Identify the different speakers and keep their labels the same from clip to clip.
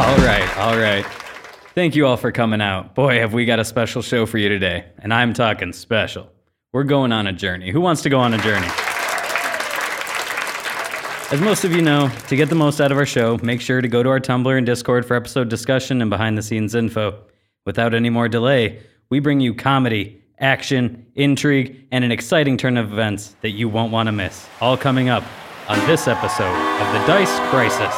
Speaker 1: All right. Thank you all for coming out. Boy, have we got a special show for you today. And I'm talking special. We're going on a journey. Who wants to go on a journey? As most of you know, to get the most out of our show, make sure to go to our Tumblr and Discord for episode discussion and behind the scenes info. Without any more delay, we bring you comedy, action, intrigue, and an exciting turn of events that you won't want to miss. All coming up on this episode of The Dice Crisis.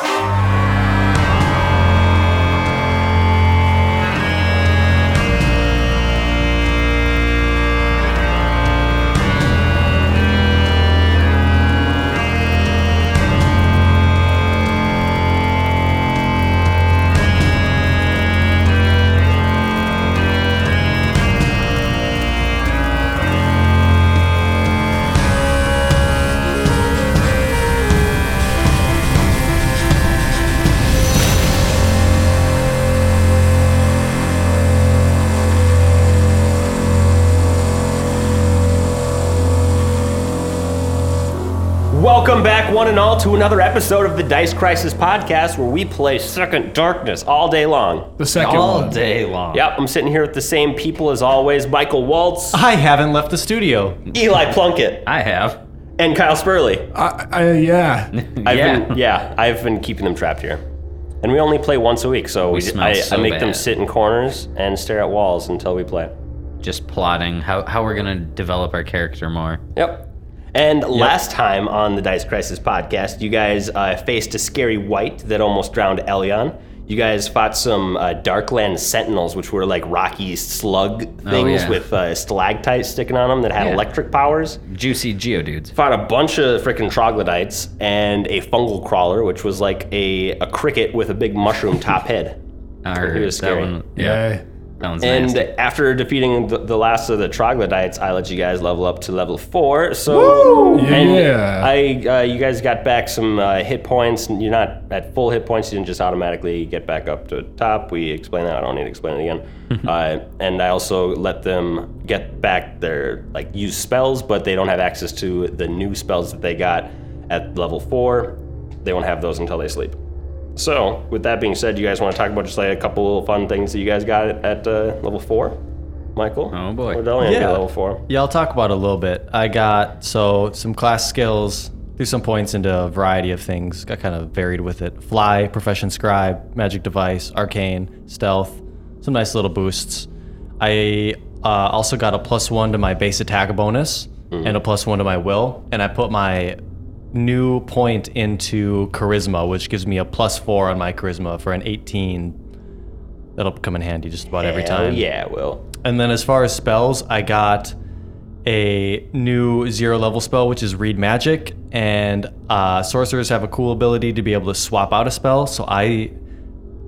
Speaker 2: Welcome back, one and all, to another episode of the Dice Crisis podcast where we play Second Darkness all day long.
Speaker 3: The second one.
Speaker 4: day long.
Speaker 2: Yep, I'm sitting here with the same people as always Michael Waltz,
Speaker 4: I haven't left the studio.
Speaker 2: Eli Plunkett,
Speaker 1: I have.
Speaker 2: and Kyle Spurley.
Speaker 3: I, I, yeah.
Speaker 2: I've
Speaker 1: Yeah.
Speaker 2: Been, yeah, I've been keeping them trapped here. And we only play once a week, so we
Speaker 4: smell
Speaker 2: I,
Speaker 4: so
Speaker 2: I make them
Speaker 4: bad.
Speaker 2: sit in corners and stare at walls until we play.
Speaker 4: Just plotting how, how we're gonna develop our character more.
Speaker 2: Yep. And last time on the Dice Crisis podcast, you guys uh, faced a scary white that almost drowned Elion. You guys fought some uh, Darkland Sentinels, which were like rocky slug things
Speaker 4: Oh, yeah.
Speaker 2: with uh, stalactites sticking on them that had
Speaker 4: Yeah.
Speaker 2: electric powers.
Speaker 4: Juicy geodudes.
Speaker 2: Fought a bunch of freaking troglodytes and a fungal crawler, which was like a, a cricket with a big mushroom top head.
Speaker 4: Our,
Speaker 2: He was scary.
Speaker 4: That one, yeah,
Speaker 3: Yeah.
Speaker 4: that one's
Speaker 2: And
Speaker 4: nasty.
Speaker 2: after defeating the, the last of the troglodytes, I let you guys level up to level four. So and
Speaker 3: Yeah.
Speaker 2: I, uh, you guys got back some uh, hit points. and You're not at full hit points. You didn't just automatically get back up to top. We explained that. I don't need to explain it again. uh, and I also let them get back their like use spells, but they don't have access to the new spells that they got at level four. They won't have those until they sleep. So, with that being said, you guys want to talk about just like a couple little fun things that you guys got at uh, level four, Michael?
Speaker 4: Oh, boy.
Speaker 2: What Delian yeah.
Speaker 5: Yeah.
Speaker 2: level four?
Speaker 5: Yeah, I'll talk about it a little bit. I got so some class skills, threw some points into a variety of things, got kind of varied with it. Fly, profession scribe, magic device, arcane, stealth, some nice little boosts. I uh, also got a plus one to my base attack bonus and a plus one to my will, and I put my new point into charisma, which gives me a plus four on my charisma for an 18. That'll come in handy just about every
Speaker 2: Hell
Speaker 5: time.
Speaker 2: Yeah, Will.
Speaker 5: And then as far as spells, I got a new zero level spell, which is Read Magic. And uh, sorcerers have a cool ability to be able to swap out a spell. So I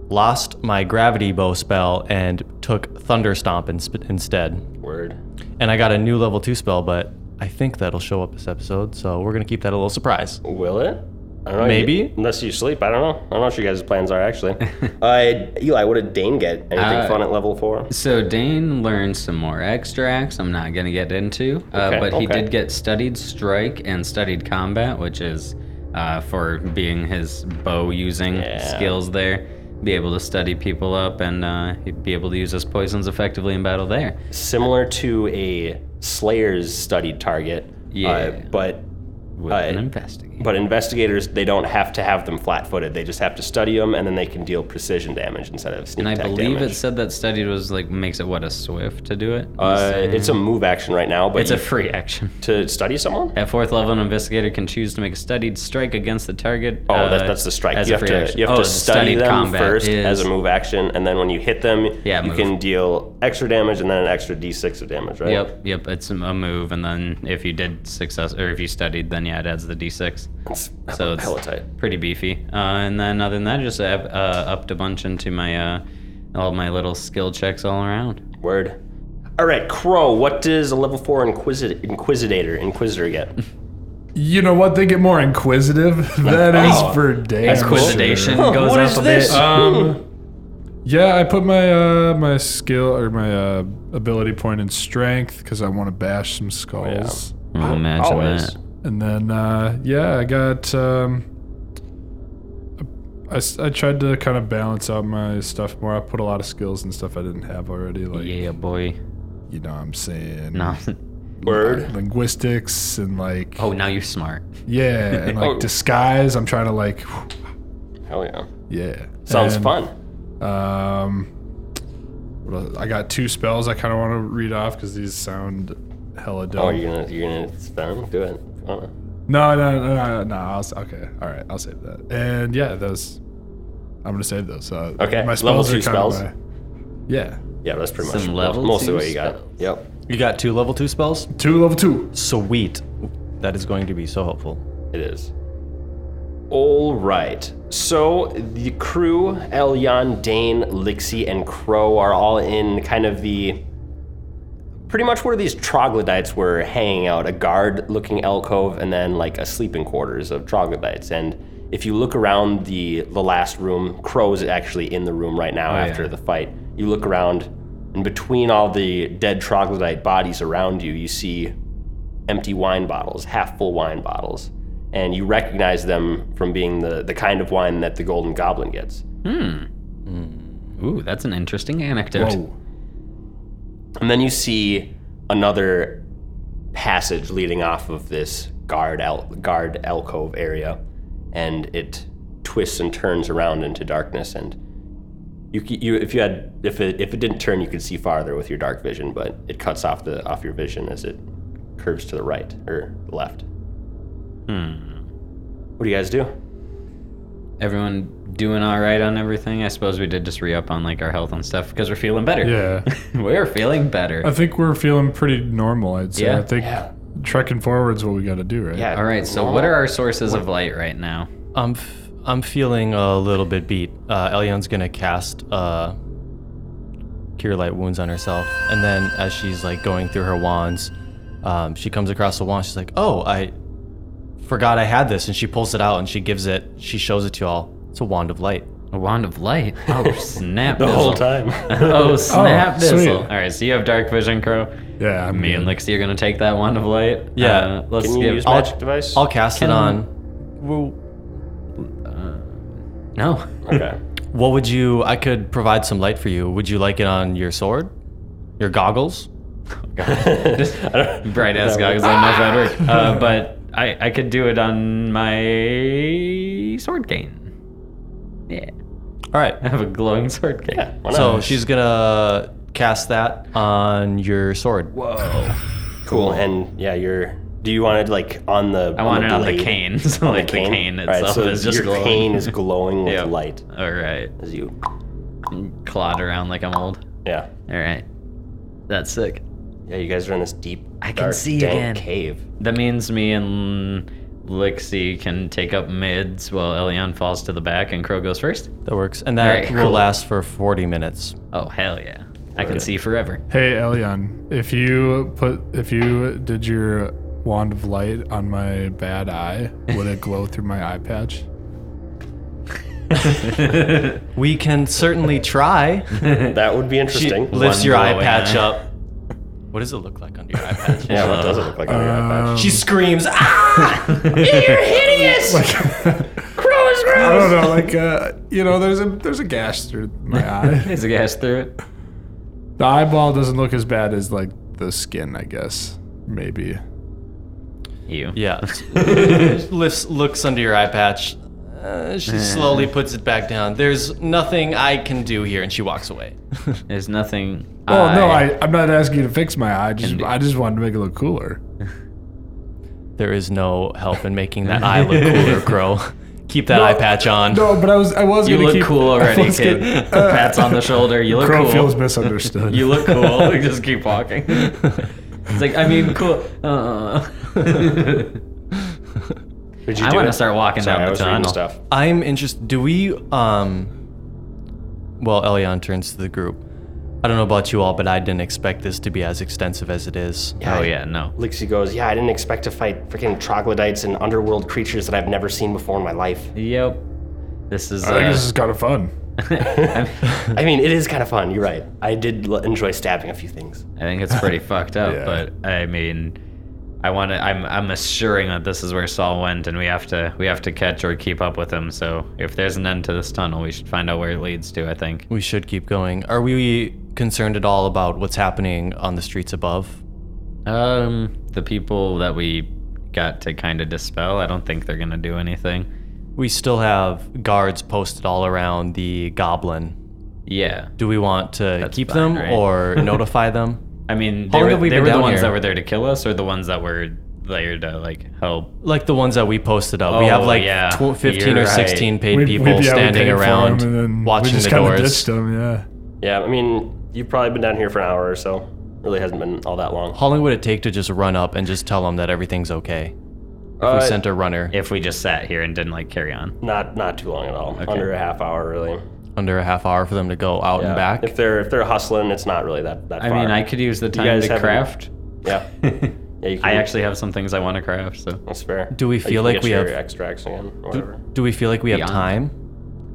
Speaker 5: lost my Gravity Bow spell and took Thunder Stomp insp instead.
Speaker 2: Word.
Speaker 5: And I got a new level two spell, but I think that'll show up this episode. So we're going to keep that a little surprise.
Speaker 2: Will it? I don't know.
Speaker 5: Maybe.
Speaker 2: You- unless you sleep. I don't know. I don't know what you guys' plans are, actually. uh, Eli, what did Dane get? Anything
Speaker 4: Uh,
Speaker 2: fun at level four?
Speaker 4: so Dane learned some more extracts. I'm not gonna get into, uh,
Speaker 2: Okay,
Speaker 4: but he
Speaker 2: okay.
Speaker 4: did get studied strike and studied combat, which is uh, for being his bow using
Speaker 2: Yeah.
Speaker 4: skills there. Be able to study people up and uh, he'd be able to use his poisons effectively in battle there.
Speaker 2: Similar to a Slayer's studied target.
Speaker 4: Yeah.
Speaker 2: Uh, but
Speaker 4: With
Speaker 2: Uh,
Speaker 4: an investigate.
Speaker 2: but investigators, they don't have to have them flat-footed. They just have to study them, and then they can deal precision damage instead of sneak
Speaker 4: And I
Speaker 2: attack
Speaker 4: believe
Speaker 2: damage.
Speaker 4: it said that studied was like makes it what a swift to do it.
Speaker 2: Uh, it's a move action right now, but
Speaker 4: it's a
Speaker 2: you-
Speaker 4: free Uh, action.
Speaker 2: to study someone.
Speaker 4: At fourth level, an investigator can choose to make a studied strike against the target.
Speaker 2: Oh,
Speaker 4: uh,
Speaker 2: that, that's the strike.
Speaker 4: as
Speaker 2: You
Speaker 4: a
Speaker 2: have
Speaker 4: free
Speaker 2: to
Speaker 4: action.
Speaker 2: you have
Speaker 4: Oh,
Speaker 2: to
Speaker 4: the
Speaker 2: study
Speaker 4: studied
Speaker 2: them
Speaker 4: combat
Speaker 2: first as
Speaker 4: is-
Speaker 2: a move action, and then when you hit them,
Speaker 4: Yeah,
Speaker 2: you
Speaker 4: move.
Speaker 2: can deal extra damage and then an extra d6 of damage, right?
Speaker 4: Yep, yep. It's a move, and then if you did success or if you studied, then yeah, it adds the d6.
Speaker 2: It's
Speaker 4: So it's
Speaker 2: hella tight.
Speaker 4: pretty beefy. Uh, and then other than that, I just have, uh, upped a bunch into my uh, all my little skill checks all around.
Speaker 2: Word. All right, Crow. What does a level four inquisit- inquisitor inquisitor get?
Speaker 3: You know what? They get more inquisitive. That is
Speaker 4: Oh.
Speaker 3: for damn sure.
Speaker 4: Inquisition goes
Speaker 2: what
Speaker 4: up
Speaker 2: is
Speaker 4: a
Speaker 2: this?
Speaker 4: bit.
Speaker 3: Um, yeah, I put my uh, my skill or my uh, ability point in strength because I want to bash some skulls.
Speaker 4: Oh, imagine
Speaker 2: Hmm. Always.
Speaker 4: that.
Speaker 3: And then, uh, yeah, I got. Um, I- I, s- I tried to kind of balance out my stuff more. I put a lot of skills and stuff I didn't have already. Like,
Speaker 4: Yeah, boy.
Speaker 3: you know what I'm saying?
Speaker 4: No.
Speaker 2: Word.
Speaker 3: Linguistics and like,
Speaker 4: Oh, now you're smart.
Speaker 3: yeah, and like
Speaker 2: Oh.
Speaker 3: disguise. I'm trying to like,
Speaker 2: Hell yeah.
Speaker 3: yeah.
Speaker 2: Sounds
Speaker 3: And,
Speaker 2: fun.
Speaker 3: Um, what else? I got two spells I kind of want to read off because these sound hella dope.
Speaker 2: Oh, you're gonna you're gonna spam? Do it. I don't know.
Speaker 3: No, no, no, no, no. I'll, s- okay, all right. I'll save that. And yeah, those. I'm gonna save those. So
Speaker 2: Okay,
Speaker 3: my
Speaker 2: level
Speaker 3: spells
Speaker 2: two
Speaker 3: are kind of
Speaker 2: spells?
Speaker 3: my, Yeah,
Speaker 2: Yeah, that's pretty
Speaker 4: Some
Speaker 2: much
Speaker 4: level
Speaker 2: mostly
Speaker 4: two
Speaker 2: what you got.
Speaker 4: spells.
Speaker 2: Yep.
Speaker 5: You got two level two spells?
Speaker 3: two level two.
Speaker 5: Sweet. That is going to be so helpful.
Speaker 2: It is. All right. So the crew, Elyon, Dane, Lixie, and Crow, are all in kind of the. Pretty much where these troglodytes were hanging out a guard looking alcove, and then like a sleeping quarters of troglodytes. And if you look around the, the last room, Crow's actually in the room right now after the fight. You look around, and between all the dead troglodyte bodies around you, you see empty wine bottles, half full wine bottles, and you recognize them from being the, the kind of wine that the Golden Goblin gets.
Speaker 4: Hmm.
Speaker 2: Hmm.
Speaker 4: Ooh, that's an interesting anecdote.
Speaker 2: And then you see another passage leading off of this guard al- guard alcove area, and it twists and turns around into darkness. And you, c- you if you had if it if it didn't turn, you could see farther with your dark vision, but it cuts off the off your vision as it curves to the right or left. Hmm. What do you guys do?
Speaker 4: Everyone doing all right on everything? I suppose we did just re up on like our health and stuff because we're feeling better.
Speaker 3: Yeah,
Speaker 4: we're feeling better.
Speaker 3: I think we're feeling pretty normal. I'd say.
Speaker 4: Yeah.
Speaker 3: I think trekking forward's what we got to do, right?
Speaker 2: Yeah.
Speaker 4: All right, so what are our sources of light right now?
Speaker 5: I'm f- I'm feeling a little bit beat. Uh, Elyon's gonna cast uh, cure light wounds on herself, and then as she's like going through her wands, um, she comes across the wand. She's like, "Oh, I forgot I had this," and she pulls it out and she gives it. She shows it to all. It's a wand of light.
Speaker 4: A wand of light. Oh, snap. the
Speaker 2: time?
Speaker 4: Oh, snap
Speaker 3: sweet.
Speaker 4: thistle. All right, so you have dark vision, Crow.
Speaker 3: Yeah, I'm
Speaker 4: Me and
Speaker 3: good.
Speaker 4: Lixie are going to take that wand of light.
Speaker 5: Yeah.
Speaker 4: Uh, let's
Speaker 2: Can you
Speaker 4: give.
Speaker 2: use
Speaker 4: I'll-
Speaker 2: magic device?
Speaker 5: I'll cast
Speaker 4: Can-
Speaker 5: it on.
Speaker 4: no.
Speaker 2: okay.
Speaker 5: What would you? I could provide some light for you. Would you like it on your sword, your goggles?
Speaker 4: Bright ass goggles. I don't know if that would work. Uh, but I, I could do it on my sword cane. Yeah.
Speaker 5: All right.
Speaker 4: I have a glowing sword cane.
Speaker 2: Yeah, why not?
Speaker 5: So she's gonna cast that on your sword.
Speaker 2: Whoa. cool. And yeah, you're. Do you want it like on the?
Speaker 4: I want it on the
Speaker 2: blade?
Speaker 4: cane. So,
Speaker 2: On
Speaker 4: like, the cane, itself
Speaker 2: so
Speaker 4: is just
Speaker 2: your
Speaker 4: glowing.
Speaker 2: cane is glowing with
Speaker 4: Yeah.
Speaker 2: light
Speaker 4: All right.
Speaker 2: as you.
Speaker 4: Clawed around like I'm old.
Speaker 2: Yeah.
Speaker 4: All right. That's sick.
Speaker 2: Yeah. You guys are in this deep.
Speaker 4: I can
Speaker 2: dark,
Speaker 4: see
Speaker 2: dank
Speaker 4: again.
Speaker 2: Cave.
Speaker 4: That means me and Lixie can take up mids while Elion falls to the back and Crow goes first.
Speaker 5: That works. And that
Speaker 4: Alright,
Speaker 5: will
Speaker 4: cool.
Speaker 5: last for 40 minutes.
Speaker 4: Oh hell yeah! I can see forever.
Speaker 3: Hey, Elion, if you put if you did your wand of light on my bad eye, would it glow through my eye patch?
Speaker 5: We can certainly try.
Speaker 2: That would be
Speaker 5: She
Speaker 2: interesting.
Speaker 5: lifts
Speaker 4: One
Speaker 5: your eye
Speaker 4: glowing
Speaker 5: patch
Speaker 4: eye.
Speaker 5: up. What does it look like under your eye patch?
Speaker 2: yeah. What does it look like on your
Speaker 4: Uh,
Speaker 2: iPad?
Speaker 3: Um,
Speaker 5: She screams, ah!
Speaker 2: You're hideous. Crow is
Speaker 3: I
Speaker 2: gross.
Speaker 3: don't know, like uh, you know, there's a there's a gash through my eye.
Speaker 4: Is a gas through it?
Speaker 3: The eyeball doesn't look as bad as like the skin, I guess. Maybe.
Speaker 4: You.
Speaker 5: Yeah. Lifts, looks under your eye patch. Uh, she slowly puts it back down. There's nothing I can do here. And she walks away.
Speaker 4: There's nothing.
Speaker 3: Well, no,
Speaker 4: I-
Speaker 3: I, I'm not asking you to fix my eye. I just
Speaker 4: Indeed.
Speaker 3: I just wanted to make it look cooler.
Speaker 5: there is no help in making that eye look cooler, Crow. Keep that eye patch on.
Speaker 3: No, but I was I was
Speaker 4: You
Speaker 3: gonna
Speaker 4: look
Speaker 3: keep,
Speaker 4: cool
Speaker 3: I
Speaker 4: already,
Speaker 3: was
Speaker 4: kid.
Speaker 3: gonna- uh,
Speaker 4: Pat's on the shoulder. You look
Speaker 3: Crow
Speaker 4: cool.
Speaker 3: feels misunderstood.
Speaker 4: you look cool. Just keep walking. It's like I mean, cool. Uh.
Speaker 2: Would you
Speaker 4: I
Speaker 2: do
Speaker 4: want
Speaker 2: it?
Speaker 4: to start walking
Speaker 2: Sorry, I
Speaker 4: down the
Speaker 2: was reading
Speaker 4: tunnel.
Speaker 2: stuff.
Speaker 5: I'm interested. Do we, um, well, Elion turns to the group. I don't know about you all, but I didn't expect this to be as extensive as it is.
Speaker 4: Oh yeah, no.
Speaker 2: Lixie goes, yeah, I didn't expect to fight freaking troglodytes and underworld creatures that I've never seen before in my life.
Speaker 4: Yep. This is.
Speaker 3: I think
Speaker 4: uh,
Speaker 3: this is kind of fun.
Speaker 2: I mean, it is kind of fun. You're right. I did l- enjoy stabbing a few things.
Speaker 4: I think it's pretty fucked up,
Speaker 3: Yeah.
Speaker 4: but I mean, I want to. I'm I'm assuring that this is where Saul went, and we have to we have to catch or keep up with him. So if there's an end to this tunnel, we should find out where it leads to. I think.
Speaker 5: We should keep going. Are we concerned at all about what's happening on the streets above?
Speaker 4: Um, the people that we got to kind of dispel, I don't think they're gonna do anything.
Speaker 5: We still have guards posted all around the goblin.
Speaker 4: Yeah.
Speaker 5: Do we want to
Speaker 4: That's
Speaker 5: keep
Speaker 4: fine,
Speaker 5: them
Speaker 4: right?
Speaker 5: or notify them?
Speaker 4: I mean, they
Speaker 5: How long
Speaker 4: were,
Speaker 5: have we
Speaker 4: they
Speaker 5: been
Speaker 4: were the
Speaker 5: down
Speaker 4: ones
Speaker 5: here?
Speaker 4: that were there to kill us, or the ones that were there to like help.
Speaker 5: Like the ones that we posted up. we have
Speaker 4: Oh,
Speaker 5: like
Speaker 4: yeah.
Speaker 5: tw- 15
Speaker 4: You're
Speaker 5: or
Speaker 4: right.
Speaker 5: 16 paid
Speaker 3: We- we-
Speaker 5: people
Speaker 3: yeah, we
Speaker 5: standing
Speaker 3: paid for 'em
Speaker 5: around
Speaker 3: and then
Speaker 5: watching
Speaker 3: we just
Speaker 5: the
Speaker 3: kinda
Speaker 5: doors.
Speaker 3: Ditched them, yeah.
Speaker 2: Yeah, I mean, you've probably been down here for an hour or so. Really hasn't been all that long.
Speaker 5: How long would it take to just run up and just tell them that everything's okay? If
Speaker 2: Uh,
Speaker 5: we sent a runner
Speaker 4: If we just sat here and didn't like carry on,
Speaker 2: Not not too long at all. Under a half hour, really.
Speaker 5: under a half hour for them to go out
Speaker 2: Yeah.
Speaker 5: and back.
Speaker 2: If they're if they're hustling, it's not really that that
Speaker 4: I
Speaker 2: far.
Speaker 4: mean, I could use the time
Speaker 2: guys
Speaker 4: to
Speaker 2: haven't-
Speaker 4: craft.
Speaker 2: yeah. yeah you can,
Speaker 4: I actually have some things I want to craft, so
Speaker 2: that's fair.
Speaker 5: Do we
Speaker 2: Or you
Speaker 5: feel
Speaker 2: can
Speaker 5: like
Speaker 2: get
Speaker 5: we
Speaker 2: your
Speaker 5: have-
Speaker 2: extracts again? Or whatever.
Speaker 5: Do we feel like we have
Speaker 4: Beyond.
Speaker 5: time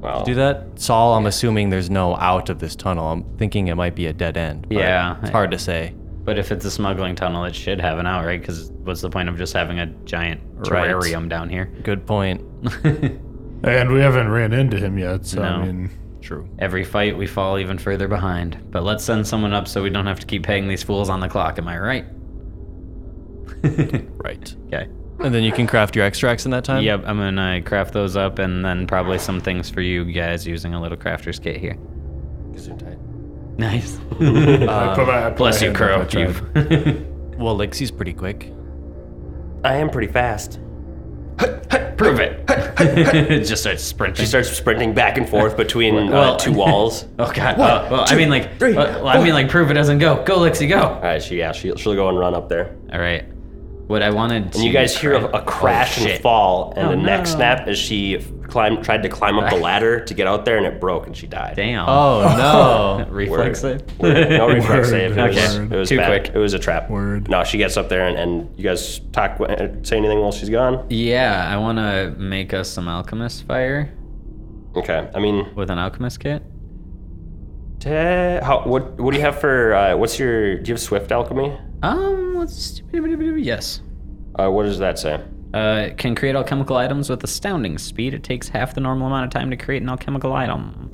Speaker 2: Well,
Speaker 5: to do that? Saul, I'm assuming there's no out of this tunnel. I'm thinking it might be a dead end. but
Speaker 4: Yeah.
Speaker 5: It's hard to say.
Speaker 4: But if it's a smuggling tunnel, it should have an out, right? Because what's the point of just having a giant
Speaker 5: Right.
Speaker 4: terrarium down here?
Speaker 5: Good point.
Speaker 3: And we haven't ran into him yet, so
Speaker 4: No.
Speaker 3: I mean,
Speaker 5: True.
Speaker 4: Every fight, we fall even further behind. But let's send someone up so we don't have to keep paying these fools on the clock. Am I right?
Speaker 5: Right.
Speaker 4: Okay.
Speaker 5: And then you can craft your extracts in that time?
Speaker 4: Yep, I'm gonna craft those up and then probably some things for you guys using a little crafter's kit here.
Speaker 2: Gesundheit.
Speaker 4: Nice. Uh,
Speaker 3: I put my, I put
Speaker 4: Bless
Speaker 3: my
Speaker 4: you,
Speaker 3: hand up, I
Speaker 4: Crow.
Speaker 3: tried.
Speaker 4: You've
Speaker 5: Well, Lixie's pretty quick.
Speaker 2: I am pretty fast.
Speaker 4: prove it. just starts sprinting.
Speaker 2: She starts sprinting back and forth between uh,
Speaker 4: Well-
Speaker 2: two walls.
Speaker 4: Oh god. uh, well, I mean like
Speaker 2: three,
Speaker 4: uh, well, I mean like prove it doesn't go. Go Lexi, go.
Speaker 2: All right, she yeah, she she'll go and run up there.
Speaker 4: All right. What I wanted to
Speaker 2: And you guys hear a, a crash and
Speaker 4: shit.
Speaker 2: fall, and
Speaker 4: Oh,
Speaker 2: a neck
Speaker 4: no.
Speaker 2: snap as she climbed, tried to climb up the ladder to get out there, and it broke, and she died.
Speaker 4: Damn.
Speaker 5: Oh, no.
Speaker 4: reflex save.
Speaker 2: Word. No reflex
Speaker 3: Word.
Speaker 2: save. It was,
Speaker 3: Okay.
Speaker 2: it was
Speaker 4: Too
Speaker 2: bad.
Speaker 4: quick.
Speaker 2: It was a trap.
Speaker 3: Word.
Speaker 2: No, she gets up there, and, and you guys talk, uh, say anything while she's gone.
Speaker 4: Yeah, I want to make us some alchemist fire
Speaker 2: Okay. I mean,
Speaker 4: with an alchemist kit.
Speaker 2: te- how, what what do you have for? Uh, what's your? Do you have swift alchemy?
Speaker 4: Um, let's yes.
Speaker 2: Uh, what does that say?
Speaker 4: Uh, it can create alchemical items with astounding speed. It takes half the normal amount of time to create an alchemical item.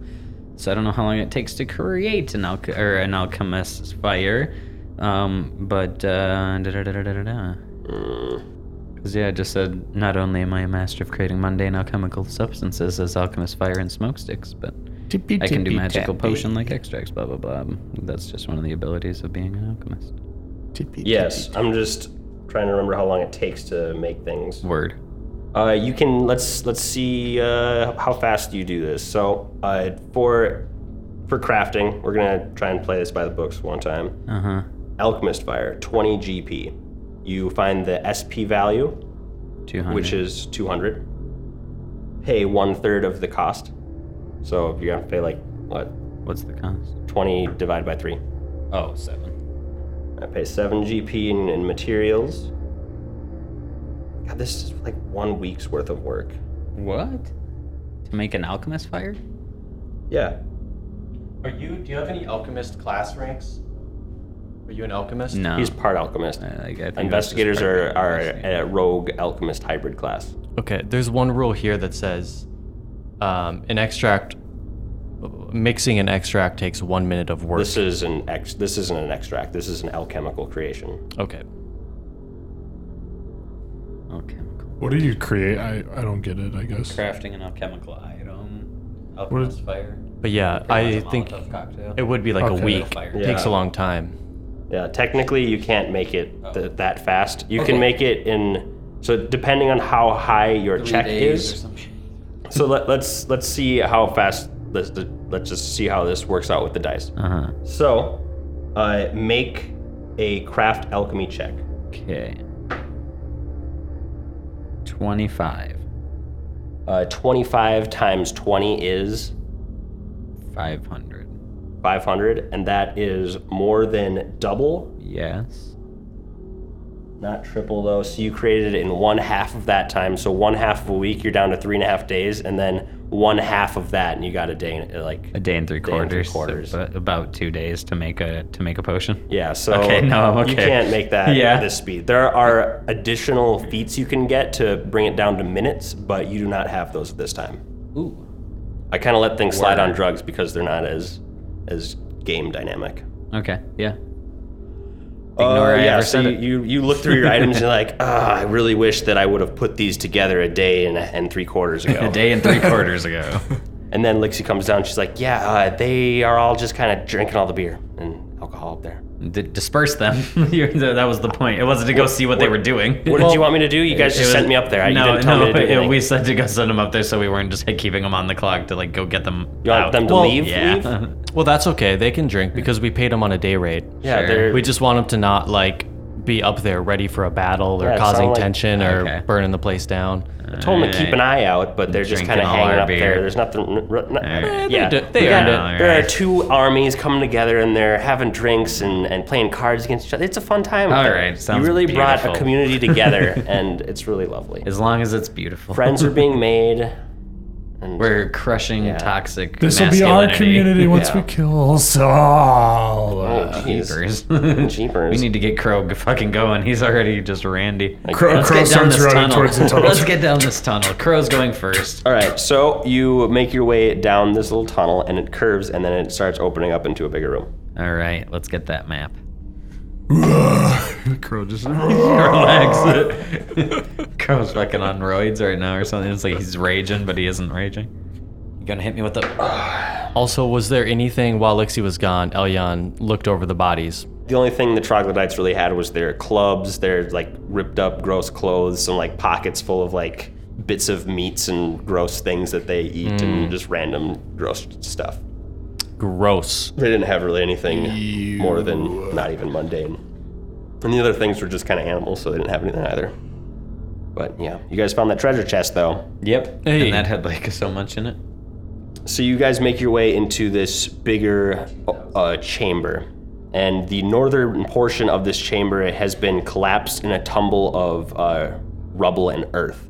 Speaker 4: So I don't know how long it takes to create an alch or an alchemist's fire. Um, but uh, da da da da da da. Mm. Cause yeah, I just said not only am I a master of creating mundane alchemical substances as alchemist fire and smokesticks, but I can do magical potion like extracts, blah blah blah. That's just one of the abilities of being an alchemist.
Speaker 2: Yes, I'm just trying to remember how long it takes to make things.
Speaker 4: Word.
Speaker 2: Uh, you can let's let's see uh, how fast you do this. So uh, for for crafting, we're gonna try and play this by the books one time.
Speaker 4: Uh huh.
Speaker 2: Alchemist fire, 20 GP. You find the SP value,
Speaker 4: Two hundred.
Speaker 2: which is 200. Pay one third of the cost. So you're gonna pay like what?
Speaker 4: what's the cost?
Speaker 2: 20 divided by three.
Speaker 4: Oh, seven.
Speaker 2: I pay seven GP in, in materials. God, this is like one week's worth of work.
Speaker 4: What? To make an alchemist fire?
Speaker 2: Yeah.
Speaker 5: Are you, do you have any alchemist class ranks? Are you an alchemist?
Speaker 4: No.
Speaker 2: He's part alchemist.
Speaker 4: I- I- I think that's
Speaker 2: Investigators
Speaker 4: just part
Speaker 2: are,
Speaker 4: of
Speaker 2: are
Speaker 4: investing.
Speaker 2: a rogue alchemist hybrid class.
Speaker 5: Okay, there's one rule here that says um, an extract, mixing an extract takes one minute of work.
Speaker 2: This is an ex. This isn't an extract. This is an alchemical creation.
Speaker 5: okay.
Speaker 4: alchemical.
Speaker 3: What do you create? I, I don't get it, I guess.
Speaker 4: Crafting an alchemical item.
Speaker 3: Alchemist
Speaker 4: fire.
Speaker 5: But yeah, I think
Speaker 4: cocktail.
Speaker 5: it would be like
Speaker 3: Okay.
Speaker 5: a week.
Speaker 4: Fire.
Speaker 5: It takes
Speaker 2: Yeah.
Speaker 5: a long time.
Speaker 2: Yeah, technically you can't make it th- that fast. You can make it in. So depending on how high your check is. So let, let's let's see how fast. Let's let's just see how this works out with the dice.
Speaker 4: Uh huh.
Speaker 2: So, uh, make a craft alchemy check.
Speaker 4: Okay. Twenty-five.
Speaker 2: Uh, 25 times 20 is
Speaker 4: Five hundred.
Speaker 2: 500, and that is more than double,
Speaker 4: Yes.
Speaker 2: not triple though. So you created it in one half of that time. So one half of a week, you're down to three and a half days, and then one half of that, and you got a day in- like
Speaker 4: A day and three
Speaker 2: Day and three
Speaker 4: quarters. so
Speaker 2: quarters.
Speaker 4: ab- about two days to make a to make a potion.
Speaker 2: Yeah, so
Speaker 4: Okay, no, I'm
Speaker 2: you
Speaker 4: okay.
Speaker 2: can't make that
Speaker 4: Yeah.
Speaker 2: at this speed. There are additional feats you can get to bring it down to minutes, but you do not have those at this time.
Speaker 4: Ooh.
Speaker 2: I kind of let things slide on drugs because they're not as as game dynamic.
Speaker 4: Okay. Yeah. Ignore
Speaker 2: Uh,
Speaker 4: I
Speaker 2: yeah,
Speaker 4: ever
Speaker 2: so
Speaker 4: said
Speaker 2: you,
Speaker 4: it.
Speaker 2: you you look through your items and you're like, ah, I really wish that I would have put these together a day and, and three quarters ago.
Speaker 4: A day and three quarters ago.
Speaker 2: And then Lixie comes down. She's like, yeah, uh, they are all just kind of drinking all the beer and alcohol up there.
Speaker 4: D- disperse them. You- that was the point. It wasn't to go see what they were doing.
Speaker 2: What did you want me to do? You guys
Speaker 4: It
Speaker 2: just
Speaker 4: was-
Speaker 2: sent me up there. I-
Speaker 4: no,
Speaker 2: you didn't tell
Speaker 4: no.
Speaker 2: me to do
Speaker 4: yeah,
Speaker 2: anything.
Speaker 4: we said to go send them up there, so we weren't just like, keeping them on the clock to like go get them.
Speaker 2: You want
Speaker 4: out.
Speaker 2: them to
Speaker 5: Well,
Speaker 2: leave? Leave?
Speaker 4: Yeah.
Speaker 5: Well, that's okay. They can drink because we paid them on a day rate.
Speaker 2: Yeah,
Speaker 4: Sure.
Speaker 2: they're,
Speaker 5: We just want them to not like be up there ready for a battle or
Speaker 2: Yeah, it
Speaker 5: causing
Speaker 2: sound like-
Speaker 5: tension or
Speaker 4: Okay.
Speaker 5: burning the place down.
Speaker 2: I told them to keep an eye out, but they're just kind
Speaker 4: Drinking
Speaker 2: of
Speaker 4: all
Speaker 2: hanging
Speaker 4: our
Speaker 2: up
Speaker 4: beer.
Speaker 2: there. There's nothing. n- r- n-
Speaker 4: Eh,
Speaker 5: They
Speaker 2: Yeah,
Speaker 5: do- they
Speaker 2: Yeah,
Speaker 5: earned it.
Speaker 4: No,
Speaker 2: There
Speaker 4: right.
Speaker 2: are two armies coming together and they're having drinks and, and playing cards against each other. It's a fun time.
Speaker 4: All
Speaker 2: All
Speaker 4: right,
Speaker 2: right,
Speaker 4: sounds
Speaker 2: You really brought
Speaker 4: beautiful.
Speaker 2: a community together, and it's really lovely.
Speaker 4: As long as it's beautiful.
Speaker 2: Friends are being made. And
Speaker 4: We're crushing
Speaker 2: Yeah.
Speaker 4: toxic.
Speaker 3: This will be our community once
Speaker 2: Yeah.
Speaker 3: we kill Saul.
Speaker 2: oh,
Speaker 3: Uh,
Speaker 2: jeez.
Speaker 4: Jeepers.
Speaker 2: Jeepers.
Speaker 4: we need to get Crow g- fucking going. He's already just randy.
Speaker 3: Crow,
Speaker 4: Let's
Speaker 3: Crow
Speaker 4: get down
Speaker 3: starts
Speaker 4: this
Speaker 3: running
Speaker 4: tunnel.
Speaker 3: towards the tunnel.
Speaker 4: Let's get down this tunnel. Crow's going first.
Speaker 2: All right, so you make your way down this little tunnel, and it curves, and then it starts opening up into a bigger room.
Speaker 4: All right, let's get that map.
Speaker 3: Crow just.
Speaker 4: Relax. Crow's fucking on roids right now or something. It's like he's raging, but he isn't raging. You gonna hit me with the?
Speaker 5: Also, was there anything while Lixie was gone? Elyon looked over the bodies.
Speaker 2: The only thing the troglodytes really had was their clubs, their like ripped up gross clothes, some like pockets full of like bits of meats and gross things that they eat and just random gross stuff.
Speaker 5: Gross.
Speaker 2: They didn't have really anything more than not even mundane. And the other things were just kind of animals, so they didn't have anything either. But yeah, you guys found that treasure chest though.
Speaker 4: Yep.
Speaker 5: Hey.
Speaker 4: And that had like so much in it.
Speaker 2: So you guys make your way into this bigger uh, chamber, and the northern portion of this chamber has been collapsed in a tumble of uh, rubble and earth.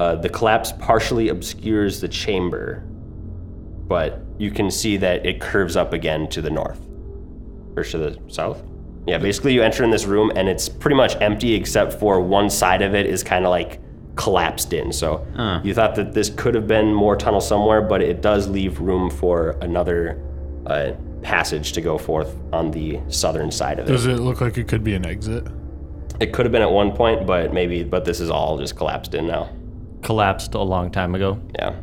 Speaker 2: Uh, the collapse partially obscures the chamber, but you can see that it curves up again to the north, or to the south. Yeah, basically you enter in this room and it's pretty much empty except for one side of it is kind of like collapsed in. So
Speaker 4: Huh.
Speaker 2: you thought that this could have been more tunnel somewhere, but it does leave room for another uh, passage to go forth on the southern side of it.
Speaker 3: Does it look like it could be an exit?
Speaker 2: It could have been at one point, but maybe, but this is all just collapsed in now.
Speaker 5: Collapsed a long time ago.
Speaker 2: Yeah.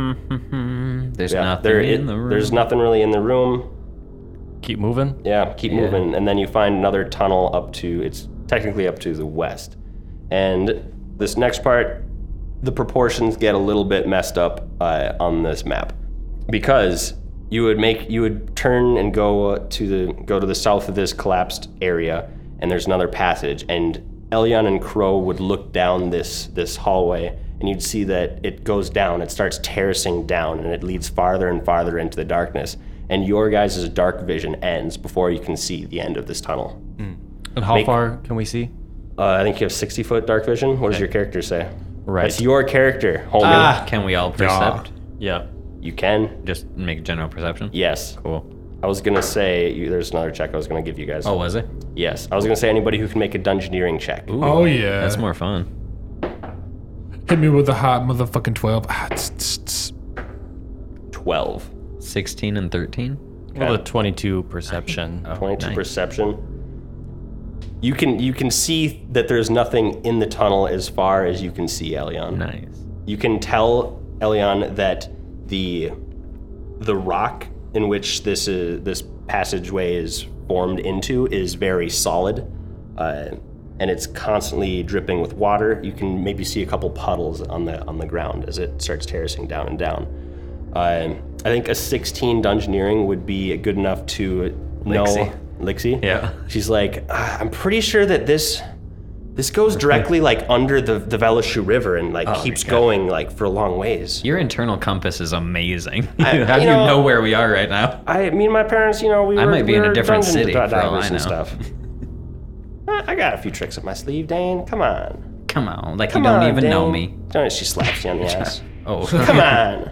Speaker 4: There's
Speaker 2: Yeah,
Speaker 4: nothing
Speaker 2: there-
Speaker 4: in
Speaker 2: it-
Speaker 4: the room.
Speaker 2: There's nothing really in the room.
Speaker 5: Keep moving.
Speaker 2: Yeah, keep moving, and then you find another tunnel up to it's technically up to the west. And this next part, the proportions get a little bit messed up uh, on this map because you would make you would turn and go to the go to the south of this collapsed area, and there's another passage. And Elyon and Crow would look down this this hallway, and you'd see that it goes down. It starts terracing down, and it leads farther and farther into the darkness. And your guys' dark vision ends before you can see the end of this tunnel.
Speaker 5: And how
Speaker 2: Make-
Speaker 5: far can we see?
Speaker 2: Uh, I think you have 60 foot dark vision. What does your character say?
Speaker 5: Right.
Speaker 2: It's your character, homie.
Speaker 5: Ah.
Speaker 4: Can we all percept?
Speaker 5: Yeah.
Speaker 2: You can.
Speaker 4: Just make general perception.
Speaker 2: Yes.
Speaker 4: Cool.
Speaker 2: I was gonna say you, there's another check I was gonna give you guys.
Speaker 4: Oh, was it?
Speaker 2: Yes, I was gonna say anybody who can make a dungeoneering check.
Speaker 4: Ooh,
Speaker 3: Oh, yeah.
Speaker 4: That's more fun.
Speaker 3: Hit me with a hot motherfucking 12. Ah, tss, tss, tss.
Speaker 2: Twelve.
Speaker 4: Sixteen and thirteen.
Speaker 5: Well, the 22 perception.
Speaker 2: Twenty-two
Speaker 4: Oh, nice.
Speaker 2: perception. You can you can see that there's nothing in the tunnel as far as you can see, Elion.
Speaker 4: Nice.
Speaker 2: You can tell Elion that the the rock in which this is this passageway is formed into is very solid, uh, and it's constantly dripping with water. You can maybe see a couple puddles on the on the ground as it starts terracing down and down. Uh, I think a 16 dungeoneering would be good enough to know
Speaker 4: Lixie.
Speaker 2: Lixie.
Speaker 4: Yeah.
Speaker 2: She's like, "Ah, I'm pretty sure that this this goes directly like under the the Velashu River and like
Speaker 4: Oh,
Speaker 2: keeps going like for long ways.
Speaker 4: Your internal compass is amazing.
Speaker 2: I-
Speaker 4: How do
Speaker 2: you
Speaker 4: you
Speaker 2: know-
Speaker 4: know where we are right now?
Speaker 2: I mean, my parents, you know, we
Speaker 4: I
Speaker 2: were,
Speaker 4: might be
Speaker 2: we
Speaker 4: in a
Speaker 2: were
Speaker 4: different
Speaker 2: dungeon
Speaker 4: city for all
Speaker 2: divers
Speaker 4: I
Speaker 2: and
Speaker 4: know.
Speaker 2: stuff. I I got a few tricks up my sleeve, Dane. Come on.
Speaker 4: Come on, like
Speaker 2: Come
Speaker 4: you don't
Speaker 2: on,
Speaker 4: even know
Speaker 2: dang.
Speaker 4: me.
Speaker 2: Don't she slaps you on the ass?
Speaker 4: Oh,
Speaker 2: Come on.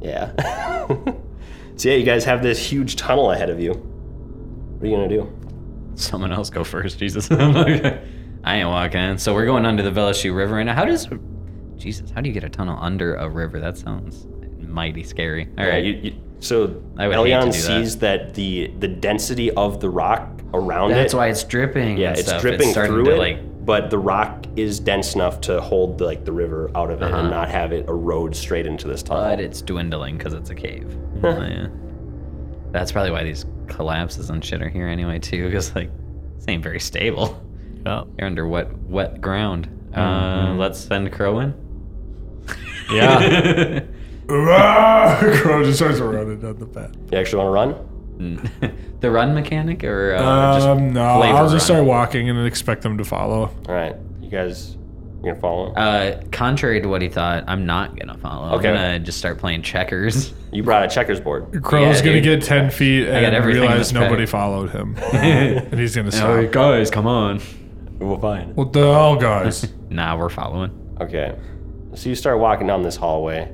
Speaker 2: Yeah. so yeah, you guys have this huge tunnel ahead of you. What are you gonna do?
Speaker 4: someone else go first, Jesus. I ain't walking in. So we're going under the Velashu River right now. How does, Jesus, how do you get a tunnel under a river? That sounds mighty scary. All
Speaker 2: Yeah,
Speaker 4: right,
Speaker 2: you, you, so
Speaker 4: I would hate to
Speaker 2: Elion
Speaker 4: do that.
Speaker 2: sees that. the the density of the rock around
Speaker 4: that's
Speaker 2: it.
Speaker 4: why it's dripping.
Speaker 2: yeah,
Speaker 4: and
Speaker 2: it's
Speaker 4: stuff.
Speaker 2: dripping
Speaker 4: starting
Speaker 2: through
Speaker 4: to,
Speaker 2: it,
Speaker 4: Like,
Speaker 2: but the rock is dense enough to hold like the river out of it
Speaker 4: Uh-huh.
Speaker 2: and not have it erode straight into this tunnel.
Speaker 4: but it's dwindling because it's a cave. Oh, yeah. That's probably why these collapses and shit are here anyway too, because like, this ain't very stable.
Speaker 5: Yeah.
Speaker 4: You're under wet, wet ground. Uh,
Speaker 2: Mm-hmm.
Speaker 4: let's send Crow in.
Speaker 2: Ah.
Speaker 5: Yeah.
Speaker 3: Crow just starts running down the path.
Speaker 2: you actually want to run?
Speaker 4: the run mechanic or uh, just
Speaker 3: Um, no,
Speaker 4: flavor
Speaker 3: I'll just
Speaker 4: run?
Speaker 3: start walking and expect them to follow.
Speaker 2: All right, you guys, you gonna follow? him?
Speaker 4: Uh, contrary to what he thought, I'm not gonna follow.
Speaker 2: Okay.
Speaker 4: I'm gonna just start playing checkers.
Speaker 2: you brought a checkers board.
Speaker 3: Crow's
Speaker 4: Yeah,
Speaker 3: gonna
Speaker 4: dude.
Speaker 3: get ten feet and
Speaker 4: everything in this
Speaker 3: realize nobody
Speaker 4: pack.
Speaker 3: followed him, and he's gonna stop.
Speaker 4: guys, come on.
Speaker 2: We're fine.
Speaker 3: What the hell, guys?
Speaker 4: Nah, we're following.
Speaker 2: Okay. So you start walking down this hallway,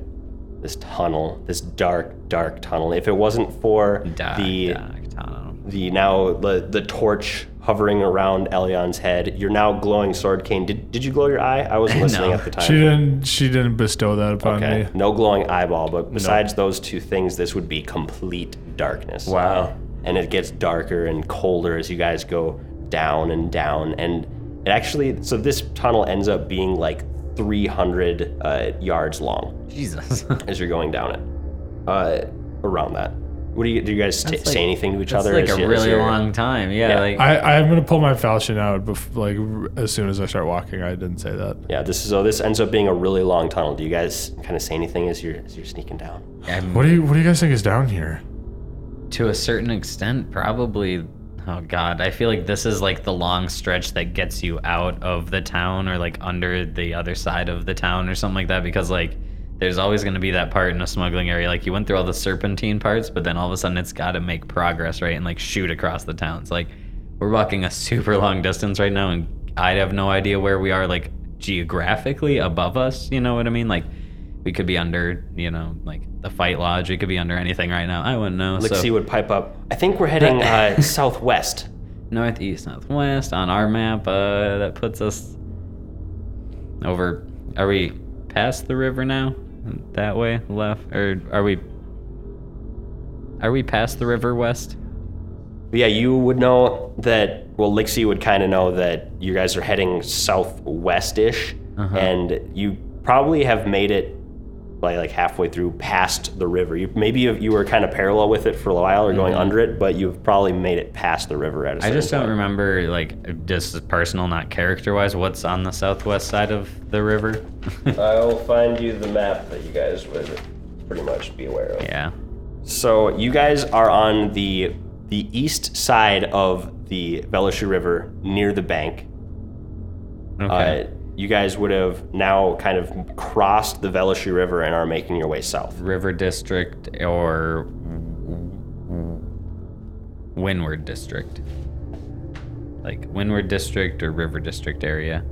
Speaker 2: this tunnel, this dark, dark tunnel. If it wasn't for
Speaker 4: Dark,
Speaker 2: the
Speaker 4: dark tunnel.
Speaker 2: the now the the torch hovering around Elion's head, your now glowing sword cane. Did did you glow your eye? I wasn't listening at the time.
Speaker 3: she didn't. She didn't bestow that upon
Speaker 2: Okay.
Speaker 3: me.
Speaker 2: No glowing eyeball, but besides those two things, this would be complete darkness.
Speaker 5: Wow.
Speaker 2: And it gets darker and colder as you guys go down and down. And it actually, so this tunnel ends up being like 300 uh, yards long
Speaker 4: Jesus.
Speaker 2: as you're going down it, uh, around that. What do you do? You guys t-
Speaker 4: That's
Speaker 2: say
Speaker 4: like-
Speaker 2: anything to each
Speaker 4: That's
Speaker 2: other?
Speaker 4: like
Speaker 2: as you-
Speaker 4: a
Speaker 2: as
Speaker 4: really
Speaker 2: you're-
Speaker 4: long time. Yeah,
Speaker 2: Yeah.
Speaker 4: like
Speaker 3: I, I'm gonna pull my falchion out, bef- like r- as soon as I start walking. I didn't say that.
Speaker 2: Yeah. This is so. This ends up being a really long tunnel. Do you guys kind of say anything as you're as you're sneaking down?
Speaker 4: I'm-
Speaker 3: What do you What do you guys think is down here?
Speaker 4: to a certain extent, probably. Oh God, I feel like this is like the long stretch that gets you out of the town or like under the other side of the town or something like that because like there's always going to be that part in a smuggling area. Like you went through all the serpentine parts, but then all of a sudden it's got to make progress, right? And like shoot across the town. It's like we're walking a super long distance right now, and I have no idea where we are like geographically above us. You know what I mean? Like we could be under, you know, like the fight lodge. We could be under anything right now. I wouldn't know.
Speaker 2: Lixie
Speaker 4: so-
Speaker 2: would pipe up. I think we're heading uh, southwest.
Speaker 4: northeast, northwest on our map. Uh, that puts us over. Are we past the river now? That way, left, or are we? Are we past the river west?
Speaker 2: But yeah, you would know that. Well, Lixie would kind of know that you guys are heading southwest-ish,
Speaker 4: Uh-huh.
Speaker 2: and you probably have made it by like halfway through past the river. You maybe you, you were kind of parallel with it for a while or going under it, but you've probably made it past the river at a
Speaker 4: Mm-hmm. I
Speaker 2: certain
Speaker 4: just don't
Speaker 2: point.
Speaker 4: remember, like, just personal, not character-wise, what's on the southwest side of the river.
Speaker 2: I'll find you the map that you guys would pretty much be aware of.
Speaker 4: yeah.
Speaker 2: So you guys are on the the east side of the Velashu River near the bank.
Speaker 4: Okay.
Speaker 2: Uh, you guys would have now kind of crossed the Velashu River and are making your way south.
Speaker 4: river district or windward district like windward district or river district area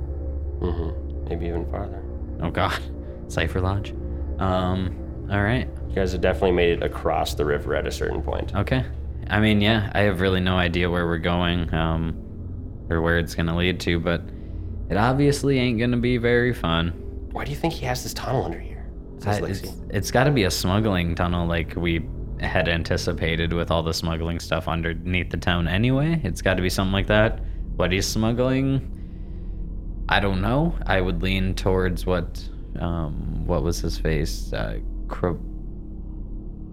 Speaker 2: Mm-hmm. Maybe even farther.
Speaker 4: oh god cipher lodge um all right
Speaker 2: You guys have definitely made it across the river at a certain point.
Speaker 4: okay i mean yeah i have really no idea where we're going um or where it's gonna lead to but it obviously ain't gonna be very fun
Speaker 2: Why do you think he has this tunnel under here?
Speaker 4: I-
Speaker 2: Says Lexi.
Speaker 4: it's it's got to be a smuggling tunnel like we had anticipated with all the smuggling stuff underneath the town anyway. It's got to be something like that. What he's smuggling, I don't know. I would lean towards what um what was his face? Uh Cro-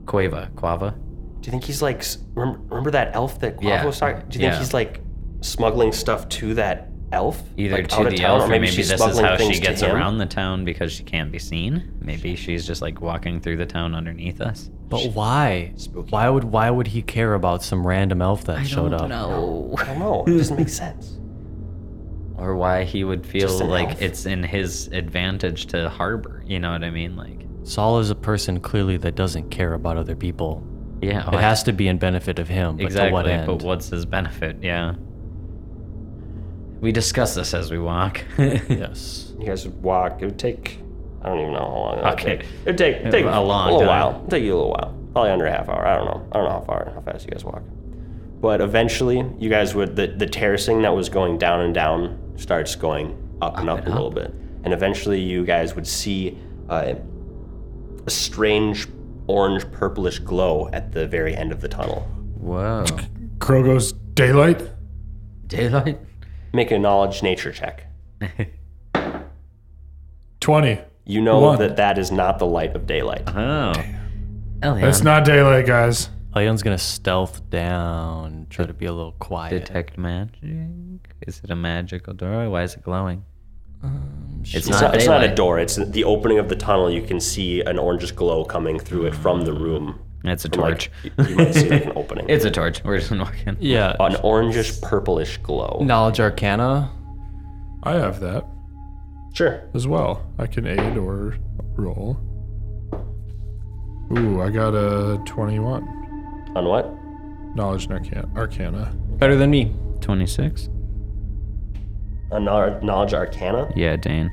Speaker 4: Cueva, Quava.
Speaker 2: Do you think he's like s- remember, remember that elf that Quavo
Speaker 4: Yeah.
Speaker 2: was talking? Do you
Speaker 4: Yeah.
Speaker 2: think he's like smuggling stuff to that elf?
Speaker 4: Either
Speaker 2: Like,
Speaker 4: to
Speaker 2: out of
Speaker 4: the
Speaker 2: town,
Speaker 4: elf, or maybe,
Speaker 2: she's
Speaker 4: this is
Speaker 2: smuggling
Speaker 4: how
Speaker 2: things
Speaker 4: she
Speaker 2: to
Speaker 4: gets
Speaker 2: him?
Speaker 4: around the town because she can't be seen. Maybe she's just like walking through the town underneath us.
Speaker 5: But why?
Speaker 2: Spooky.
Speaker 5: Why would why would he care about some random elf that showed up?
Speaker 4: know.
Speaker 2: I don't know. It doesn't make sense.
Speaker 4: or why he would feel
Speaker 2: Just an
Speaker 4: like
Speaker 2: elf.
Speaker 4: it's in his advantage to harbor. You know what I mean? Like,
Speaker 5: Saul is a person clearly that doesn't care about other people.
Speaker 4: yeah,
Speaker 2: oh,
Speaker 5: It has to be in benefit of him, but
Speaker 4: Oh, exactly.
Speaker 5: to what end?
Speaker 4: But what's his benefit? Yeah. We discuss this as we walk.
Speaker 5: Yes.
Speaker 2: You guys would walk. It would take. I don't even know how long. It would
Speaker 4: Okay.
Speaker 2: take. It would take, take
Speaker 4: A long
Speaker 2: little
Speaker 4: time.
Speaker 2: while. It'd take you a little while. Probably under a half hour. I don't know. I don't know how far, how fast you guys walk. But eventually, you guys would the, the terracing that was going down and down starts going up and up, a little bit, and eventually you guys would see uh, a strange orange purplish glow at the very end of the tunnel.
Speaker 4: Whoa.
Speaker 3: Crow goes daylight.
Speaker 4: Daylight? Oh.
Speaker 2: Make a knowledge nature check.
Speaker 3: Twenty.
Speaker 2: You know
Speaker 3: One.
Speaker 2: that that is not the light of daylight.
Speaker 4: Oh.
Speaker 3: It's
Speaker 4: Elion,
Speaker 3: not daylight, guys.
Speaker 5: Leon's gonna stealth down, try to be a little quiet.
Speaker 4: detect magic? Is it a magical door? Why is it glowing? it's,
Speaker 2: Um, It's not, it's not a
Speaker 4: daylight.
Speaker 2: door. It's the opening of the tunnel. You can see an orangish glow coming through it from the room.
Speaker 4: It's a
Speaker 2: From, like,
Speaker 4: torch.
Speaker 2: you, you might see like an opening.
Speaker 4: It's a torch. We're just walking.
Speaker 5: yeah.
Speaker 2: an orangish purplish glow.
Speaker 5: Knowledge Arcana.
Speaker 3: I have that
Speaker 2: Sure.
Speaker 3: as well. I can aid or roll. Ooh, I got a twenty-one.
Speaker 2: On what?
Speaker 3: Knowledge and arcana. arcana.
Speaker 5: Better than me.
Speaker 4: 26?
Speaker 2: A kno- knowledge arcana?
Speaker 4: Yeah, Dane.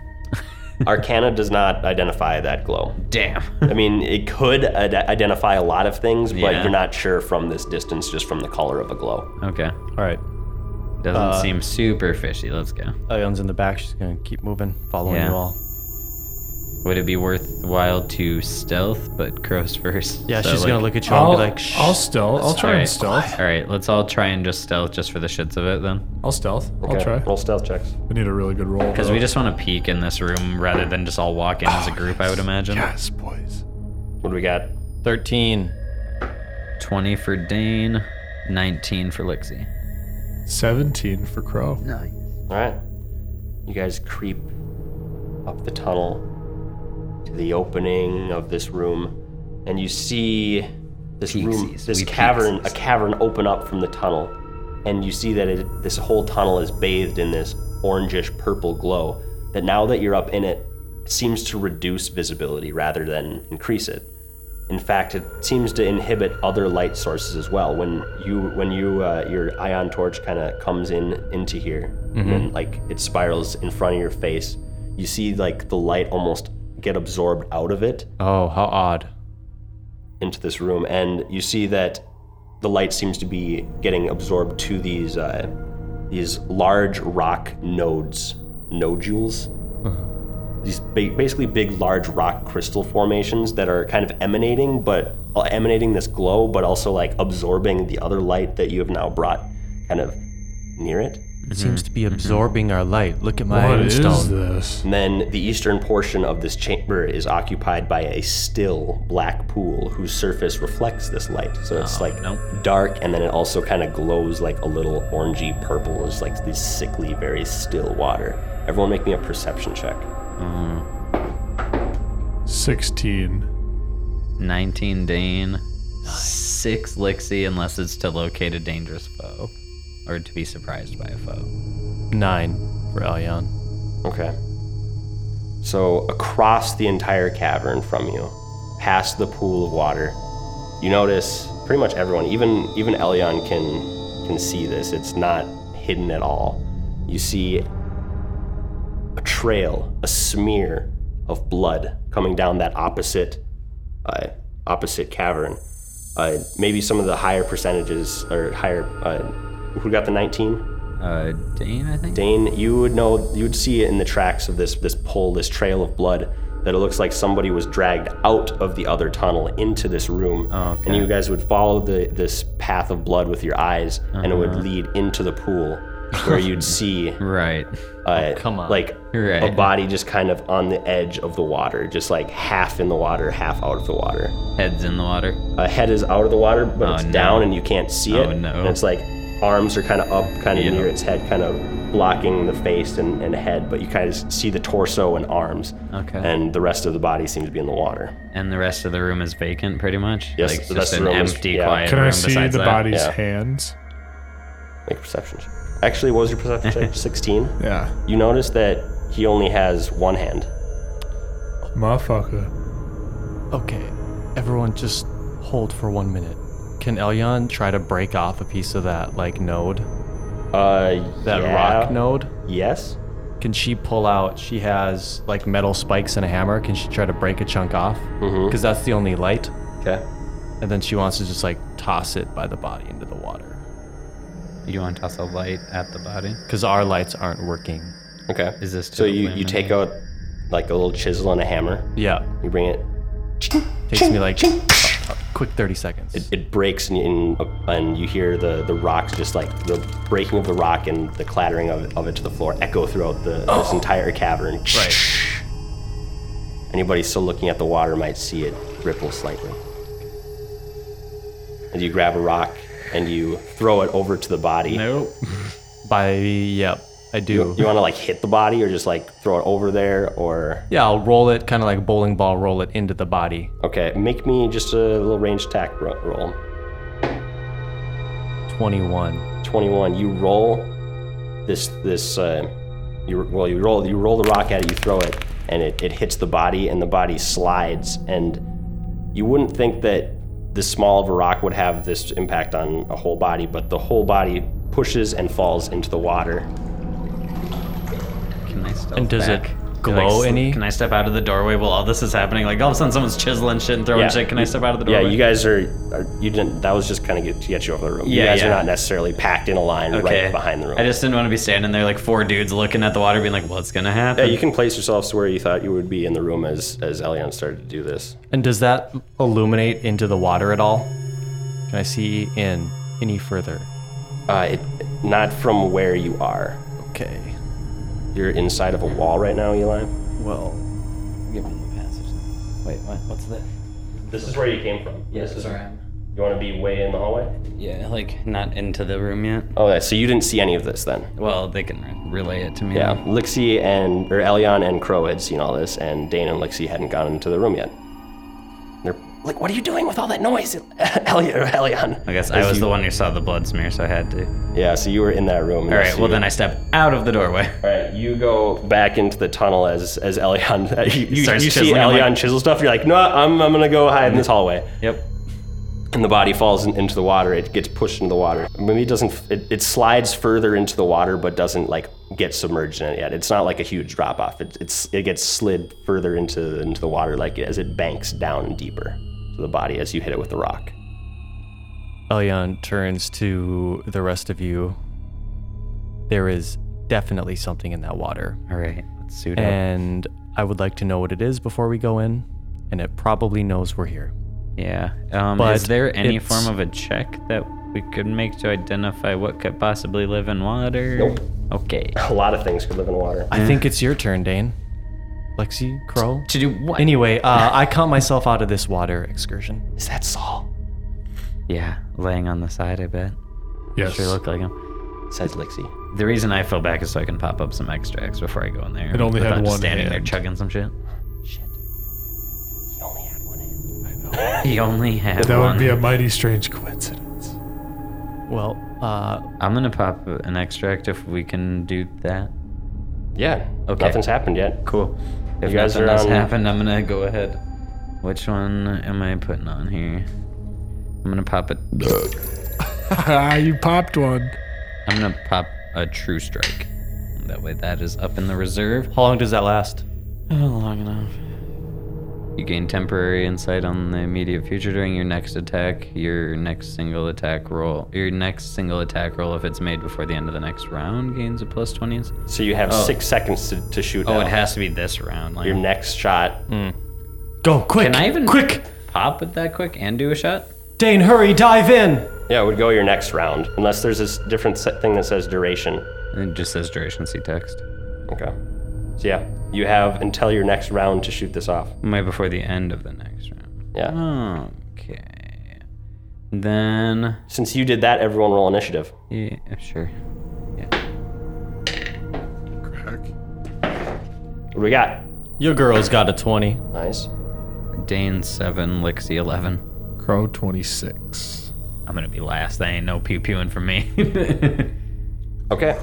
Speaker 2: arcana does not identify that glow.
Speaker 4: Damn.
Speaker 2: I mean, it could ad- identify a lot of things, but
Speaker 4: Yeah.
Speaker 2: you're not sure from this distance just from the color of a glow.
Speaker 4: Okay.
Speaker 5: All right.
Speaker 4: Doesn't
Speaker 3: Uh,
Speaker 4: seem super fishy. Let's go.
Speaker 5: Leon's in the back. She's gonna keep moving, following
Speaker 4: Yeah.
Speaker 5: you all.
Speaker 4: Would it be worthwhile to stealth, but crows first?
Speaker 5: Yeah,
Speaker 4: So,
Speaker 5: she's
Speaker 4: like-
Speaker 5: gonna look at you
Speaker 3: I'll,
Speaker 5: and be like, Shh.
Speaker 3: I'll stealth. I'll try and
Speaker 4: Alright.
Speaker 3: stealth.
Speaker 4: All right, let's all try and just stealth just for the shits of it then.
Speaker 3: I'll stealth.
Speaker 2: Okay,
Speaker 3: I'll try.
Speaker 2: Roll stealth checks.
Speaker 3: I need a really good roll.
Speaker 4: Because we just want to peek in this room rather than just all walk in as a group, I would imagine.
Speaker 3: Oh, Yes, boys.
Speaker 2: What do we got?
Speaker 5: 13.
Speaker 4: 20 for Dane, 19 for Lixie.
Speaker 3: 17 for Crow.
Speaker 2: All right. You guys creep up the tunnel to the opening of this room, and you see this room,
Speaker 4: Pixies.
Speaker 2: this
Speaker 4: We
Speaker 2: cavern,
Speaker 4: pixies.
Speaker 2: a cavern open up from the tunnel, and you see that it, this whole tunnel is bathed in this orangish purple glow that now that you're up in it, it seems to reduce visibility rather than increase it. In fact, it seems to inhibit other light sources as well. When you when you uh, your ion torch kind of comes in into here, and then, like it spirals in front of your face, you see like the light almost get absorbed out of it
Speaker 5: Oh, how odd.
Speaker 2: into this room, and you see that the light seems to be getting absorbed to these uh, these large rock nodes, nodules. These ba- basically big, large rock crystal formations that are kind of emanating, but uh, emanating this glow, but also like absorbing the other light that you have now brought, kind of near it.
Speaker 5: It seems to be absorbing our light. Look at my
Speaker 3: Mm-hmm. What
Speaker 5: iron
Speaker 3: is
Speaker 5: stone.
Speaker 3: this?
Speaker 2: And then the eastern portion of this chamber is occupied by a still black pool whose surface reflects this light. So it's like
Speaker 4: nope.
Speaker 2: dark and then it also kind of glows like a little orangey purple. It's like this sickly, very still water. Everyone make me a perception check.
Speaker 3: 16.
Speaker 4: 19 Dane, 6 Lixie, unless it's to locate a dangerous foe or to be surprised by a foe.
Speaker 5: Nine for Elyon.
Speaker 2: Okay. So across the entire cavern from you, past the pool of water, you notice pretty much everyone, even even Elyon can can see this. It's not hidden at all. You see a trail, a smear of blood coming down that opposite uh, opposite cavern. Uh, maybe some of the higher percentages or higher. Uh, who got the 19?
Speaker 4: Uh, Dane, I think?
Speaker 2: Dane, you would know, you'd see it in the tracks of this this pull, this trail of blood, that it looks like somebody was dragged out of the other tunnel into this room.
Speaker 4: Oh, okay.
Speaker 2: And you guys would follow the this path of blood with your eyes, and it would
Speaker 4: Uh-huh.
Speaker 2: lead into the pool, where you'd see
Speaker 4: Right. Oh,
Speaker 2: uh,
Speaker 5: come on.
Speaker 2: like
Speaker 4: Right.
Speaker 2: a body just kind of on the edge of the water, just like half in the water, half out of the water.
Speaker 4: Heads in the water.
Speaker 2: A head is out of the water, but it's
Speaker 4: Oh, no.
Speaker 2: down and you can't see it.
Speaker 4: Oh, no.
Speaker 2: And it's like arms are kind of up, kind of
Speaker 4: Yeah.
Speaker 2: near its head, kind of blocking the face and, and head, but you kind of see the torso and arms.
Speaker 4: Okay.
Speaker 2: And the rest of the body seems to be in the water.
Speaker 4: And the rest of the room is vacant, pretty much.
Speaker 2: Yes,
Speaker 4: like,
Speaker 2: the
Speaker 4: just
Speaker 2: rest of
Speaker 4: an
Speaker 2: the room is-
Speaker 4: empty,
Speaker 2: yeah.
Speaker 4: quiet
Speaker 3: Can
Speaker 4: room
Speaker 3: I see
Speaker 4: besides
Speaker 3: the
Speaker 4: that.
Speaker 3: body's
Speaker 2: Yeah.
Speaker 3: hands?
Speaker 2: Make a perception. check. Actually, what was your perception check? 16.
Speaker 3: Yeah.
Speaker 2: You notice that he only has one hand.
Speaker 3: Motherfucker.
Speaker 5: Okay, everyone just hold for one minute. Can Elyon try to break off a piece of that, like, node?
Speaker 2: Uh,
Speaker 5: That
Speaker 2: yeah.
Speaker 5: rock node.
Speaker 2: Yes.
Speaker 5: Can she pull out? She has like metal spikes and a hammer. Can she try to break a chunk off? Because
Speaker 3: Mm-hmm.
Speaker 2: Mhm.
Speaker 5: that's the only light.
Speaker 2: Okay.
Speaker 5: And then she wants to just like toss it by the body into the water.
Speaker 4: You want to toss a light at the body?
Speaker 5: Because our lights aren't working.
Speaker 2: Okay.
Speaker 4: Is this
Speaker 2: so?
Speaker 4: to
Speaker 2: You you
Speaker 4: illuminate?
Speaker 2: take out like a little chisel and a hammer.
Speaker 5: Yeah.
Speaker 2: You bring it.
Speaker 5: Takes me like a, a quick 30 seconds.
Speaker 2: It breaks and and, and you hear the the rocks just like the breaking of the rock and the clattering of, of it to the floor echo throughout the this entire cavern.
Speaker 5: right.
Speaker 2: Anybody still looking at the water might see it ripple slightly. And you grab a rock and you throw it over to the body.
Speaker 4: Nope.
Speaker 5: By, yep, I do.
Speaker 2: You want to like hit the body or just like throw it over there or
Speaker 5: yeah, I'll roll it kind of like a bowling ball, roll it into the body.
Speaker 2: okay, make me just a little range attack ro- roll.
Speaker 5: 21.
Speaker 2: 21 you roll this this uh, you well you roll you roll the rock at it you throw it and it, it hits the body and the body slides and you wouldn't think that this small of a rock would have this impact on a whole body but the whole body pushes and falls into the water
Speaker 4: Can I stealth
Speaker 5: And does it
Speaker 4: back?
Speaker 5: glow
Speaker 4: Can I sl-
Speaker 5: any?
Speaker 4: Can I step out of the doorway while all this is happening? Like all of a sudden someone's chiseling shit and throwing shit. Can I step out of the doorway?
Speaker 2: yeah you guys are, are you didn't that was just kind of get, to get you over the room you
Speaker 4: Yeah,
Speaker 2: guys are
Speaker 4: yeah.
Speaker 2: not necessarily packed in a line right behind the room
Speaker 4: I just didn't want to be standing there like four dudes looking at the water, being like, "What's gonna happen?"
Speaker 2: yeah, you can place yourselves to where you thought you would be in the room as as Elion started to do this.
Speaker 5: And does that illuminate into the water at all? Can I see in any further?
Speaker 2: Uh, it, not from where you are.
Speaker 5: Okay.
Speaker 2: You're inside of a wall right now, Eli.
Speaker 6: Well, give me the passage. Wait, what? What's that?
Speaker 2: This is where you came from.
Speaker 6: Yes,
Speaker 2: This is-
Speaker 6: sorry.
Speaker 2: You want to be way in the hallway?
Speaker 6: Yeah, like
Speaker 4: like not into the room yet.
Speaker 2: Okay, so you didn't see any of this then.
Speaker 4: Well, they can re- relay it to me.
Speaker 2: Yeah, Lixie and or Elion and Crow had seen all this, and Dane and Lixie hadn't gone into the room yet. They're like, "What are you doing with all that noise, Elion?" or Elion?"
Speaker 4: I guess I
Speaker 2: As
Speaker 4: was
Speaker 2: you-
Speaker 4: the one who saw the blood smear, so I had to.
Speaker 2: Yeah, so you were in that room.
Speaker 4: All right. Well, then I step out of the doorway.
Speaker 2: All right, you go back into the tunnel as as Elion. You, you,
Speaker 4: Starts
Speaker 2: you see
Speaker 4: chiseling, I'm
Speaker 2: Elion
Speaker 4: like-
Speaker 2: chisel stuff. You're like, "No, I'm I'm gonna go hide in this hallway."
Speaker 4: Yep.
Speaker 2: and the body falls in, into the water. It gets pushed into the water. Maybe it doesn't. It, it slides further into the water, but doesn't like get submerged in it yet. It's not like a huge drop off. It, it's it gets slid further into into the water, like as it banks down deeper to the body as you hit it with the rock.
Speaker 5: Elion turns to the rest of you. There is definitely something in that water.
Speaker 4: All right. Let's suit up.
Speaker 5: And I would like to know what it is before we go in. And it probably knows we're here.
Speaker 4: Yeah. Um,
Speaker 5: But
Speaker 4: is there any
Speaker 5: it's-
Speaker 4: form of a check that we could make to identify what could possibly live in water?
Speaker 2: Nope.
Speaker 4: Okay.
Speaker 2: A lot of things could live in water.
Speaker 5: I think it's your turn, Dane. Lexi, Crow.
Speaker 4: To do what?
Speaker 5: Anyway, uh, I count myself out of this water excursion.
Speaker 2: Is that Saul?
Speaker 4: Yeah, laying on the side. I bet.
Speaker 3: Yes.
Speaker 4: Sure look like him.
Speaker 2: Says Lixie.
Speaker 4: The reason I fell back is so I can pop up some extracts before I go in there.
Speaker 3: It only had
Speaker 4: without just
Speaker 3: one
Speaker 4: standing there
Speaker 3: hand.
Speaker 4: chugging some shit.
Speaker 2: Shit. He only had one hand.
Speaker 4: He only had
Speaker 3: That
Speaker 4: one.
Speaker 3: would be a mighty strange coincidence.
Speaker 5: Well, uh,
Speaker 4: I'm gonna pop an extract if we can do that.
Speaker 2: Yeah.
Speaker 4: Okay.
Speaker 2: Nothing's happened yet.
Speaker 4: Cool. If
Speaker 2: You guys
Speaker 4: nothing
Speaker 2: are
Speaker 4: else
Speaker 2: on-
Speaker 4: happened, I'm gonna go ahead. Which one am I putting on here? I'm gonna pop it.
Speaker 3: you popped one.
Speaker 4: I'm gonna pop a true strike. That way, that is up in the reserve.
Speaker 5: how long does that last?
Speaker 4: Oh, long enough. You gain temporary insight on the immediate future during your next attack. Your next single attack roll. Your next single attack roll, if it's made before the end of the next round, gains a plus twenty.
Speaker 2: So you have six seconds to, to shoot.
Speaker 4: Oh,
Speaker 2: now.
Speaker 4: it has to be this round. Like,
Speaker 2: Your next shot.
Speaker 5: Go, quick!
Speaker 4: can I even
Speaker 5: Quick!
Speaker 4: pop it that quick and do a shot?
Speaker 5: Dane, hurry, dive in!
Speaker 2: Yeah, it would go your next round, unless there's this different se- thing that says duration.
Speaker 4: It just says duration C text.
Speaker 2: Okay. So yeah, you have until your next round to shoot this off.
Speaker 4: Right before the end of the next round.
Speaker 2: Yeah.
Speaker 4: Okay. Then
Speaker 2: Since you did that, everyone roll initiative.
Speaker 4: yeah, sure.
Speaker 2: What do we got?
Speaker 5: Your girl's got a 20.
Speaker 2: Nice.
Speaker 4: Dane seven, Lixie eleven.
Speaker 3: Crow 26.
Speaker 4: I'm gonna be last. That ain't no pew pewing for me.
Speaker 2: Okay.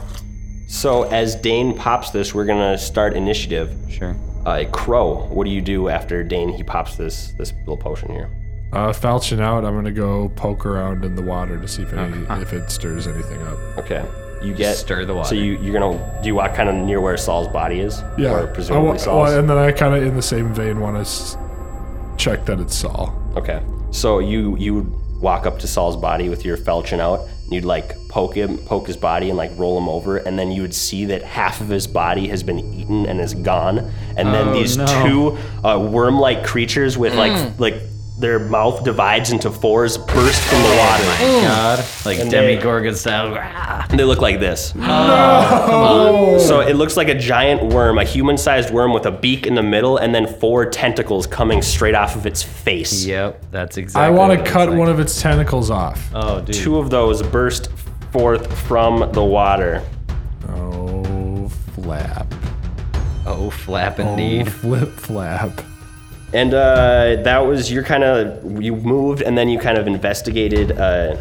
Speaker 2: So as Dane pops this, we're gonna start initiative.
Speaker 4: sure.
Speaker 2: Uh, Crow, what do you do after Dane? He pops this this little potion here.
Speaker 3: Uh, Falchion out. I'm gonna go poke around in the water to see if, any, if it stirs anything up.
Speaker 2: Okay. you get
Speaker 4: Stir the water.
Speaker 2: So you you're gonna do you walk kind of near where Saul's body is?
Speaker 3: Yeah.
Speaker 2: Or presumably
Speaker 3: I wa-
Speaker 2: Saul's.
Speaker 3: well, and then I kind of, in the same vein, want to s- check that it's Saul.
Speaker 2: Okay. So you you would walk up to Saul's body with your falchion out, and you'd like poke him, poke his body, and like roll him over, and then you would see that half of his body has been eaten and is gone, and
Speaker 4: Oh,
Speaker 2: then these two uh, worm-like creatures with
Speaker 4: Mm.
Speaker 2: like like their mouth divides into fours burst from
Speaker 4: Oh,
Speaker 2: the water.
Speaker 4: God, like
Speaker 2: they-
Speaker 4: Demigorgon style. Ah.
Speaker 2: They look like this. So it looks like a giant worm, a human-sized worm with a beak in the middle, and then four tentacles coming straight off of its face.
Speaker 4: Yep, that's exactly.
Speaker 3: I want
Speaker 4: what
Speaker 3: to
Speaker 4: it's
Speaker 3: cut
Speaker 4: like.
Speaker 3: one of its tentacles off.
Speaker 5: Oh, dude.
Speaker 2: Two of those burst forth from the water.
Speaker 3: oh, flap.
Speaker 4: Oh, flap indeed.
Speaker 3: Oh, flip flap.
Speaker 2: And uh, that was your kind of you moved, and then you kind of investigated uh,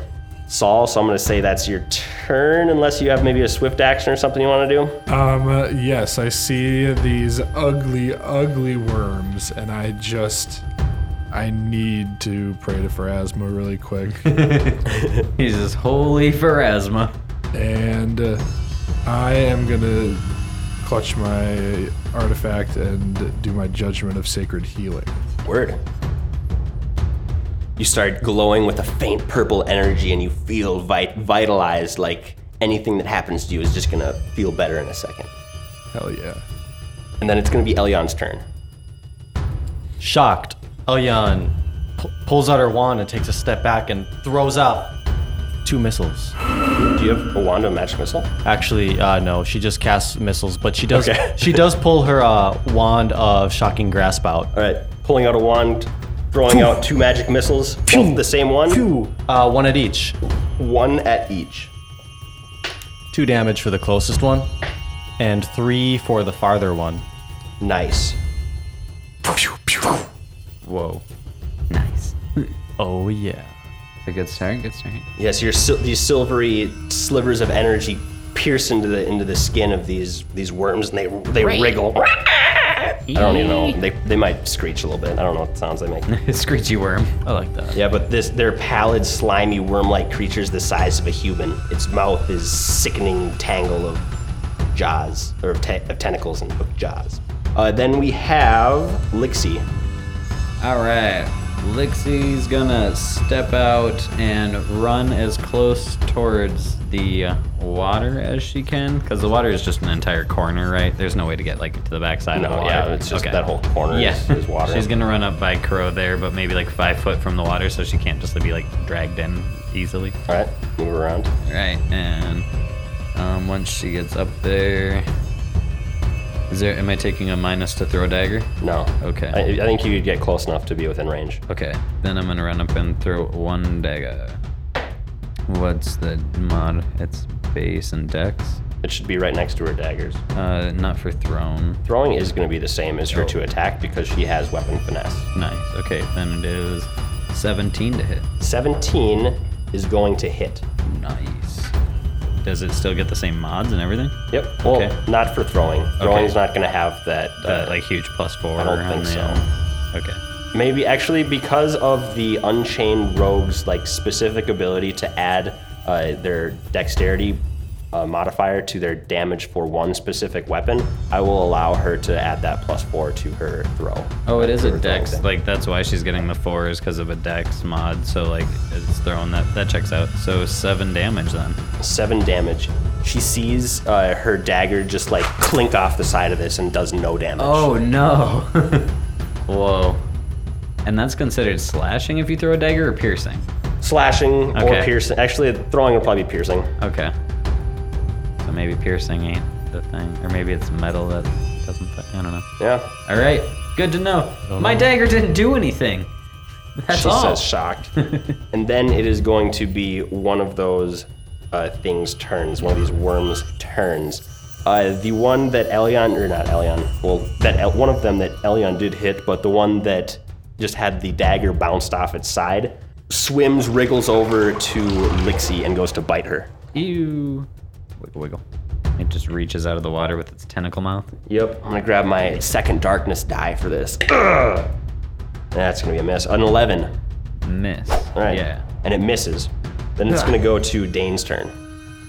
Speaker 2: Saul. So I'm going to say that's your turn, unless you have maybe a swift action or something you want to do.
Speaker 3: Um, uh, yes, I see these ugly, ugly worms, and I just. I need to pray to Phrasma really quick.
Speaker 4: He's just holy Pharasma.
Speaker 3: and uh, I am gonna clutch my artifact and do my judgment of sacred healing.
Speaker 2: Word. You start glowing with a faint purple energy, and you feel vit- vitalized. Like anything that happens to you is just going to feel better in a second.
Speaker 3: Hell yeah.
Speaker 2: And then it's going to be Elion's turn.
Speaker 5: Shocked, Elyon pu- pulls out her wand and takes a step back and throws out two missiles.
Speaker 2: Do you have a wand of magic missile?
Speaker 5: Actually, uh, no, she just casts missiles, but she does
Speaker 2: Okay.
Speaker 5: she does pull her uh, wand of shocking grasp out.
Speaker 2: All right, pulling out a wand, throwing out two magic missiles, both the same one,
Speaker 5: Two, uh, one at each.
Speaker 2: one at each.
Speaker 5: Two damage for the closest one, and three for the farther one.
Speaker 2: Nice.
Speaker 5: Whoa.
Speaker 4: Nice.
Speaker 5: Oh yeah.
Speaker 4: It's a good start. Good start.
Speaker 2: Yes, your sil- these silvery slivers of energy pierce into the into the skin of these these worms, and they they wriggle. I don't even know. They they might screech a little bit. I don't know what sounds they make.
Speaker 4: Screechy worm.
Speaker 5: I like that.
Speaker 2: yeah, but this they're pallid, slimy, worm-like creatures the size of a human. Its mouth is sickening tangle of jaws or of, te- of tentacles and of jaws. Uh, then we have Lixie.
Speaker 4: All right. Lixie's gonna step out and run as close towards the uh, water as she can, because the water is just an entire corner, right? There's no way to get like to the backside of the
Speaker 2: No,
Speaker 4: water.
Speaker 2: yeah, it's just
Speaker 4: Oh, Okay.
Speaker 2: that whole corner
Speaker 4: Yeah,
Speaker 2: is, is water.
Speaker 4: she's gonna run up by Crow there, but maybe like five foot from the water, so she can't just be like dragged in easily.
Speaker 2: All right, move around.
Speaker 4: Right, and um, once she gets up there, is there? Am I taking a minus to throw a dagger?
Speaker 2: No.
Speaker 4: Okay.
Speaker 2: I, I think you'd get close enough to be within range.
Speaker 4: Okay, then I'm gonna run up and throw one dagger. What's the mod? It's base and dex.
Speaker 2: It should be right next to her daggers.
Speaker 4: Uh, not for thrown.
Speaker 2: Throwing is going to be the same as her
Speaker 4: Oh.
Speaker 2: to attack because she has weapon finesse.
Speaker 4: Nice. Okay, then it is 17 to hit.
Speaker 2: 17 is going to hit.
Speaker 4: Nice. Does it still get the same mods and everything?
Speaker 2: Yep. Well,
Speaker 4: Okay.
Speaker 2: not for throwing. Throwing's not going to have that.
Speaker 4: Uh, like huge plus four.
Speaker 2: I don't
Speaker 4: on
Speaker 2: think
Speaker 4: the,
Speaker 2: so.
Speaker 4: uh, Okay.
Speaker 2: Maybe actually because of the Unchained Rogue's like specific ability to add uh, their dexterity uh, modifier to their damage for one specific weapon, I will allow her to add that plus four to her throw.
Speaker 4: Oh, it is
Speaker 2: To her
Speaker 4: a
Speaker 2: throwing
Speaker 4: dex.
Speaker 2: thing.
Speaker 4: Like that's why she's getting the four is because of a dex mod. So like it's thrown that that checks out. So seven damage then.
Speaker 2: seven damage. She sees uh, her dagger just like clink off the side of this and does no damage.
Speaker 4: Oh. no. Whoa. And that's considered slashing if you throw a dagger or piercing?
Speaker 2: Slashing or
Speaker 4: Okay.
Speaker 2: piercing. Actually, throwing would probably be piercing.
Speaker 4: Okay. So maybe piercing ain't the thing. Or maybe it's metal that doesn't. Th- I don't know.
Speaker 2: Yeah.
Speaker 4: All right. Good to know. My dagger didn't do anything. That's
Speaker 2: she
Speaker 4: all.
Speaker 2: says shocked. and then it is going to be one of those uh, things turns, one of these worms turns. Uh, the one that Elion, or not Elion, well, that El- one of them that Elion did hit, but the one that just had the dagger bounced off its side, swims, wriggles over to Lixie and goes to bite her.
Speaker 4: Ew. Wiggle, wiggle. It just reaches out of the water with its tentacle mouth.
Speaker 2: Yep, I'm gonna grab my second darkness die for this. Ugh. That's gonna be a miss. An 11.
Speaker 4: Miss.
Speaker 2: All right.
Speaker 4: Yeah.
Speaker 2: And it misses. Then it's gonna go to Dane's turn.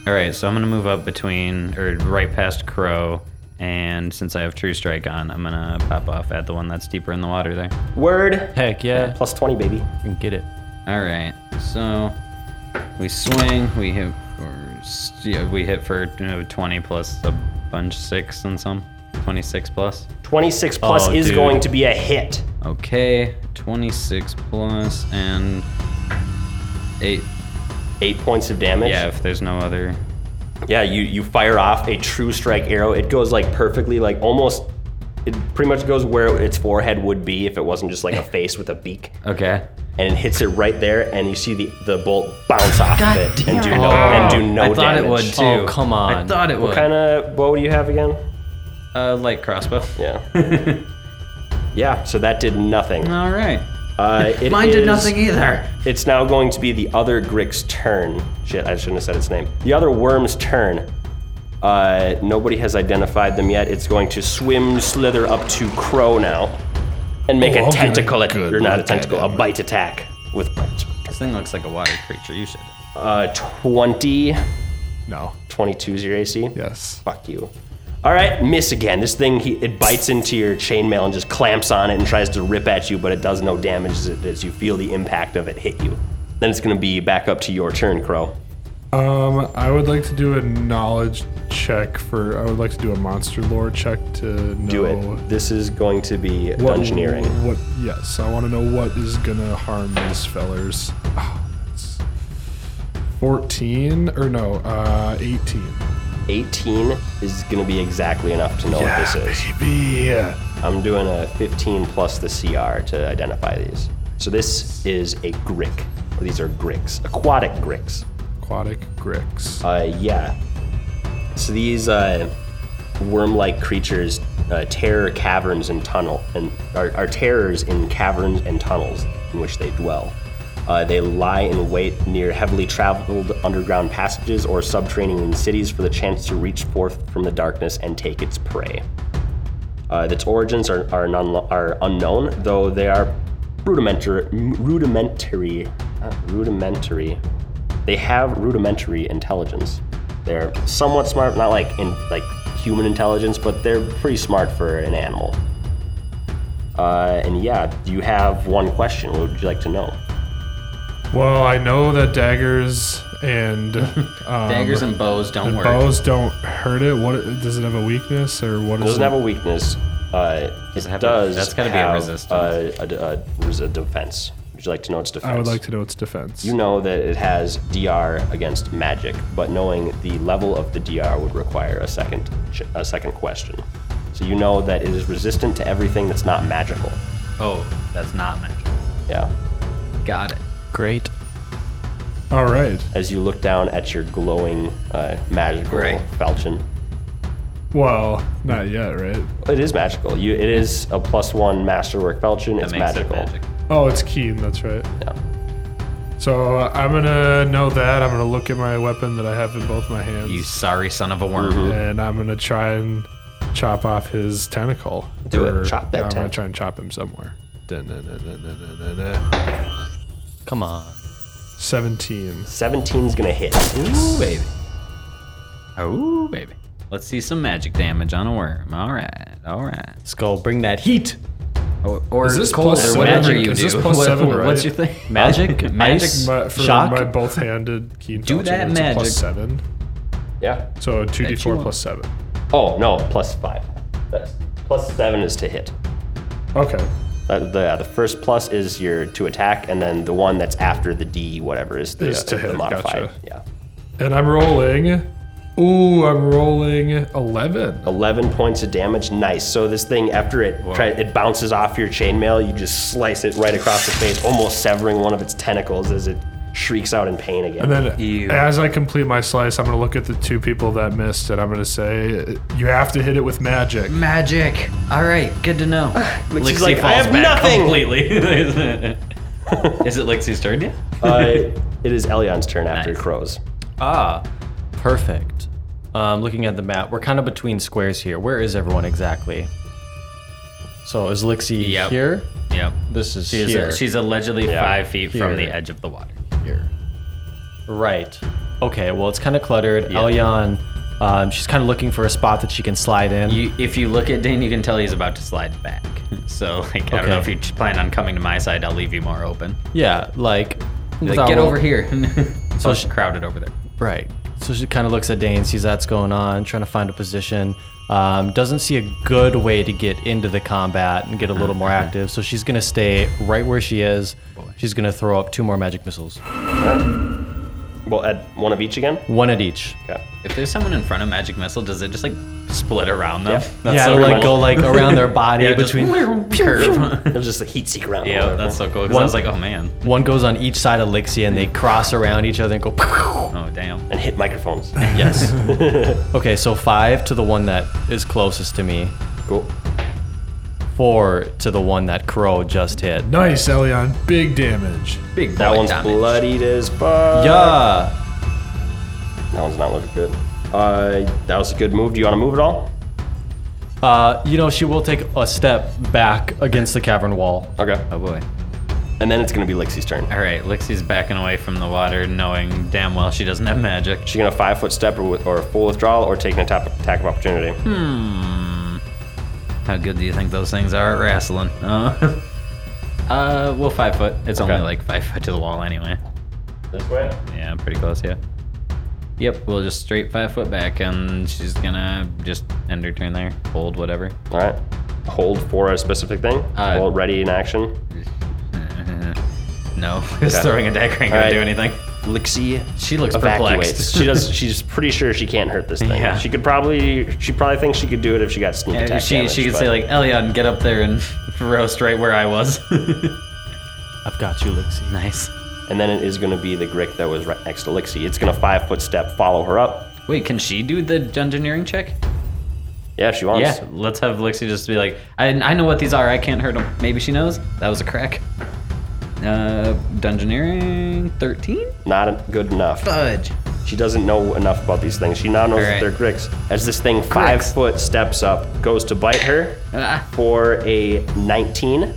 Speaker 4: All right, so I'm gonna move up between or right past Crow, and since I have True Strike on, I'm gonna pop off at the one that's deeper in the water there.
Speaker 2: Word.
Speaker 5: Heck yeah.
Speaker 2: Plus 20, baby.
Speaker 5: You can get it.
Speaker 4: All right, so we swing, we hit, for, s- yeah, we hit for you know, 20 plus a bunch six and some, 26 plus.
Speaker 2: 26 plus
Speaker 5: Oh,
Speaker 2: is
Speaker 5: dude.
Speaker 2: going to be a hit.
Speaker 4: Okay, 26 plus and eight.
Speaker 2: Eight points of damage.
Speaker 4: Yeah, if there's no other.
Speaker 2: Yeah, you, you fire off a true strike arrow. It goes like perfectly, like almost, it pretty much goes where its forehead would be if it wasn't just like a face with a beak.
Speaker 4: Okay.
Speaker 2: And it hits it right there, and you see the, the bolt bounce off
Speaker 4: God
Speaker 2: of it
Speaker 4: damn
Speaker 2: and do
Speaker 4: it.
Speaker 2: no, and do no
Speaker 4: I thought
Speaker 2: damage.
Speaker 4: it would too.
Speaker 5: Oh, come
Speaker 4: I
Speaker 5: on.
Speaker 4: thought it would.
Speaker 2: Kind of, what would you have again?
Speaker 4: uh, light crossbow.
Speaker 2: Yeah. yeah, so that did nothing.
Speaker 4: All right.
Speaker 2: Uh, it
Speaker 4: Mine
Speaker 2: is-
Speaker 4: did nothing either.
Speaker 2: It's now going to be the other Grick's turn. Shit, I shouldn't have said its name. The other worm's turn. Uh, nobody has identified them yet. It's going to swim, slither up to Crow now, and make
Speaker 3: Oh,
Speaker 2: a
Speaker 3: I'll get a
Speaker 2: tentacle. at-
Speaker 3: good
Speaker 2: or not a
Speaker 3: look
Speaker 2: tentacle,
Speaker 3: at
Speaker 2: a
Speaker 3: it.
Speaker 2: bite attack with
Speaker 4: This thing looks like a water creature. You should.
Speaker 2: uh, 20.
Speaker 3: No.
Speaker 2: 22 is your AC?
Speaker 3: Yes.
Speaker 2: Fuck you. All right, miss again. This thing, he, it bites into your chainmail and just clamps on it and tries to rip at you, but it does no damage as, it, as you feel the impact of it hit you. Then it's going to be back up to your turn, Crow.
Speaker 3: Um, I would like to do a knowledge check for. I would like to do a monster lore check to know
Speaker 2: Do it. This is going to be dungeoneering.
Speaker 3: Oh. What? Yes, I want to know what is gonna harm these fellers. Oh, that's Fourteen or no? Uh, eighteen.
Speaker 2: 18 is going to be exactly enough to know what this is.
Speaker 3: Yeah.
Speaker 2: I'm doing a 15 plus the CR to identify these. So this is a grick. These are gricks, aquatic gricks.
Speaker 3: Aquatic gricks.
Speaker 2: Uh, yeah. So these uh, worm-like creatures uh, terror caverns and tunnel, and are, are terrors in caverns and tunnels in which they dwell. Uh, they lie in wait near heavily traveled underground passages or subterranean cities for the chance to reach forth from the darkness and take its prey. Uh, its origins are, are, non- are unknown, though they are rudimentary. rudimentary uh, rudimentary. They have rudimentary intelligence. They're somewhat smart, not like in like human intelligence, but they're pretty smart for an animal. Uh, and yeah, you have one question. What would you like to know?
Speaker 3: Well, I know that daggers and um,
Speaker 4: Daggers and bows don't
Speaker 3: and
Speaker 4: work.
Speaker 3: bows don't hurt it. What does it have a weakness or what
Speaker 2: It
Speaker 3: is
Speaker 2: doesn't
Speaker 3: it?
Speaker 2: have a weakness. Uh, it
Speaker 4: Does it have a-
Speaker 2: does.
Speaker 4: that's gotta be a
Speaker 2: have uh,
Speaker 4: resistance.
Speaker 2: A, a, a, res- a defense. Would you like to know its defense?
Speaker 3: I would like to know its defense.
Speaker 2: You know that it has DR against magic, but knowing the level of the DR would require a second ch- a second question. So you know that it is resistant to everything that's not magical.
Speaker 4: Oh, that's not magic.
Speaker 2: Yeah.
Speaker 4: Got it.
Speaker 5: Great.
Speaker 3: All right.
Speaker 2: As you look down at your glowing uh, magical
Speaker 4: Right.
Speaker 2: falchion,
Speaker 3: Well, not yet, right?
Speaker 2: it is magical. You, it is a plus one masterwork falchion.
Speaker 4: That
Speaker 2: it's
Speaker 4: makes
Speaker 2: magical.
Speaker 4: it magic.
Speaker 3: Oh, it's keen. That's right.
Speaker 2: Yeah.
Speaker 3: So uh, I'm gonna know that. I'm gonna look at my weapon that I have in both my hands,
Speaker 4: You sorry son of a worm.
Speaker 3: and I'm gonna try and chop off his tentacle.
Speaker 2: Do it. Chop that
Speaker 3: I'm gonna
Speaker 2: tentacle.
Speaker 3: try and chop him somewhere. Dun-dun-dun-dun-dun-dun-dun.
Speaker 5: Come on.
Speaker 3: Seventeen.
Speaker 2: 17's gonna hit.
Speaker 4: Ooh, baby. Oh, baby. Let's see some magic damage on a worm. All right, all right.
Speaker 5: Let's go. Bring that heat.
Speaker 4: Or, or
Speaker 3: this
Speaker 4: cold,
Speaker 3: plus
Speaker 4: or whatever
Speaker 3: seven?
Speaker 4: you
Speaker 3: Is
Speaker 4: do.
Speaker 3: this plus
Speaker 4: What-
Speaker 3: seven,
Speaker 4: What's
Speaker 3: right?
Speaker 4: your thing?
Speaker 5: Magic,
Speaker 4: magic.
Speaker 5: ice,
Speaker 3: My, for
Speaker 5: shock.
Speaker 3: my both-handed keen.
Speaker 4: Do
Speaker 3: falchion,
Speaker 4: that
Speaker 3: it's a
Speaker 4: magic.
Speaker 3: Plus seven.
Speaker 2: Yeah.
Speaker 3: So two d
Speaker 4: you
Speaker 3: four
Speaker 4: want.
Speaker 3: plus seven.
Speaker 2: Oh no, plus five. That's, plus seven is to hit.
Speaker 3: Okay.
Speaker 2: Uh, the yeah, the first plus is your to attack, and then the one that's after the D whatever is the,
Speaker 3: Is to
Speaker 2: the
Speaker 3: hit,
Speaker 2: modified.
Speaker 3: gotcha.
Speaker 2: Yeah,
Speaker 3: And I'm rolling. Ooh, I'm rolling eleven.
Speaker 2: eleven points of damage. Nice. So this thing, after it try, it bounces off your chainmail, you just slice it right across the face, almost severing one of its tentacles as it shrieks out in pain again.
Speaker 3: And then as I complete my slice, I'm gonna look at the two people that missed, and I'm gonna say, "You have to hit it with magic."
Speaker 4: Magic. All right, good to know.
Speaker 5: Uh,
Speaker 2: Which is like, I have nothing.
Speaker 4: completely. Is it Lixie's turn yet?
Speaker 2: uh, it is Elion's turn after Crows.
Speaker 5: Ah, perfect. Um, looking at the map, we're kind of between squares here. Where is everyone exactly? So is Lixie
Speaker 4: Yep.
Speaker 5: here?
Speaker 4: Yep.
Speaker 5: This is
Speaker 4: She's,
Speaker 5: here.
Speaker 4: she's allegedly five feet from the
Speaker 5: Here.
Speaker 4: edge of the water.
Speaker 5: Right. Okay, well, it's kind of cluttered.
Speaker 4: Yeah.
Speaker 5: Elyon, um, she's kind of looking for a spot that she can slide in.
Speaker 4: You, if you look at Dane, you can tell he's about to slide back. So, like, I don't know
Speaker 5: Okay.
Speaker 4: if you plan on coming to my side. I'll leave you more open.
Speaker 5: yeah, like,
Speaker 4: Like,
Speaker 5: without
Speaker 4: get
Speaker 5: roll-
Speaker 4: over here. so
Speaker 5: So
Speaker 4: it's
Speaker 5: she-
Speaker 4: crowded over there.
Speaker 5: Right. So she kind of looks at Dane, sees that's going on, trying to find a position. Um, doesn't see a good way to get into the combat and get a little more active. So she's going to stay right where she is. She's going to throw up two more magic missiles,
Speaker 2: Well, at one of each again.
Speaker 5: one at each.
Speaker 2: Okay.
Speaker 4: If there's someone in front of Magic Missile, does it just like split around them?
Speaker 5: yeah,
Speaker 4: so
Speaker 5: it'll,
Speaker 4: cool.
Speaker 5: like go like around their body
Speaker 4: yeah,
Speaker 5: between.
Speaker 4: Just, curve.
Speaker 2: It was just a heat seek round.
Speaker 4: yeah, that's so cool. 'cause I
Speaker 5: One-
Speaker 4: was like, oh man,
Speaker 5: One goes on each side of Lixia and they cross around each other and go.
Speaker 4: oh damn.
Speaker 2: and hit microphones.
Speaker 5: Yes. okay, so five to the one that is closest to me.
Speaker 2: cool.
Speaker 5: Four to the one that Crow just hit.
Speaker 3: Nice, Elyon. Big damage.
Speaker 4: Big
Speaker 2: That
Speaker 4: boy
Speaker 2: one's
Speaker 4: damage.
Speaker 2: bloodied as fuck.
Speaker 5: Yeah.
Speaker 2: That one's not looking good. Uh, that was a good move. Do you want to move at all?
Speaker 5: Uh, you know, she will take a step back against the cavern wall.
Speaker 2: Okay.
Speaker 4: Oh boy.
Speaker 2: And then it's gonna be Lixie's turn.
Speaker 4: All right, Lixie's backing away from the water, knowing damn well she doesn't have magic.
Speaker 2: She's gonna five foot step or, with, or full withdrawal or take an attack, attack of opportunity.
Speaker 4: Hmm. How good do you think those things are at wrestling? Uh, uh well, five foot. It's only
Speaker 2: Okay.
Speaker 4: like five foot to the wall anyway.
Speaker 2: This way.
Speaker 4: Yeah, pretty close. Yeah. Yep, we'll just straight five foot back, and she's gonna just end her turn there. Hold whatever.
Speaker 2: All right. Hold for a specific thing.
Speaker 4: Uh,
Speaker 2: Hold ready in action.
Speaker 4: No, just throwing a dagger ain't gonna
Speaker 2: Alright.
Speaker 4: do anything.
Speaker 2: Lixie
Speaker 4: She looks
Speaker 2: evacuates.
Speaker 4: perplexed.
Speaker 2: she does. She's pretty sure she can't hurt this thing.
Speaker 4: Yeah.
Speaker 2: She could probably. She probably thinks she could do it if she got sneak
Speaker 4: Yeah,
Speaker 2: attack.
Speaker 4: she
Speaker 2: damage,
Speaker 4: she could
Speaker 2: but-
Speaker 4: say like Elion, get up there and roast right where I was.
Speaker 5: I've got you, Lixie.
Speaker 4: nice.
Speaker 2: And then it is gonna be the Grick that was right next to Lixie. It's gonna five foot step, follow her up.
Speaker 4: Wait, can she do the engineering check?
Speaker 2: Yeah, if she wants.
Speaker 4: Yeah, let's have Lixie just be like, I, I know what these are. I can't hurt them. Maybe she knows. That was a crack. Uh, Dungeoneering 13?
Speaker 2: Not good enough.
Speaker 4: Fudge.
Speaker 2: She doesn't know enough about these things. She now knows
Speaker 4: Alright.
Speaker 2: that they're Gricks. As this thing five
Speaker 4: Gricks.
Speaker 2: foot steps up, goes to bite her
Speaker 4: Ah.
Speaker 2: for a 19.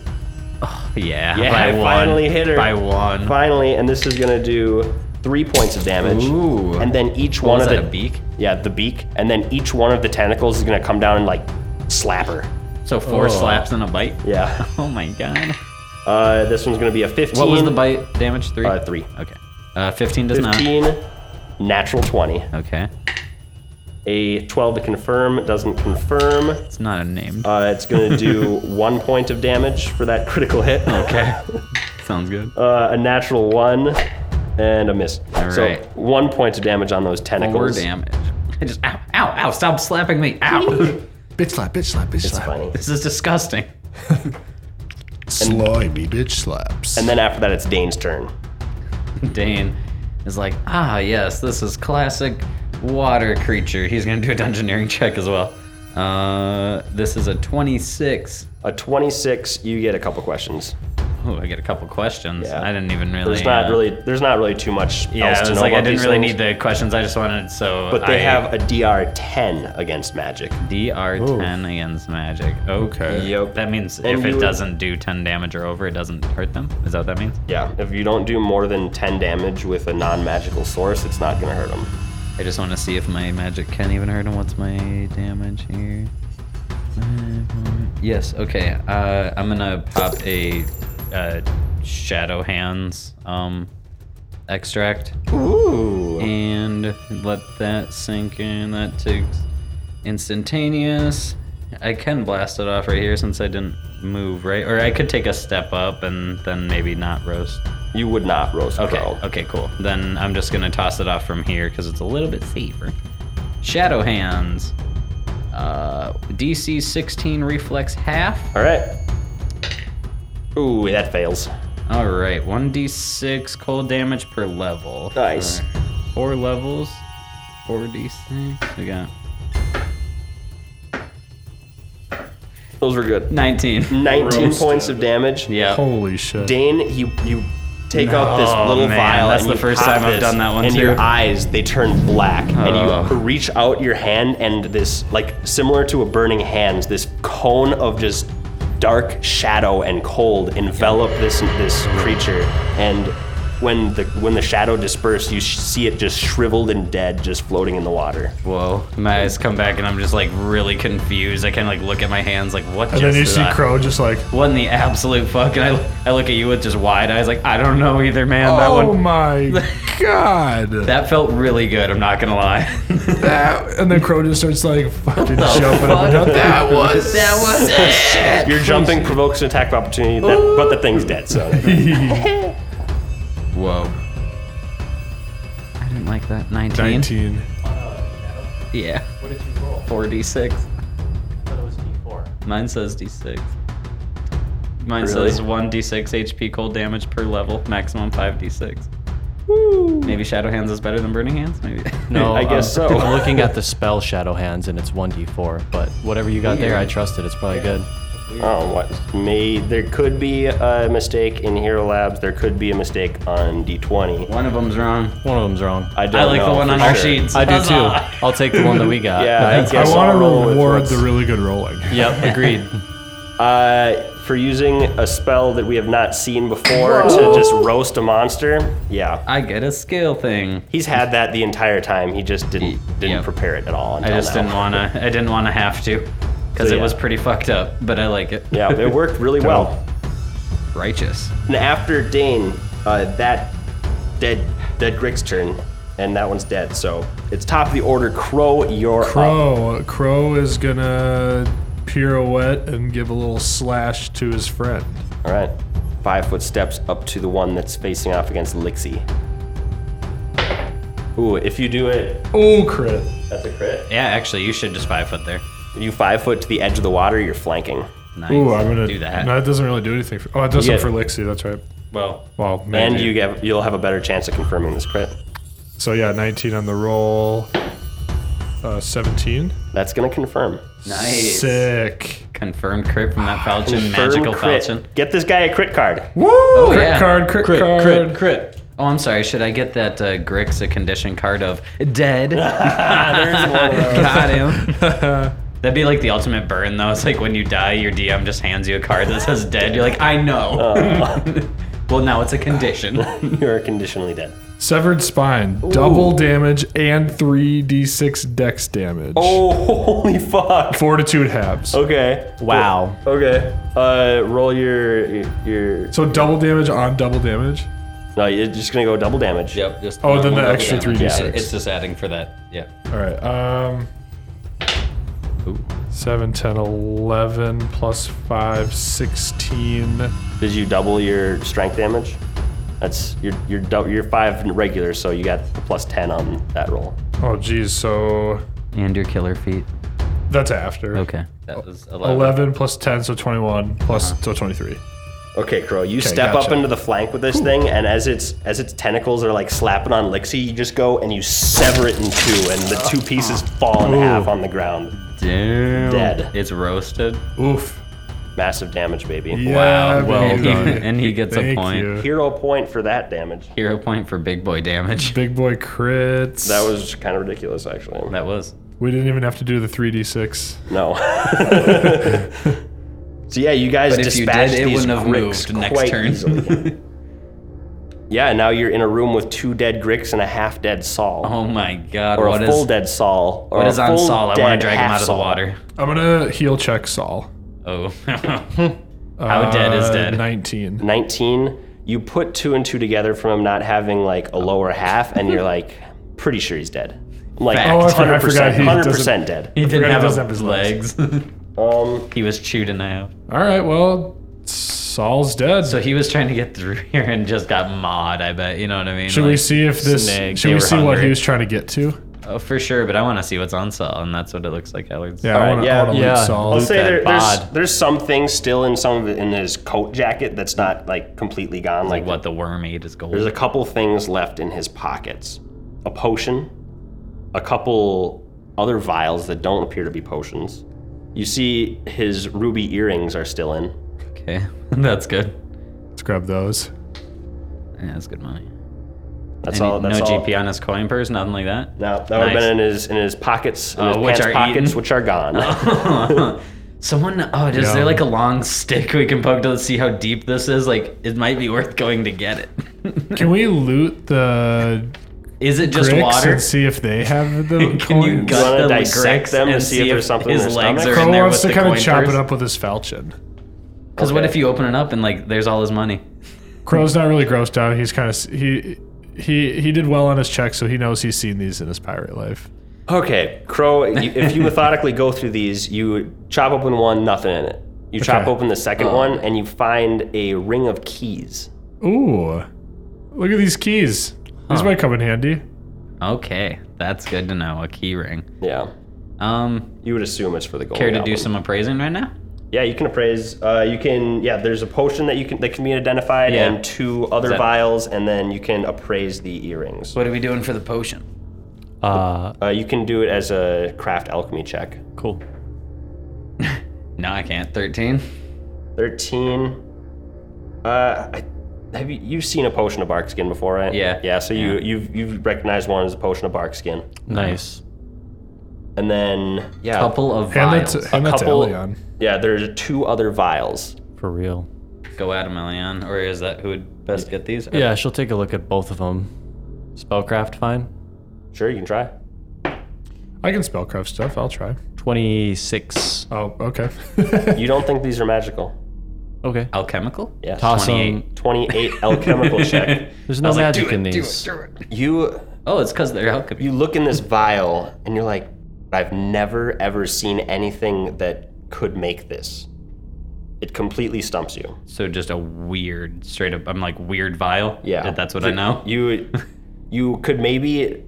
Speaker 4: Yeah,
Speaker 2: Yeah,
Speaker 4: by
Speaker 2: I
Speaker 4: one.
Speaker 2: finally hit her.
Speaker 4: By one.
Speaker 2: Finally, and this is gonna do three points of damage.
Speaker 4: Ooh.
Speaker 2: And then each
Speaker 4: What
Speaker 2: one
Speaker 4: was
Speaker 2: of
Speaker 4: that,
Speaker 2: the
Speaker 4: a beak?
Speaker 2: Yeah, the beak. And then each one of the tentacles is gonna come down and like slap her.
Speaker 4: So four
Speaker 5: Oh.
Speaker 4: slaps and a bite?
Speaker 2: Yeah.
Speaker 4: Oh my god.
Speaker 2: Uh, this one's gonna be a 15.
Speaker 4: What was the bite damage? Three?
Speaker 2: Uh, three.
Speaker 4: Okay. Uh, 15 does not.
Speaker 2: 15, natural 20.
Speaker 4: Okay.
Speaker 2: A 12 to confirm, doesn't confirm.
Speaker 4: It's not a name.
Speaker 2: Uh, it's going to do one point of damage for that critical hit.
Speaker 4: okay. Sounds good.
Speaker 2: Uh, a natural one and a miss.
Speaker 4: All
Speaker 2: so
Speaker 4: right.
Speaker 2: one point of damage on those
Speaker 4: Four
Speaker 2: tentacles.
Speaker 4: damage. I just, ow, ow, ow, stop slapping me. Ow.
Speaker 3: Bitch slap, bitch slap, bitch
Speaker 2: It's
Speaker 3: slap.
Speaker 2: funny.
Speaker 4: this is disgusting.
Speaker 3: Slimy bitch slaps.
Speaker 2: And then after that, it's Dane's turn.
Speaker 4: Dane is like, ah, yes, this is classic water creature. He's going to do a dungeoneering check as well. Uh, this is a 26.
Speaker 2: A 26, you get a couple questions.
Speaker 4: Oh, I get a couple questions.
Speaker 2: Yeah.
Speaker 4: I didn't even really.
Speaker 2: There's not
Speaker 4: uh,
Speaker 2: really, there's not really too much
Speaker 4: Yeah,
Speaker 2: else
Speaker 4: it's
Speaker 2: to know
Speaker 4: like I
Speaker 2: about
Speaker 4: didn't
Speaker 2: these
Speaker 4: really need
Speaker 2: things.
Speaker 4: the questions. I just wanted so.
Speaker 2: But they
Speaker 4: I-
Speaker 2: have a DR 10 against magic.
Speaker 4: DR 10 against magic. Okay.
Speaker 2: Yep.
Speaker 4: That means
Speaker 2: And
Speaker 4: if it
Speaker 2: you-
Speaker 4: doesn't do 10 damage or over, it doesn't hurt them? Is that what that means?
Speaker 2: Yeah, if you don't do more than 10 damage with a non-magical source, it's not going to hurt them.
Speaker 4: I just want to see if my magic can even hurt him. What's my damage here? Yes, okay. Uh, I'm gonna pop a uh, Shadow Hands um, extract. Ooh. And let that sink in. That takes instantaneous. I can blast it off right here since I didn't move, right? Or I could take a step up and then maybe not roast.
Speaker 2: You would not roast
Speaker 4: Okay.
Speaker 2: Crow.
Speaker 4: Okay. Cool. Then I'm just gonna toss it off from here because it's a little bit safer. Shadow hands. Uh, DC 16 reflex half.
Speaker 2: All right. Ooh, that fails.
Speaker 4: All right. 1d6 cold damage per level.
Speaker 2: Nice.
Speaker 4: All right. Four levels. 4d6. We got
Speaker 2: Those were good. Mm-hmm.
Speaker 4: 19.
Speaker 2: 19 points of damage.
Speaker 4: Yeah.
Speaker 3: Holy shit.
Speaker 2: Dane, you you take out this
Speaker 4: Oh,
Speaker 2: little
Speaker 4: man,
Speaker 2: vial.
Speaker 4: that's
Speaker 2: and
Speaker 4: the
Speaker 2: you
Speaker 4: first
Speaker 2: pop
Speaker 4: time I've
Speaker 2: this,
Speaker 4: done that one,
Speaker 2: And
Speaker 4: too.
Speaker 2: your eyes they turn black, and
Speaker 4: Oh.
Speaker 2: you reach out your hand, and this like similar to a burning hands, this cone of just dark shadow and cold envelop this this creature, and When the when the shadow dispersed, you sh- see it just shriveled and dead, just floating in the water.
Speaker 4: Whoa. My eyes come back and I'm just like really confused. I kind of like look at my hands like, what
Speaker 3: And
Speaker 4: just
Speaker 3: then you
Speaker 4: did
Speaker 3: see
Speaker 4: I-
Speaker 3: Crow just like,
Speaker 4: What in the absolute fuck? And I, I look at you with just wide eyes like, I don't know either, man. that
Speaker 3: oh
Speaker 4: one.
Speaker 3: my god. That,
Speaker 4: That felt really good. I'm not going to lie.
Speaker 3: and then Crow just starts like fucking jumping up and down. That was.
Speaker 4: that was it.
Speaker 2: Your jumping provokes an attack of opportunity, that, but the thing's dead. So
Speaker 4: Whoa. I didn't like that. 19.
Speaker 3: 19.
Speaker 4: Yeah.
Speaker 6: What did you roll?
Speaker 4: 4d6.
Speaker 6: I thought it was D4.
Speaker 4: Mine says d6. Mine
Speaker 2: Really?
Speaker 4: says 1d6 HP cold damage per level, maximum 5d6. Maybe Shadow Hands is better than Burning Hands? Maybe.
Speaker 5: No,
Speaker 2: I guess
Speaker 5: I'm-
Speaker 2: so.
Speaker 5: I'm looking at the spell Shadow Hands and it's 1d4, but whatever you got there, I trust it. It's probably good.
Speaker 2: Oh, what? May there could be a mistake in Hero Labs. There could be a mistake on D20.
Speaker 4: One of them's wrong.
Speaker 5: One of them's wrong.
Speaker 2: I don't
Speaker 4: I like
Speaker 2: know
Speaker 4: the one
Speaker 2: for
Speaker 4: on our
Speaker 2: sure.
Speaker 4: sheets.
Speaker 5: I do
Speaker 4: Huzzah.
Speaker 5: too. I'll take the one that we got.
Speaker 2: Yeah, I guess
Speaker 3: I want
Speaker 2: I'll
Speaker 3: to
Speaker 2: roll with
Speaker 3: reward
Speaker 2: what's-
Speaker 3: the really good rolling.
Speaker 5: Yep, agreed.
Speaker 2: Uh, for using a spell that we have not seen before to just roast a monster. Yeah,
Speaker 4: I get a skill thing.
Speaker 2: he's had that the entire time. He just didn't didn't
Speaker 4: Yep.
Speaker 2: prepare it at all.
Speaker 4: I
Speaker 2: Until
Speaker 4: just
Speaker 2: now.
Speaker 4: didn't wanna. I didn't wanna have to, because
Speaker 2: So,
Speaker 4: it
Speaker 2: yeah.
Speaker 4: was pretty fucked up. But I like it.
Speaker 2: Yeah, it worked really well.
Speaker 4: Righteous.
Speaker 2: And after Dane, uh, that dead dead Grix's turn, and that one's dead. So it's top of the order. Crow, your
Speaker 3: Crow. Crow is gonna pirouette and give a little slash to his friend.
Speaker 2: All right, five foot steps up to the one that's facing off against Lixie. Ooh, if you do it,
Speaker 3: Oh, crit.
Speaker 2: that's a crit.
Speaker 4: Yeah, actually, you should just five foot there.
Speaker 2: You five foot to the edge of the water, you're flanking.
Speaker 4: Nice.
Speaker 3: Ooh, I'm gonna
Speaker 4: do that.
Speaker 3: No, that doesn't really do anything. For, oh, it doesn't
Speaker 2: Yeah.
Speaker 3: for Lixie. That's right.
Speaker 4: well,
Speaker 3: Well, maybe.
Speaker 2: And you get, you'll have a better chance of confirming this crit.
Speaker 3: So yeah, 19 on the roll. Uh, 17.
Speaker 2: That's gonna confirm.
Speaker 4: nice.
Speaker 3: Sick.
Speaker 4: Confirmed crit from that falchion,
Speaker 2: Confirm
Speaker 4: magical
Speaker 2: crit.
Speaker 4: falchion.
Speaker 2: Get this guy a crit card.
Speaker 3: Woo! crit
Speaker 4: Oh, yeah.
Speaker 3: card. Crit,
Speaker 5: Crit,
Speaker 3: card.
Speaker 5: crit, crit.
Speaker 4: Oh, I'm sorry. Should I get that uh, Grix a condition card of dead? Got him. That'd be like the ultimate burn, though. It's like when you die, your DM just hands you a card that says dead. You're like, I know. Uh. well, now it's a condition.
Speaker 2: You're conditionally dead.
Speaker 3: Severed spine. Double damage and 3d6 dex damage.
Speaker 2: Oh, holy fuck.
Speaker 3: Fortitude halves.
Speaker 2: Okay.
Speaker 5: Wow.
Speaker 2: Okay. Uh, roll your your.
Speaker 3: So double damage on double damage.
Speaker 2: No, you're just gonna go double damage.
Speaker 4: Yep. Just
Speaker 3: Oh,
Speaker 4: one-
Speaker 3: then
Speaker 4: one
Speaker 3: the
Speaker 4: double
Speaker 3: extra
Speaker 4: damage.
Speaker 3: 3d6.
Speaker 4: Yeah, it's just adding for that. Yeah.
Speaker 3: All right. Um. 7, 10, 11, plus 5, 16.
Speaker 2: Did you double your strength damage? That's your your dou- your five regular, so you got the plus ten on that roll.
Speaker 3: Oh, geez. So
Speaker 4: And your killer feet.
Speaker 3: that's after.
Speaker 4: Okay. That was 11.
Speaker 3: 11 plus 10, so 21, plus, so 23.
Speaker 2: Okay, Crow, you step
Speaker 3: gotcha.
Speaker 2: up into the flank with this thing, and as its as its tentacles are like slapping on Lixie, you just go and you sever it in two, and the two pieces fall in half on the ground.
Speaker 4: Damn.
Speaker 2: Dead.
Speaker 4: It's roasted.
Speaker 3: Oof.
Speaker 2: Massive damage, baby.
Speaker 3: Yeah,
Speaker 5: well
Speaker 3: baby.
Speaker 5: done.
Speaker 4: and he gets a
Speaker 3: Thank
Speaker 4: point.
Speaker 3: you.
Speaker 2: Hero point for that damage.
Speaker 4: Hero point for big boy damage.
Speaker 3: Big boy crits.
Speaker 2: That was kind of ridiculous, actually.
Speaker 4: That was.
Speaker 3: We didn't even have to do the 3d6.
Speaker 2: No. so yeah, you guys
Speaker 4: But if you
Speaker 2: dispatched
Speaker 4: did, it
Speaker 2: these
Speaker 4: wouldn't have
Speaker 2: Grix
Speaker 4: moved next
Speaker 2: quite
Speaker 4: turn.
Speaker 2: easily. yeah, now you're in a room with two dead Grix and a half dead Saul.
Speaker 4: Oh my god.
Speaker 2: or
Speaker 4: What
Speaker 2: a
Speaker 4: is
Speaker 2: full dead Saul. Or
Speaker 4: what
Speaker 2: a
Speaker 4: is on
Speaker 2: full
Speaker 4: Saul? I want
Speaker 2: dead
Speaker 4: to drag him
Speaker 2: half
Speaker 4: out of the
Speaker 2: Saul.
Speaker 4: water.
Speaker 3: I'm gonna heal check Saul.
Speaker 4: Oh. How dead is
Speaker 3: Uh,
Speaker 4: dead?
Speaker 3: 19.
Speaker 2: 19. You put two and two together from him not having like a lower half, and you're like, pretty sure he's dead. I'm like,
Speaker 4: Fact. Oh,
Speaker 3: I forgot- I
Speaker 2: 100%,
Speaker 3: forgot he
Speaker 2: 100% dead.
Speaker 4: he didn't
Speaker 3: forgot he
Speaker 4: have,
Speaker 3: doesn't
Speaker 4: a-
Speaker 3: have his
Speaker 4: legs.
Speaker 2: Um,
Speaker 4: he was chewed in half.
Speaker 3: All right, well, Saul's dead.
Speaker 4: So he was trying to get through here and just got mauled, I bet. You know what I mean?
Speaker 3: should we
Speaker 4: Like,
Speaker 3: see if this?
Speaker 4: Snake,
Speaker 3: should
Speaker 4: they were
Speaker 3: we see what
Speaker 4: hungry.
Speaker 3: he was trying to get to?
Speaker 4: Oh, for sure, but I want to see what's on Saul, and that's what it looks like, Alex.
Speaker 3: Yeah, I
Speaker 2: Alright,
Speaker 3: want to
Speaker 2: yeah,
Speaker 3: loot
Speaker 5: yeah.
Speaker 3: Saul.
Speaker 2: I'll
Speaker 5: Loot
Speaker 2: say
Speaker 5: that
Speaker 2: there, there's
Speaker 5: bod.
Speaker 2: there's some things still in some of it in his coat jacket that's not like completely gone. Like,
Speaker 4: What the worm ate is gold.
Speaker 2: There's a couple things left in his pockets a potion, a couple other vials that don't appear to be potions. You see, his ruby earrings are still in.
Speaker 4: Okay, that's good.
Speaker 3: Let's grab those.
Speaker 4: Yeah, that's good money.
Speaker 2: That's
Speaker 4: Any-
Speaker 2: all. That's
Speaker 4: no
Speaker 2: all.
Speaker 4: GP on his coin purse, nothing like that.
Speaker 2: No, that would have
Speaker 4: Nice.
Speaker 2: been in his in his pockets, in
Speaker 4: Uh,
Speaker 2: his
Speaker 4: which
Speaker 2: pants
Speaker 4: are
Speaker 2: pockets,
Speaker 4: eaten?
Speaker 2: which are gone.
Speaker 4: Someone, oh, is
Speaker 3: Yeah.
Speaker 4: there like a long stick we can poke to see how deep this is? Like, it might be worth going to get it.
Speaker 3: Can we loot the
Speaker 4: Is it just
Speaker 3: bricks
Speaker 4: water?
Speaker 3: and see if they have the
Speaker 4: Can you
Speaker 3: coins?
Speaker 2: Wanna
Speaker 4: gut the
Speaker 2: dissect
Speaker 4: bricks
Speaker 2: them to
Speaker 4: and
Speaker 2: see if there's something in
Speaker 4: his
Speaker 2: their
Speaker 4: legs
Speaker 2: stomach?
Speaker 4: are in
Speaker 3: Crow
Speaker 4: there
Speaker 3: wants
Speaker 4: with
Speaker 3: to
Speaker 4: the
Speaker 3: kind
Speaker 4: coin
Speaker 3: of chop
Speaker 4: first?
Speaker 3: it up with his falchion.
Speaker 4: Because what
Speaker 2: Okay.
Speaker 4: if you open it up and like there's all his money?
Speaker 3: Crow's not really grossed out. He's kind of he he he did well on his check, so he knows he's seen these in his pirate life.
Speaker 2: Okay, Crow, you- if you methodically go through these, you chop open one, nothing in it. You chop
Speaker 3: Okay.
Speaker 2: open the
Speaker 4: Oh.
Speaker 2: second one, and you find a ring of keys.
Speaker 3: Ooh, look at these keys. These might come in handy.
Speaker 4: Okay, that's good to know. A key ring.
Speaker 2: Yeah.
Speaker 4: Um,
Speaker 2: You would assume it's for the gold.
Speaker 4: care to do
Speaker 2: album.
Speaker 4: some appraising right now?
Speaker 2: Yeah, you can appraise. Uh, you can. Yeah, there's a potion that you can that can be identified,
Speaker 4: Yeah.
Speaker 2: and two other
Speaker 4: that-
Speaker 2: vials, and then you can appraise the earrings.
Speaker 4: What are we doing for the potion?
Speaker 5: Uh,
Speaker 2: Uh, you can do it as a craft alchemy check.
Speaker 5: cool.
Speaker 4: No, I can't. Thirteen.
Speaker 2: Thirteen. Uh, I- have you you've seen a potion of bark skin before, right?
Speaker 4: Yeah.
Speaker 2: Yeah. So you
Speaker 4: Yeah.
Speaker 2: you've you've recognized one as a potion of bark skin,
Speaker 5: Nice.
Speaker 2: and then yeah,
Speaker 4: Couple of
Speaker 3: And
Speaker 4: vials.
Speaker 3: that's and that's
Speaker 2: couple-
Speaker 3: Elion.
Speaker 2: yeah. There's two other vials.
Speaker 5: For real.
Speaker 4: Go at him, Elion. Or is that who would best get these?
Speaker 5: Yeah, she'll take a look at both of them. Spellcraft, fine.
Speaker 2: Sure, you can try.
Speaker 3: I can spellcraft stuff. I'll try.
Speaker 5: 26.
Speaker 3: Oh, okay.
Speaker 2: You don't think these are magical?
Speaker 5: Okay.
Speaker 4: Alchemical?
Speaker 2: Yes.
Speaker 5: Toss 'em.
Speaker 4: 28.
Speaker 2: Twenty-eight alchemical check.
Speaker 5: There's no magic in these.
Speaker 2: You
Speaker 4: Oh, it's because they're alchemy.
Speaker 2: you look in this vial and you're like, I've never ever seen anything that could make this. It completely stumps you.
Speaker 4: So just a weird, straight up. I'm like weird vial.
Speaker 2: Yeah,
Speaker 4: That- that's what
Speaker 2: The-
Speaker 4: I know.
Speaker 2: You you could maybe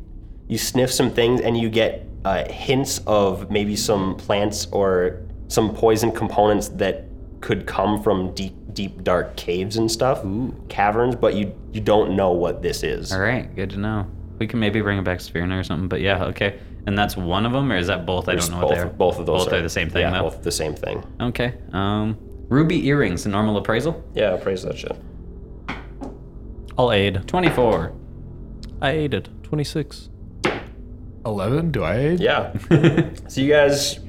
Speaker 2: you sniff some things and you get uh, hints of maybe some plants or some poison components that could come from deep deep dark caves and stuff, caverns, but you you don't know what this is.
Speaker 4: All right, good to know. We can maybe bring it back to Spherna or something, but yeah, okay. And that's one of them, or is that both? I don't know what
Speaker 2: both,
Speaker 4: they are.
Speaker 2: both of those
Speaker 4: Both are, the same thing,
Speaker 2: Yeah,
Speaker 4: though.
Speaker 2: both the same thing.
Speaker 4: Okay. Um, ruby earrings, the normal appraisal,
Speaker 2: Yeah, praise that shit.
Speaker 5: I'll aid.
Speaker 4: twenty-four.
Speaker 5: I aided. 26.
Speaker 3: Eleven? Do I aid?
Speaker 2: Yeah. so you guys,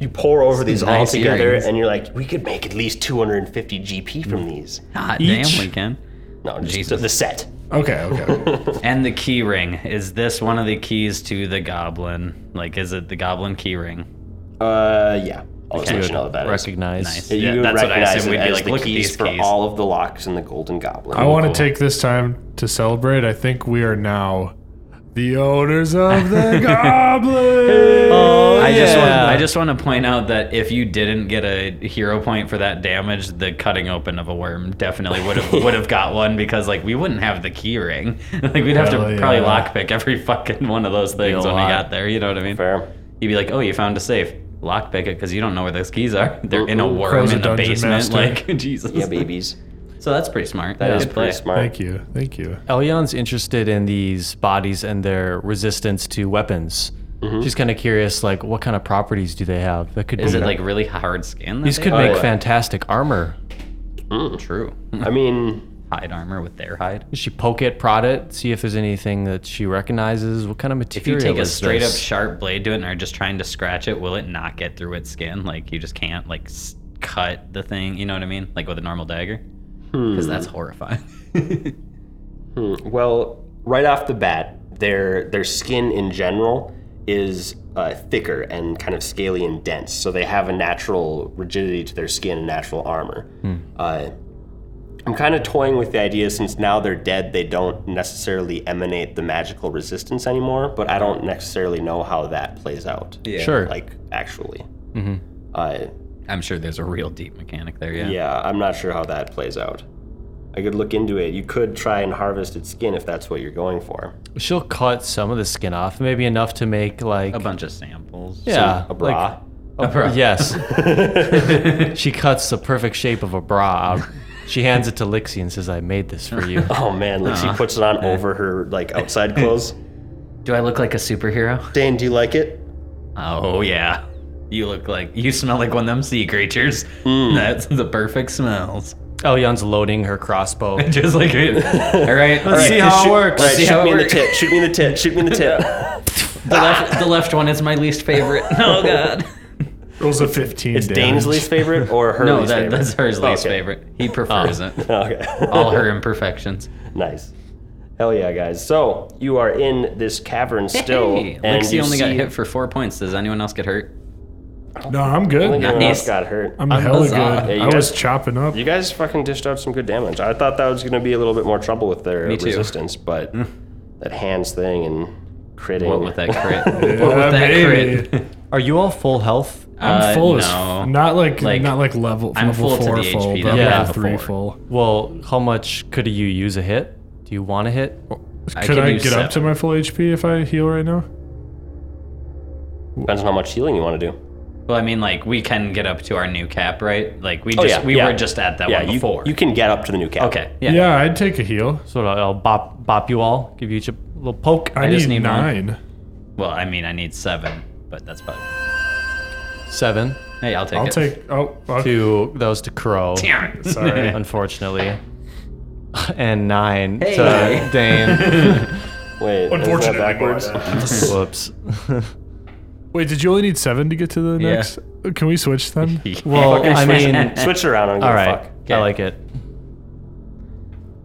Speaker 2: you pour over these all
Speaker 4: nice
Speaker 2: together,
Speaker 4: earrings.
Speaker 2: and you're like, we could make at least 250 GP from these.
Speaker 4: Hot
Speaker 3: Each?
Speaker 4: damn, we can.
Speaker 2: No, just
Speaker 4: Mm. Jesus.
Speaker 2: the set.
Speaker 3: Okay. Okay.
Speaker 4: And the key ring. Is this one of the keys to the goblin? Like, is it the goblin key ring?
Speaker 2: Uh, yeah. I'll
Speaker 5: Good.
Speaker 2: let you know what that is.
Speaker 5: Recognize.
Speaker 4: Nice.
Speaker 2: You
Speaker 4: Yeah,
Speaker 2: would
Speaker 4: that's what I
Speaker 2: recognize
Speaker 4: assumed.
Speaker 2: it
Speaker 4: We'd be
Speaker 2: as
Speaker 4: like,
Speaker 2: the
Speaker 4: look at
Speaker 2: keys
Speaker 4: these
Speaker 2: for
Speaker 4: keys.
Speaker 2: all of the locks in the Golden Goblin.
Speaker 3: I want to
Speaker 5: cool.
Speaker 3: take this time to celebrate. I think we are now the owners of the goblin.
Speaker 4: I just want,
Speaker 5: yeah.
Speaker 4: I just want to point out that if you didn't get a hero point for that damage, the cutting open of a worm definitely would have would have got one because like we wouldn't have the key ring. like we'd have to
Speaker 3: Hell yeah.
Speaker 4: probably lockpick every fucking one of those things
Speaker 5: a
Speaker 4: when we
Speaker 5: lot.
Speaker 4: got there. You know what I mean?
Speaker 2: Fair.
Speaker 4: You'd be like, oh, you found a safe. Lockpick it because you don't know where those keys are. They're in a worm
Speaker 3: Crow's a
Speaker 4: in the
Speaker 3: dungeon
Speaker 4: basement.
Speaker 3: master.
Speaker 4: Like Jesus.
Speaker 2: Yeah, babies.
Speaker 4: So that's pretty smart.
Speaker 2: That
Speaker 4: Good
Speaker 2: is
Speaker 4: play.
Speaker 2: pretty smart.
Speaker 3: Thank you. Thank you.
Speaker 5: Elyon's interested in these bodies and their resistance to weapons. She's kind of curious, like, what kind of properties do they have? That could
Speaker 4: Mm-hmm. Is
Speaker 5: be,
Speaker 4: it like Oh, really hard skin? that
Speaker 5: these
Speaker 4: they
Speaker 5: could
Speaker 4: have?
Speaker 5: make
Speaker 2: yeah.
Speaker 5: fantastic armor.
Speaker 4: true.
Speaker 2: I mean,
Speaker 4: hide armor with their hide.
Speaker 5: Does she poke it, prod it, see if there's anything that she recognizes? What kind of
Speaker 4: If
Speaker 5: material?
Speaker 4: you take a
Speaker 5: is
Speaker 4: straight up
Speaker 5: this?
Speaker 4: sharp blade to it and are just trying to scratch it, will it not get through its skin? Like you just can't like s- cut the thing. You know what I mean? Like with a normal dagger, because that's horrifying.
Speaker 2: well, right off the bat, their their skin in general is uh, thicker and kind of scaly and dense, so they have a natural rigidity to their skin and natural armor. Uh, I'm kind of toying with the idea since now they're dead, they don't necessarily emanate the magical resistance anymore, but I don't necessarily know how that plays out. Yeah.
Speaker 5: Sure.
Speaker 2: Like, actually. Uh,
Speaker 4: I'm sure there's a real deep mechanic there. Yeah.
Speaker 2: yeah, I'm not sure how that plays out. I could look into it. You could try and harvest its skin if that's what you're going for.
Speaker 5: She'll cut some of the skin off, maybe enough to make like
Speaker 4: A bunch of samples.
Speaker 5: yeah,
Speaker 2: A bra.
Speaker 5: like- a bra. Yes. she cuts the perfect shape of a bra out. She hands it to Lixie and says, "I made this for you."
Speaker 2: Oh man, like she puts it on over her like outside clothes.
Speaker 4: Do I look like a superhero?
Speaker 2: Dane, do you like it?
Speaker 4: Oh yeah. You look like you smell like one of them sea creatures. That's the perfect smells.
Speaker 5: Elyon's Oh, loading her crossbow.
Speaker 4: Just like it. All right. Let's
Speaker 5: see how it works.
Speaker 2: All right,
Speaker 4: See
Speaker 2: shoot
Speaker 4: how it
Speaker 2: me in the
Speaker 4: works.
Speaker 2: tip. Shoot me in the tip. Shoot me in the tip.
Speaker 4: The left, the left one is my least favorite. Oh god.
Speaker 3: Goes a 15.
Speaker 2: It's
Speaker 3: damage.
Speaker 2: Dainsley's favorite or her
Speaker 4: no,
Speaker 2: least
Speaker 4: that,
Speaker 2: favorite? Oh,
Speaker 4: that's hers least
Speaker 2: Okay.
Speaker 4: favorite. He prefers it.
Speaker 2: Okay.
Speaker 4: All her imperfections.
Speaker 2: Nice. Hell yeah, guys. So you are in this cavern still,
Speaker 4: Hey,
Speaker 2: and
Speaker 4: Lixie
Speaker 2: you
Speaker 4: only
Speaker 2: see,
Speaker 4: got hit for four points. Does anyone else get hurt?
Speaker 3: No, I'm
Speaker 2: I think
Speaker 3: good.
Speaker 2: everyone else
Speaker 4: Nice.
Speaker 2: got hurt.
Speaker 3: I'm hella good.
Speaker 4: huzzah.
Speaker 2: Yeah, you
Speaker 3: I was
Speaker 2: guys-
Speaker 3: chopping up.
Speaker 2: you guys fucking dished out some good damage. I thought that was going to be a little bit more trouble with their
Speaker 4: Me too.
Speaker 2: resistance, but that hands thing and critting.
Speaker 4: What with that crit?
Speaker 3: Yeah,
Speaker 4: what with that
Speaker 3: baby.
Speaker 4: crit?
Speaker 5: Are you all full health?
Speaker 3: I'm
Speaker 4: Uh,
Speaker 3: full as
Speaker 4: no.
Speaker 3: f- not like,
Speaker 4: Like,
Speaker 3: not like level.
Speaker 4: I'm
Speaker 3: level
Speaker 4: full to
Speaker 3: four
Speaker 4: the
Speaker 3: full,
Speaker 4: HP
Speaker 3: but
Speaker 4: that
Speaker 3: I'm
Speaker 5: I
Speaker 3: level
Speaker 5: had
Speaker 3: three
Speaker 4: before.
Speaker 3: full.
Speaker 5: Well, how much could you use a hit? Do you want a hit?
Speaker 3: Could
Speaker 4: can
Speaker 3: I,
Speaker 4: do
Speaker 3: get up to
Speaker 4: seven.
Speaker 3: my full HP if I heal right now?
Speaker 2: Depends on how much healing you want to do.
Speaker 4: Well, I mean, like we can get up to our new cap, right? Like we
Speaker 2: Oh,
Speaker 4: just
Speaker 2: yeah,
Speaker 4: we
Speaker 2: yeah.
Speaker 4: were just at that
Speaker 2: yeah,
Speaker 4: one
Speaker 2: you,
Speaker 4: before.
Speaker 2: you can get up to the new cap.
Speaker 4: okay, yeah.
Speaker 3: Yeah, I'd take a heal.
Speaker 5: So I'll bop bop you all, give you each a little poke.
Speaker 3: I,
Speaker 4: I
Speaker 3: need,
Speaker 4: just need one.
Speaker 3: nine.
Speaker 4: Well, I mean, I need seven, but that's probably.
Speaker 5: Seven
Speaker 4: Hey, I'll take
Speaker 3: I'll
Speaker 4: it.
Speaker 3: take. Oh, okay.
Speaker 5: to those to Crow,
Speaker 4: Damn it.
Speaker 3: Sorry.
Speaker 5: unfortunately, and nine
Speaker 4: Hey.
Speaker 5: to Dane.
Speaker 2: Wait, isn't
Speaker 3: Unfortunately,
Speaker 2: that backwards?
Speaker 5: Whoops.
Speaker 3: Wait, did you only need seven to get to the
Speaker 4: Yeah.
Speaker 3: next? Can we switch then?
Speaker 5: well, I mean,
Speaker 2: Switch around and give
Speaker 5: all
Speaker 2: a
Speaker 5: right, I
Speaker 4: Okay.
Speaker 5: like it.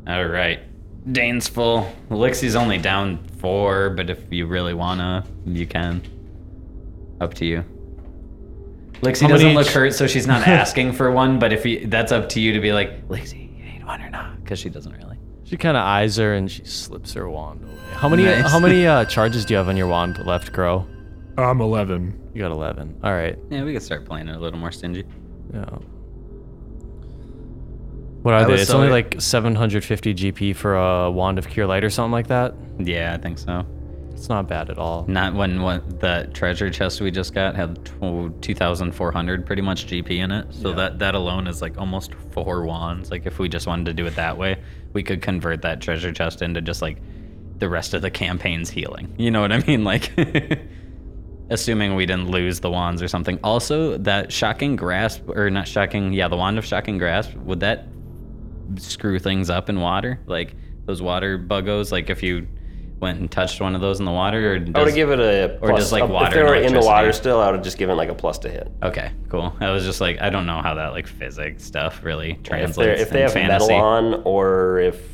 Speaker 4: All right. Dane's full. Elixir's only down four, but if you really wanna, you can. Up to you. Lixie
Speaker 5: How many
Speaker 4: doesn't look
Speaker 5: ch-
Speaker 4: hurt, so she's not asking for one. But if you, that's up to you to be like, Lixie, you need one or not, because she doesn't really.
Speaker 5: She kind of eyes her and she slips her wand away. How many
Speaker 4: Nice.
Speaker 5: how many uh, charges do you have on your wand left, Crow?
Speaker 3: I'm 11.
Speaker 5: You got eleven. All right.
Speaker 4: Yeah, we could start playing it a little more stingy.
Speaker 5: Yeah. What are
Speaker 4: I
Speaker 5: they?
Speaker 4: was
Speaker 5: It's
Speaker 4: so-
Speaker 5: only like 750 GP for a wand of cure light or something like that.
Speaker 4: Yeah, I think so.
Speaker 5: It's not bad at all.
Speaker 4: Not when what the treasure chest we just got had two thousand four hundred pretty much GP in it. So that that alone is like almost four wands. Like if we just wanted to do it that way, we could convert that treasure chest into just like the rest of the campaign's healing. You know what I mean? Like assuming we didn't lose the wands or something. Also, that shocking grasp or not shocking, yeah, the wand of shocking grasp, would that screw things up in water? Like those water buggos, like if you went and touched one of those in the water or
Speaker 2: I would
Speaker 4: does-
Speaker 2: have given it a
Speaker 4: or
Speaker 2: plus-
Speaker 4: just, like,
Speaker 2: if
Speaker 4: water
Speaker 2: they
Speaker 4: and
Speaker 2: were in the
Speaker 4: electricity.
Speaker 2: water still, I would have just given like a plus to hit.
Speaker 4: Okay, cool. I was just like, I don't know how that like physics stuff really
Speaker 2: If, they're-
Speaker 4: translates.
Speaker 2: if they
Speaker 4: in
Speaker 2: have
Speaker 4: fantasy.
Speaker 2: metal on or if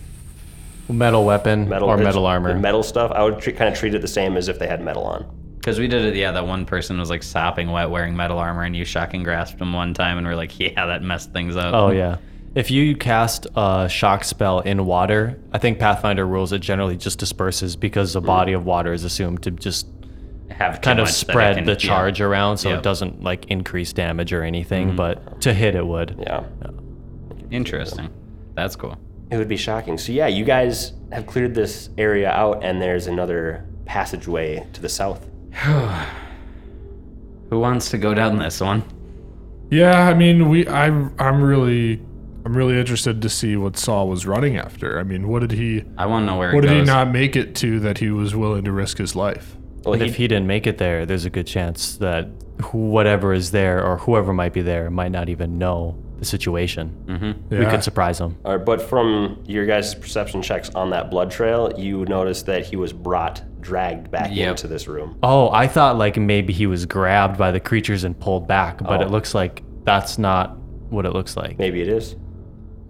Speaker 5: Metal weapon
Speaker 2: metal
Speaker 5: or
Speaker 2: it's-
Speaker 5: metal armor.
Speaker 2: the metal stuff i would treat, kind of treat it the same as if they had metal on
Speaker 4: because we did it. Yeah, that one person was like sopping wet wearing metal armor, and you shocking grasped him one time, and we're like, yeah, that messed things up.
Speaker 5: oh yeah. If you cast a shock spell in water, I think Pathfinder rules it generally just disperses because
Speaker 2: Hmm.
Speaker 5: the body of water is assumed to just
Speaker 4: have too
Speaker 5: kind of
Speaker 4: much that it
Speaker 5: spread
Speaker 4: can-
Speaker 5: the
Speaker 4: yeah.
Speaker 5: charge around so
Speaker 4: Yep.
Speaker 5: it doesn't like increase damage or anything, but to hit it would.
Speaker 2: Mm-hmm. yeah
Speaker 4: Interesting. That's cool.
Speaker 2: it would be shocking so yeah you guys have cleared this area out and there's another passageway to the south
Speaker 4: Who wants to go down this one?
Speaker 3: Yeah, I mean, we. I'm. I'm really. I'm really interested to see what Saul was running after. I mean, what did he?
Speaker 4: I want to know where
Speaker 3: What
Speaker 4: it
Speaker 3: did
Speaker 4: goes.
Speaker 3: he not make it to that he was willing to risk his life?
Speaker 2: well
Speaker 5: and
Speaker 2: he,
Speaker 5: if he didn't make it there, there's a good chance that wh- whatever is there or whoever might be there might not even know the situation.
Speaker 2: Mm-hmm.
Speaker 5: We
Speaker 3: Yeah.
Speaker 5: could surprise him.
Speaker 2: or- but from your guys perception checks on that blood trail you notice that he was brought dragged back
Speaker 4: Yep.
Speaker 2: into this room
Speaker 5: Oh, I thought like maybe he was grabbed by the creatures and pulled back, but
Speaker 2: Oh.
Speaker 5: it looks like that's not what it looks like.
Speaker 2: maybe it is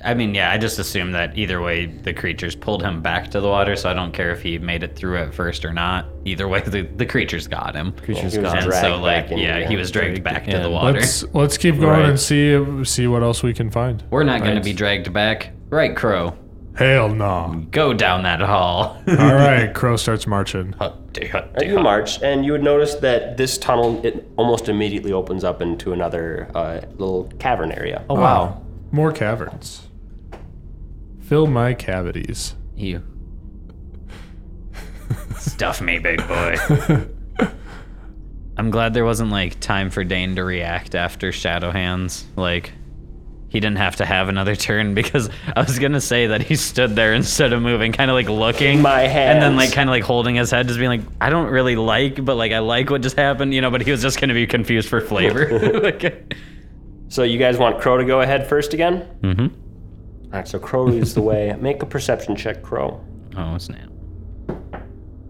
Speaker 4: I mean, yeah, I just assume that either way, the creatures pulled him back to the water, so I don't care if he made it through at first or not. Either way, the, the creatures got him.
Speaker 5: Creatures
Speaker 2: he was
Speaker 5: got
Speaker 4: and
Speaker 2: dragged
Speaker 4: so,
Speaker 2: back
Speaker 4: like,
Speaker 2: in,
Speaker 4: yeah,
Speaker 2: yeah.
Speaker 4: he was dragged back to the
Speaker 5: in.
Speaker 4: water.
Speaker 3: Let's let's keep going
Speaker 5: Right.
Speaker 3: and see see what else we can find.
Speaker 4: We're not going to be dragged back. Right, Crow.
Speaker 3: Hell no!
Speaker 4: Go down that hall.
Speaker 3: All right, Crow starts marching.
Speaker 4: Hut, day, hut,
Speaker 2: Right,
Speaker 4: day,
Speaker 2: you
Speaker 4: hut.
Speaker 2: march, and you would notice that this tunnel it almost immediately opens up into another uh, little cavern area.
Speaker 5: Oh wow.
Speaker 3: More caverns. Fill my cavities.
Speaker 4: You. Stuff me, big boy. I'm glad there wasn't like time for Dane to react after Shadow Hands. Like, he didn't have to have another turn because I was gonna say that he stood there instead of moving, kind of like looking,
Speaker 2: My
Speaker 4: and then like
Speaker 2: hands.
Speaker 4: kind of like holding his head, just being like, I don't really like, but like I like what just happened, you know. But he was just gonna be confused for flavor. like,
Speaker 2: So you guys want Crow to go ahead first again?
Speaker 4: mm-hmm.
Speaker 2: All right, so Crow leads the way. Make a perception check, Crow.
Speaker 4: Oh snap!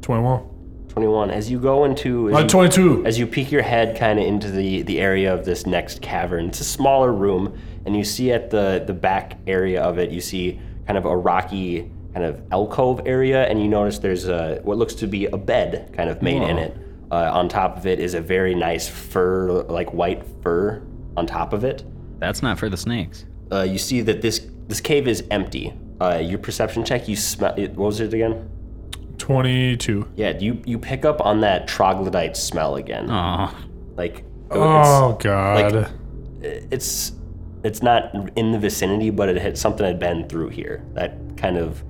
Speaker 3: Twenty-one.
Speaker 2: 21. As you go into. As
Speaker 3: Uh,
Speaker 2: you-
Speaker 3: 22.
Speaker 2: As you peek your head kind of into the, the area of this next cavern, it's a smaller room, and you see at the, the back area of it, you see kind of a rocky kind of alcove area, and you notice there's a, what looks to be a bed kind of made in it. Uh, on top of it is a very nice fur, like white fur on top of it.
Speaker 4: That's not for the snakes.
Speaker 2: Uh, you see that this this cave is empty. Uh, your perception check, you smell, what was it again?
Speaker 3: 22.
Speaker 2: Yeah, you, you pick up on that troglodyte smell again.
Speaker 4: Oh,
Speaker 2: Like, it's-
Speaker 3: Oh, God.
Speaker 2: like- it's it's not in the vicinity, but it had something had been through here. That kind of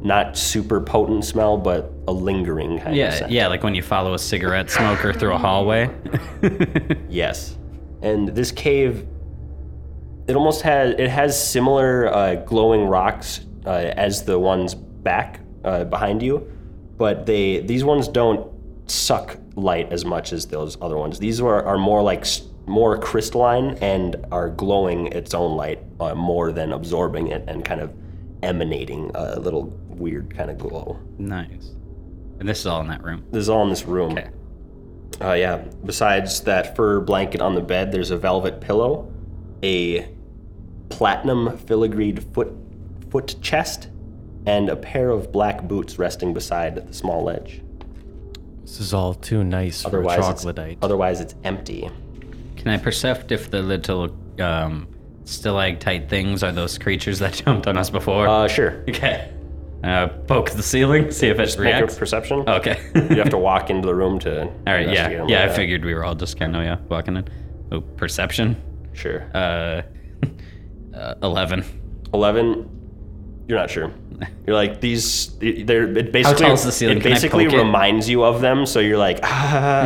Speaker 2: not super potent smell, but a lingering kind of
Speaker 4: yeah,
Speaker 2: scent.
Speaker 4: yeah. Like when you follow a cigarette smoker through a hallway.
Speaker 2: Yes, and this cave, it almost has it has similar uh, glowing rocks uh, as the ones back uh, behind you, but they these ones don't suck light as much as those other ones. These are, are more like s- more crystalline and are glowing its own light uh, more than absorbing it and kind of emanating a little weird kind of glow.
Speaker 4: nice. And this is all in that room.
Speaker 2: This is all in this room.
Speaker 4: Okay.
Speaker 2: Uh, yeah. Besides that fur blanket on the bed, there's a velvet pillow, a platinum filigreed foot foot chest, and a pair of black boots resting beside the small ledge.
Speaker 5: This is all too nice for a
Speaker 2: Otherwise, it's-
Speaker 5: troglodyte.
Speaker 2: otherwise it's empty.
Speaker 4: Can I percept if the little um, stalactite things are those creatures that jumped on us before?
Speaker 2: Uh, sure.
Speaker 4: okay. Uh, poke the ceiling, see if it
Speaker 2: Make a
Speaker 4: reacts.
Speaker 2: perception.
Speaker 4: Okay.
Speaker 2: you have to walk into the room to.
Speaker 4: Oh. all right.
Speaker 2: investigate
Speaker 4: Yeah.
Speaker 2: them
Speaker 4: Yeah.
Speaker 2: like
Speaker 4: I
Speaker 2: that.
Speaker 4: figured we were all just kind of yeah walking in. Oh, perception.
Speaker 2: Sure.
Speaker 4: Uh, uh, eleven.
Speaker 2: Eleven. You're not sure. You're like these. They're it basically.
Speaker 4: tall is the ceiling?
Speaker 2: It
Speaker 4: Can I
Speaker 2: basically
Speaker 4: poke it?
Speaker 2: reminds you of them, so you're like, ah.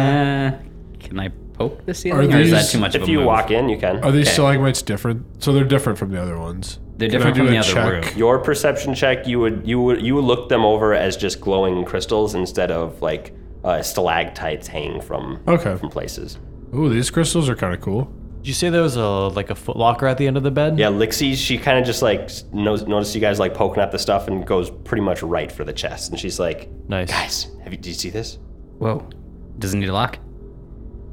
Speaker 4: Uh, can I poke the ceiling,
Speaker 3: Are
Speaker 4: or is that
Speaker 3: these-
Speaker 4: too much of
Speaker 2: If
Speaker 4: a
Speaker 2: you
Speaker 4: move?
Speaker 2: walk in, you can.
Speaker 3: Are these stalagmites different? So they're different from the other ones.
Speaker 4: They're
Speaker 3: Can I
Speaker 4: different
Speaker 3: do
Speaker 4: from
Speaker 3: a
Speaker 4: the other
Speaker 3: check?
Speaker 4: room.
Speaker 2: Your perception check, you would you would you would look them over as just glowing crystals instead of like uh, stalactites hanging from
Speaker 3: Okay.
Speaker 2: from places.
Speaker 3: Ooh, these crystals are kind of cool.
Speaker 5: Did you say there was a like a foot locker at the end of the bed?
Speaker 2: Yeah, Lixie, she kind of just like s- knows, noticed you guys like poking at the stuff and goes pretty much right for the chest, and she's like,
Speaker 5: Nice.
Speaker 2: "Guys, have you, do you see this?"
Speaker 4: Whoa. Does it need a lock?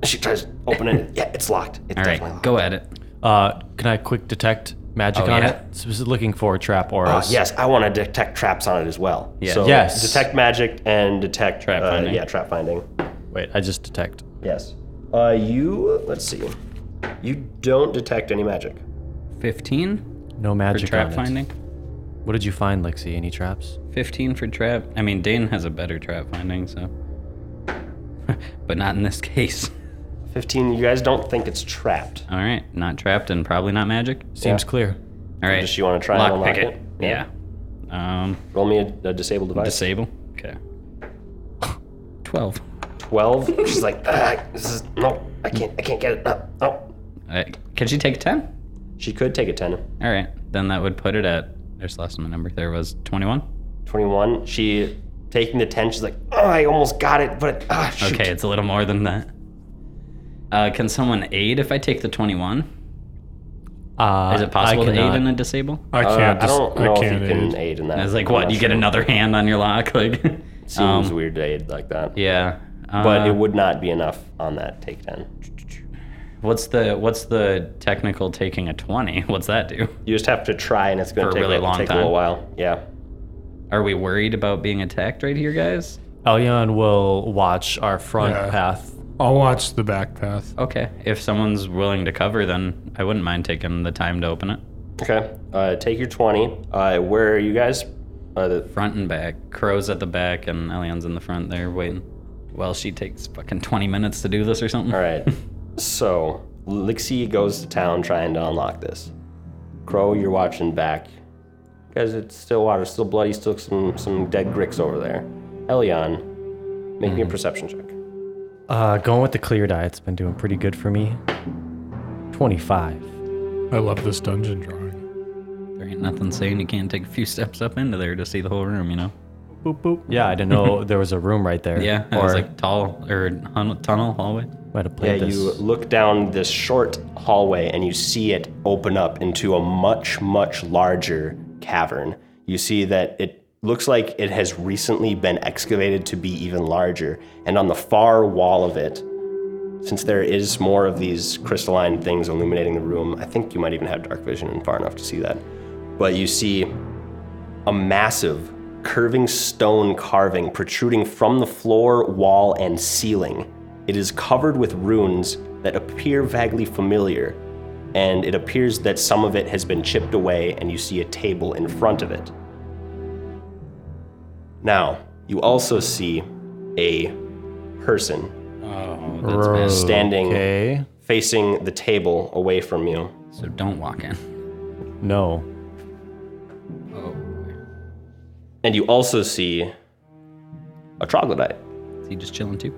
Speaker 2: And she tries to open it. yeah, it's locked. It's
Speaker 4: All
Speaker 2: definitely
Speaker 4: right.
Speaker 2: locked.
Speaker 4: Go at it.
Speaker 5: Uh, can I quick detect magic
Speaker 4: Oh,
Speaker 5: on
Speaker 4: yeah.
Speaker 5: it? So is it looking for a trap or
Speaker 2: Uh, yes, I want to detect traps on it as well.
Speaker 4: Yeah.
Speaker 2: So
Speaker 5: Yes.
Speaker 2: detect magic and detect
Speaker 4: Trap
Speaker 2: uh,
Speaker 4: finding.
Speaker 2: Yeah, trap finding.
Speaker 5: Wait, I just detect.
Speaker 2: Yes. Uh, you let's see. You don't detect any magic.
Speaker 4: Fifteen
Speaker 5: No
Speaker 4: for
Speaker 5: magic
Speaker 4: trap
Speaker 5: on it.
Speaker 4: finding.
Speaker 5: What did you find, Lexi? Any traps?
Speaker 4: 15 for trap. I mean, Dane has a better trap finding, so. but not in this case.
Speaker 2: 15 you guys don't think it's trapped
Speaker 4: All right, not trapped and probably not magic.
Speaker 5: Seems clear.
Speaker 4: All right.
Speaker 2: does she want to try and
Speaker 4: lock
Speaker 2: unlock
Speaker 4: pick it?
Speaker 2: it?
Speaker 4: Yeah. Um,
Speaker 2: roll me a, a disable device
Speaker 4: disable. Okay. 12.
Speaker 2: 12 she's like ah, this is no i can't i can't get it up no
Speaker 4: All right. Can she take 10?
Speaker 2: she could take a 10
Speaker 4: All right. Then that would put it at. There's less than my number. There was 21.
Speaker 2: 21 she taking the 10 she's like oh i almost got it but ah, shoot.
Speaker 4: Okay, it's a little more than that. Uh, can someone aid if I take the 21?
Speaker 5: Uh,
Speaker 4: Is it possible
Speaker 5: I
Speaker 4: to aid
Speaker 5: cannot-
Speaker 4: in a disable?
Speaker 3: I
Speaker 2: Uh,
Speaker 3: can't.
Speaker 2: i
Speaker 3: dis-
Speaker 2: don't know
Speaker 3: I
Speaker 2: if
Speaker 3: can't
Speaker 2: you can
Speaker 3: aid.
Speaker 2: aid in that
Speaker 4: And it's like,
Speaker 2: I'm
Speaker 4: what?
Speaker 2: not
Speaker 4: You get
Speaker 2: sure.
Speaker 4: another hand on your lock? Like,
Speaker 2: seems weird to aid like that
Speaker 4: yeah.
Speaker 2: but
Speaker 4: Uh,
Speaker 2: it would not be enough on that take 10
Speaker 4: What's the what's the technical taking a twenty? What's that do?
Speaker 2: you just have to try and it's going
Speaker 4: For a
Speaker 2: to take,
Speaker 4: really
Speaker 2: a,
Speaker 4: long
Speaker 2: take a little
Speaker 4: time.
Speaker 2: while yeah
Speaker 4: Are we worried about being attacked right here, guys?
Speaker 5: Elyon will watch our front
Speaker 3: Yeah.
Speaker 5: path.
Speaker 3: I'll watch the back path.
Speaker 4: Okay. If someone's willing to cover, then I wouldn't mind taking the time to open it.
Speaker 2: okay uh, take your 20 uh, where are you guys uh, the,
Speaker 4: Front and back. Crow's at the back and Elion's in the front there waiting. Well, she takes fucking twenty minutes to do this or something.
Speaker 2: All right. so Lixie goes to town trying to unlock this. Crow, you're watching back. Guys, it's still water, still bloody, still some some dead gricks over there. Elion, make me a perception check.
Speaker 5: Uh, going with the clear die, it's been doing pretty good for me. 25.
Speaker 3: I love this dungeon drawing.
Speaker 4: There ain't nothing saying you can't take a few steps up into there to see the whole room, you know?
Speaker 5: Boop, boop. Yeah, I didn't know there was a room right there.
Speaker 4: Yeah. Or
Speaker 5: Or
Speaker 4: it's like tall or hun- tunnel hallway.
Speaker 5: might have
Speaker 2: Yeah,
Speaker 5: played this.
Speaker 2: you look down this short hallway and you see it open up into a much much larger cavern. You see that it looks like it has recently been excavated to be even larger. And on the far wall of it, since there is more of these crystalline things illuminating the room, I think you might even have dark vision and far enough to see that. But you see a massive curving stone carving protruding from the floor, wall, and ceiling. It is covered with runes that appear vaguely familiar, and it appears that some of it has been chipped away, and you see a table in front of it. Now, you also see a person
Speaker 4: Oh, that's bad.
Speaker 2: standing
Speaker 5: Okay.
Speaker 2: facing the table away from you.
Speaker 4: So don't walk in.
Speaker 5: No.
Speaker 2: And you also see a troglodyte.
Speaker 4: Is he just chilling too?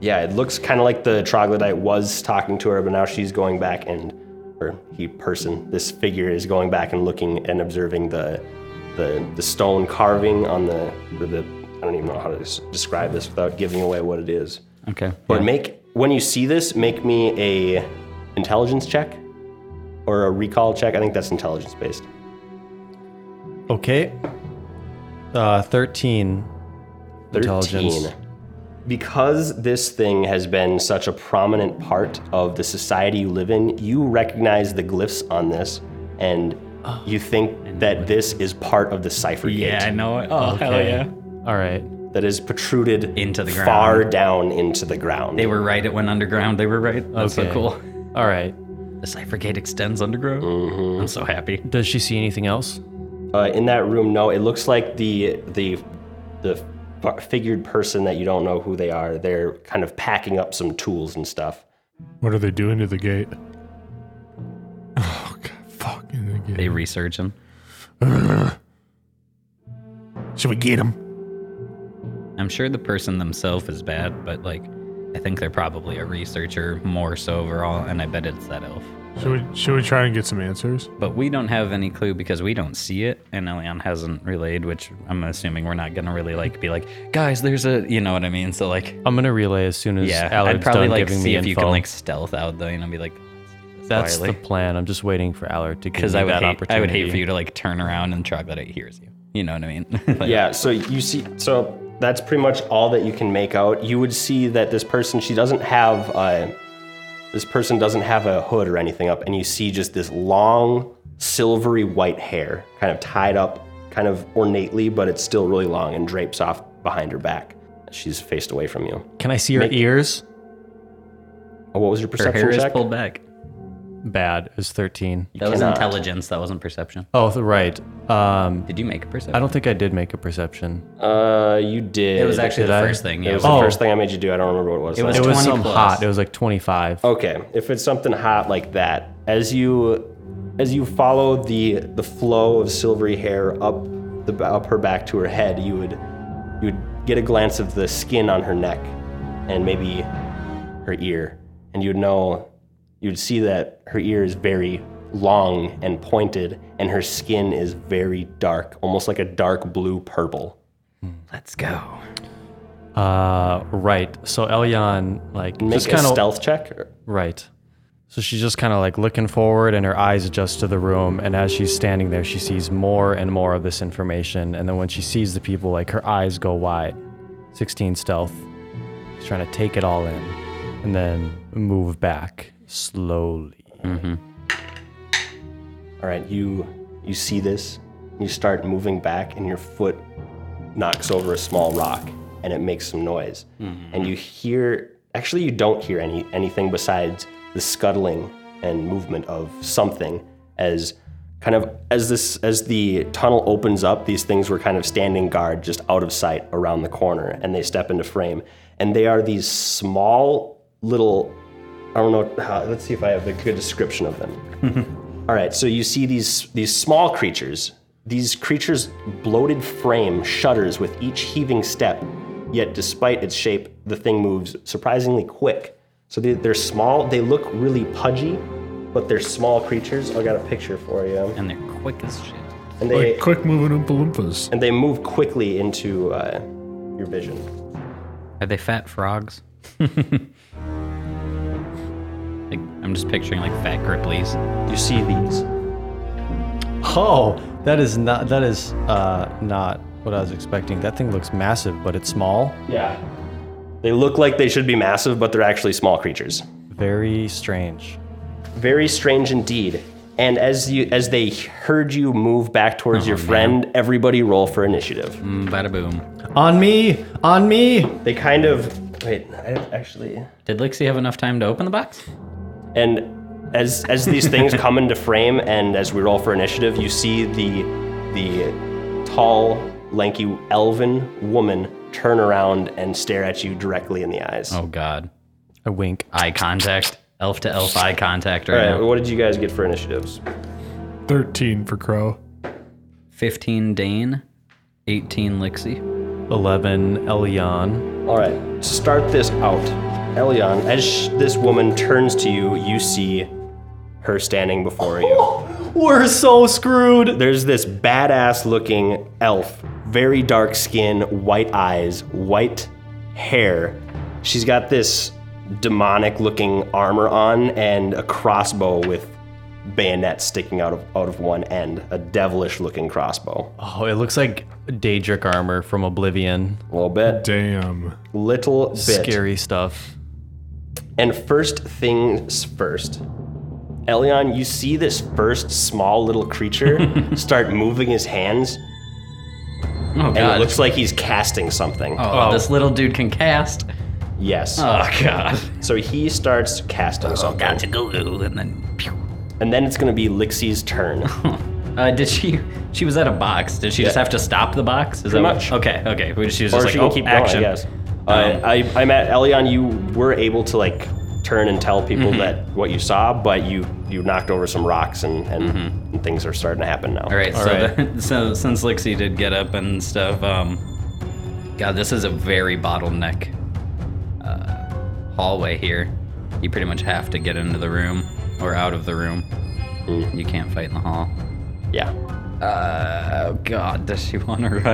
Speaker 2: Yeah, it looks kind of like the troglodyte was talking to her, but now she's going back and, or he person, this figure is going back and looking and observing the, the, the stone carving on the, the, the, I don't even know how to s- describe this without giving away what it is.
Speaker 4: Okay.
Speaker 2: But make when you see this, make me a intelligence check or a recall check. I think that's intelligence based.
Speaker 5: Okay. Uh, 13.
Speaker 2: 13. Because this thing has been such a prominent part of the society you live in, you recognize the glyphs on this and you think that this is part of the cipher
Speaker 1: Yeah, I
Speaker 2: gate
Speaker 1: know it. Oh, hell
Speaker 5: Okay.
Speaker 1: yeah.
Speaker 5: All right.
Speaker 2: that is protruded
Speaker 1: Into the ground.
Speaker 2: far down into the ground.
Speaker 1: They were right. It went underground. They were right. That's
Speaker 5: Okay.
Speaker 1: so cool.
Speaker 5: All right.
Speaker 1: The Cypher Gate extends underground.
Speaker 5: Mm-hmm.
Speaker 1: I'm so happy.
Speaker 5: Does she see anything else?
Speaker 2: Uh, in that room, no, it looks like the the the f- figured person that you don't know who they are. They're kind of packing up some tools and stuff.
Speaker 3: What are they doing to the gate? Oh, God, fucking the
Speaker 1: They
Speaker 3: gate.
Speaker 1: research him.
Speaker 3: Should we get him?
Speaker 4: I'm sure the person themselves is bad, but like, I think they're probably a researcher more so overall, and I bet it's that elf.
Speaker 3: Should we, should we try and get some answers?
Speaker 4: But we don't have any clue because we don't see it, and Elion hasn't relayed, which I'm assuming we're not gonna really like be like, guys, there's a, you know what I mean? So like,
Speaker 5: I'm gonna relay as soon as
Speaker 4: yeah,
Speaker 5: Allard's
Speaker 4: I'd probably
Speaker 5: done
Speaker 4: like
Speaker 5: giving
Speaker 4: see
Speaker 5: me
Speaker 4: if
Speaker 5: info.
Speaker 4: you can like stealth out though, you know, be like,
Speaker 5: That's the plan. I'm just waiting for Allard to give me
Speaker 4: because I would
Speaker 5: that
Speaker 4: hate, I
Speaker 5: opportunity.
Speaker 4: would hate for you to like turn around and troglodyte hears you. You know what I mean? Like,
Speaker 2: Yeah, so you see, so that's pretty much all that you can make out. You would see that this person, she doesn't have a, this person doesn't have a hood or anything up, and you see just this long, silvery white hair, kind of tied up, kind of ornately, but it's still really long and drapes off behind her back. She's faced away from you.
Speaker 5: Can I see her ears?
Speaker 2: Oh, what was your
Speaker 4: Her
Speaker 2: perception
Speaker 4: hair is
Speaker 2: check?
Speaker 4: pulled back.
Speaker 5: Bad is 13.
Speaker 2: You
Speaker 4: That was
Speaker 2: cannot.
Speaker 4: intelligence. That wasn't perception.
Speaker 5: Oh, th- right. Um,
Speaker 4: Did you make a perception?
Speaker 5: I don't think I did make a perception.
Speaker 2: Uh, you did.
Speaker 4: It was actually
Speaker 5: Did
Speaker 4: the
Speaker 5: I?
Speaker 4: first thing.
Speaker 2: It
Speaker 4: Yeah.
Speaker 2: was the
Speaker 5: Oh.
Speaker 2: first thing I made you do. I don't remember what it was.
Speaker 4: It
Speaker 2: last
Speaker 4: was
Speaker 5: It was
Speaker 4: 20
Speaker 5: some
Speaker 4: plus.
Speaker 5: hot. It was like 25.
Speaker 4: Oh.
Speaker 2: Okay, if it's something hot like that, as you as you follow the the flow of silvery hair up the up her back to her head, you would you would get a glance of the skin on her neck and maybe her ear, and you'd know you'd see that her ear is very long and pointed, and her skin is very dark, almost like a dark blue purple.
Speaker 1: Let's go.
Speaker 5: Uh, right. So Elyon, like,
Speaker 2: Make
Speaker 5: just
Speaker 2: a
Speaker 5: kind of
Speaker 2: stealth check. or-
Speaker 5: right. So she's just kind of like looking forward, and her eyes adjust to the room. And as she's standing there, she sees more and more of this information. And then when she sees the people, like her eyes go wide. 16 stealth. She's trying to take it all in, and then move back slowly.
Speaker 2: All right, you you see this, you start moving back, and your foot knocks over a small rock, and it makes some noise, and you hear. Actually, you don't hear any anything besides the scuttling and movement of something as kind of as this as the tunnel opens up these things were kind of standing guard just out of sight around the corner and they step into frame and they are these small little i don't know how, let's see if i have a good description of them all right, so you see these these small creatures. These creatures' bloated frame shudders with each heaving step, yet despite its shape, the thing moves surprisingly quick. So they, they're small. They look really pudgy, but they're small creatures. Oh, I got a picture for you.
Speaker 4: And they're quick as shit.
Speaker 2: And they
Speaker 3: Like quick moving Oompa Loompas.
Speaker 2: and they move quickly into uh, your vision.
Speaker 4: Are they fat frogs? like, I'm just picturing like fat Gripplies.
Speaker 2: You see these.
Speaker 5: Oh, that is not that is uh not what I was expecting. That thing looks massive, but it's small.
Speaker 2: Yeah. They look like they should be massive, but they're actually small creatures.
Speaker 5: Very strange.
Speaker 2: Very strange indeed. And as you as they heard you move back towards your friend, everybody roll for initiative.
Speaker 4: Oh, Mm, Bada boom.
Speaker 5: On me! On me!
Speaker 2: They kind of wait, I actually
Speaker 4: Did Lixie have enough time to open the box?
Speaker 2: and as as these things come into frame and as we roll for initiative, you see the the tall, lanky elven woman turn around and stare at you directly in the eyes.
Speaker 4: Oh God.
Speaker 5: A wink.
Speaker 4: Eye contact. Elf to elf eye contact
Speaker 2: All
Speaker 4: right,
Speaker 2: right,
Speaker 4: now.
Speaker 2: what did you guys get for initiatives?
Speaker 3: 13 for Crow.
Speaker 4: 15 Dane, 18 Lixie.
Speaker 5: 11 Elion.
Speaker 2: All right, to start this out. Elion, as sh- this woman turns to you, you see her standing before you.
Speaker 5: We're so screwed!
Speaker 2: There's this badass looking elf, very dark skin, white eyes, white hair. She's got this demonic looking armor on and a crossbow with bayonets sticking out of out of one end, a devilish looking crossbow.
Speaker 5: Oh, it looks like Daedric armor from Oblivion.
Speaker 2: A little bit,
Speaker 3: Damn.
Speaker 2: little bit.
Speaker 5: Scary stuff.
Speaker 2: And first things first, Elion, you see this first small little creature start moving his hands,
Speaker 4: Oh
Speaker 2: and it
Speaker 4: God.
Speaker 2: looks like he's casting something.
Speaker 4: oh, this little dude can cast.
Speaker 2: Yes.
Speaker 4: Oh God.
Speaker 2: So he starts casting something.
Speaker 4: Got to go go and then. pew.
Speaker 2: And then it's going to be Lixie's turn.
Speaker 4: Uh, did she? She was at a box. Did she just
Speaker 2: Yeah.
Speaker 4: have to stop the box? Is that what-
Speaker 2: much.
Speaker 4: Okay. Okay. Well, She was
Speaker 2: or
Speaker 4: just like,
Speaker 2: she
Speaker 4: oh,
Speaker 2: can keep
Speaker 4: action. Oh.
Speaker 2: going, I guess. Uh, I, I'm at Elion, you were able to like turn and tell people
Speaker 4: Mm-hmm.
Speaker 2: that what you saw, but you you knocked over some rocks and, and, and things are starting to happen now.
Speaker 4: Mm-hmm. All right. so,
Speaker 5: right.
Speaker 4: The, so since Lixie did get up and stuff, um, God, this is a very bottleneck uh, hallway here. You pretty much have to get into the room or out of the room. You can't fight in the hall.
Speaker 2: Yeah.
Speaker 4: Uh, oh God, does she want to run?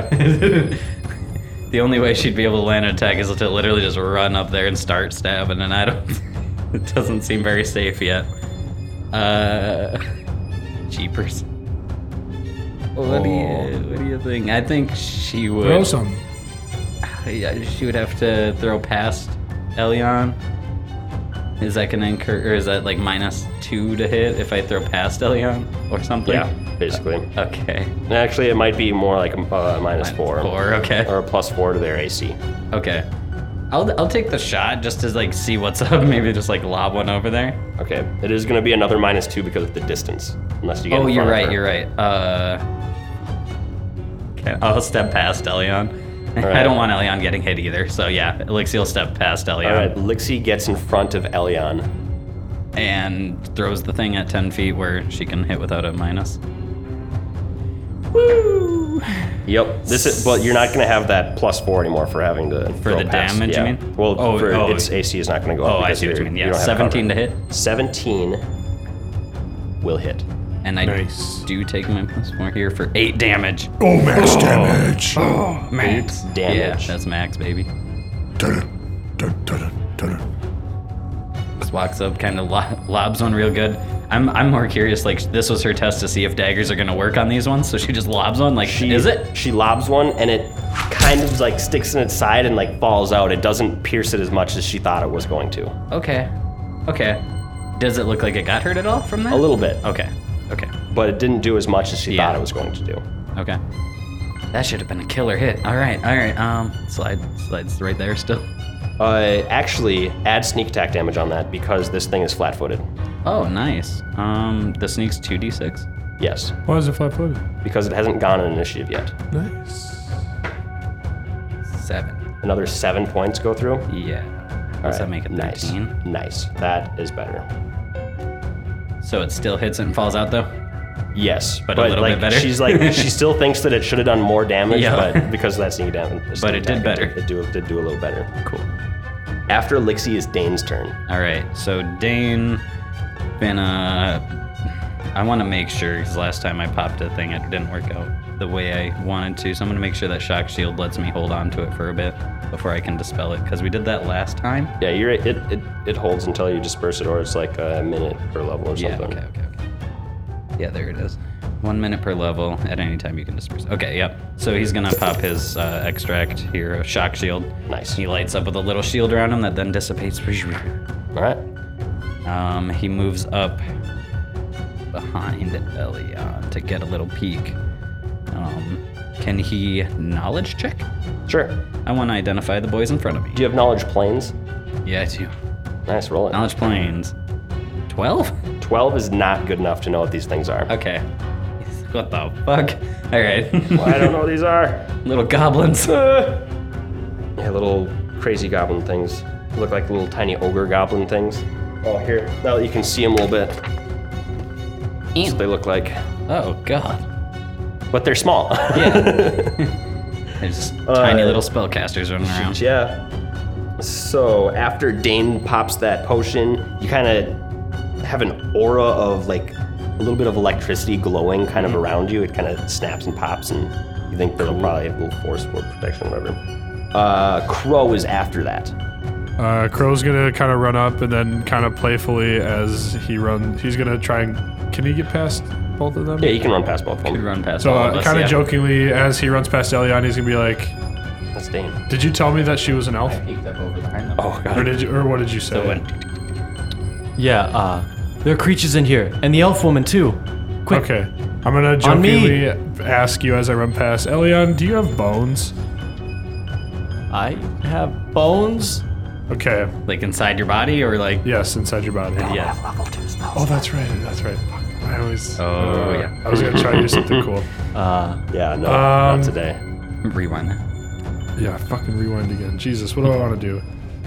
Speaker 4: the only way she'd be able to land an attack is to literally just run up there and start stabbing, and I don't. it doesn't seem very safe yet. Uh, jeepers. What do you uh, What do you think? I think she would.
Speaker 3: Throw some.
Speaker 4: Yeah, she would have to throw past Elion. Is that gonna incur, or is that like minus two to hit if I throw past Elion or something?
Speaker 2: Yeah, basically.
Speaker 4: Okay.
Speaker 2: Actually, it might be more like a uh, minus four.
Speaker 4: Four. Okay.
Speaker 2: Or a plus four to their AC.
Speaker 4: Okay. I'll, I'll take the shot just to like see what's up. Maybe just like lob one over there.
Speaker 2: Okay, it is going to be another minus two because of the distance. Unless you get.
Speaker 4: Oh,
Speaker 2: in
Speaker 4: you're
Speaker 2: front of
Speaker 4: right. You're right.
Speaker 2: her.
Speaker 4: Uh, okay, I'll step past Elion. I
Speaker 2: right.
Speaker 4: don't want Elion getting hit either. So yeah, Elixir will step past
Speaker 2: All
Speaker 4: Elion
Speaker 2: right, Lixie gets in front of Elion.
Speaker 4: and throws the thing at ten feet where she can hit without a minus.
Speaker 2: Yep. This is, but you're not going to have that plus four anymore for having to
Speaker 4: For
Speaker 2: throw
Speaker 4: the
Speaker 2: past-
Speaker 4: damage, you
Speaker 2: yeah.
Speaker 4: mean?
Speaker 2: Well,
Speaker 4: Oh,
Speaker 2: for,
Speaker 4: oh,
Speaker 2: its AC is not going to go
Speaker 4: Oh,
Speaker 2: up.
Speaker 4: I
Speaker 2: because
Speaker 4: see what you
Speaker 2: you're-
Speaker 4: mean.
Speaker 2: you
Speaker 4: Yeah,
Speaker 2: don't have
Speaker 4: seventeen to
Speaker 2: cover.
Speaker 4: hit,
Speaker 2: Seventeen will hit.
Speaker 4: and I
Speaker 3: Nice.
Speaker 4: do take my plus four here for eight damage.
Speaker 3: Oh, max damage.
Speaker 4: Max
Speaker 2: damage.
Speaker 4: Yeah, that's max, baby.
Speaker 3: Dun, dun, dun, dun.
Speaker 4: Just walks up, kind of lo- lobs one real good. I'm, I'm more curious. Like this was her test to see if daggers are gonna work on these ones. So she just lobs one. Like
Speaker 2: She,
Speaker 4: is it?
Speaker 2: She lobs one, and it kind of like sticks in its side and like falls out. It doesn't pierce it as much as she thought it was going to.
Speaker 4: Okay, okay. Does it look like it got hurt at all from that?
Speaker 2: A little bit,
Speaker 4: Okay, okay,
Speaker 2: but it didn't do as much as she
Speaker 4: Yeah.
Speaker 2: thought it was going to do.
Speaker 4: okay. That should have been a killer hit. All right, all right. Um, slide, slides right there still.
Speaker 2: Uh, actually, add sneak attack damage on that because this thing is flat-footed.
Speaker 4: Oh, nice. Um, the sneak's two d six.
Speaker 2: Yes,
Speaker 3: Why is it flat footed?
Speaker 2: because it hasn't gone an initiative yet.
Speaker 3: Nice.
Speaker 4: Seven.
Speaker 2: Another seven points go through.
Speaker 4: Yeah.
Speaker 2: All
Speaker 4: Does that
Speaker 2: right,
Speaker 4: make it thirteen?
Speaker 2: Nice, nice. That is better.
Speaker 4: So it still hits it and falls out though.
Speaker 2: Yes,
Speaker 4: But a little
Speaker 2: like,
Speaker 4: bit better.
Speaker 2: She's like, she still thinks that it should have done more damage,
Speaker 4: Yeah.
Speaker 2: but because of that sneak damage,
Speaker 4: But it did better.
Speaker 2: It did, it did do a little better.
Speaker 4: Cool.
Speaker 2: After Lixie is Dane's turn.
Speaker 4: All right, so Dane, been uh, I want to make sure because last time I popped a thing, it didn't work out the way I wanted to. So I'm gonna make sure that shock shield lets me hold on to it for a bit before I can dispel it because we did that last time.
Speaker 2: Yeah, you're it. It, it holds until you disperse it, or it's like a minute per level or
Speaker 4: Yeah.
Speaker 2: something.
Speaker 4: Okay. Okay. Okay. Yeah, there it is. One minute per level. At any time, you can disperse. Okay, yep. So he's gonna pop his uh, extract here, a shock shield.
Speaker 2: Nice.
Speaker 4: He lights up with a little shield around him that then dissipates.
Speaker 2: All right.
Speaker 4: Um, he moves up behind Elion to get a little peek. Um, can he knowledge check?
Speaker 2: Sure.
Speaker 4: I want to identify the boys in front of me.
Speaker 2: Do you have knowledge planes?
Speaker 4: Yeah, I do.
Speaker 2: Nice, roll it.
Speaker 4: Knowledge planes. 12?
Speaker 2: 12 is not good enough to know what these things are.
Speaker 4: Okay. What the fuck? All right.
Speaker 2: I don't know what these are.
Speaker 4: little goblins. Oh,
Speaker 2: Yeah, little crazy goblin things. Look like little tiny ogre goblin things. Oh, here. Now that you can see them a little bit, that's what they look like.
Speaker 4: Oh, God.
Speaker 2: But they're small.
Speaker 4: There's just
Speaker 6: Uh,
Speaker 4: tiny little spellcasters running around.
Speaker 2: yeah. So after Dane pops that potion, you kind of have an aura of like a little bit of electricity glowing kind of around you. It kind of snaps and pops, and you think that'll probably have a little force or protection, whatever. Uh, Crow is after that.
Speaker 3: Uh, Crow's gonna kind of run up and then kind of playfully as he runs, he's gonna try and can he get past both of them?
Speaker 2: Yeah, you can run past both of them.
Speaker 4: Could run past
Speaker 3: So,
Speaker 4: all of
Speaker 3: uh,
Speaker 4: us.
Speaker 3: kind of
Speaker 4: yeah.
Speaker 3: jokingly, as he runs past Elion, he's gonna be like,
Speaker 2: That's Dane.
Speaker 3: "Did you tell me that she was an elf,
Speaker 6: Peeked up over behind them.
Speaker 2: Oh
Speaker 3: or
Speaker 2: god.
Speaker 3: did you, or what did you say?"
Speaker 5: Yeah, uh, there are creatures in here, and the elf woman too. Quick.
Speaker 3: Okay, I'm gonna
Speaker 5: On me.
Speaker 3: jokingly ask you as I run past Elion, "Do you have bones?"
Speaker 5: I have bones.
Speaker 3: Okay,
Speaker 4: Like inside your body or like.
Speaker 3: yes, inside your body.
Speaker 4: Yeah.
Speaker 3: Oh, that's right. That's right. Fuck. I always.
Speaker 4: Oh, yeah.
Speaker 3: I was gonna try to do something cool.
Speaker 2: Yeah, no,
Speaker 3: Um,
Speaker 2: not today.
Speaker 4: Rewind that.
Speaker 3: Yeah, fucking rewind again. Jesus, what do I want to do?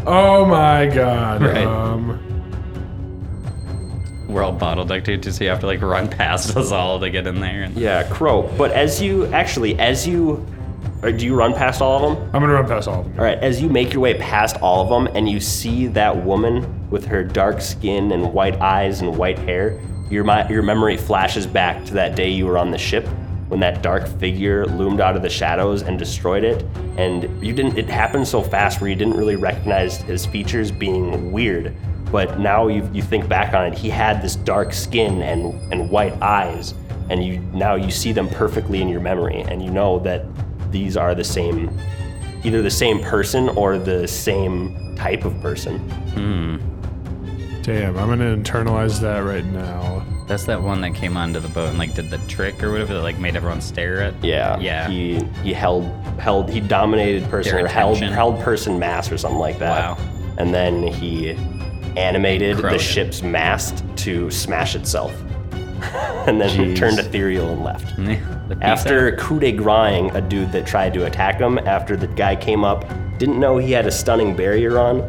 Speaker 3: Oh my god.
Speaker 4: Right.
Speaker 3: Um,
Speaker 4: We're all bottlenecked too, so you have to like run past us all to get in there. And
Speaker 2: Yeah, Crow. But as you actually, as you, or do you run past all of them?
Speaker 3: I'm gonna run past all of them.
Speaker 2: All right, as you make your way past all of them and you see that woman with her dark skin and white eyes and white hair, your mi- your memory flashes back to that day you were on the ship when that dark figure loomed out of the shadows and destroyed it and you didn't it happened so fast where you didn't really recognize his features being weird but now you, you think back on it he had this dark skin and and white eyes and you now you see them perfectly in your memory and you know that these are the same either the same person or the same type of person.
Speaker 3: Damn, I'm gonna internalize that right now.
Speaker 4: that's that one that came onto the boat and like did the trick or whatever that like made everyone stare at.
Speaker 2: Yeah.
Speaker 4: Yeah.
Speaker 2: He he held held he dominated person
Speaker 4: Their
Speaker 2: or held
Speaker 4: attention.
Speaker 2: held person mass or something like that.
Speaker 4: Wow.
Speaker 2: And then he animated
Speaker 4: Crowed.
Speaker 2: the ship's mast to smash itself. and then he turned ethereal and left.
Speaker 4: The piece out.
Speaker 2: After coup de grace, a dude that tried to attack him, after the guy came up, didn't know he had a stunning barrier on,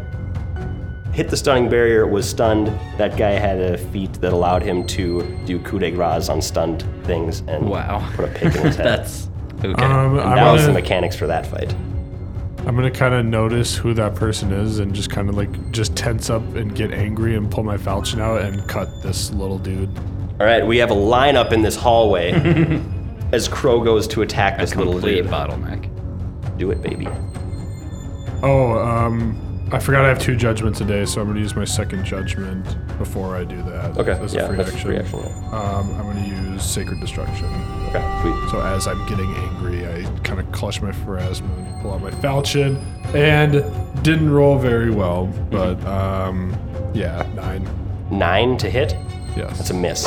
Speaker 2: hit the stunning barrier, was stunned. That guy had a feat that allowed him to do coup de grace on stunned things and
Speaker 4: Wow.
Speaker 2: put a pick in his head.
Speaker 4: That's okay.
Speaker 3: Um,
Speaker 2: and
Speaker 3: I'm
Speaker 2: that was the
Speaker 3: gonna,
Speaker 2: mechanics for that fight.
Speaker 3: I'm gonna kind of notice who that person is and just kind of like just tense up and get angry and pull my falchion out and cut this little dude.
Speaker 2: All right, we have a lineup in this hallway as Crow goes to attack this little
Speaker 4: Complete
Speaker 2: dude.
Speaker 4: bottleneck.
Speaker 2: Do it, baby.
Speaker 3: Oh, um, I forgot I have two judgments a day, so I'm gonna use my second judgment before I do that.
Speaker 2: Okay,
Speaker 3: as a
Speaker 2: yeah,
Speaker 3: free
Speaker 2: that's a
Speaker 3: action.
Speaker 2: free action, yeah.
Speaker 3: Um, I'm gonna use sacred destruction.
Speaker 2: Okay, sweet.
Speaker 3: So as I'm getting angry, I kind of clutch my Pharasma and pull out my falchion, and didn't roll very well,
Speaker 2: Mm-hmm.
Speaker 3: but um, yeah, nine.
Speaker 2: Nine to hit.
Speaker 3: Yes,
Speaker 2: It's a miss.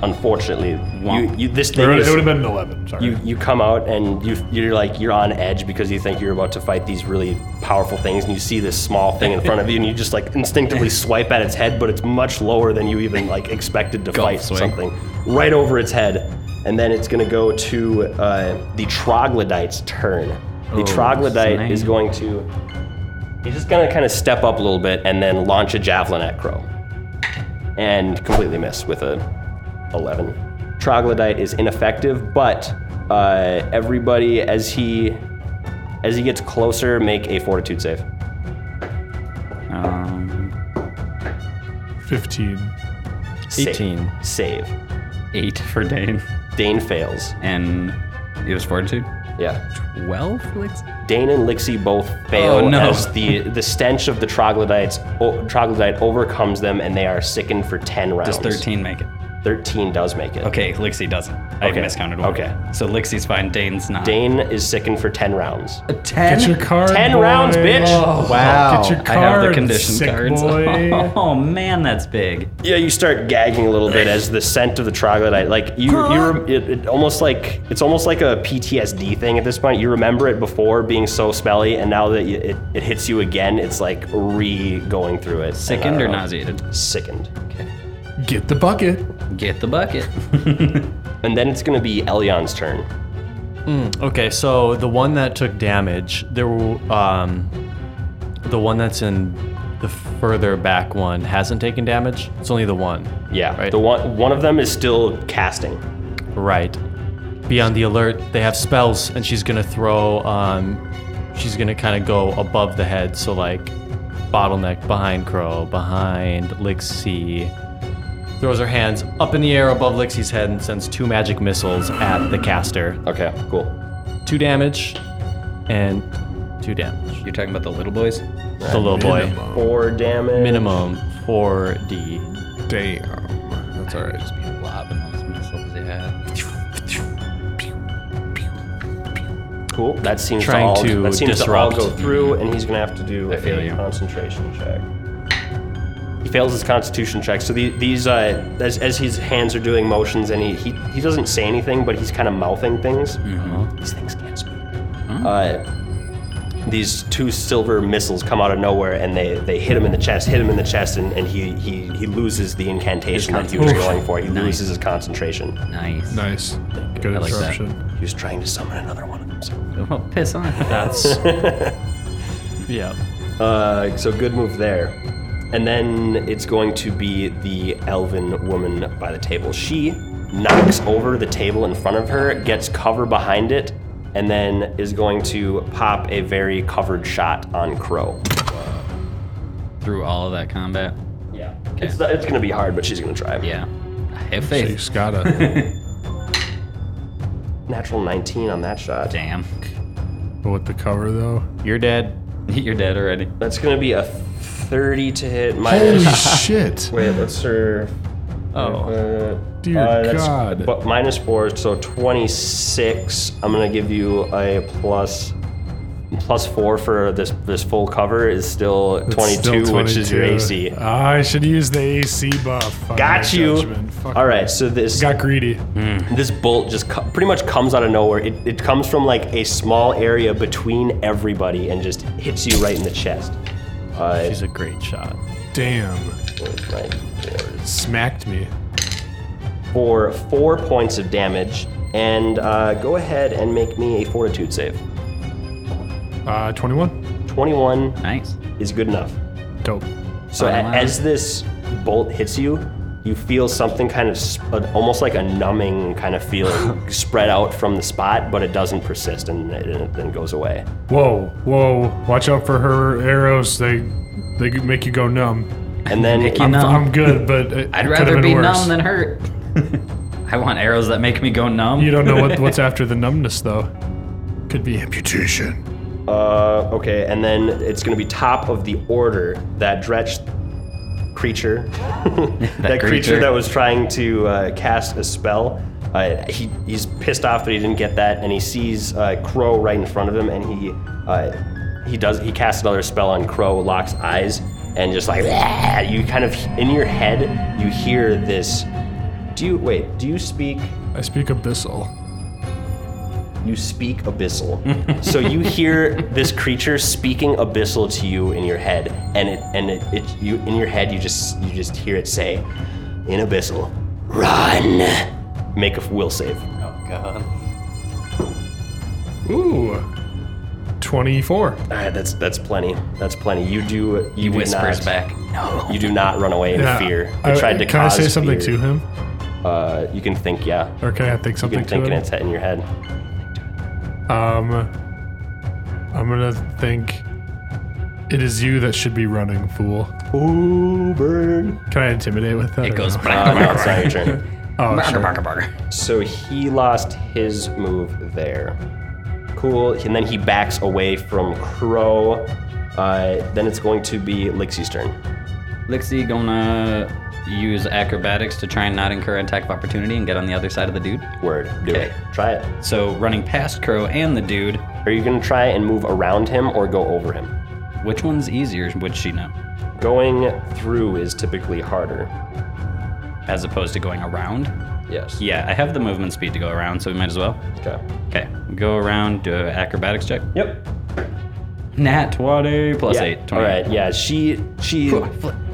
Speaker 2: Unfortunately, you, you this
Speaker 3: It
Speaker 2: thing
Speaker 3: would
Speaker 2: is,
Speaker 3: have been an eleven. Sorry.
Speaker 2: you you come out and you you're like you're on edge because you think you're about to fight these really powerful things and you see this small thing in front of you and you just like instinctively swipe at its head but it's much lower than you even like expected to fight
Speaker 4: swing.
Speaker 2: something right over its head and then it's gonna go to uh, the troglodyte's turn. The troglodyte is
Speaker 4: snake.
Speaker 2: going to he's just gonna kind of step up a little bit and then launch a javelin at Crow and completely miss with a 11. Troglodyte is ineffective, but uh, everybody as he as he gets closer, make a fortitude save.
Speaker 4: Um,
Speaker 3: Fifteen.
Speaker 2: Save.
Speaker 5: 18.
Speaker 2: Save.
Speaker 4: eight for Dane.
Speaker 2: Dane fails.
Speaker 4: And it was fortitude.
Speaker 2: Yeah.
Speaker 4: 12 flicks?
Speaker 2: Dane and Lixie both fail
Speaker 4: Oh, no.
Speaker 2: as the the stench of the troglodytes o- troglodyte overcomes them, and they are sickened for ten rounds.
Speaker 4: Does 13 make it?
Speaker 2: 13 does make it.
Speaker 1: Okay, Lixie doesn't. I
Speaker 2: Okay.
Speaker 1: miscounted one.
Speaker 2: Okay.
Speaker 1: So Lixie's fine. Dane's not.
Speaker 2: Dane is sickened for 10 rounds.
Speaker 3: Get your card.
Speaker 2: 10
Speaker 3: boy. Oh.
Speaker 2: rounds, bitch.
Speaker 5: Wow.
Speaker 3: Get your
Speaker 1: I have the
Speaker 3: card,
Speaker 1: condition
Speaker 3: sick
Speaker 1: cards.
Speaker 3: boy.
Speaker 1: Oh man, that's big.
Speaker 2: Yeah, you start gagging a little bit as the scent of the troglodyte, like you, you, rem- it, it almost like it's almost like a PTSD thing at this point. You remember it before being so smelly, and now that you, it, it hits you again, it's like re going through it. And I
Speaker 1: Sickened
Speaker 2: don't
Speaker 1: or
Speaker 2: know.
Speaker 1: nauseated?
Speaker 2: Sickened.
Speaker 3: Get the bucket.
Speaker 1: Get the bucket.
Speaker 2: And then it's gonna be Elion's turn.
Speaker 5: Okay, so the one that took damage, there were, um, the one that's in the further back one hasn't taken damage. It's only the one.
Speaker 2: Yeah,
Speaker 5: Right.
Speaker 2: the one one of them is still casting.
Speaker 5: Right. Be on the alert. They have spells, and she's gonna throw. Um, she's gonna kind of go above the head, so like bottleneck behind Crow, behind Lixie. Throws her hands up in the air above Lixie's head and sends two magic missiles at the caster.
Speaker 2: Okay, cool.
Speaker 5: Two damage, and two damage.
Speaker 1: You're talking about the little boys?
Speaker 5: The little boy.
Speaker 2: Four damage.
Speaker 5: Minimum 4D.
Speaker 3: Damn. That's all right.
Speaker 4: Lobbing those missiles, yeah.
Speaker 2: Cool. That seems
Speaker 5: Trying
Speaker 2: to all,
Speaker 5: to
Speaker 2: that seems to all go
Speaker 5: disrupt.
Speaker 2: through, and he's gonna have to do a
Speaker 4: feel you.
Speaker 2: concentration check. He fails his constitution check. So the, these, uh, as, as his hands are doing motions, and he, he, he doesn't say anything, but he's kind of mouthing things.
Speaker 5: Mm-hmm.
Speaker 2: These things can't speak.
Speaker 5: Hmm.
Speaker 2: Uh, these two silver missiles come out of nowhere, and they, they hit him in the chest, hit him in the chest, and, and he, he, he loses the incantation that he was going for. He loses his concentration.
Speaker 4: Nice.
Speaker 3: Nice. Good
Speaker 4: I like that.
Speaker 3: interruption.
Speaker 2: He was trying to summon another one of himself.
Speaker 4: Well, piss on.
Speaker 5: That's. yeah.
Speaker 2: Uh, so good move there. And then it's going to be the elven woman by the table. She knocks over the table in front of her, gets cover behind it, and then is going to pop a very covered shot on Crow.
Speaker 4: Through all of that combat.
Speaker 2: Yeah. It's, it's going to be hard, but she's going to try.
Speaker 4: Yeah. I have
Speaker 3: Hey,
Speaker 4: faith.
Speaker 3: Scotta.
Speaker 2: Natural 19 on that shot.
Speaker 4: Damn.
Speaker 3: but with the cover though.
Speaker 5: You're dead.
Speaker 4: You're dead already.
Speaker 2: That's going to be a 30 to hit
Speaker 3: Holy
Speaker 2: minus.
Speaker 3: shit.
Speaker 2: Wait, what's her.
Speaker 5: Oh.
Speaker 2: Uh,
Speaker 3: Dear
Speaker 2: Uh, that's-
Speaker 3: God.
Speaker 2: But minus four, so 26. I'm gonna give you a plus plus four for this this full cover is still
Speaker 3: It's
Speaker 2: 22,
Speaker 3: still
Speaker 2: which is your
Speaker 3: 22.
Speaker 2: AC.
Speaker 3: Ah, I should use the AC buff. on
Speaker 2: Got
Speaker 3: my
Speaker 2: you.
Speaker 3: judgment. Fuck.
Speaker 2: All right, so this
Speaker 3: Got greedy.
Speaker 2: this bolt just co- pretty much comes out of nowhere. It, it comes from like a small area between everybody and just hits you right in the chest. Uh,
Speaker 5: She's a great shot.
Speaker 3: Damn.
Speaker 2: right, four,
Speaker 3: Smacked me.
Speaker 2: for four points of damage, and uh, go ahead and make me a Fortitude save.
Speaker 3: Uh, 21.
Speaker 2: 21
Speaker 4: Nice.
Speaker 2: is good enough.
Speaker 3: Dope.
Speaker 2: So a- as this bolt hits you, you feel something kind of sp- uh, almost like a numbing kind of feeling spread out from the spot, but it doesn't persist and it, and it then goes away.
Speaker 3: Whoa, whoa. Watch out for her arrows. They they make you go numb.
Speaker 2: And then
Speaker 4: Make you
Speaker 2: I'm-
Speaker 4: numb.
Speaker 3: I'm good, but it,
Speaker 4: I'd
Speaker 3: it could have
Speaker 4: rather
Speaker 3: been
Speaker 4: be
Speaker 3: worse.
Speaker 4: numb than hurt. I want arrows that make me go numb.
Speaker 3: you don't know what, what's after the numbness, though. Could be amputation.
Speaker 2: uh, okay, and then it's going to be top of the order that dretched creature, that, creature.
Speaker 4: creature.
Speaker 2: that was trying to uh, cast a spell. Uh, he, he's pissed off that he didn't get that, and he sees uh, Crow right in front of him, and he uh, he does he casts another spell on Crow, locks eyes, and just like you kind of in your head you hear this. Do you wait? Do you speak?
Speaker 3: I speak abyssal.
Speaker 2: You speak abyssal. so you hear this creature speaking abyssal to you in your head, and it and it, it you in your head you just you just hear it say, in abyssal, run. Make a will save.
Speaker 3: Ooh. 24.
Speaker 2: Ah, that's that's plenty. That's plenty. You do you
Speaker 4: he
Speaker 2: do
Speaker 4: whispers
Speaker 2: not,
Speaker 4: back.
Speaker 2: You do not run away in
Speaker 3: Yeah,
Speaker 2: fear. They
Speaker 3: I-
Speaker 2: tried to
Speaker 3: can
Speaker 2: cause
Speaker 3: I say something
Speaker 2: fear.
Speaker 3: to him?
Speaker 2: Uh, you can think, yeah.
Speaker 3: Or can I
Speaker 2: You
Speaker 3: think something
Speaker 2: can think
Speaker 3: to
Speaker 2: in
Speaker 3: him?
Speaker 2: its head in your head.
Speaker 3: Um, I'm gonna think. It is you that should be running, fool.
Speaker 2: Ooh, burn.
Speaker 3: Can I intimidate with that?
Speaker 4: It
Speaker 3: or
Speaker 4: goes
Speaker 3: no?
Speaker 2: Uh,
Speaker 4: bark,
Speaker 2: no, it's not your turn.
Speaker 3: Oh,
Speaker 4: bark,
Speaker 3: sure.
Speaker 4: bark, bark.
Speaker 2: So he lost his move there. Cool. And then he backs away from Crow. Uh, then it's going to be Lixie's turn.
Speaker 4: Lixie gonna use acrobatics to try and not incur an attack of opportunity and get on the other side of the dude.
Speaker 2: Word. Do
Speaker 4: Okay.
Speaker 2: it. Try it.
Speaker 4: So running past Crow and the dude,
Speaker 2: Are you gonna try and move around him or go over him?
Speaker 4: which one's easier would she know?
Speaker 2: Going through is typically harder.
Speaker 4: As opposed to going around?
Speaker 2: Yes.
Speaker 4: Yeah, I have the movement speed to go around, so we might as well.
Speaker 2: Okay.
Speaker 4: Okay, go around, do an acrobatics check.
Speaker 2: Yep.
Speaker 4: Nat 20 plus 8, 20.
Speaker 2: All right. Yeah. She she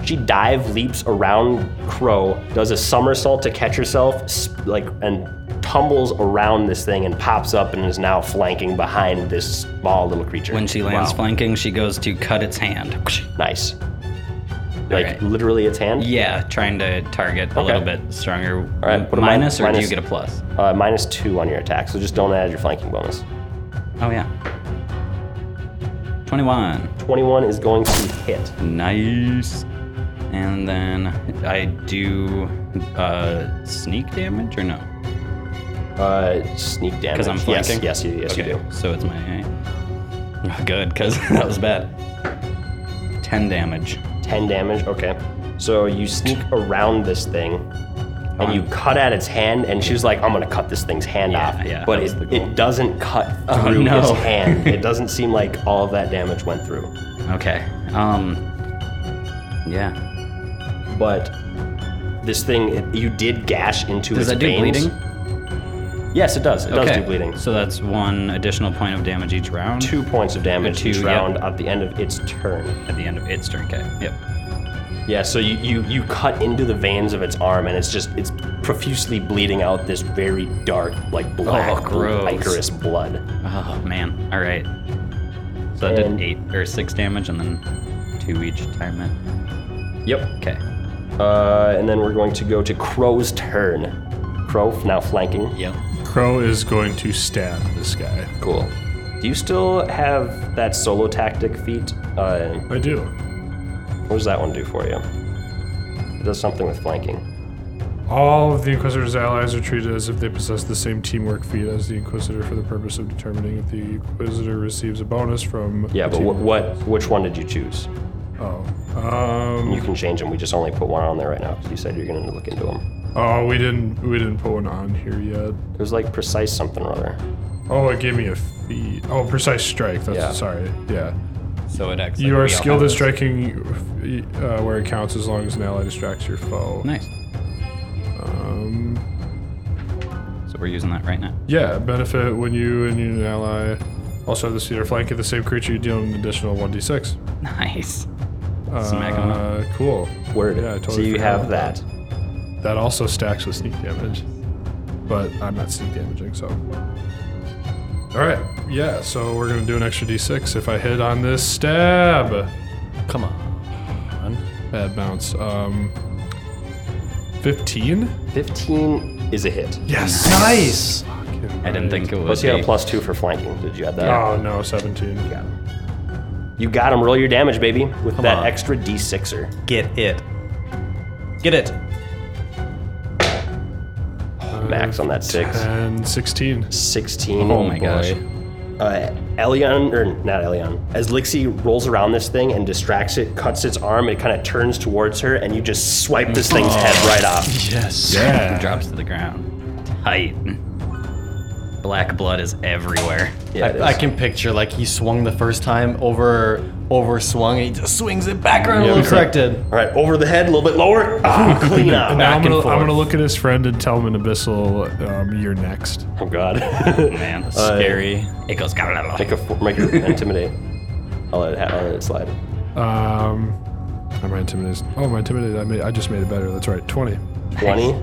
Speaker 2: she dive leaps around Crow, does a somersault to catch herself, sp- like and tumbles around this thing and pops up and is now flanking behind this small little creature.
Speaker 4: When she lands
Speaker 2: Wow.
Speaker 4: flanking, she goes to cut its hand.
Speaker 2: nice. Like
Speaker 4: right.
Speaker 2: literally its hand.
Speaker 4: Yeah, trying to target a
Speaker 2: Okay.
Speaker 4: little bit stronger. All
Speaker 2: right, put a min-
Speaker 4: minus, or do
Speaker 2: minus.
Speaker 4: you get a plus?
Speaker 2: Uh, minus two on your attack, so just don't add your flanking bonus.
Speaker 4: Oh, yeah. 21.
Speaker 2: Twenty-one is going to hit.
Speaker 4: Nice. And then I do uh, sneak damage or no?
Speaker 2: Uh, sneak damage.
Speaker 4: Because I'm flanking.
Speaker 2: Yes. Yes. You, yes.
Speaker 4: Okay,
Speaker 2: You do.
Speaker 4: So it's my oh, good because that was bad. Ten damage.
Speaker 2: 10 damage. Okay. So you sneak around this thing and you cut at its hand, and she's like, I'm going to cut this thing's hand
Speaker 4: Uh-huh. Yeah,
Speaker 2: off.
Speaker 4: yeah,
Speaker 2: but
Speaker 4: that was
Speaker 2: it,
Speaker 4: the goal. Oh,
Speaker 2: it doesn't cut through
Speaker 4: no.
Speaker 2: its hand. it doesn't seem like all of that damage went through.
Speaker 4: Okay. Um. Yeah.
Speaker 2: But this thing, it- you did gash into
Speaker 4: Does
Speaker 2: its
Speaker 4: that do
Speaker 2: veins.
Speaker 4: bleeding?
Speaker 2: Yes, it does. It does
Speaker 4: okay.
Speaker 2: do bleeding.
Speaker 4: So that's one additional point of damage each round.
Speaker 2: Two points of damage
Speaker 4: Two,
Speaker 2: each
Speaker 4: yep.
Speaker 2: round at the end of its turn.
Speaker 4: at the end of its turn. Okay. Yep.
Speaker 2: Yeah, so you, you, you cut into the veins of its arm, and it's just, it's profusely bleeding out this very dark, like black,
Speaker 4: gross.
Speaker 2: ichorous blood.
Speaker 4: Oh man. All right. So that did
Speaker 2: Uh-huh. And-
Speaker 4: eight or six damage, and then two each time. It.
Speaker 2: Yep.
Speaker 4: Okay.
Speaker 2: Uh, and then we're going to go to Crow's turn. Crow f- now flanking.
Speaker 4: Yep.
Speaker 3: Crow is going to stab this guy.
Speaker 2: Cool. Do you still have that solo tactic feat? Uh,
Speaker 3: I do.
Speaker 2: what does that one do for you? It does something with flanking.
Speaker 3: All of the Inquisitor's allies are treated as if they possess the same teamwork feat as the Inquisitor for the purpose of determining if the Inquisitor receives a bonus from.
Speaker 2: Yeah,
Speaker 3: the
Speaker 2: but what,
Speaker 3: teamwork.
Speaker 2: what which one did you choose?
Speaker 3: Oh,
Speaker 2: You
Speaker 3: um,
Speaker 2: can change them. We just only put one on there right now because you said you're going to look into them.
Speaker 3: oh, we didn't, we didn't put one on here yet.
Speaker 2: It was like precise something or other.
Speaker 3: Oh, it gave me a feat. Oh, precise strike. That's
Speaker 2: Yeah.
Speaker 3: sorry. Yeah.
Speaker 4: So it acts.
Speaker 3: You
Speaker 4: like
Speaker 3: are
Speaker 4: we all
Speaker 3: skilled
Speaker 4: have
Speaker 3: at
Speaker 4: this.
Speaker 3: striking uh, where it counts as long as an ally distracts your foe.
Speaker 4: Nice.
Speaker 3: Um,
Speaker 4: So we're using that right now.
Speaker 3: Yeah, benefit when you and your ally also have the cedar flank of the same creature, you deal an additional 1d6.
Speaker 4: Nice. Smack 'em
Speaker 3: Uh, cool.
Speaker 2: Word.
Speaker 3: Yeah, I
Speaker 2: so
Speaker 3: totally
Speaker 2: you
Speaker 3: forgot
Speaker 2: have
Speaker 3: about
Speaker 2: that.
Speaker 3: That also stacks with sneak damage, but I'm not sneak damaging, so. All right, yeah, so we're going to do an extra d6 if I hit on this stab.
Speaker 5: Come on.
Speaker 3: Bad bounce. Um, 15?
Speaker 2: 15 is a hit.
Speaker 3: Yes.
Speaker 5: Nice.
Speaker 4: I didn't think it would.
Speaker 2: Plus, you had
Speaker 4: be.
Speaker 2: a plus two for flanking. Did you add that?
Speaker 3: Oh, no, 17.
Speaker 2: You got him. You got him. Roll your damage, baby, with that
Speaker 5: on.
Speaker 2: extra d6er.
Speaker 5: Get it. Get it.
Speaker 2: max on that six.
Speaker 3: And 16.
Speaker 2: 16.
Speaker 4: Oh my gosh.
Speaker 2: Uh, Elion, or not Elion, as Lixie rolls around this thing and distracts it, cuts its arm, it kind of turns towards her, and you just swipe this thing's head right off.
Speaker 5: Yes.
Speaker 4: Drops to the ground. Tight. Black blood is everywhere.
Speaker 2: Yeah, it
Speaker 5: I, I
Speaker 2: is.
Speaker 5: can picture like he swung the first time over, over swung, and he just swings it back around a little corrected.
Speaker 2: All right, over the head, a little bit lower. Ah, clean
Speaker 3: And
Speaker 2: up.
Speaker 3: now I'm
Speaker 5: Back and
Speaker 3: gonna, I'm
Speaker 5: forth.
Speaker 3: gonna look at his friend and tell him an abyssal. Um, you're next.
Speaker 2: Oh, God.
Speaker 4: Man, that's
Speaker 5: Scary.
Speaker 4: It goes.
Speaker 2: make a four, make it intimidate. I'll let it, ha- I'll let it slide.
Speaker 3: Um, am I intimidated? Oh, my intimidated. I made. I just made it better. That's right. Twenty.
Speaker 2: 20?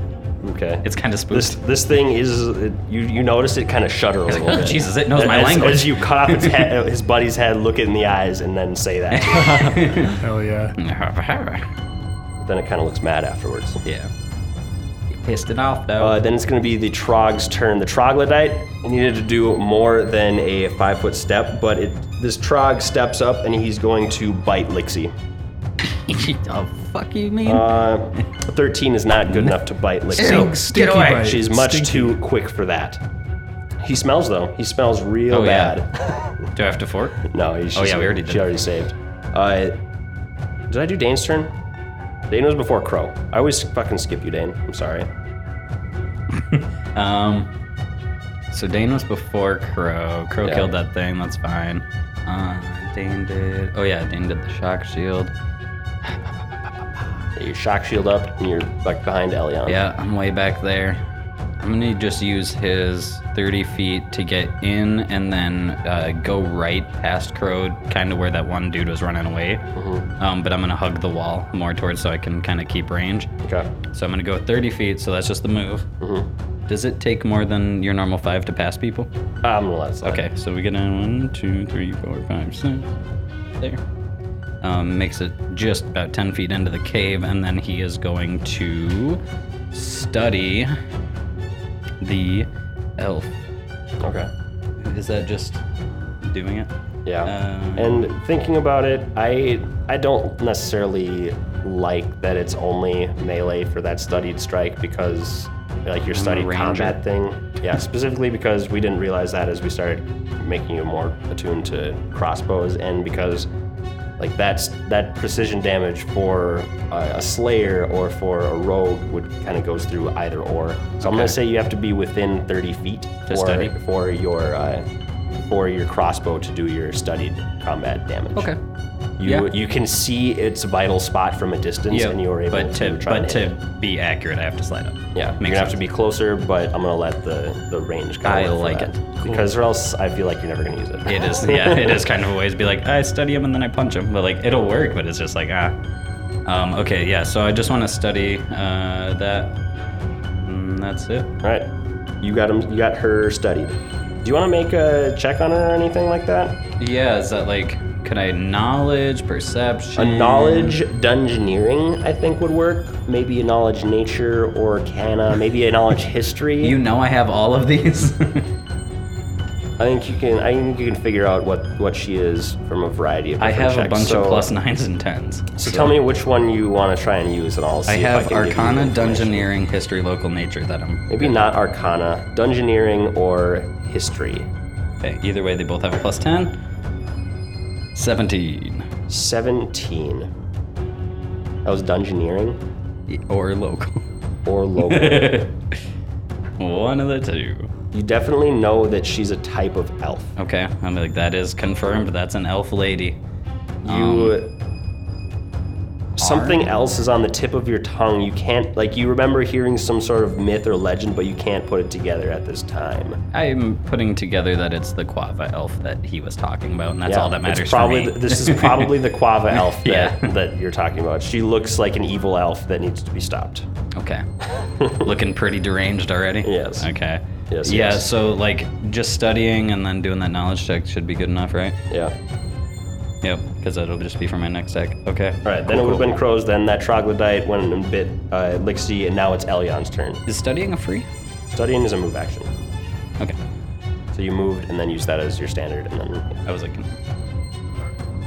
Speaker 2: Okay.
Speaker 4: It's kind of
Speaker 2: This,
Speaker 4: spooked.
Speaker 2: this thing is it, you you notice it kind of shudder a little
Speaker 4: "Oh,
Speaker 2: bit.
Speaker 4: Jesus, it knows my
Speaker 2: As-
Speaker 4: language.
Speaker 2: As you cut off its head, his buddy's head, look it in the eyes, and then say that.
Speaker 3: Hell yeah.
Speaker 4: yeah.
Speaker 2: then it kind of looks mad afterwards.
Speaker 4: You pissed it off though.
Speaker 2: Uh, then it's going to be the Trog's turn. The Troglodyte needed to do more than a five foot step, but it, this Trog steps up and he's going to bite Lixie.
Speaker 4: oh fuck you mean?
Speaker 2: Uh, 13 is not good enough to bite Lixie.
Speaker 3: Stinky
Speaker 4: away.
Speaker 3: bite.
Speaker 2: She's much
Speaker 3: Stinky.
Speaker 2: too quick for that. He smells though. He smells real
Speaker 4: Oh, yeah.
Speaker 2: bad.
Speaker 4: Do I have to fort?
Speaker 2: no, he's
Speaker 4: Oh,
Speaker 2: she's-
Speaker 4: yeah, we already did.
Speaker 2: She already saved. Uh, did I do Dane's turn? Dane was before Crow. I always fucking skip you, Dane. I'm sorry.
Speaker 4: Um, so Dane was before Crow. Crow
Speaker 2: Yeah.
Speaker 4: killed that thing. That's fine. Uh, Dane did. Oh yeah, Dane did the shock shield.
Speaker 2: Your shock shield up, and you're like behind Elion.
Speaker 4: Yeah, I'm way back there. I'm gonna just use his 30 feet to get in and then uh, go right past Crow, kind of where that one dude was running away. Um, but I'm gonna hug the wall more towards so I can kind of keep range.
Speaker 2: Okay.
Speaker 4: So I'm gonna go 30 feet, so that's just the move. Does it take more than your normal five to pass people?
Speaker 2: I'm gonna let it slide.
Speaker 4: Okay, so we get in one, two, three, four, five, six. There. Um, makes it just about 10 feet into the cave, and then he is going to study the elf.
Speaker 2: Okay.
Speaker 4: Is that just doing it?
Speaker 2: Yeah.
Speaker 4: Um,
Speaker 2: and thinking about it, I I don't necessarily like that it's only melee for that studied strike because like your studied
Speaker 4: ranger.
Speaker 2: combat thing. Yeah, specifically because we didn't realize that as we started making you more attuned to crossbows and because like that's that precision damage for a, a slayer or for a rogue would kind of goes through either or. So I'm gonna say you have to be within 30 feet
Speaker 4: To
Speaker 2: for,
Speaker 4: study.
Speaker 2: for your uh, for your crossbow to do your studied combat damage.
Speaker 4: Okay.
Speaker 2: You
Speaker 4: Yeah.
Speaker 2: you can see its vital spot from a distance,
Speaker 4: Yeah,
Speaker 2: and you are able
Speaker 4: but to,
Speaker 2: try
Speaker 4: but
Speaker 2: and hit
Speaker 4: to
Speaker 2: it.
Speaker 4: be accurate, I have to slide up.
Speaker 2: Yeah,
Speaker 4: makes
Speaker 2: you're gonna have
Speaker 4: sense.
Speaker 2: to be closer, but I'm gonna let the, the range kind
Speaker 4: I
Speaker 2: of
Speaker 4: like
Speaker 2: that.
Speaker 4: it.
Speaker 2: because or else I feel like you're never gonna use it.
Speaker 4: It is, yeah, it is kind of a ways to be like, I study him and then I punch him, but like it'll work, but it's just like ah. Um, okay, yeah. So I just want to study uh, that. Mm, that's it.
Speaker 2: All right, you got him. You got her studied. Do you want to make a check on her or anything like that?
Speaker 4: Yeah, is that like, could I knowledge, perception?
Speaker 2: A knowledge dungeoneering, I think, would work. Maybe a knowledge nature or canna. Maybe a knowledge history.
Speaker 4: You know I have all of these.
Speaker 2: I think you can. I think you can figure out what what she is from a variety of.
Speaker 4: I
Speaker 2: Different
Speaker 4: have a
Speaker 2: checks.
Speaker 4: bunch
Speaker 2: so,
Speaker 4: of plus nines and tens.
Speaker 2: So tell me which one you want to try and use, and I'll see
Speaker 4: I
Speaker 2: if
Speaker 4: have
Speaker 2: can give you the
Speaker 4: Arcana,
Speaker 2: information.
Speaker 4: Dungeoneering, History, Local Nature. That I'm
Speaker 2: Maybe not Arcana, Dungeoneering or History.
Speaker 4: Okay, either way, they both have a plus ten. Seventeen,
Speaker 2: Seventeen. That was Dungeoneering
Speaker 4: or local.
Speaker 2: or local.
Speaker 4: One of the two.
Speaker 2: you definitely know that she's a type of elf.
Speaker 4: Okay, I'm like that is confirmed. That's an elf lady. Um,
Speaker 2: You. something else is on the tip of your tongue. You can't like you remember hearing some sort of myth or legend, but you can't put it together at this time.
Speaker 4: I'm putting together that it's the Quava elf that he was talking about, and that's all that
Speaker 2: it's
Speaker 4: matters. for
Speaker 2: probably
Speaker 4: me.
Speaker 2: th- this is probably the Quava elf that,
Speaker 4: Yeah.
Speaker 2: that you're talking about. She looks like an evil elf that needs to be stopped.
Speaker 4: okay. Looking pretty deranged already.
Speaker 2: Yes.
Speaker 4: Okay.
Speaker 2: Yes,
Speaker 4: Yeah.
Speaker 2: yes.
Speaker 4: So like just studying and then doing that knowledge check should be good enough, right?
Speaker 2: Yeah.
Speaker 4: Yep. Because that'll just be for my next deck. Okay.
Speaker 2: All right. Then it would have been crows. Then that troglodyte went and bit uh, Lixie, and now it's Elyon's turn.
Speaker 4: Is studying a free?
Speaker 2: Studying is a move action,
Speaker 4: Okay.
Speaker 2: so you moved and then used that as your standard, and then
Speaker 4: I was like,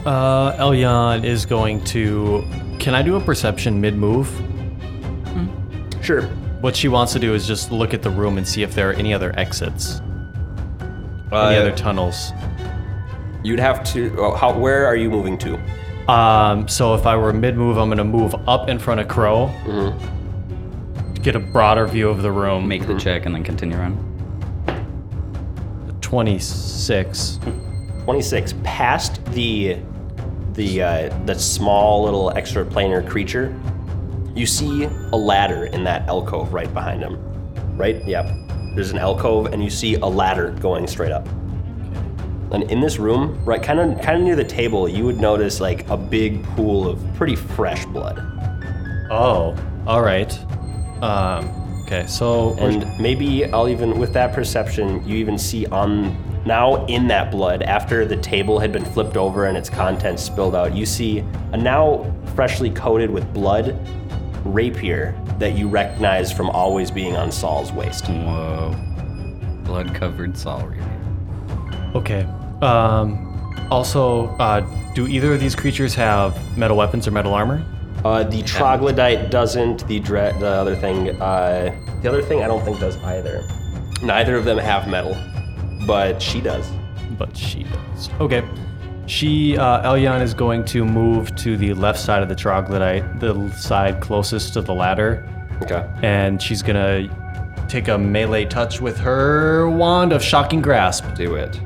Speaker 5: Uh, Elyon is going to. Can I do a perception mid move?
Speaker 2: sure.
Speaker 5: What she wants to do is just look at the room and see if there are any other exits, any other tunnels.
Speaker 2: Uh, you'd have to. oh, How? Where are you moving to?
Speaker 5: Um, so if I were mid move, I'm going to move up in front of Crow, get a broader view of the room.
Speaker 4: make
Speaker 2: Mm-hmm.
Speaker 4: the check and then continue on.
Speaker 5: 26.
Speaker 2: 26 past the the uh, that small little extraplanar creature you see a ladder in that alcove right behind him right yep there's an alcove and you see a ladder going straight up and in this room right kind of kind of near the table you would notice like a big pool of pretty fresh blood
Speaker 5: Oh, all right. Um, okay, so
Speaker 2: and maybe I'll even with that perception, you even see on now in that blood after the table had been flipped over and its contents spilled out, you see a now freshly coated with blood rapier that you recognize from always being on Saul's waist.
Speaker 4: Hmm. Whoa. Blood covered salary.
Speaker 5: okay. Um, also, uh, do either of these creatures have metal weapons or metal armor?
Speaker 2: Uh, the troglodyte doesn't. The dre- the other thing, uh, the other thing I don't think does either. Neither of them have metal, but she does.
Speaker 5: But she does. Okay. She, uh, Elyon is going to move to the left side of the troglodyte, the side closest to the ladder,
Speaker 2: Okay.
Speaker 5: and she's gonna take a melee touch with her wand of shocking grasp.
Speaker 2: Do it.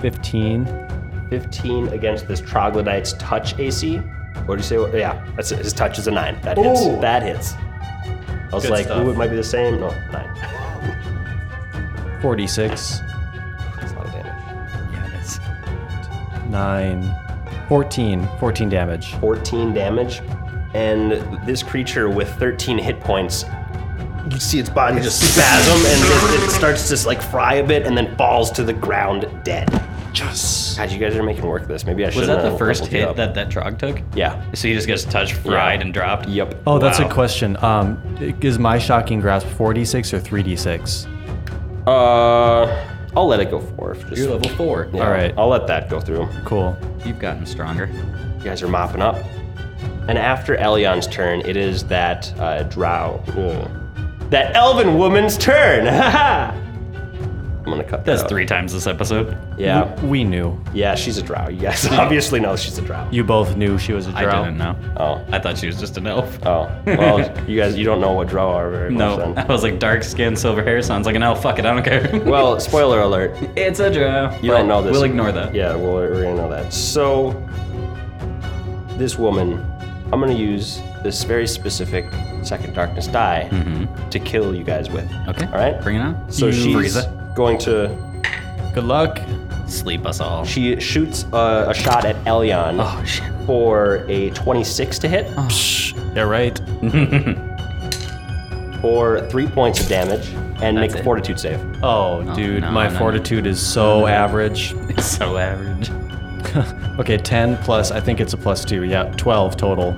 Speaker 5: 15.
Speaker 2: 15 against this troglodyte's touch AC. What did you say? Yeah, that's it. his touch is a nine. That
Speaker 5: Ooh.
Speaker 2: hits. That hits. I was
Speaker 5: Good
Speaker 2: like,
Speaker 5: stuff.
Speaker 2: ooh, it might be the same. No, nine.
Speaker 5: 46,
Speaker 2: That's a lot of damage.
Speaker 5: 9, 14, 14 damage.
Speaker 2: 14 damage, and this creature with 13 hit points. You see its body just spasm, and it, it starts to like fry a bit, and then falls to the ground dead.
Speaker 5: Yes.
Speaker 2: God, you guys are making work of this. Maybe I should.
Speaker 4: Was that the first hit that that trog took?
Speaker 2: Yeah.
Speaker 4: So he just gets touched, fried,
Speaker 2: Yeah.
Speaker 4: and dropped.
Speaker 2: Yep.
Speaker 5: Oh, that's
Speaker 4: Wow.
Speaker 5: a question. Um, is my shocking grasp 4d6 or 3d6?
Speaker 2: Uh, I'll let it go for. Just,
Speaker 4: You're level four.
Speaker 2: Yeah,
Speaker 5: All right.
Speaker 2: I'll let that go through.
Speaker 5: Cool.
Speaker 4: You've gotten stronger.
Speaker 2: You guys are mopping up. And after Elion's turn, it is that uh, drow. Ugh. That elven woman's turn! I'm gonna cut
Speaker 4: That's
Speaker 2: that out.
Speaker 4: three times this episode.
Speaker 2: Yeah.
Speaker 5: We knew.
Speaker 2: Yeah, she's a drow. You guys obviously know she's a drow.
Speaker 5: You both knew she was a drow.
Speaker 4: I didn't know.
Speaker 2: Oh.
Speaker 4: I thought she was just an elf.
Speaker 2: Oh. Well, you guys, you don't know what drow are very much
Speaker 4: no, I
Speaker 2: then.
Speaker 4: was like dark skin, silver hair sounds like an elf. Fuck it, I don't care.
Speaker 2: Well, spoiler alert.
Speaker 4: it's a draw.
Speaker 2: You don't know this.
Speaker 4: We'll ignore that.
Speaker 2: Yeah, we'll, we're gonna know that. So, this woman, I'm gonna use this very specific second darkness die
Speaker 4: Mm-hmm.
Speaker 2: to kill you guys with.
Speaker 4: Okay.
Speaker 2: All right.
Speaker 4: Bring it on.
Speaker 2: So she's going to.
Speaker 5: Good luck.
Speaker 4: Sleep us all.
Speaker 2: She shoots a, a shot at Elyon
Speaker 5: Ah.
Speaker 4: Oh shit.
Speaker 2: for a 26 to hit,
Speaker 5: Yeah, right.
Speaker 2: for three points of damage, and make a
Speaker 4: it.
Speaker 2: fortitude save.
Speaker 5: Oh, dude,
Speaker 4: no,
Speaker 5: my
Speaker 4: no, no.
Speaker 5: fortitude is so average.
Speaker 4: It's so average.
Speaker 5: Okay, 10 plus, I think it's a plus 2. Yeah, 12 total.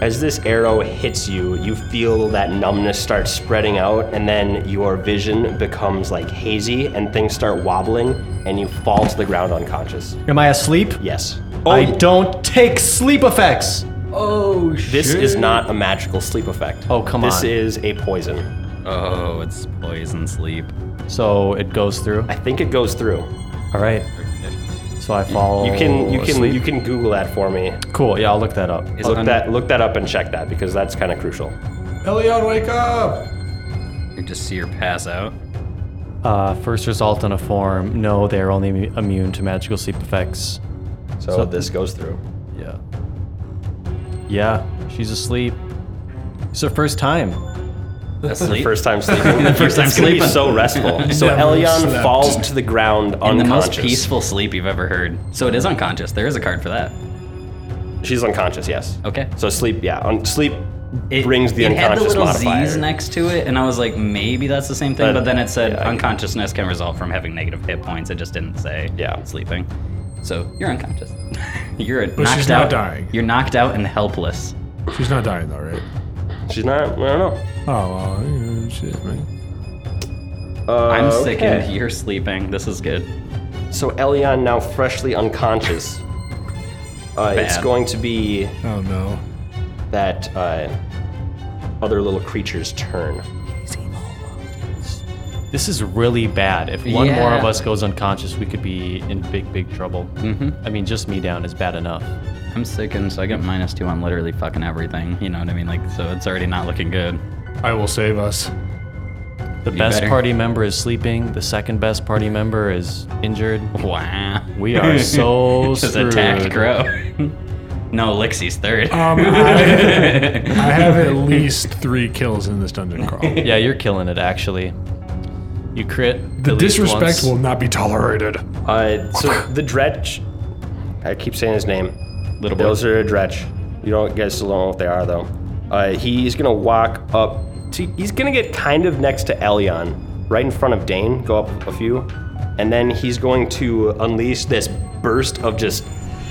Speaker 2: As this arrow hits you, you feel that numbness start spreading out, and then your vision becomes like hazy, and things start wobbling, and you fall to the ground unconscious.
Speaker 5: Am I asleep?
Speaker 2: Yes.
Speaker 5: I Oh, don't take sleep effects.
Speaker 4: Oh shit.
Speaker 2: This is not a magical sleep effect.
Speaker 5: Oh, come
Speaker 2: this
Speaker 5: on.
Speaker 2: This is a poison.
Speaker 4: Oh, it's poison sleep.
Speaker 5: So it goes through.
Speaker 2: I think it goes through.
Speaker 5: All right. So I fall.
Speaker 2: You can you can
Speaker 5: asleep.
Speaker 2: you can Google that for me.
Speaker 5: Cool. Yeah, I'll look that up.
Speaker 4: Is
Speaker 2: Look
Speaker 4: un-
Speaker 2: that look that up and check that because that's kind of crucial.
Speaker 3: Elyon, wake up!
Speaker 4: You just see her pass out.
Speaker 5: Uh, first result on a form. No, they are only immu- immune to magical sleep effects.
Speaker 2: So, this goes through.
Speaker 5: Yeah. Yeah, she's asleep. It's her first time.
Speaker 2: The first time sleeping. the
Speaker 4: first time
Speaker 2: it's gonna be
Speaker 4: sleeping.
Speaker 2: so restful. So
Speaker 3: Never
Speaker 2: Elyon
Speaker 3: slept.
Speaker 2: falls to the ground
Speaker 4: And the
Speaker 2: unconscious.
Speaker 4: most peaceful sleep you've ever heard. So it is unconscious. There is a card for that.
Speaker 2: She's unconscious. Yes.
Speaker 4: Okay.
Speaker 2: So sleep, yeah, on sleep brings the
Speaker 4: it
Speaker 2: unconscious
Speaker 4: had the little
Speaker 2: modifier.
Speaker 4: Z's next to it, and I was like, maybe that's the same thing. But,
Speaker 2: But-
Speaker 4: then it said
Speaker 2: yeah, I-
Speaker 4: unconsciousness can result from having negative hit points. It just didn't say
Speaker 2: Yeah.
Speaker 4: sleeping. So you're unconscious. you're
Speaker 3: But
Speaker 4: knocked
Speaker 3: she's
Speaker 4: out.
Speaker 3: not dying.
Speaker 4: You're knocked out and helpless.
Speaker 3: She's not dying though, right?
Speaker 2: She's not. I don't know.
Speaker 3: Oh, well, you know, shit, man.
Speaker 2: Uh,
Speaker 4: I'm
Speaker 2: okay.
Speaker 4: sickened. You're sleeping. This is good.
Speaker 2: So Elyon now freshly unconscious. Uh, it's
Speaker 4: Bad.
Speaker 2: going to be
Speaker 3: Oh no.
Speaker 2: that uh, other little creature's turn.
Speaker 5: This is really bad. If one
Speaker 4: Yeah.
Speaker 5: more of us goes unconscious, we could be in big, big trouble. Mm-hmm. I mean, just me down is bad enough.
Speaker 4: I'm sickened, so I get minus two on literally fucking everything. You know what I mean? Like, so it's already not looking good.
Speaker 3: I will save us.
Speaker 5: The best
Speaker 4: better.
Speaker 5: party member is sleeping. The second best party member is injured.
Speaker 4: Wow.
Speaker 5: We are so
Speaker 4: Just
Speaker 5: screwed.
Speaker 4: attacked Grow. no, Lixie's third.
Speaker 3: Um, I, I have at least three kills in this dungeon crawl.
Speaker 5: Yeah, you're killing it, actually. You crit.
Speaker 3: The
Speaker 5: at least
Speaker 3: disrespect
Speaker 5: once.
Speaker 3: will not be tolerated.
Speaker 2: Uh, so the dretch. I keep saying his name.
Speaker 4: Little boy.
Speaker 2: Those are a dretch. You don't guys still don't know what they are though. Uh, he's gonna walk up. To, he's gonna get kind of next to Elyon, right in front of Dane. Go up a few, and then he's going to unleash this burst of just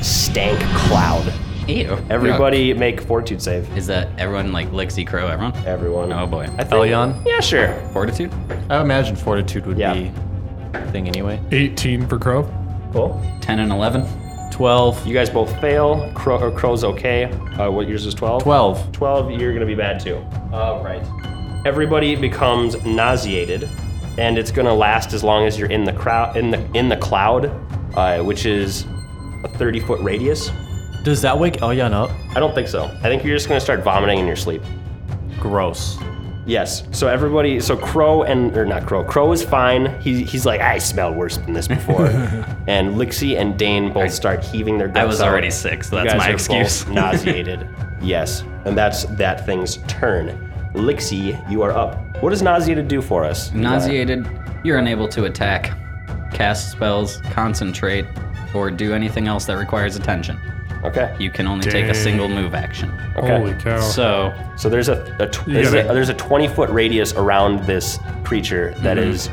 Speaker 2: stank cloud.
Speaker 4: Ew.
Speaker 2: Everybody make fortitude save.
Speaker 4: Is that everyone like Lixie Crow? Everyone?
Speaker 2: Everyone.
Speaker 4: Oh boy.
Speaker 2: I think,
Speaker 5: Elyon?
Speaker 2: Yeah, sure.
Speaker 4: Fortitude?
Speaker 5: I imagine fortitude would
Speaker 2: Yeah.
Speaker 5: be a thing anyway.
Speaker 3: 18 for Crow.
Speaker 2: Cool.
Speaker 4: 10 and 11?
Speaker 5: 12.
Speaker 2: You guys both fail. Crow, or Crow's okay. Uh, what yours is 12?
Speaker 5: 12.
Speaker 4: Oh,
Speaker 2: 12, you're gonna be bad too. All right. Everybody becomes nauseated and it's gonna last as long as you're in the crowd in the in the cloud, uh, which is a 30 foot radius.
Speaker 5: Does that wake Elyon up?
Speaker 2: I don't think so. I think you're just gonna start vomiting in your sleep.
Speaker 5: Gross.
Speaker 2: Yes. So everybody, so Crow and or not Crow. Crow is fine. He, he's like I smell worse than this before. and Lixie and Dane both start heaving their guts.
Speaker 4: I was
Speaker 2: out.
Speaker 4: already sick, so
Speaker 2: You
Speaker 4: that's
Speaker 2: guys
Speaker 4: my
Speaker 2: are
Speaker 4: excuse.
Speaker 2: both nauseated. Yes, and that's that thing's turn. Lixie, you are up. What does nauseated do for us?
Speaker 4: Nauseated, you're unable to attack, cast spells, concentrate, or do anything else that requires attention.
Speaker 2: Okay.
Speaker 4: You can only take a single move action.
Speaker 2: Okay.
Speaker 3: Holy cow.
Speaker 4: So,
Speaker 2: So there's a, a, tw-
Speaker 3: You
Speaker 2: there's, a
Speaker 3: gotta-
Speaker 2: there's a 20 foot radius around this creature that
Speaker 4: Mm-hmm.
Speaker 2: is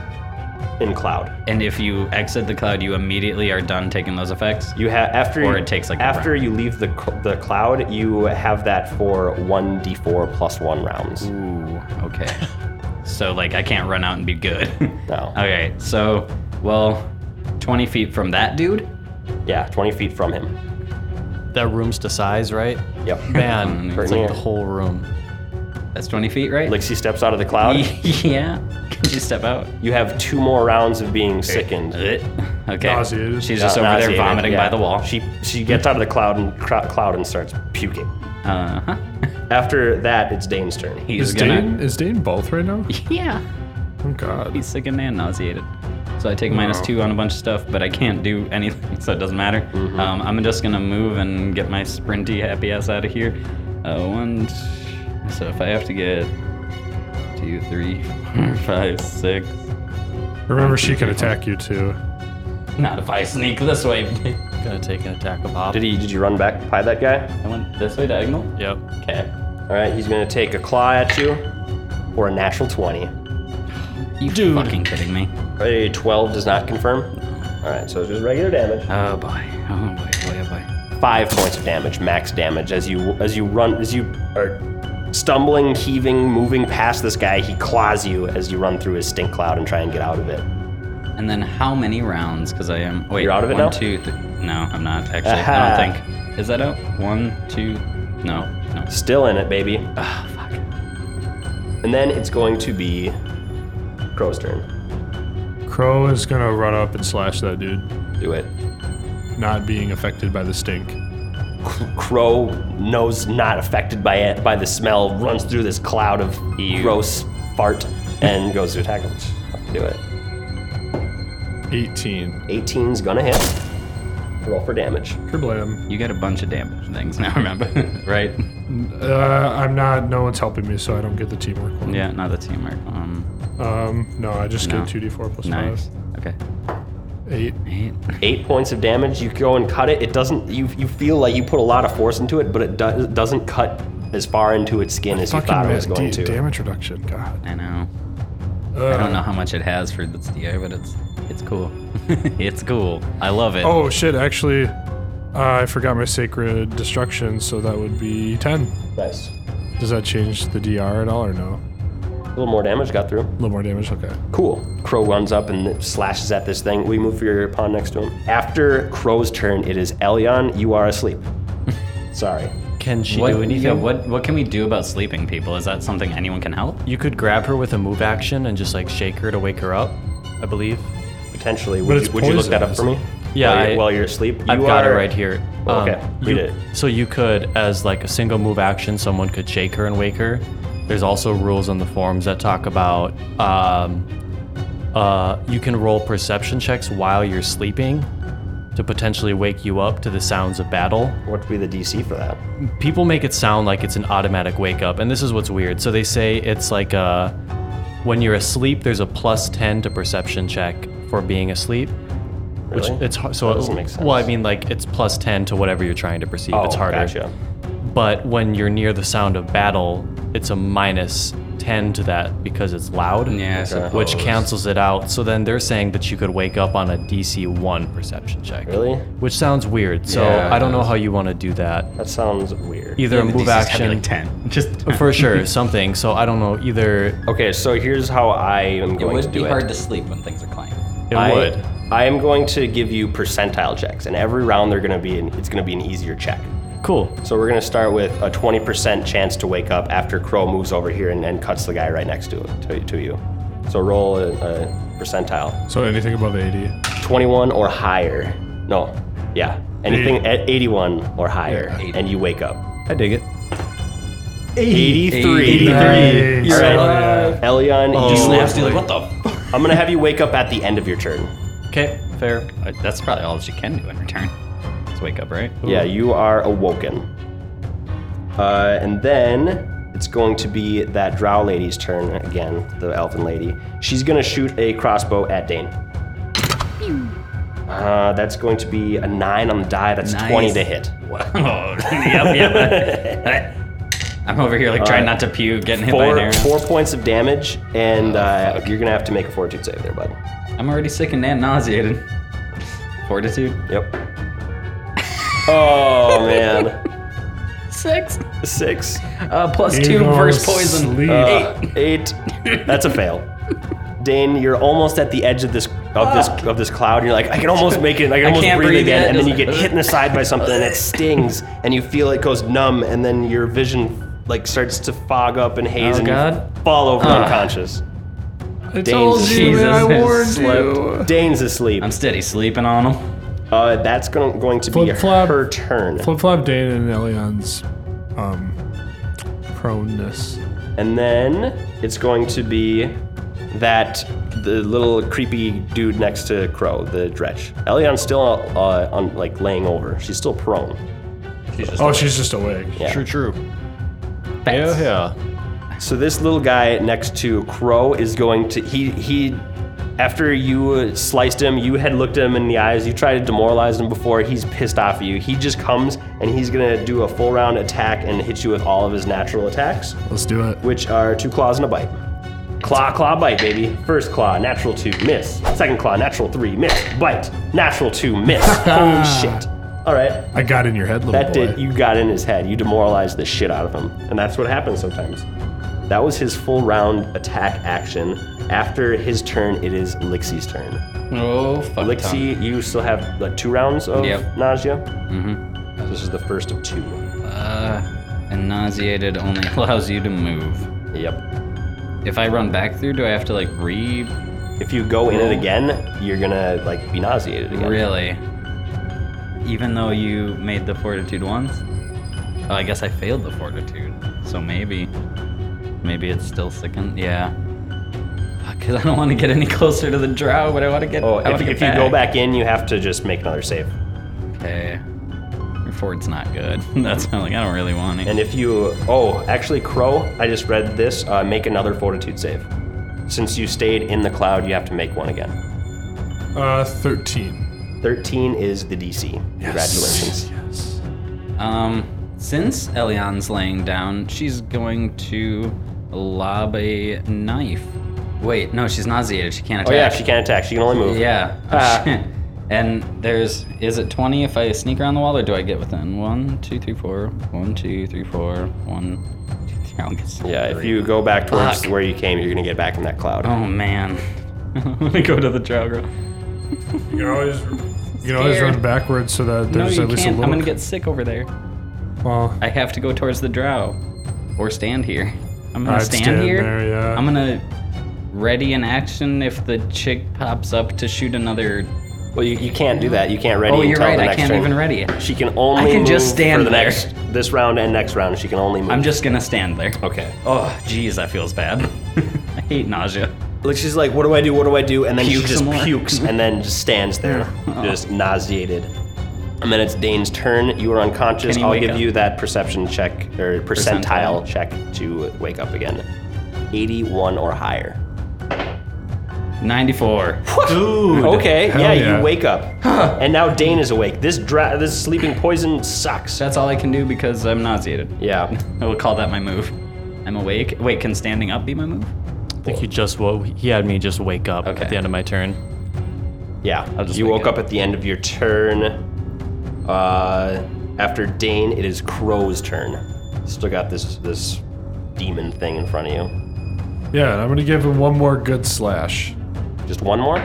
Speaker 2: in cloud.
Speaker 4: and if you exit the cloud, you immediately are done taking those effects.
Speaker 2: You have after
Speaker 4: Or
Speaker 2: you-
Speaker 4: it takes, like, a
Speaker 2: after
Speaker 4: round.
Speaker 2: you leave the cl- the cloud, you have that for one d4 plus one rounds.
Speaker 4: Ooh, okay. so, like, I can't run out and be good.
Speaker 2: No.
Speaker 4: Okay, so, well, 20 feet from that dude?
Speaker 2: Yeah, 20 feet from him.
Speaker 5: That room's to size, right?
Speaker 2: Yep.
Speaker 5: Man,
Speaker 4: Right
Speaker 5: it's like
Speaker 2: near.
Speaker 5: the whole room.
Speaker 4: That's 20 feet, right?
Speaker 2: Lixie steps out of the cloud.
Speaker 4: yeah. Can you step out?
Speaker 2: You have two more rounds of being sickened.
Speaker 4: Okay.
Speaker 3: Nauseated.
Speaker 4: She's just
Speaker 2: Uh,
Speaker 4: over there
Speaker 2: nauseated,
Speaker 4: vomiting
Speaker 2: yeah.
Speaker 4: by the wall.
Speaker 2: She she gets out of the cloud and cro- cloud and starts puking.
Speaker 4: Uh huh.
Speaker 2: After that, it's Dane's turn.
Speaker 4: He's
Speaker 3: Is
Speaker 4: gonna.
Speaker 3: Dane is Dane both right now?
Speaker 4: Yeah.
Speaker 3: Oh God.
Speaker 4: He's sick and nauseated. So I take minus two on a bunch of stuff, but I can't do anything, so it doesn't matter.
Speaker 2: Mm-hmm.
Speaker 4: Um, I'm just gonna move and get my sprinty happy ass out of here. Uh, one. t- So if I have to get two, three, four, five, six.
Speaker 3: Remember, she can attack you too.
Speaker 4: Not if I sneak this way.
Speaker 5: Gonna take an attack of op.
Speaker 2: Did he? Did you run back by that guy?
Speaker 4: I went this way diagonal.
Speaker 5: Yep.
Speaker 4: Okay.
Speaker 2: All right, he's gonna take a claw at you, or a natural 20.
Speaker 4: You fucking kidding me?
Speaker 2: A 12 does not confirm. All right, so it's just regular damage.
Speaker 4: Oh boy. Oh boy. Boy. Oh boy.
Speaker 2: Five points of damage, max damage. As you as you run, as you are stumbling, heaving, moving past this guy, he claws you as you run through his stink cloud and try and get out of it.
Speaker 4: And then how many rounds? Because I am. Wait.
Speaker 2: You're out of it
Speaker 4: one,
Speaker 2: now?
Speaker 4: two, th- no, I'm not actually.
Speaker 2: Aha.
Speaker 4: I don't think. Is that out? One, two. No. No.
Speaker 2: Still in it, baby.
Speaker 4: Ah, fuck.
Speaker 2: And then it's going to be Crow's turn.
Speaker 3: Crow is gonna run up and slash that dude,
Speaker 2: Do it.
Speaker 3: not being affected by the stink.
Speaker 2: Crow knows not affected by it by the smell, runs through this cloud of gross fart and goes to attack him. Do it.
Speaker 3: 18.
Speaker 2: 18's gonna hit. Roll for damage.
Speaker 3: Kerblam.
Speaker 4: You got a bunch of damage things now. Remember, right?
Speaker 3: Uh, I'm not. No one's helping me, so I don't get the teamwork one.
Speaker 4: Yeah. Not the teamwork. Um.
Speaker 3: Um. No, I just
Speaker 4: No.
Speaker 3: get 2d4 plus
Speaker 4: Nice. Okay.
Speaker 3: five. Eight.
Speaker 4: Eight.
Speaker 2: Eight points of damage. You go and cut it. It doesn't. You you feel like you put a lot of force into it, but it, do, it doesn't cut as far into its skin as you
Speaker 3: Fucking
Speaker 2: thought it was
Speaker 3: man,
Speaker 2: going
Speaker 3: d-
Speaker 2: to.
Speaker 3: damage reduction. God.
Speaker 4: I know.
Speaker 3: Uh,
Speaker 4: I don't know how much it has for this DI, but it's it's cool. it's cool. I love it.
Speaker 3: Oh shit! Actually, I forgot my sacred destruction, so that would be 10.
Speaker 2: Nice.
Speaker 3: Does that change the DR at all, or no?
Speaker 2: A little more damage got through.
Speaker 3: A little more damage. Okay.
Speaker 2: Cool. Crow runs up and slashes at this thing. We move your pawn next to him. After Crow's turn, it is Elyon. You are asleep. Sorry.
Speaker 5: Can she
Speaker 4: What,
Speaker 5: do
Speaker 4: yeah,
Speaker 5: anything?
Speaker 4: what what can we do about sleeping people? Is that something anyone can help?
Speaker 5: You could grab her with a move action and just like shake her to wake her up, I believe.
Speaker 2: Potentially,
Speaker 3: But
Speaker 2: would you,
Speaker 3: it's
Speaker 2: would you look that up for
Speaker 3: poison,
Speaker 2: me?
Speaker 5: Yeah,
Speaker 2: While, you're,
Speaker 5: I-
Speaker 2: while you're asleep,
Speaker 5: I've
Speaker 2: You
Speaker 5: got
Speaker 2: are-
Speaker 5: her right here. Um,
Speaker 2: Oh, okay. Read
Speaker 5: you-
Speaker 2: it.
Speaker 5: So you could, as like a single move action, someone could shake her and wake her. There's also rules on the forums that talk about um, uh, you can roll perception checks while you're sleeping to potentially wake you up to the sounds of battle.
Speaker 2: What would be the DC for that?
Speaker 5: People make it sound like it's an automatic wake up, and this is what's weird. So they say it's like a, when you're asleep, there's a plus 10 to perception check for being asleep. Which
Speaker 2: Really?
Speaker 5: it's hard, so
Speaker 2: That doesn't make sense.
Speaker 5: well, I mean, like it's plus ten to whatever you're trying to perceive. it's harder.
Speaker 2: Oh, Gotcha.
Speaker 5: But when you're near the sound of battle, it's a minus ten to that because it's loud.
Speaker 4: Yeah. I suppose.
Speaker 5: Which cancels it out. So then they're saying that you could wake up on a DC one perception check.
Speaker 2: Really?
Speaker 5: Which sounds weird. So
Speaker 4: Yeah, it
Speaker 5: I don't know
Speaker 4: does.
Speaker 5: how you want to do that.
Speaker 2: That sounds weird.
Speaker 5: Either a move action, Uh,
Speaker 4: Like ten. Just
Speaker 5: for sure, something. So I don't know. Either
Speaker 2: Okay, so here's how I am
Speaker 4: It
Speaker 2: going to
Speaker 4: would
Speaker 2: do
Speaker 4: be
Speaker 2: it.
Speaker 4: hard to sleep when things are climbing.
Speaker 5: it
Speaker 2: I,
Speaker 5: would.
Speaker 2: I am going to give you percentile checks, and every round they're going to be an, it's going to be an easier check.
Speaker 5: Cool.
Speaker 2: So we're going to start with a 20% chance to wake up after Crow moves over here and, and cuts the guy right next to to, to you. So roll a, a percentile.
Speaker 3: So anything above 80.
Speaker 2: 21 or higher. No. Yeah. Anything at 81 or higher,
Speaker 3: Yeah.
Speaker 2: and you wake up.
Speaker 5: I dig it.
Speaker 2: 83.
Speaker 1: 83.
Speaker 3: Nice.
Speaker 2: All right.
Speaker 3: Oh, yeah.
Speaker 2: Elion, you
Speaker 6: Snaps,
Speaker 2: snap.
Speaker 6: dude, like, what the? F-?
Speaker 2: I'm going to have you wake up at the end of your turn.
Speaker 5: Okay, fair.
Speaker 4: Uh, That's probably all that you can do in return. Let's wake up, right?
Speaker 2: Yeah, you are awoken. Uh, and then it's going to be that drow lady's turn again, the elfin lady. She's going to shoot a crossbow at Dane. Uh, that's going to be a 9 on the die. That's 20 to hit.
Speaker 1: Oh, yep, yep. I'm over here like trying not to puke, getting hit by Oh, an
Speaker 2: Four,
Speaker 1: arrow.
Speaker 2: four points of damage, and uh, you're going to have to make a fortitude save there, bud.
Speaker 4: I'm already sick and damn nauseated. Fortitude.
Speaker 2: Yep. Oh, man.
Speaker 4: Six.
Speaker 2: Six.
Speaker 4: Uh, plus
Speaker 3: You
Speaker 4: two
Speaker 3: go
Speaker 4: versus poison.
Speaker 3: sleep.
Speaker 2: Uh, eight. That's a fail. Dane, you're almost at the edge of this of this of this cloud. You're like, I can almost make it. I can almost
Speaker 4: can't
Speaker 2: breathe,
Speaker 4: breathe
Speaker 2: again.
Speaker 4: yet.
Speaker 2: And then you
Speaker 4: Just
Speaker 2: get
Speaker 4: like-
Speaker 2: hit in the side by something, and it stings, and you feel it goes numb, and then your vision like starts to fog up and haze,
Speaker 4: Oh,
Speaker 2: and
Speaker 4: God.
Speaker 2: you fall over unconscious. Dane's,
Speaker 4: Jesus, I
Speaker 2: Dane's asleep.
Speaker 4: I'm steady sleeping on him.
Speaker 2: Uh, that's going, going to be
Speaker 3: Flip-flop.
Speaker 2: her turn.
Speaker 3: Flip flop Dane and Elion's um, proneness.
Speaker 2: And then it's going to be that the little creepy dude next to Crow, the dretch. Elion's still uh, on like laying over. She's still prone.
Speaker 3: Oh, she's just awake.
Speaker 2: Yeah.
Speaker 5: True, true. Yeah, yeah.
Speaker 2: So this little guy next to Crow is going to he he after you uh, sliced him, you had looked at him in the eyes, you tried to demoralize him before, he's pissed off at you. He just comes and he's gonna do a full round attack and hit you with all of his natural attacks.
Speaker 3: Let's do it.
Speaker 2: which are two claws and a bite. Claw, claw, bite, baby. First claw, natural two, miss. Second claw, natural three, miss. Bite, natural two, miss. Holy shit. All right,
Speaker 3: I got in your head, little
Speaker 2: that
Speaker 3: Oh, boy.
Speaker 2: did. You got in his head. You demoralized the shit out of him, and that's what happens sometimes. That was his full round attack action. After his turn, it is Lixie's turn.
Speaker 4: Oh fuck.
Speaker 2: Lixie, you still have like two rounds of
Speaker 4: Yep.
Speaker 2: nausea. Mm-hmm. This is the first of two.
Speaker 4: Uh, and nauseated only allows you to move.
Speaker 2: Yep.
Speaker 4: If I run back through, do I have to like re?
Speaker 2: If you go in it
Speaker 4: Roll.
Speaker 2: again, you're gonna like be nauseated again.
Speaker 4: Really? Even though you made the fortitude once? Oh, I guess I failed the fortitude. So maybe. Maybe it's still sickened. Yeah. Because I don't want to get any closer to the drow, but I want to get.
Speaker 2: Oh,
Speaker 4: I
Speaker 2: if,
Speaker 4: wanna get
Speaker 2: if you go back in, you have to just make another save.
Speaker 4: Okay. Your fort's not good. That's not like I don't really want it.
Speaker 2: And if you, oh, actually, Crow, I just read this. Uh, make another Fortitude save. Since you stayed in the cloud, you have to make one again.
Speaker 3: Uh, 13.
Speaker 2: Thirteen is the DC. Congratulations.
Speaker 3: Yes.
Speaker 4: Um, since Elion's laying down, she's going to lob a knife. Wait, no, she's nauseated. She can't
Speaker 2: Oh
Speaker 4: attack.
Speaker 2: yeah, she can't attack. She can only move.
Speaker 4: Yeah.
Speaker 2: Ah.
Speaker 4: and there's is it twenty if I sneak around the wall or do I get within? One, two, three, four. One, two, three, four. One, two, three. I'll get some
Speaker 2: Yeah. If
Speaker 4: three.
Speaker 2: you go back towards
Speaker 4: Fuck.
Speaker 2: where you came, you're gonna get back in that cloud.
Speaker 4: Oh man. I'm gonna go to the drow girl.
Speaker 3: You can always, you can always
Speaker 4: Scared.
Speaker 3: run backwards so that
Speaker 4: No,
Speaker 3: there's
Speaker 4: you
Speaker 3: at least
Speaker 4: can't.
Speaker 3: a
Speaker 4: I'm
Speaker 3: little.
Speaker 4: gonna get sick over there.
Speaker 3: well,
Speaker 4: I have to go towards the drow, or stand here. I'm gonna
Speaker 3: I'd
Speaker 4: stand,
Speaker 3: stand
Speaker 4: here.
Speaker 3: there, yeah.
Speaker 4: I'm gonna ready an action if the chick pops up to shoot another.
Speaker 2: Well, you, you can't do that. You can't ready.
Speaker 4: oh, you're
Speaker 2: until
Speaker 4: right.
Speaker 2: The
Speaker 4: I
Speaker 2: next
Speaker 4: can't
Speaker 2: turn.
Speaker 4: even ready it.
Speaker 2: She can only.
Speaker 4: I can just
Speaker 2: move
Speaker 4: stand
Speaker 2: for the
Speaker 4: there.
Speaker 2: next this round and next round. She can only move.
Speaker 4: I'm just gonna stand there.
Speaker 2: okay.
Speaker 4: Oh, geez, that feels bad. I hate nausea.
Speaker 2: Like she's like, what do I do? What do I do? And then
Speaker 4: Puke
Speaker 2: she just
Speaker 4: some more.
Speaker 2: pukes and then just stands there, just nauseated. And then it's Dane's turn. You are unconscious.
Speaker 4: Can he
Speaker 2: I'll
Speaker 4: wake
Speaker 2: give
Speaker 4: up?
Speaker 2: you that perception check or percentile,
Speaker 4: Percentile.
Speaker 2: check to wake up again. 81 or higher.
Speaker 4: 94.
Speaker 2: Dude. Okay.
Speaker 3: Hell
Speaker 2: Yeah,
Speaker 3: yeah.
Speaker 2: you wake up. and now Dane is awake. This dra- this sleeping poison sucks.
Speaker 4: That's all I can do because I'm nauseated.
Speaker 2: Yeah.
Speaker 4: I will call that my move. I'm awake. Wait, can standing up be my move?
Speaker 5: I think he just woke. He had me just wake up
Speaker 4: Okay.
Speaker 5: at the end of my turn.
Speaker 2: Yeah.
Speaker 4: just
Speaker 2: you
Speaker 4: wake
Speaker 2: woke up. at the end of your turn. Uh, after Dane, it is Crow's turn. Still got this this demon thing in front of you.
Speaker 3: yeah, and I'm gonna give him one more good slash.
Speaker 2: Just one more.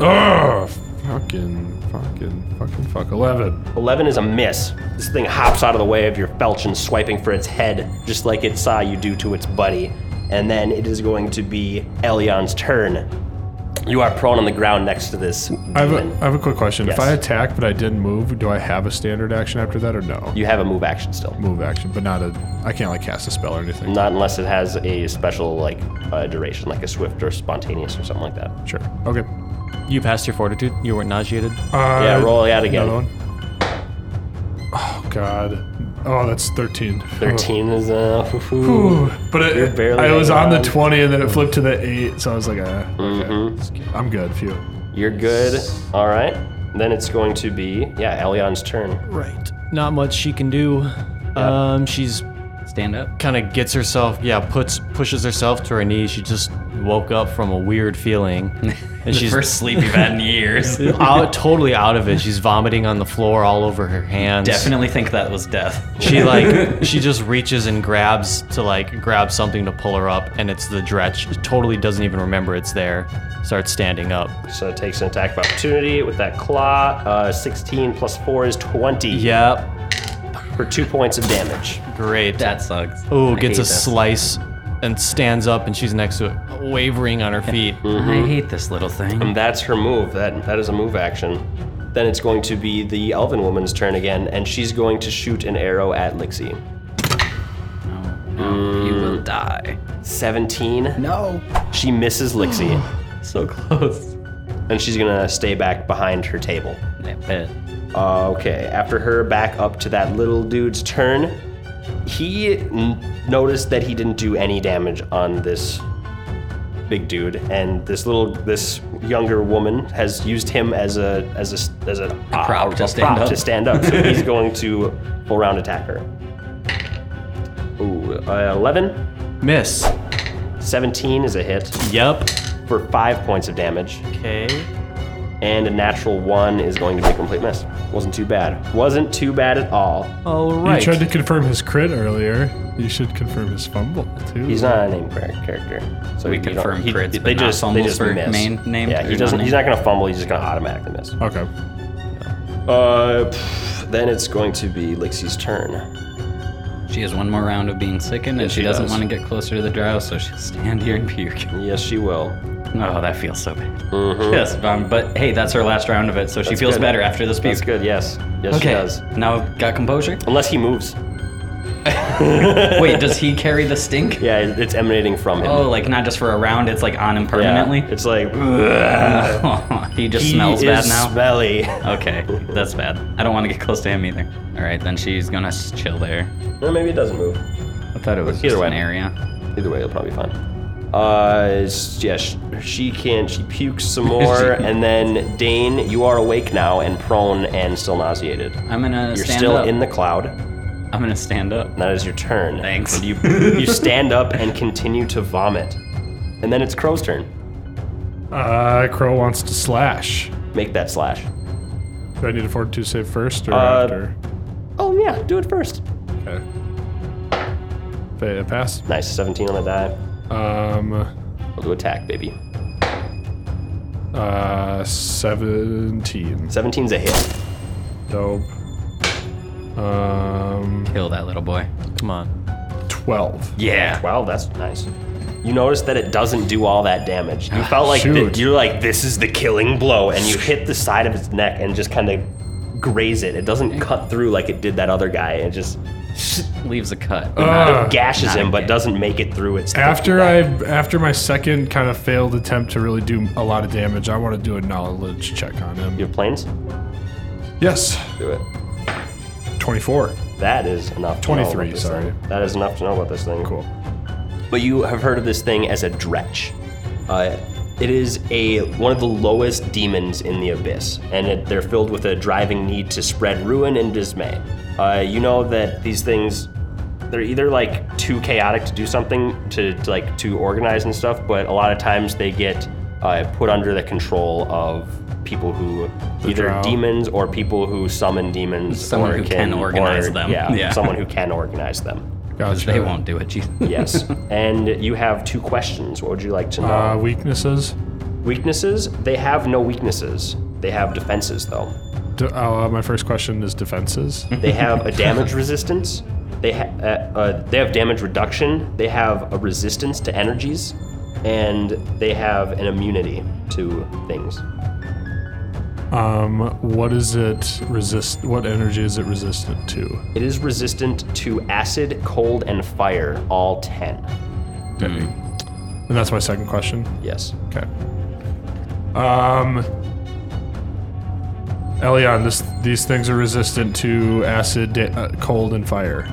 Speaker 3: Oh, fucking, fucking, fucking, fuck. 11.
Speaker 2: Eleven is a miss. This thing hops out of the way of your falchion, swiping for its head, just like it saw you do to its buddy. and then it is going to be Elion's turn. You are prone on the ground next to this
Speaker 3: I have,
Speaker 2: demon.
Speaker 3: a, I have a quick question. If
Speaker 2: Yes.
Speaker 3: I attack but I didn't move, do I have a standard action after that or no?
Speaker 2: you have a move action still.
Speaker 3: move action, but not a. I can't like cast a spell or anything.
Speaker 2: Not unless it has a special like uh, duration, like a swift or spontaneous or something like that.
Speaker 3: Sure. Okay.
Speaker 5: You passed your fortitude. You weren't nauseated.
Speaker 3: Uh,
Speaker 2: Yeah, roll it out again.
Speaker 3: Another one. Oh God. Oh, that's thirteen.
Speaker 2: Thirteen is uh.
Speaker 3: Ooh. But it,
Speaker 2: barely
Speaker 3: I was on
Speaker 2: hanging
Speaker 3: the
Speaker 2: on.
Speaker 3: twenty, and then it flipped to the eight, so I was like, uh, okay.
Speaker 2: Mm-hmm.
Speaker 3: I'm good. Phew.
Speaker 2: You're good. All right. Then it's going to be yeah, Elion's turn.
Speaker 5: Right. Not much she can do. Um, she's
Speaker 4: Stand up.
Speaker 5: kind of gets herself, yeah, puts pushes herself to her knees. She just woke up from a weird feeling, and she's
Speaker 4: First sleep you've had in years.
Speaker 5: out, totally out of it. She's vomiting on the floor all over her hands.
Speaker 4: Definitely think that was death.
Speaker 5: She like she just reaches and grabs to like grab something to pull her up, and it's the dretch. Totally doesn't even remember it's there. Starts standing up.
Speaker 2: So it takes an attack of opportunity with that claw. Uh, Sixteen plus four is twenty.
Speaker 5: Yep.
Speaker 2: For two points of damage.
Speaker 5: Great.
Speaker 4: That sucks.
Speaker 5: Ooh,
Speaker 4: I
Speaker 5: Oh, gets a
Speaker 4: hate this.
Speaker 5: slice and stands up, and she's next to it, wavering on her feet.
Speaker 4: I hate this little thing.
Speaker 2: And that's her move. That that is a move action. Then it's going to be the Elven woman's turn again, and she's going to shoot an arrow at Lixie.
Speaker 4: You will die.
Speaker 2: 17.
Speaker 4: No.
Speaker 2: She misses Lixie,
Speaker 4: So close.
Speaker 2: and she's gonna stay back behind her table.
Speaker 4: Nip it.
Speaker 2: Uh, okay, after her back up to that little dude's turn, he n- noticed that he didn't do any damage on this big dude, and this little this younger woman has used him as a as a s- as a, uh,
Speaker 4: prop to stand
Speaker 2: prop
Speaker 4: up.
Speaker 2: to stand up. So he's going to full round attack her. Ooh, uh, 11,
Speaker 5: Miss.
Speaker 2: 17 is a hit
Speaker 5: Yep.
Speaker 2: for five points of damage.
Speaker 5: Okay.
Speaker 2: and a natural one is going to be a complete miss. Wasn't too bad. Wasn't too bad at all.
Speaker 5: All
Speaker 3: You
Speaker 5: right.
Speaker 3: tried to confirm his crit earlier. You should confirm his fumble too.
Speaker 2: He's not a named char- character, so
Speaker 4: We
Speaker 2: you don't-
Speaker 4: confirm
Speaker 2: he-
Speaker 4: crits,
Speaker 2: They
Speaker 4: but not
Speaker 2: just they
Speaker 4: fumbles
Speaker 2: just
Speaker 4: for
Speaker 2: miss.
Speaker 4: main- named
Speaker 2: yeah,
Speaker 4: or
Speaker 2: he doesn't.
Speaker 4: non-named.
Speaker 2: He's not going to fumble. He's just going to automatically miss.
Speaker 3: Okay.
Speaker 2: Uh, pff, then it's going to be Lixie's turn.
Speaker 4: She has one more round of being sickened, and
Speaker 2: Yes,
Speaker 4: she,
Speaker 2: she
Speaker 4: doesn't
Speaker 2: does.
Speaker 4: want to get closer to the drow, so she'll stand here and puke.
Speaker 2: Yes, she will. Mm-hmm.
Speaker 4: Oh, that feels so bad. Yes, um, but hey, that's her last round of it, so she
Speaker 2: Mm. That's
Speaker 4: feels
Speaker 2: good.
Speaker 4: better after this puke.
Speaker 2: That's good. Yes, yes,
Speaker 4: Okay,
Speaker 2: she does.
Speaker 4: now got composure.
Speaker 2: Unless he moves.
Speaker 4: Wait, does he carry the stink?
Speaker 2: Yeah, it- it's emanating from him.
Speaker 4: Oh, like not just for a round, it's like on him
Speaker 2: Yeah,
Speaker 4: permanently? Oh,
Speaker 2: It's like
Speaker 4: he just
Speaker 2: he
Speaker 4: smells bad
Speaker 2: is
Speaker 4: now?
Speaker 2: Smelly.
Speaker 4: okay, that's bad. I don't want to get close to him either. All right, then she's gonna s- chill there.
Speaker 2: Well, maybe it doesn't move.
Speaker 4: I thought it was
Speaker 2: Either
Speaker 4: just
Speaker 2: way.
Speaker 4: an area.
Speaker 2: Either way, it'll probably be fine. Uh, s- yeah, sh- she can. She pukes some more, and then Dane, you are awake now and prone and still nauseated.
Speaker 4: I'm gonna
Speaker 2: You're
Speaker 4: stand
Speaker 2: still
Speaker 4: up.
Speaker 2: in the cloud.
Speaker 4: I'm gonna stand up.
Speaker 2: and That is your turn.
Speaker 4: Thanks.
Speaker 2: And you you stand up and continue to vomit, and then it's Crow's turn.
Speaker 3: Uh, Crow wants to slash.
Speaker 2: Make that slash.
Speaker 3: Do I need a fortitude save first or
Speaker 2: Uh,
Speaker 3: after?
Speaker 2: Oh yeah, do it first.
Speaker 3: Okay. Fa- Pass.
Speaker 2: Nice, 17 on the die.
Speaker 3: Um,
Speaker 2: We'll do attack, baby.
Speaker 3: uh, seventeen.
Speaker 2: 17's a hit.
Speaker 3: Dope. Um,
Speaker 4: Kill that little boy.
Speaker 5: Come on.
Speaker 3: 12.
Speaker 4: Yeah.
Speaker 2: Wow, that's nice. You notice that it doesn't do all that damage. You felt like
Speaker 3: Shoot.
Speaker 2: th- you're like this is the killing blow, and you hit the side of its neck and just kind of graze it. It doesn't cut through like it did that other guy. It just
Speaker 4: Leaves a cut.
Speaker 2: Oh,
Speaker 3: Ah.
Speaker 2: gashes
Speaker 4: Not
Speaker 2: him, but
Speaker 4: again.
Speaker 2: doesn't make it through its.
Speaker 3: After I, after my second kind of failed attempt to really do a lot of damage, I want to do a knowledge check on him.
Speaker 2: your planes.
Speaker 3: Yes,
Speaker 2: Do it.
Speaker 3: 24.
Speaker 2: That is enough. to know
Speaker 3: 23,
Speaker 2: about this
Speaker 3: sorry.
Speaker 2: thing. That is enough to know about this thing.
Speaker 3: Cool.
Speaker 2: But you have heard of this thing as a dretch. Uh, it is a one of the lowest demons in the abyss, and it, they're filled with a driving need to spread ruin and dismay. Uh, you know that these things, they're either like too chaotic to do something to, to, like to organize and stuff, but a lot of times they get uh, put under the control of people who either
Speaker 3: drow.
Speaker 2: demons or people who summon demons.
Speaker 4: Someone
Speaker 2: or
Speaker 4: who can organize them.
Speaker 2: Yeah,
Speaker 4: Yeah.
Speaker 2: someone who can organize them.
Speaker 3: Gotcha.
Speaker 4: They won't do it. You
Speaker 2: Yes. and you have two questions. What would you like to know?
Speaker 3: Uh, weaknesses.
Speaker 2: weaknesses? They have no weaknesses. They have defenses, though. Hmm.
Speaker 3: D- uh, my first question is defenses.
Speaker 2: They have a damage resistance, They ha- uh, uh, they have damage reduction. They have a resistance to energies, and they have an immunity to things.
Speaker 3: Um, what is it resist? What energy is it resistant to?
Speaker 2: It is resistant to acid, cold, and fire. All ten.
Speaker 3: And that's my second question.
Speaker 2: Yes.
Speaker 3: Okay. Um, Elion, this these things are resistant to acid, da- uh, cold, and fire.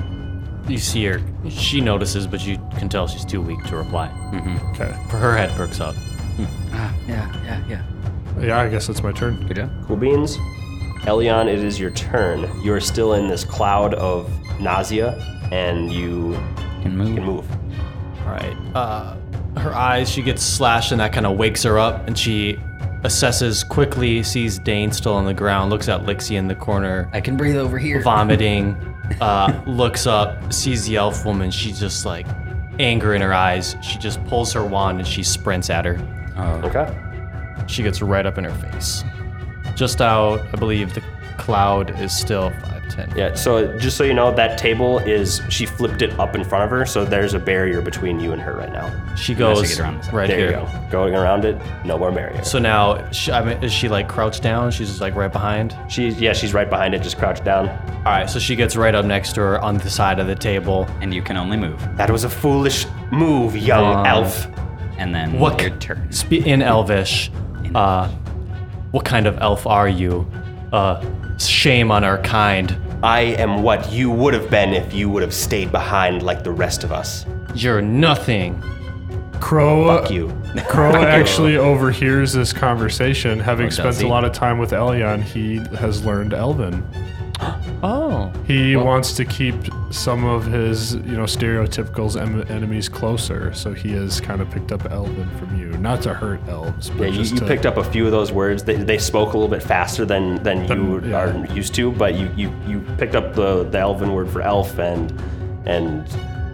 Speaker 5: You see her. She notices, but you can tell she's too weak to reply.
Speaker 4: Mm-hmm.
Speaker 3: Okay.
Speaker 5: Her head perks up.
Speaker 4: Ah,
Speaker 6: Yeah, yeah, yeah.
Speaker 3: Yeah, I guess that's my turn.
Speaker 2: Cool beans. Elion, it is your turn. You are still in this cloud of nausea, and you
Speaker 4: Can move.
Speaker 2: can move.
Speaker 5: All right. Uh, her eyes, she gets slashed, and that kind of wakes her up, and she assesses quickly, sees Dane still on the ground, looks at Lixie in the corner,
Speaker 6: I can breathe over here.
Speaker 5: vomiting, uh, looks up, sees the elf woman. She's just like anger in her eyes. She just pulls her wand and she sprints at her.
Speaker 4: Oh.
Speaker 2: Okay.
Speaker 5: She gets right up in her face. Just out, I believe the cloud is still 5'10.
Speaker 2: Yeah, so just so you know, that table is, she flipped it up in front of her, so there's a barrier between you and her right now.
Speaker 5: She goes
Speaker 4: get around this.
Speaker 5: right
Speaker 2: There
Speaker 5: here.
Speaker 2: you go. Going around it, no more barrier.
Speaker 5: So now, she, I mean, is she like crouched down? She's just like right behind.
Speaker 2: She's, yeah, she's right behind it, just crouched down.
Speaker 5: All right, so she gets right up next to her on the side of the table.
Speaker 4: And you can only move.
Speaker 2: That was a foolish move, young elf.
Speaker 4: And then
Speaker 5: What
Speaker 4: your turn.
Speaker 5: Spe- in Elvish, uh, what kind of elf are you? Uh, shame on our kind.
Speaker 2: I am what you would have been if you would have stayed behind like the rest of us.
Speaker 5: You're nothing.
Speaker 3: Crow.
Speaker 2: Oh, Fuck you.
Speaker 3: Crow actually overhears this conversation. Having
Speaker 2: Oh,
Speaker 4: does
Speaker 3: spent
Speaker 4: he?
Speaker 3: a lot of time with Elion, he has learned Elven.
Speaker 5: Oh,
Speaker 3: He wants to keep some of his, you know, stereotypical em- enemies closer, so he has kind of picked up Elven from you. Not to hurt elves, but
Speaker 2: Yeah, you,
Speaker 3: just
Speaker 2: you
Speaker 3: to,
Speaker 2: picked up a few of those words. They, they spoke a little bit faster than, than you
Speaker 3: yeah.
Speaker 2: are used to, but you, you, you picked up the, the elven word for elf and, and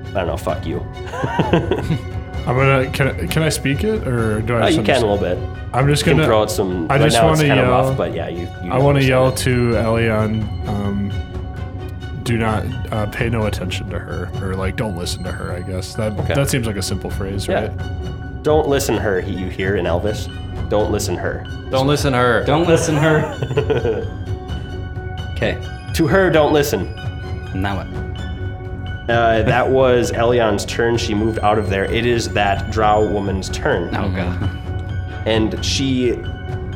Speaker 2: I don't know, fuck you.
Speaker 3: I'm gonna. Can, I- can I speak it, or do I?
Speaker 2: Uh,
Speaker 3: just
Speaker 2: you can a
Speaker 3: understand?
Speaker 2: little bit.
Speaker 3: I'm just
Speaker 2: You
Speaker 3: gonna
Speaker 2: can throw out some.
Speaker 3: I
Speaker 2: right
Speaker 3: just
Speaker 2: now
Speaker 3: want
Speaker 2: it's
Speaker 3: to
Speaker 2: kind of
Speaker 3: yell.
Speaker 2: rough, but yeah, you. you
Speaker 3: I want to
Speaker 2: understand
Speaker 3: yell
Speaker 2: it.
Speaker 3: to Elion. Um, do not uh, pay no attention to her, or like don't listen to her. I guess that that seems like a simple phrase,
Speaker 2: Yeah.
Speaker 3: right?
Speaker 2: Don't listen her. he- You hear in Elvis. Don't listen her.
Speaker 5: don't listen to her.
Speaker 1: Don't listen her.
Speaker 4: Okay.
Speaker 2: To her, don't listen.
Speaker 4: Now what?
Speaker 2: Uh, that was Elion's turn. She moved out of there. It is that drow woman's turn.
Speaker 4: Oh god.
Speaker 2: and she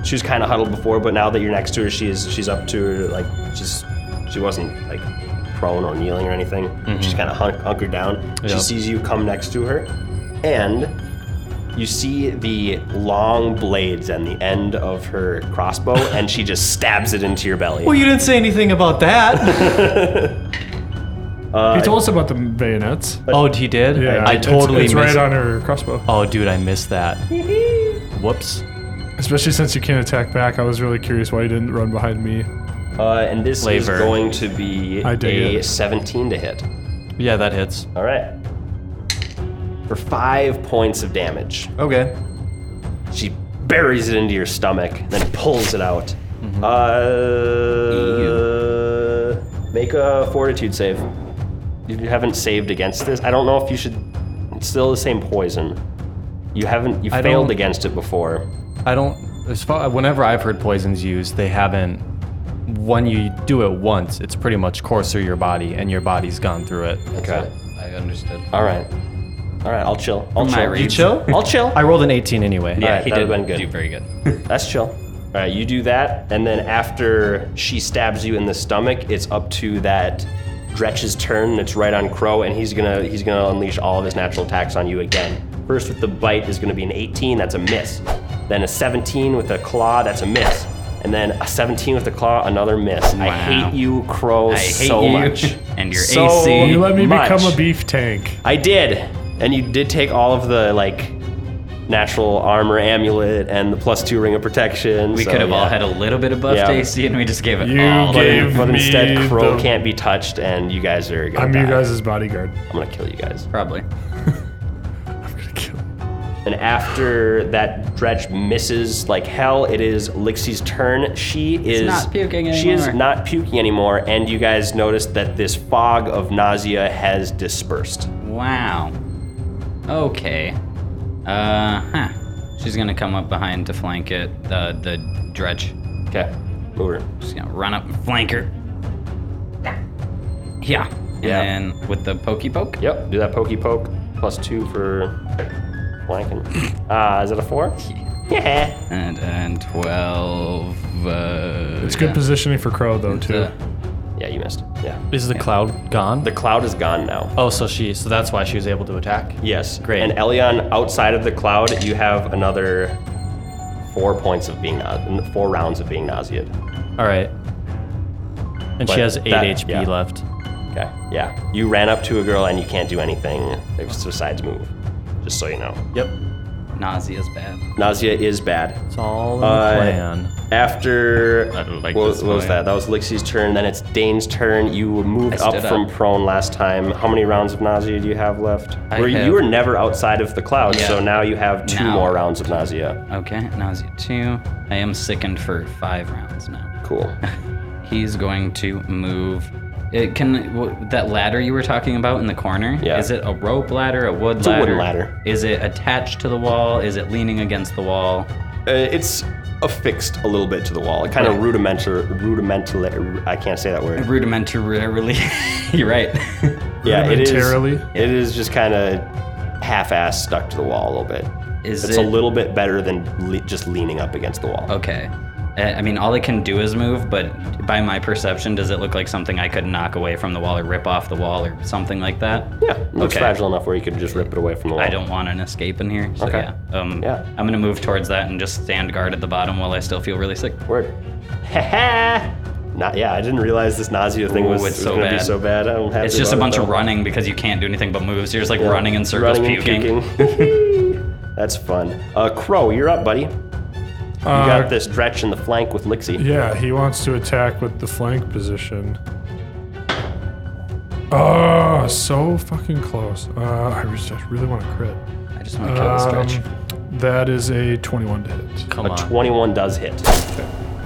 Speaker 2: she was kind of huddled before, but now that you're next to her, she is she's up to her like she's she wasn't like prone or kneeling or anything. She's kind of hun- hunkered down. She
Speaker 5: Mm-hmm. Yep.
Speaker 2: sees you come next to her, and you see the long blades and the end of her crossbow, and she just stabs it into your belly.
Speaker 5: Well, you didn't say anything about that.
Speaker 2: Uh,
Speaker 3: he told us about the bayonets.
Speaker 5: oh, he did.
Speaker 3: Yeah,
Speaker 5: I, I
Speaker 3: it's-
Speaker 5: totally
Speaker 3: It's,
Speaker 5: missed.
Speaker 3: right on her crossbow.
Speaker 5: oh, dude, I missed that. Whoops.
Speaker 3: Especially since you can't attack back. I was really curious why you didn't run behind me.
Speaker 2: Uh, and this
Speaker 5: Flavor.
Speaker 2: is going to be
Speaker 3: I dig
Speaker 2: a
Speaker 3: it.
Speaker 2: 17 to hit.
Speaker 5: Yeah, that hits.
Speaker 2: All right. For five points of damage.
Speaker 5: Okay.
Speaker 2: She buries it into your stomach, then pulls it out.
Speaker 5: Mm-hmm. E
Speaker 2: Uh, make a fortitude save. You haven't saved against this. I don't know if you should. It's still the same poison. You haven't. You
Speaker 5: I
Speaker 2: failed
Speaker 5: don't-
Speaker 2: against it before.
Speaker 5: I don't. As far, whenever I've heard poisons used, they haven't. When you do it once, it's pretty much course through your body, and your body's gone through it.
Speaker 2: Okay.
Speaker 6: I understood.
Speaker 2: All right. All right. I'll chill. I'll
Speaker 4: From my
Speaker 2: chill.
Speaker 4: read.
Speaker 5: You chill?
Speaker 2: I'll chill.
Speaker 5: I rolled an 18 anyway.
Speaker 4: Yeah,
Speaker 2: Alright,
Speaker 4: he
Speaker 2: that'd
Speaker 4: did
Speaker 2: been good.
Speaker 4: do very good.
Speaker 2: That's chill. All right. You do that, and then after she stabs you in the stomach, it's up to that Dretch's turn. It's right on Crow, and he's gonna he's gonna unleash all of his natural attacks on you again. First with the bite is gonna be an 18. That's a miss. Then a 17 with a claw. That's a miss. And then a 17 with a claw. Another miss. I
Speaker 4: Wow.
Speaker 2: hate you, Crow,
Speaker 4: I hate
Speaker 2: so
Speaker 4: you
Speaker 2: much.
Speaker 4: and your
Speaker 2: so
Speaker 4: AC.
Speaker 3: You let me
Speaker 2: much.
Speaker 3: become a beef tank.
Speaker 2: I did, and you did take all of the like natural armor amulet and the plus two ring of protection.
Speaker 4: We
Speaker 2: so,
Speaker 4: could have all
Speaker 2: yeah.
Speaker 4: had a little bit of buff
Speaker 2: Yeah.
Speaker 4: AC and we just gave it
Speaker 3: You
Speaker 4: all.
Speaker 2: But,
Speaker 3: gave-
Speaker 2: but
Speaker 3: me
Speaker 2: instead, Crow
Speaker 3: the-
Speaker 2: can't be touched, and you guys are gonna.
Speaker 3: I'm
Speaker 2: die.
Speaker 3: you guys' bodyguard.
Speaker 2: I'm gonna kill you guys.
Speaker 4: Probably.
Speaker 3: I'm gonna kill.
Speaker 2: And after that dredge misses like hell, it is Lixie's turn. She is
Speaker 4: not puking
Speaker 2: She is
Speaker 4: anymore.
Speaker 2: not puking anymore, and you guys notice that this fog of nausea has dispersed.
Speaker 4: Wow. Okay. Uh huh. She's gonna come up behind to flank it. The the dredge.
Speaker 2: Okay, move her.
Speaker 4: She's gonna run up and flank her. Yeah. And
Speaker 2: Yeah.
Speaker 4: then with the pokey poke.
Speaker 2: Yep, do that pokey poke. Plus two for blanking. Ah, is it a four? Yeah.
Speaker 4: And and twelve. Uh,
Speaker 3: It's good
Speaker 4: yeah.
Speaker 3: positioning for Crow, though, too.
Speaker 4: Uh,
Speaker 2: Yeah, you missed. Yeah.
Speaker 5: Is the cloud gone?
Speaker 2: The cloud is gone now.
Speaker 5: oh, so she. So that's why she was able to attack.
Speaker 2: Yes.
Speaker 5: Great.
Speaker 2: And Elyon, outside of the cloud, you have another four points of being nau- four rounds of being nauseated.
Speaker 5: All right. And
Speaker 2: But
Speaker 5: she has eight
Speaker 2: that-
Speaker 5: HP
Speaker 2: yeah.
Speaker 5: left.
Speaker 2: Okay. Yeah. You ran up to a girl and you can't do anything besides move. Just so you know.
Speaker 5: Yep.
Speaker 4: Nausea's bad.
Speaker 2: Nausea is bad.
Speaker 5: It's all in the
Speaker 2: Uh,
Speaker 5: plan.
Speaker 2: After
Speaker 4: I don't like
Speaker 2: what,
Speaker 4: this
Speaker 2: what was
Speaker 4: plan.
Speaker 2: that? That was Lixie's turn. Then it's Dane's turn. You moved up,
Speaker 4: stood
Speaker 2: from
Speaker 4: up.
Speaker 2: prone last time. How many rounds of nausea do you have left?
Speaker 4: I
Speaker 2: Were you-
Speaker 4: have-
Speaker 2: You were never outside of the cloud,
Speaker 4: Yeah.
Speaker 2: so now you have two
Speaker 4: Now.
Speaker 2: more rounds of nausea.
Speaker 4: Okay. Nausea two. I am sickened for five rounds now.
Speaker 2: Cool.
Speaker 4: He's going to move. It can w- that ladder you were talking about in the corner.
Speaker 2: Yeah.
Speaker 4: Is it a rope ladder? A wood
Speaker 2: It's a
Speaker 4: ladder?
Speaker 2: wooden ladder.
Speaker 4: Is it attached to the wall? Is it leaning against the wall?
Speaker 2: Uh, it's affixed a little bit to the wall. It kind of
Speaker 4: Right.
Speaker 2: rudimental, rudimental. I can't say that word.
Speaker 4: Rudimentarily. You're right.
Speaker 2: Yeah, it is.
Speaker 3: Rudimentarily?
Speaker 2: It is just kind of half-ass stuck to the wall a little bit.
Speaker 4: Is
Speaker 2: it's a
Speaker 4: it-
Speaker 2: little bit better than le- just leaning up against the wall.
Speaker 4: okay. Uh, I mean, all it can do is move, but by my perception, does it look like something I could knock away from the wall or rip off the wall or something like that?
Speaker 2: Yeah, it looks
Speaker 4: Okay.
Speaker 2: fragile enough where you could just rip it away from the wall.
Speaker 4: I don't want an escape in here. So
Speaker 2: Okay.
Speaker 4: yeah. Um,
Speaker 2: Yeah.
Speaker 4: I'm gonna move towards that and just stand guard at the bottom while I still feel really sick.
Speaker 2: Word. Not yeah, I didn't realize this nausea thing was,
Speaker 4: Ooh, it's
Speaker 2: was
Speaker 4: so
Speaker 2: gonna be
Speaker 4: bad.
Speaker 2: so bad. I don't have
Speaker 4: It's
Speaker 2: to
Speaker 4: just a
Speaker 2: run it
Speaker 4: bunch of
Speaker 2: though.
Speaker 4: running because you can't do anything but move. So you're just like
Speaker 2: Yeah.
Speaker 4: running in circles,
Speaker 2: Running and
Speaker 4: puking.
Speaker 2: puking. That's fun. Uh, Crow, you're up, buddy. You
Speaker 3: Uh,
Speaker 2: got this dretch in the flank with Lixie.
Speaker 3: Yeah, he wants to attack with the flank position. Oh, so fucking close. Uh, I re- just really want to crit.
Speaker 4: I just want to kill the stretch.
Speaker 3: Um, that is a 21 to hit.
Speaker 5: Come
Speaker 2: A
Speaker 5: on.
Speaker 2: 21 does hit.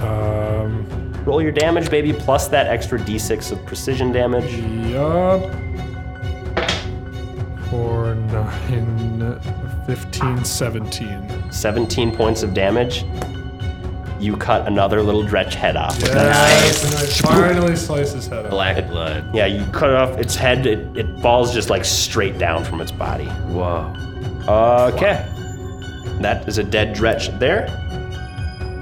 Speaker 3: Um,
Speaker 2: Roll your damage, baby, plus that extra d6 of precision damage.
Speaker 3: yup. Four, nine, 15, 17.
Speaker 2: 17 points of damage. You cut another little dretch head off. with that.
Speaker 3: Yes, and I finally slice his head off.
Speaker 4: Black blood.
Speaker 2: Yeah, you cut off its head, it, it falls just like straight down from its body.
Speaker 4: Whoa.
Speaker 2: Okay. That is a dead dretch there.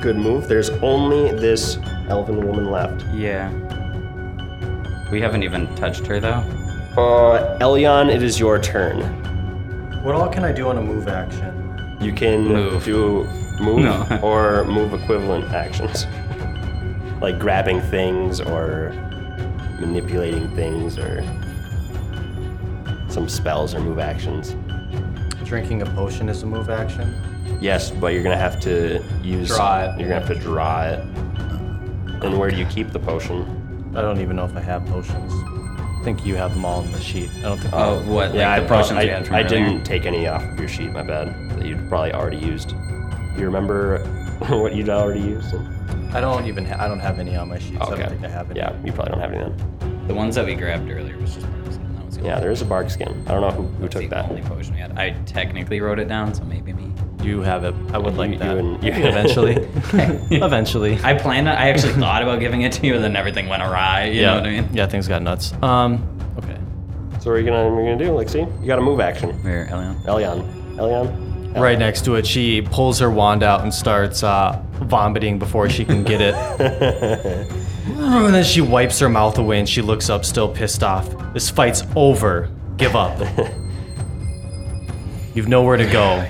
Speaker 2: Good move. There's only this elven woman left.
Speaker 4: Yeah. We haven't even touched her though.
Speaker 2: Uh, Elyon, it is your turn.
Speaker 5: What all can I do on a move action?
Speaker 2: You can
Speaker 4: Move.
Speaker 2: do move
Speaker 4: No.
Speaker 2: or move equivalent actions, like grabbing things or manipulating things or some spells or move actions.
Speaker 5: Drinking a potion is a move action.
Speaker 2: Yes, but you're gonna have to use.
Speaker 5: Draw it.
Speaker 2: You're gonna have to draw it. And where do you keep the potion?
Speaker 5: I don't even know if I have potions. I think you have them all in the sheet. I don't think.
Speaker 4: Oh, what? like the
Speaker 2: prob-
Speaker 4: potions we had from
Speaker 2: I
Speaker 4: earlier?
Speaker 2: didn't take any off of your sheet. My bad. That you'd probably already used. You remember what you'd already used?
Speaker 5: I don't even. Ha- I don't have any on my sheet. So I don't think I have any.
Speaker 2: Yeah, you probably don't have any then.
Speaker 4: The ones that we grabbed earlier was just poison. That was the
Speaker 2: Yeah,
Speaker 4: only-
Speaker 2: there is a bark skin. I don't know who, who
Speaker 4: that's
Speaker 2: took
Speaker 4: the
Speaker 2: that.
Speaker 4: only potion we had. I technically wrote it down, so maybe me.
Speaker 5: You have it. I would like
Speaker 2: you
Speaker 5: that.
Speaker 2: and- you-
Speaker 5: eventually. eventually.
Speaker 4: I planned on, I actually thought about giving it to you, and then everything went awry. You know what I mean?
Speaker 5: Yeah, things got nuts. Um. Okay.
Speaker 2: So what are you gonna what are you gonna do, Lixie? You got a move action.
Speaker 4: Where, Elion?
Speaker 2: Elyon. Elyon.
Speaker 5: Right next to it, she pulls her wand out and starts uh, vomiting before she can get it. and then she wipes her mouth away and she looks up, still pissed off. This fight's over. Give up. You've nowhere to go.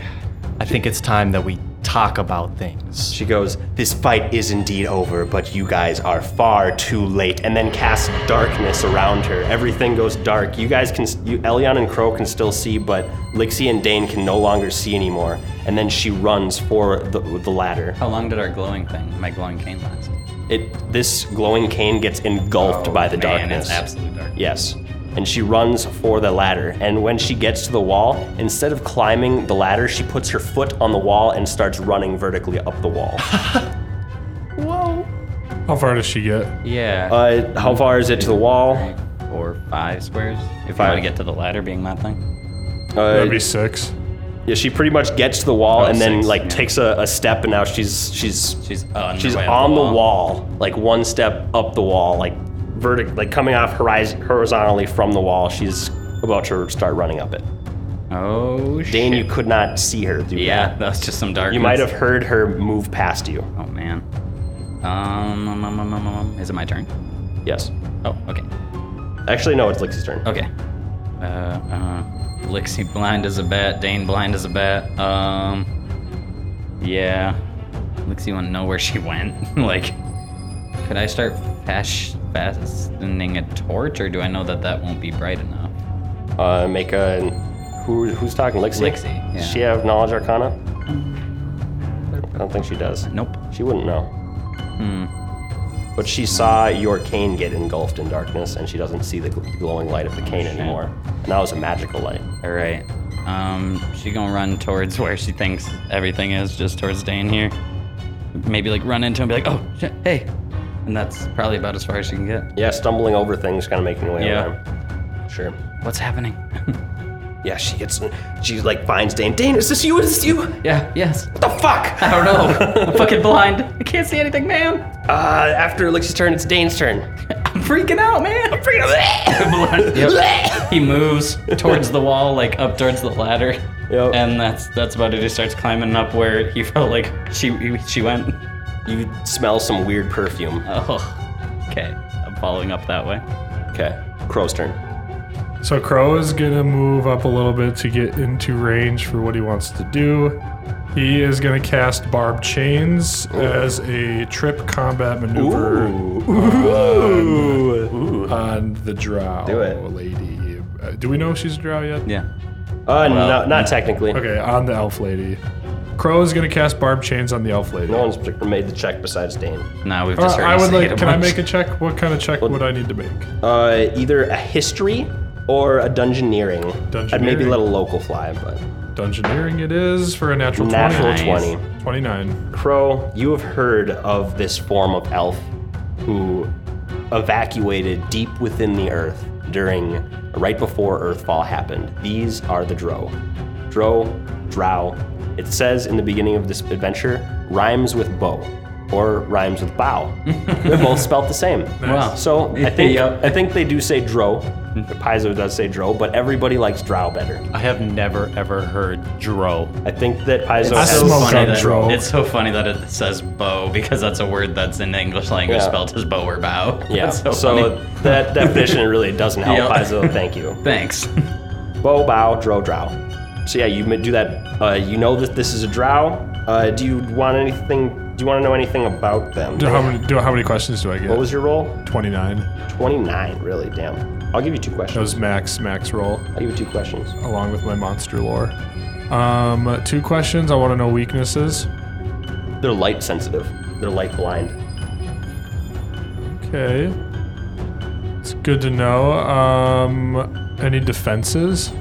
Speaker 5: I think it's time that we talk about things.
Speaker 2: She goes, This fight is indeed over, but you guys are far too late. And then casts darkness around her. Everything goes dark. You guys can, you, Elyon and Crow can still see, but Lixie and Dane can no longer see anymore. And then she runs for the, the ladder.
Speaker 4: How long did our glowing thing, my glowing cane, last?
Speaker 2: It, this glowing cane gets engulfed by the
Speaker 4: Oh, Man,
Speaker 2: darkness.
Speaker 4: it's absolute dark.
Speaker 2: Yes. and she runs for the ladder. And when she gets to the wall, instead of climbing the ladder, she puts her foot on the wall and starts running vertically up the wall.
Speaker 3: How far does she get?
Speaker 4: Yeah.
Speaker 2: Uh, how far is it to the wall?
Speaker 4: or five squares. If I
Speaker 2: Five.
Speaker 4: were to get to the ladder being my thing.
Speaker 2: Uh,
Speaker 3: That'd be six.
Speaker 2: yeah, she pretty much gets to the wall
Speaker 4: Oh,
Speaker 2: and then
Speaker 4: six,
Speaker 2: like
Speaker 4: yeah.
Speaker 2: takes a, a step, and now she's she's
Speaker 4: She's on the
Speaker 2: she's
Speaker 4: way up
Speaker 2: on
Speaker 4: the
Speaker 2: the
Speaker 4: wall.
Speaker 2: wall, like one step up the wall, like vertic, like coming off horizon- horizontally from the wall. She's about to start running up it.
Speaker 4: Oh shit.
Speaker 2: Dane, you could not see her through
Speaker 4: Yeah, that was just some darkness.
Speaker 2: You might have heard her move past you.
Speaker 4: Oh man. Um, um, um, um, um, um, is it my turn?
Speaker 2: Yes.
Speaker 4: Oh, okay.
Speaker 2: Actually, no, it's Lixie's turn.
Speaker 4: Okay. Uh, uh, Lixie blind as a bat, Dane blind as a bat. Um, yeah. Lixie wouldn't know where she went. like, could I start fash- fastening a torch, or do I know that that won't be bright enough?
Speaker 2: Uh, make a. Who, who's talking? Lixie?
Speaker 4: Lixie, yeah.
Speaker 2: Does she have Knowledge Arcana? I don't think she does.
Speaker 4: Nope.
Speaker 2: She wouldn't know.
Speaker 4: Hmm.
Speaker 2: But she saw your cane get engulfed in darkness, and she doesn't see the gl- glowing light of the cane
Speaker 4: Oh, shit.
Speaker 2: anymore. And that was a magical light.
Speaker 4: All right. Um, she gonna run towards where she thinks everything is, just towards Dane here. Maybe like run into him, and be like, "Oh, shit, hey," and that's probably about as far as she can get.
Speaker 2: Yeah, stumbling over things, kind of making your way
Speaker 4: Yeah.
Speaker 2: around. Sure.
Speaker 4: What's happening?
Speaker 2: Yeah, she gets. She like finds Dane. Dane, is this you? Is this you? What
Speaker 4: yeah. Yes.
Speaker 2: the fuck?
Speaker 4: I don't know. I'm fucking blind. I can't see anything, man.
Speaker 2: Uh, after Lixie's turn, it's Dane's turn.
Speaker 4: I'm freaking out, man. I'm freaking out. He moves towards the wall, like up towards the ladder.
Speaker 2: Yep.
Speaker 4: And that's that's about it. He starts climbing up where he felt like she she went.
Speaker 2: You smell some weird perfume.
Speaker 4: Oh. Okay. I'm following up that way.
Speaker 2: Okay. Crow's turn.
Speaker 3: So Crow is gonna move up a little bit to get into range for what he wants to do. He is gonna cast Barb Chains as a trip combat maneuver
Speaker 2: Ooh.
Speaker 3: on the Drow
Speaker 2: Do it.
Speaker 3: lady. Uh, do we know if she's a Drow yet?
Speaker 4: Yeah.
Speaker 2: Uh, no, not technically.
Speaker 3: mm. Okay, on the elf lady. Crow is gonna cast Barb Chains on the elf lady.
Speaker 2: No one's made the check besides Dane.
Speaker 4: Now we've
Speaker 3: Uh,
Speaker 4: just heard
Speaker 3: I
Speaker 4: you
Speaker 3: would
Speaker 4: say it
Speaker 3: like.
Speaker 4: a
Speaker 3: Can I
Speaker 4: bunch.
Speaker 3: make a check? What kind of check would I need to make?
Speaker 2: Uh, either a history or a dungeoneering. I'd maybe
Speaker 3: Dungeoneering.
Speaker 2: let a local fly, but
Speaker 3: Dungeoneering it is for a natural
Speaker 2: natural
Speaker 4: Nice.
Speaker 2: 20.
Speaker 3: twenty. Twenty-nine.
Speaker 2: Crow, you have heard of this form of elf who evacuated deep within the earth during right before Earthfall happened. These are the Drow. Drow, Drow. It says in the beginning of this adventure, rhymes with bow or rhymes with bow. They're both spelt the same.
Speaker 4: Wow.
Speaker 2: So I think
Speaker 4: Yep.
Speaker 2: I think they do say Drow. Paizo does say Drow, but everybody likes Drow better.
Speaker 5: I have never ever heard Dro.
Speaker 2: I think that Paizo
Speaker 3: I
Speaker 2: has
Speaker 4: so
Speaker 3: smoke
Speaker 4: funny
Speaker 3: on
Speaker 4: that-
Speaker 3: Drow.
Speaker 4: It's so funny that it says bow because that's a word that's in the English language
Speaker 2: Yeah.
Speaker 4: spelled as bow or bow.
Speaker 2: Yeah.
Speaker 4: That's so,
Speaker 2: So,
Speaker 4: funny.
Speaker 2: that definition really doesn't help.
Speaker 4: Yeah.
Speaker 2: Paizo, thank you.
Speaker 4: Thanks.
Speaker 2: Bow, bow, drow, drow. So yeah, you may do that. Uh, you know that this is a drow. Uh, do you want anything? Do you want to know anything about them?
Speaker 3: Do, how many? Do how many questions do I get?
Speaker 2: What was your roll?
Speaker 3: twenty-nine?
Speaker 2: Twenty-nine. Really? Damn. I'll give you two
Speaker 3: That
Speaker 2: questions.
Speaker 3: was max max roll.
Speaker 2: I'll give you two questions.
Speaker 3: along with my monster lore. Um, two questions. I want to know weaknesses.
Speaker 2: They're light sensitive. They're light blind.
Speaker 3: Okay. It's good to know. Um, any defenses?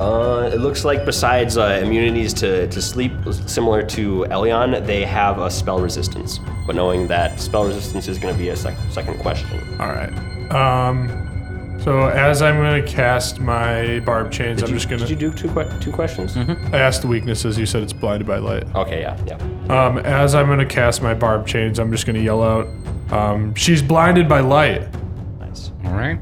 Speaker 2: Uh, it looks like besides uh, immunities to, to sleep, similar to Elion, they have a spell resistance. But knowing that spell resistance is going to be a sec- second question.
Speaker 3: All right. Um, so as I'm gonna cast my barb chains, I'm
Speaker 2: Did you-
Speaker 3: just gonna. Mm-hmm.
Speaker 2: Did you do two que- two questions?
Speaker 3: I asked the weaknesses. You said it's blinded by light.
Speaker 2: Okay. Yeah. Yeah.
Speaker 3: Um, as I'm gonna cast my barb chains, I'm just gonna yell out, um, "She's blinded by light."
Speaker 2: Nice.
Speaker 4: All right.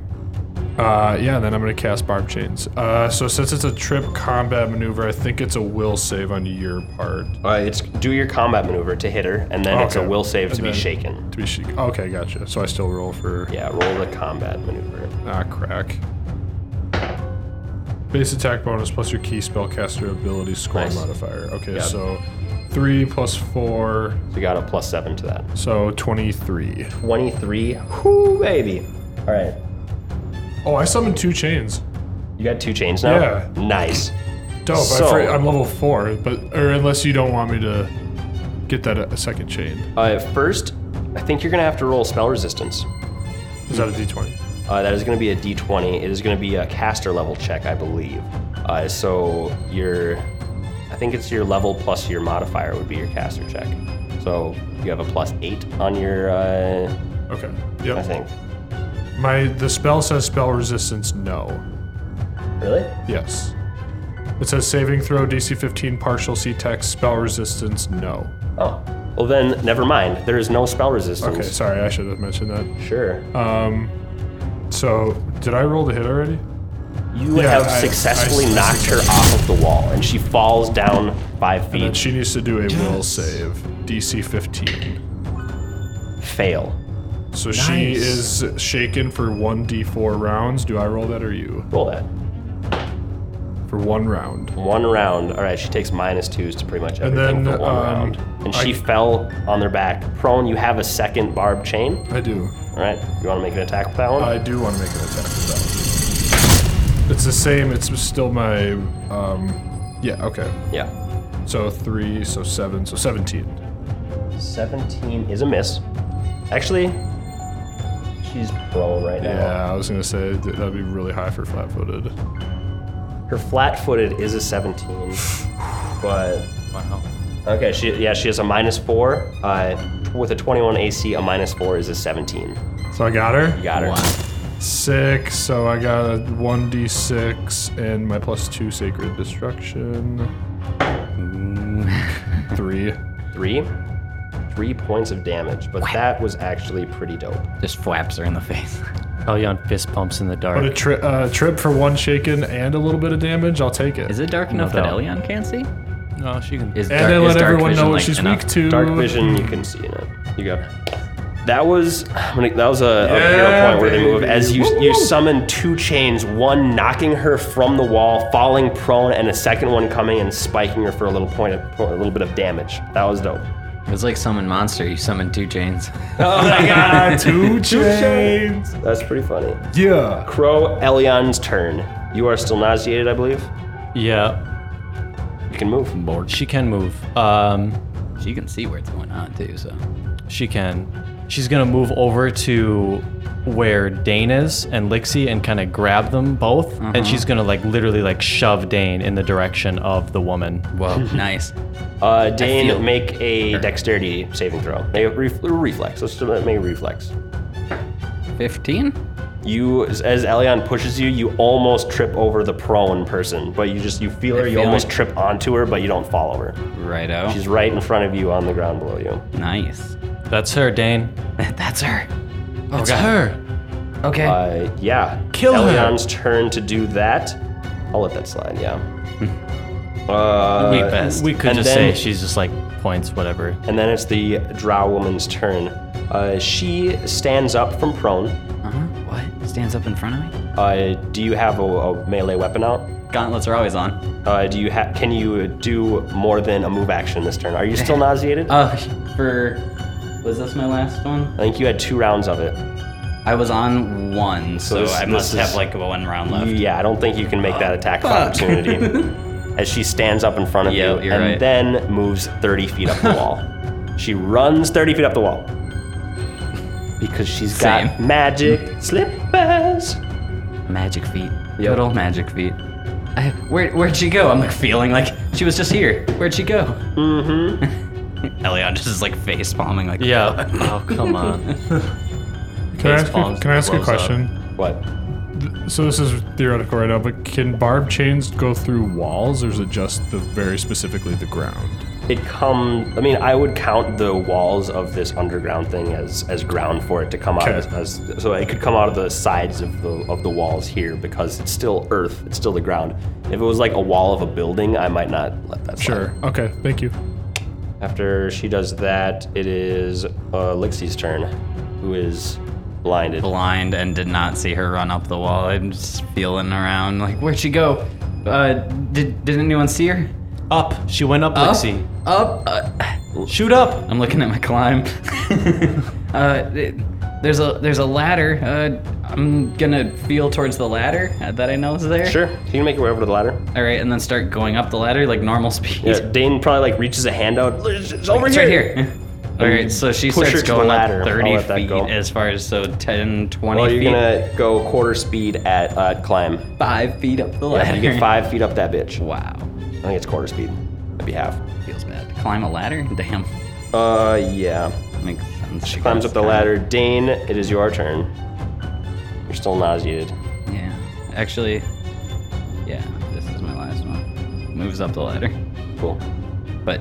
Speaker 3: Uh, yeah, then I'm gonna cast barb chains. Uh, so since it's a trip combat maneuver, I think it's a will save on your part.
Speaker 2: Uh, it's do your combat maneuver to hit her, and then it's a
Speaker 3: Okay.
Speaker 2: will save to
Speaker 3: And
Speaker 2: be
Speaker 3: then-
Speaker 2: shaken.
Speaker 3: To be chic. Okay, gotcha. So I still roll for
Speaker 2: Yeah, roll the combat maneuver.
Speaker 3: ah crack. Base attack bonus plus your key spellcaster ability score
Speaker 2: Nice.
Speaker 3: modifier. Okay,
Speaker 2: it.
Speaker 3: so three plus four,
Speaker 2: So you got a plus seven to that.
Speaker 3: so twenty-three.
Speaker 2: 23. Whoo, baby. All right.
Speaker 3: Oh, I summoned two chains.
Speaker 2: You got two chains now?
Speaker 3: Yeah.
Speaker 2: Nice.
Speaker 3: Dope.
Speaker 2: So-
Speaker 3: I fr- I'm level four, but or unless you don't want me to get that a, second chain.
Speaker 2: Uh, first, I think you're going to have to roll spell resistance.
Speaker 3: Is that a D20?
Speaker 2: Uh, that is going to be a D20. It is going to be a caster level check, I believe. Uh, so your, I think it's your level plus your modifier would be your caster check. So you have a plus eight on your, uh,
Speaker 3: Okay.
Speaker 2: I
Speaker 3: Yep.
Speaker 2: think.
Speaker 3: My the spell says spell resistance no.
Speaker 2: Really?
Speaker 3: Yes. It says saving throw DC 15 partial C text spell resistance no.
Speaker 2: Oh, well then, never mind. There is no spell resistance.
Speaker 3: Okay, Uh, sorry, I should have mentioned that. Um,
Speaker 2: Sure.
Speaker 3: So, did I roll the hit already?
Speaker 2: you
Speaker 3: yeah,
Speaker 2: have
Speaker 3: I- I
Speaker 2: successfully
Speaker 3: s-
Speaker 2: knocked her off of the wall, and she falls down five
Speaker 3: And
Speaker 2: feet.
Speaker 3: she needs to do a will save DC 15.
Speaker 2: Fail.
Speaker 3: So she is shaken for 1d4 rounds. Do I roll that or you?
Speaker 2: Roll that.
Speaker 3: For one round.
Speaker 2: One round. All right, she takes minus twos to pretty much
Speaker 3: And
Speaker 2: everything
Speaker 3: then,
Speaker 2: for one
Speaker 3: um,
Speaker 2: round. And
Speaker 3: I-
Speaker 2: she fell on their back. Prone, you have a second barb chain.
Speaker 3: I do.
Speaker 2: All right, you want to make an attack with that one?
Speaker 3: I do want to make an attack with that. It's the same. It's still my. Um, yeah. Okay.
Speaker 2: yeah.
Speaker 3: So three. So seven. So seventeen.
Speaker 2: 17 is a miss. Actually, she's prone right now.
Speaker 3: Yeah, I was gonna say th- that'd be really high for flat-footed.
Speaker 2: Her flat footed is a 17, but.
Speaker 5: Wow.
Speaker 2: Okay, she yeah, she has a minus four. Uh, t- with a 21 AC, a minus four is a 17.
Speaker 3: So I got her.
Speaker 2: You got her.
Speaker 3: Six. So I got a one d six and my plus two sacred destruction. Three.
Speaker 2: Three. Three points of damage, but that was actually pretty dope.
Speaker 4: Just flaps her in the face.
Speaker 5: Probably on fist pumps in the dark.
Speaker 3: But a tri- uh, trip for one shaken and a little bit of damage. I'll take it.
Speaker 4: Is it dark enough that
Speaker 5: doubt.
Speaker 4: Elion can't see?
Speaker 5: no, she can.
Speaker 4: Is
Speaker 3: And
Speaker 4: dark,
Speaker 3: I
Speaker 4: is
Speaker 3: let
Speaker 4: dark
Speaker 3: everyone
Speaker 4: vision,
Speaker 3: know what
Speaker 4: like,
Speaker 3: she's
Speaker 4: enough?
Speaker 3: weak to.
Speaker 2: Dark vision, you can see it. You go. That was I'm gonna, that was a, a hero point where they move as you you summon two chains, one knocking her from the wall, falling prone, and a second one coming and spiking her for a little point of a little bit of damage. That was dope.
Speaker 4: It was like summon monster. You summon two chains.
Speaker 5: Oh
Speaker 3: Two chains.
Speaker 2: That's pretty funny.
Speaker 3: Yeah.
Speaker 2: Crow Elion's turn. You are still nauseated, I believe.
Speaker 5: yeah,
Speaker 2: You can move.
Speaker 5: bored. She can move. Um,
Speaker 4: she can see where it's going on too. So
Speaker 5: She can. She's gonna move over to where Dane is and Lixie and kind of grab them both,
Speaker 2: Mm-hmm.
Speaker 5: and she's gonna like literally like shove Dane in the direction of the woman.
Speaker 4: whoa, nice.
Speaker 2: Uh,
Speaker 4: feel-
Speaker 2: Dane, make a dexterity saving throw. Make a ref- reflex. Let's do- make a reflex.
Speaker 4: Fifteen.
Speaker 2: You, as as Elion pushes you, you almost trip over the prone person, but you just you feel her. You
Speaker 4: feel
Speaker 2: almost
Speaker 4: it.
Speaker 2: trip onto her, but you don't fall over.
Speaker 4: Right out.
Speaker 2: She's right in front of you on the ground below you.
Speaker 4: nice.
Speaker 5: That's her, Dane.
Speaker 4: That's her.
Speaker 2: Oh,
Speaker 5: That's her.
Speaker 4: Okay.
Speaker 2: Uh, yeah.
Speaker 5: Kill her.
Speaker 2: Elion's turn to do that. I'll let that slide. Yeah. uh,
Speaker 5: Hmm. we, we could
Speaker 2: and
Speaker 5: just
Speaker 2: then-
Speaker 5: say she's just like points, whatever.
Speaker 2: And then it's the drow woman's turn. Uh, she stands up from prone.
Speaker 4: uh-huh. What? Stands up in front of me.
Speaker 2: Uh, do you have a, a melee weapon out?
Speaker 4: Gauntlets are always on.
Speaker 2: Uh, do you ha- can you do more than a move action this turn? Are you still nauseated?
Speaker 4: Uh, for was this my last one?
Speaker 2: I think you had two rounds of it.
Speaker 4: I was on one, so,
Speaker 2: this-
Speaker 4: I must
Speaker 2: this is-
Speaker 4: have like one round left.
Speaker 2: Yeah, I don't think you can make that attack of opportunity. As she stands up in front of
Speaker 4: Yeah,
Speaker 2: you
Speaker 4: you're
Speaker 2: and
Speaker 4: right.
Speaker 2: then moves 30 feet up the wall. she runs 30 feet up the wall. Because she's got
Speaker 4: Same.
Speaker 2: magic slippers.
Speaker 4: Magic feet. Total magic feet. I, where, where'd she go? I'm like feeling like she was just here. Where'd she go? Mm
Speaker 2: Mm-hmm.
Speaker 4: hmm. Elion just is like face palming, like,
Speaker 5: Yeah. oh come on.
Speaker 3: Can I
Speaker 5: Face
Speaker 3: ask,
Speaker 5: palms
Speaker 3: you, can I ask you a
Speaker 5: blows up.
Speaker 3: question?
Speaker 2: What?
Speaker 3: So this is theoretical right now, but can barb chains go through walls, or is it just the very specifically the ground?
Speaker 2: It come. I mean, I would count the walls of this underground thing as as ground for it to come out. As,
Speaker 3: Okay.
Speaker 2: as so, it could come out of the sides of the of the walls here because it's still earth. It's still the ground. If it was like a wall of a building, I might not let that. slide.
Speaker 3: Uh, Okay. Thank you.
Speaker 2: After she does that, it is uh, Lixie's turn, who is blinded.
Speaker 4: blind and did not see her run up the wall. I'm just feeling around, like, where'd she go? Uh, did, did anyone see her?
Speaker 5: Up. She went up,
Speaker 4: Up?
Speaker 5: Lixie.
Speaker 4: Up? Uh,
Speaker 5: Shoot up.
Speaker 4: I'm looking at my climb. uh, it- there's a there's a ladder. Uh, I'm gonna feel towards the ladder uh, that I know is there.
Speaker 2: Sure, you can make your way over to the ladder.
Speaker 4: All right, and then start going up the ladder like normal speed.
Speaker 2: Yeah, Dane probably like reaches a hand out. It's over
Speaker 4: It's
Speaker 2: here.
Speaker 4: right here.
Speaker 1: All right, so she
Speaker 2: Push her
Speaker 1: starts
Speaker 2: to the
Speaker 1: going up
Speaker 2: ladder. I'll
Speaker 1: 30
Speaker 2: let that
Speaker 1: feet
Speaker 2: go.
Speaker 1: as far as so 10, 20
Speaker 2: Well,
Speaker 1: feet.
Speaker 2: you're gonna go quarter speed at uh, climb.
Speaker 4: Five feet up the
Speaker 2: Yeah,
Speaker 4: ladder.
Speaker 2: you get five feet up that bitch.
Speaker 4: Wow.
Speaker 2: I think it's quarter speed. Maybe half.
Speaker 4: Feels bad. Climb a ladder? Damn.
Speaker 2: Uh, yeah.
Speaker 4: Makes sense.
Speaker 2: She climbs up the ladder. Dane, it is your turn. You're still nauseated.
Speaker 4: Yeah. Actually, yeah, this is my last one. Moves up the ladder.
Speaker 2: Cool.
Speaker 4: But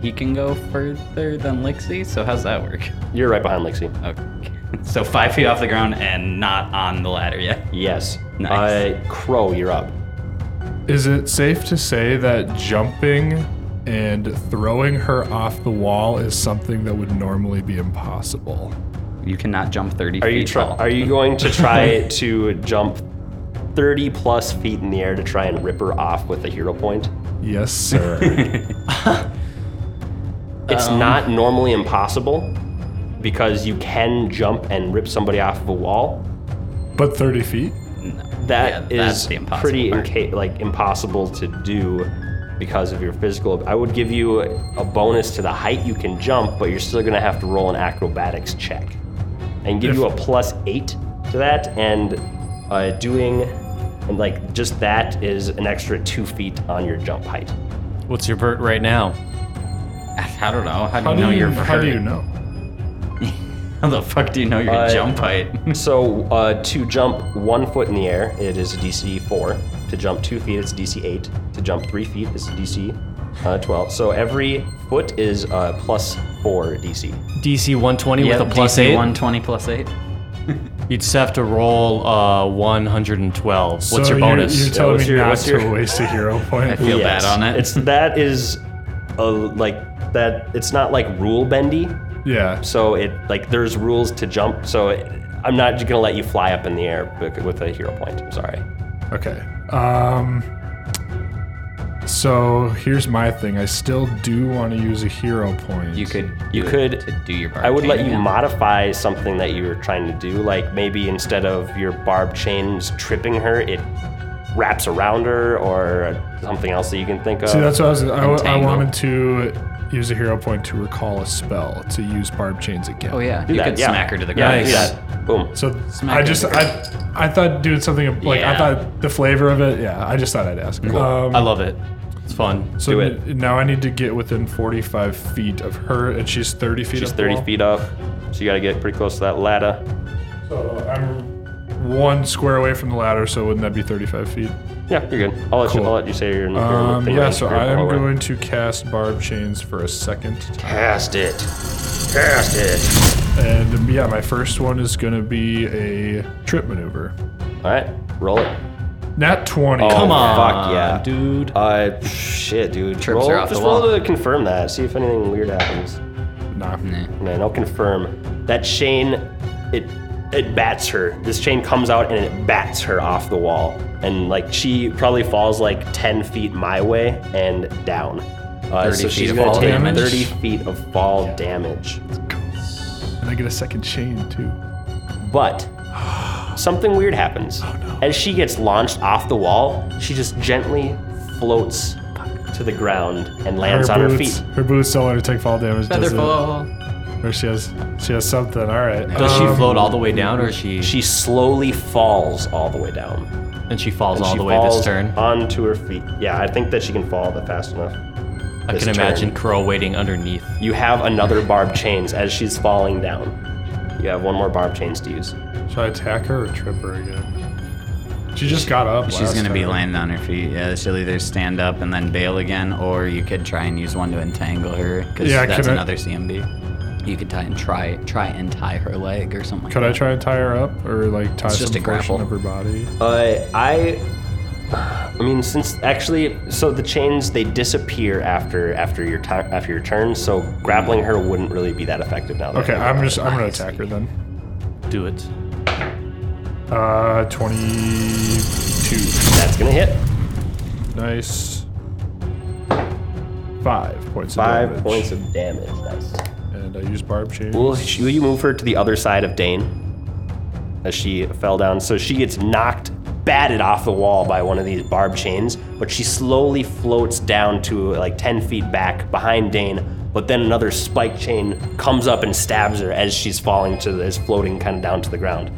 Speaker 4: he can go further than Lixie, so how's that work?
Speaker 2: You're right behind Lixie.
Speaker 4: Okay. So five feet off the ground and not on the ladder yet.
Speaker 2: Yes.
Speaker 4: Nice.
Speaker 2: Uh, Crow, you're up.
Speaker 3: Is it safe to say that jumping and throwing her off the wall is something that would normally be impossible?
Speaker 4: You cannot jump 30
Speaker 2: Are
Speaker 4: feet
Speaker 2: you try-
Speaker 4: tall.
Speaker 2: Are you going to try to jump 30 plus feet in the air to try and rip her off with a hero point?
Speaker 3: Yes, sir.
Speaker 2: It's not normally impossible because you can jump and rip somebody off of a wall.
Speaker 3: but 30 feet?
Speaker 2: That is
Speaker 4: Yeah, that's the impossible
Speaker 2: pretty
Speaker 4: part.
Speaker 2: inca- like impossible to do because of your physical. I would give you a bonus to the height you can jump, but you're still gonna have to roll an acrobatics check, and give you a plus eight to that. And uh, doing and like just that is an extra two feet on your jump height.
Speaker 5: What's your vert right now?
Speaker 4: I don't know. How do
Speaker 3: How
Speaker 4: you
Speaker 3: do
Speaker 4: know
Speaker 3: you,
Speaker 4: you're
Speaker 3: how do
Speaker 4: vert?
Speaker 3: you know?
Speaker 4: How the fuck do you know your
Speaker 2: Uh,
Speaker 4: jump height?
Speaker 2: So uh, to jump one foot in the air, it is a DC four. To jump two feet, it's a DC eight. To jump three feet, it's a DC uh, twelve. So every foot is uh, plus four DC.
Speaker 5: DC 120
Speaker 4: Yeah,
Speaker 5: with a plus
Speaker 4: DC
Speaker 5: 8?
Speaker 4: 120 plus 8.
Speaker 5: You'd just have to roll uh, 112. What's
Speaker 3: So
Speaker 5: your
Speaker 3: you're-
Speaker 5: bonus?
Speaker 3: You're, telling
Speaker 2: what's
Speaker 3: me
Speaker 2: your-
Speaker 3: not
Speaker 2: what's your-
Speaker 3: to waste a hero point.
Speaker 4: feel- bad on it.
Speaker 2: It's that is a like that. It's not like rule bendy.
Speaker 3: yeah.
Speaker 2: So it like there's rules to jump. So it, I'm not just gonna let you fly up in the air bec- with a hero point. I'm sorry.
Speaker 3: Okay. Um. So here's my thing. I still do want to use a hero point.
Speaker 4: You could.
Speaker 2: You
Speaker 4: do it
Speaker 2: could-
Speaker 4: To do your
Speaker 2: I would let you
Speaker 4: bartending.
Speaker 2: modify something that you were trying to do. Like maybe instead of your barb chains tripping her, it wraps around her or something else that you can think of.
Speaker 3: See, that's what I was. I, I
Speaker 4: Entangle.
Speaker 3: wanted to use a hero point to recall a spell to use barb chains again.
Speaker 4: Oh, yeah.
Speaker 2: Do
Speaker 4: you
Speaker 2: that,
Speaker 4: could
Speaker 2: yeah.
Speaker 4: smack her to the
Speaker 2: Yeah,
Speaker 4: ground.
Speaker 2: do
Speaker 5: Nice.
Speaker 2: that. Boom.
Speaker 3: So I just I I thought doing something like I
Speaker 4: Yeah.
Speaker 3: thought the flavor of it. Yeah, I just thought I'd ask. Um,
Speaker 5: I love it. It's fun.
Speaker 3: so
Speaker 2: do it.
Speaker 3: n- now I need to get within 45 feet of her, and she's 30 feet.
Speaker 2: She's
Speaker 3: up
Speaker 2: 30
Speaker 3: wall.
Speaker 2: feet up, so you got to get pretty close to that ladder.
Speaker 3: So I'm one square away from the ladder. So wouldn't that be 35 feet?
Speaker 2: Yeah, you're good. I'll let, you, I'll let you say you're in
Speaker 3: Um,
Speaker 2: your
Speaker 3: yeah, so
Speaker 2: your-
Speaker 3: I am
Speaker 2: your-
Speaker 3: going to cast Barb Chains for a second time.
Speaker 2: Cast it. Cast it.
Speaker 3: And um, yeah, my first one is going to be a trip maneuver.
Speaker 2: All right, roll it.
Speaker 3: Nat 20.
Speaker 2: Come
Speaker 5: on,
Speaker 2: Fuck yeah.
Speaker 5: Ah, dude.
Speaker 2: Uh, pff, shit, dude.
Speaker 4: Trips
Speaker 2: roll,
Speaker 4: her off the
Speaker 2: just roll
Speaker 4: wall.
Speaker 2: to confirm that. See if anything weird happens.
Speaker 3: Nah.
Speaker 2: Man, I'll confirm. That chain, it it bats her. This chain comes out and it bats her off the wall, and like she probably falls like ten feet my way and down. Uh,
Speaker 4: 30
Speaker 2: so
Speaker 4: feet
Speaker 2: she's
Speaker 4: of
Speaker 2: gonna
Speaker 4: fall
Speaker 2: take
Speaker 3: damage?
Speaker 2: thirty feet of fall damage.
Speaker 3: And I get a second chain too.
Speaker 2: But something weird happens. As she gets launched off the wall, she just gently floats to the ground and lands on her
Speaker 3: boots,
Speaker 2: feet.
Speaker 3: her boots don't let her take fall damage. Does it?
Speaker 4: Featherfall.
Speaker 3: Or she has she has something. All right.
Speaker 5: Does
Speaker 3: Um,
Speaker 5: she float all the way down, or is she,
Speaker 2: She slowly falls all the way down.
Speaker 5: and she falls all
Speaker 2: she
Speaker 5: the way
Speaker 2: falls
Speaker 5: this turn?
Speaker 2: Onto her feet. Yeah, I think that she can fall that fast enough.
Speaker 5: I
Speaker 2: this
Speaker 5: can
Speaker 2: turn.
Speaker 5: imagine Crow waiting underneath.
Speaker 2: You have another barb chains as she's falling down. You have one more barb chains to use.
Speaker 3: Should I attack her or trip her again? She just got up.
Speaker 4: She's
Speaker 3: last
Speaker 4: gonna be
Speaker 3: time.
Speaker 4: landing on her feet. Yeah, she'll either stand up and then bail again, or you could try and use one to entangle her because
Speaker 3: Yeah,
Speaker 4: that's
Speaker 3: could I-
Speaker 4: another CMB. You could tie and try try and tie her leg or something.
Speaker 3: Could I
Speaker 4: like
Speaker 3: try and tie her up or like tie
Speaker 4: It's
Speaker 3: some
Speaker 4: just
Speaker 3: portion
Speaker 4: a grapple.
Speaker 3: of her body?
Speaker 2: Uh, I, I mean, since actually, so the chains they disappear after after your ti after your turn. So grappling her wouldn't really be that effective now. that I
Speaker 3: Okay,
Speaker 2: think
Speaker 3: I'm
Speaker 2: about
Speaker 3: just I'm gonna
Speaker 4: I
Speaker 3: attack her then.
Speaker 5: Do it.
Speaker 3: Uh, 22.
Speaker 2: it. That's gonna hit.
Speaker 3: Nice. Five points.
Speaker 2: Five
Speaker 3: of damage.
Speaker 2: points of damage. Nice.
Speaker 3: And I use barb chain.
Speaker 2: Will, she, will you move her to the other side of Dane as she fell down? So she gets knocked, batted off the wall by one of these barb chains, but she slowly floats down to like 10 feet back behind Dane But then another spike chain comes up and stabs her as she's falling to the, is floating kind of down to the ground.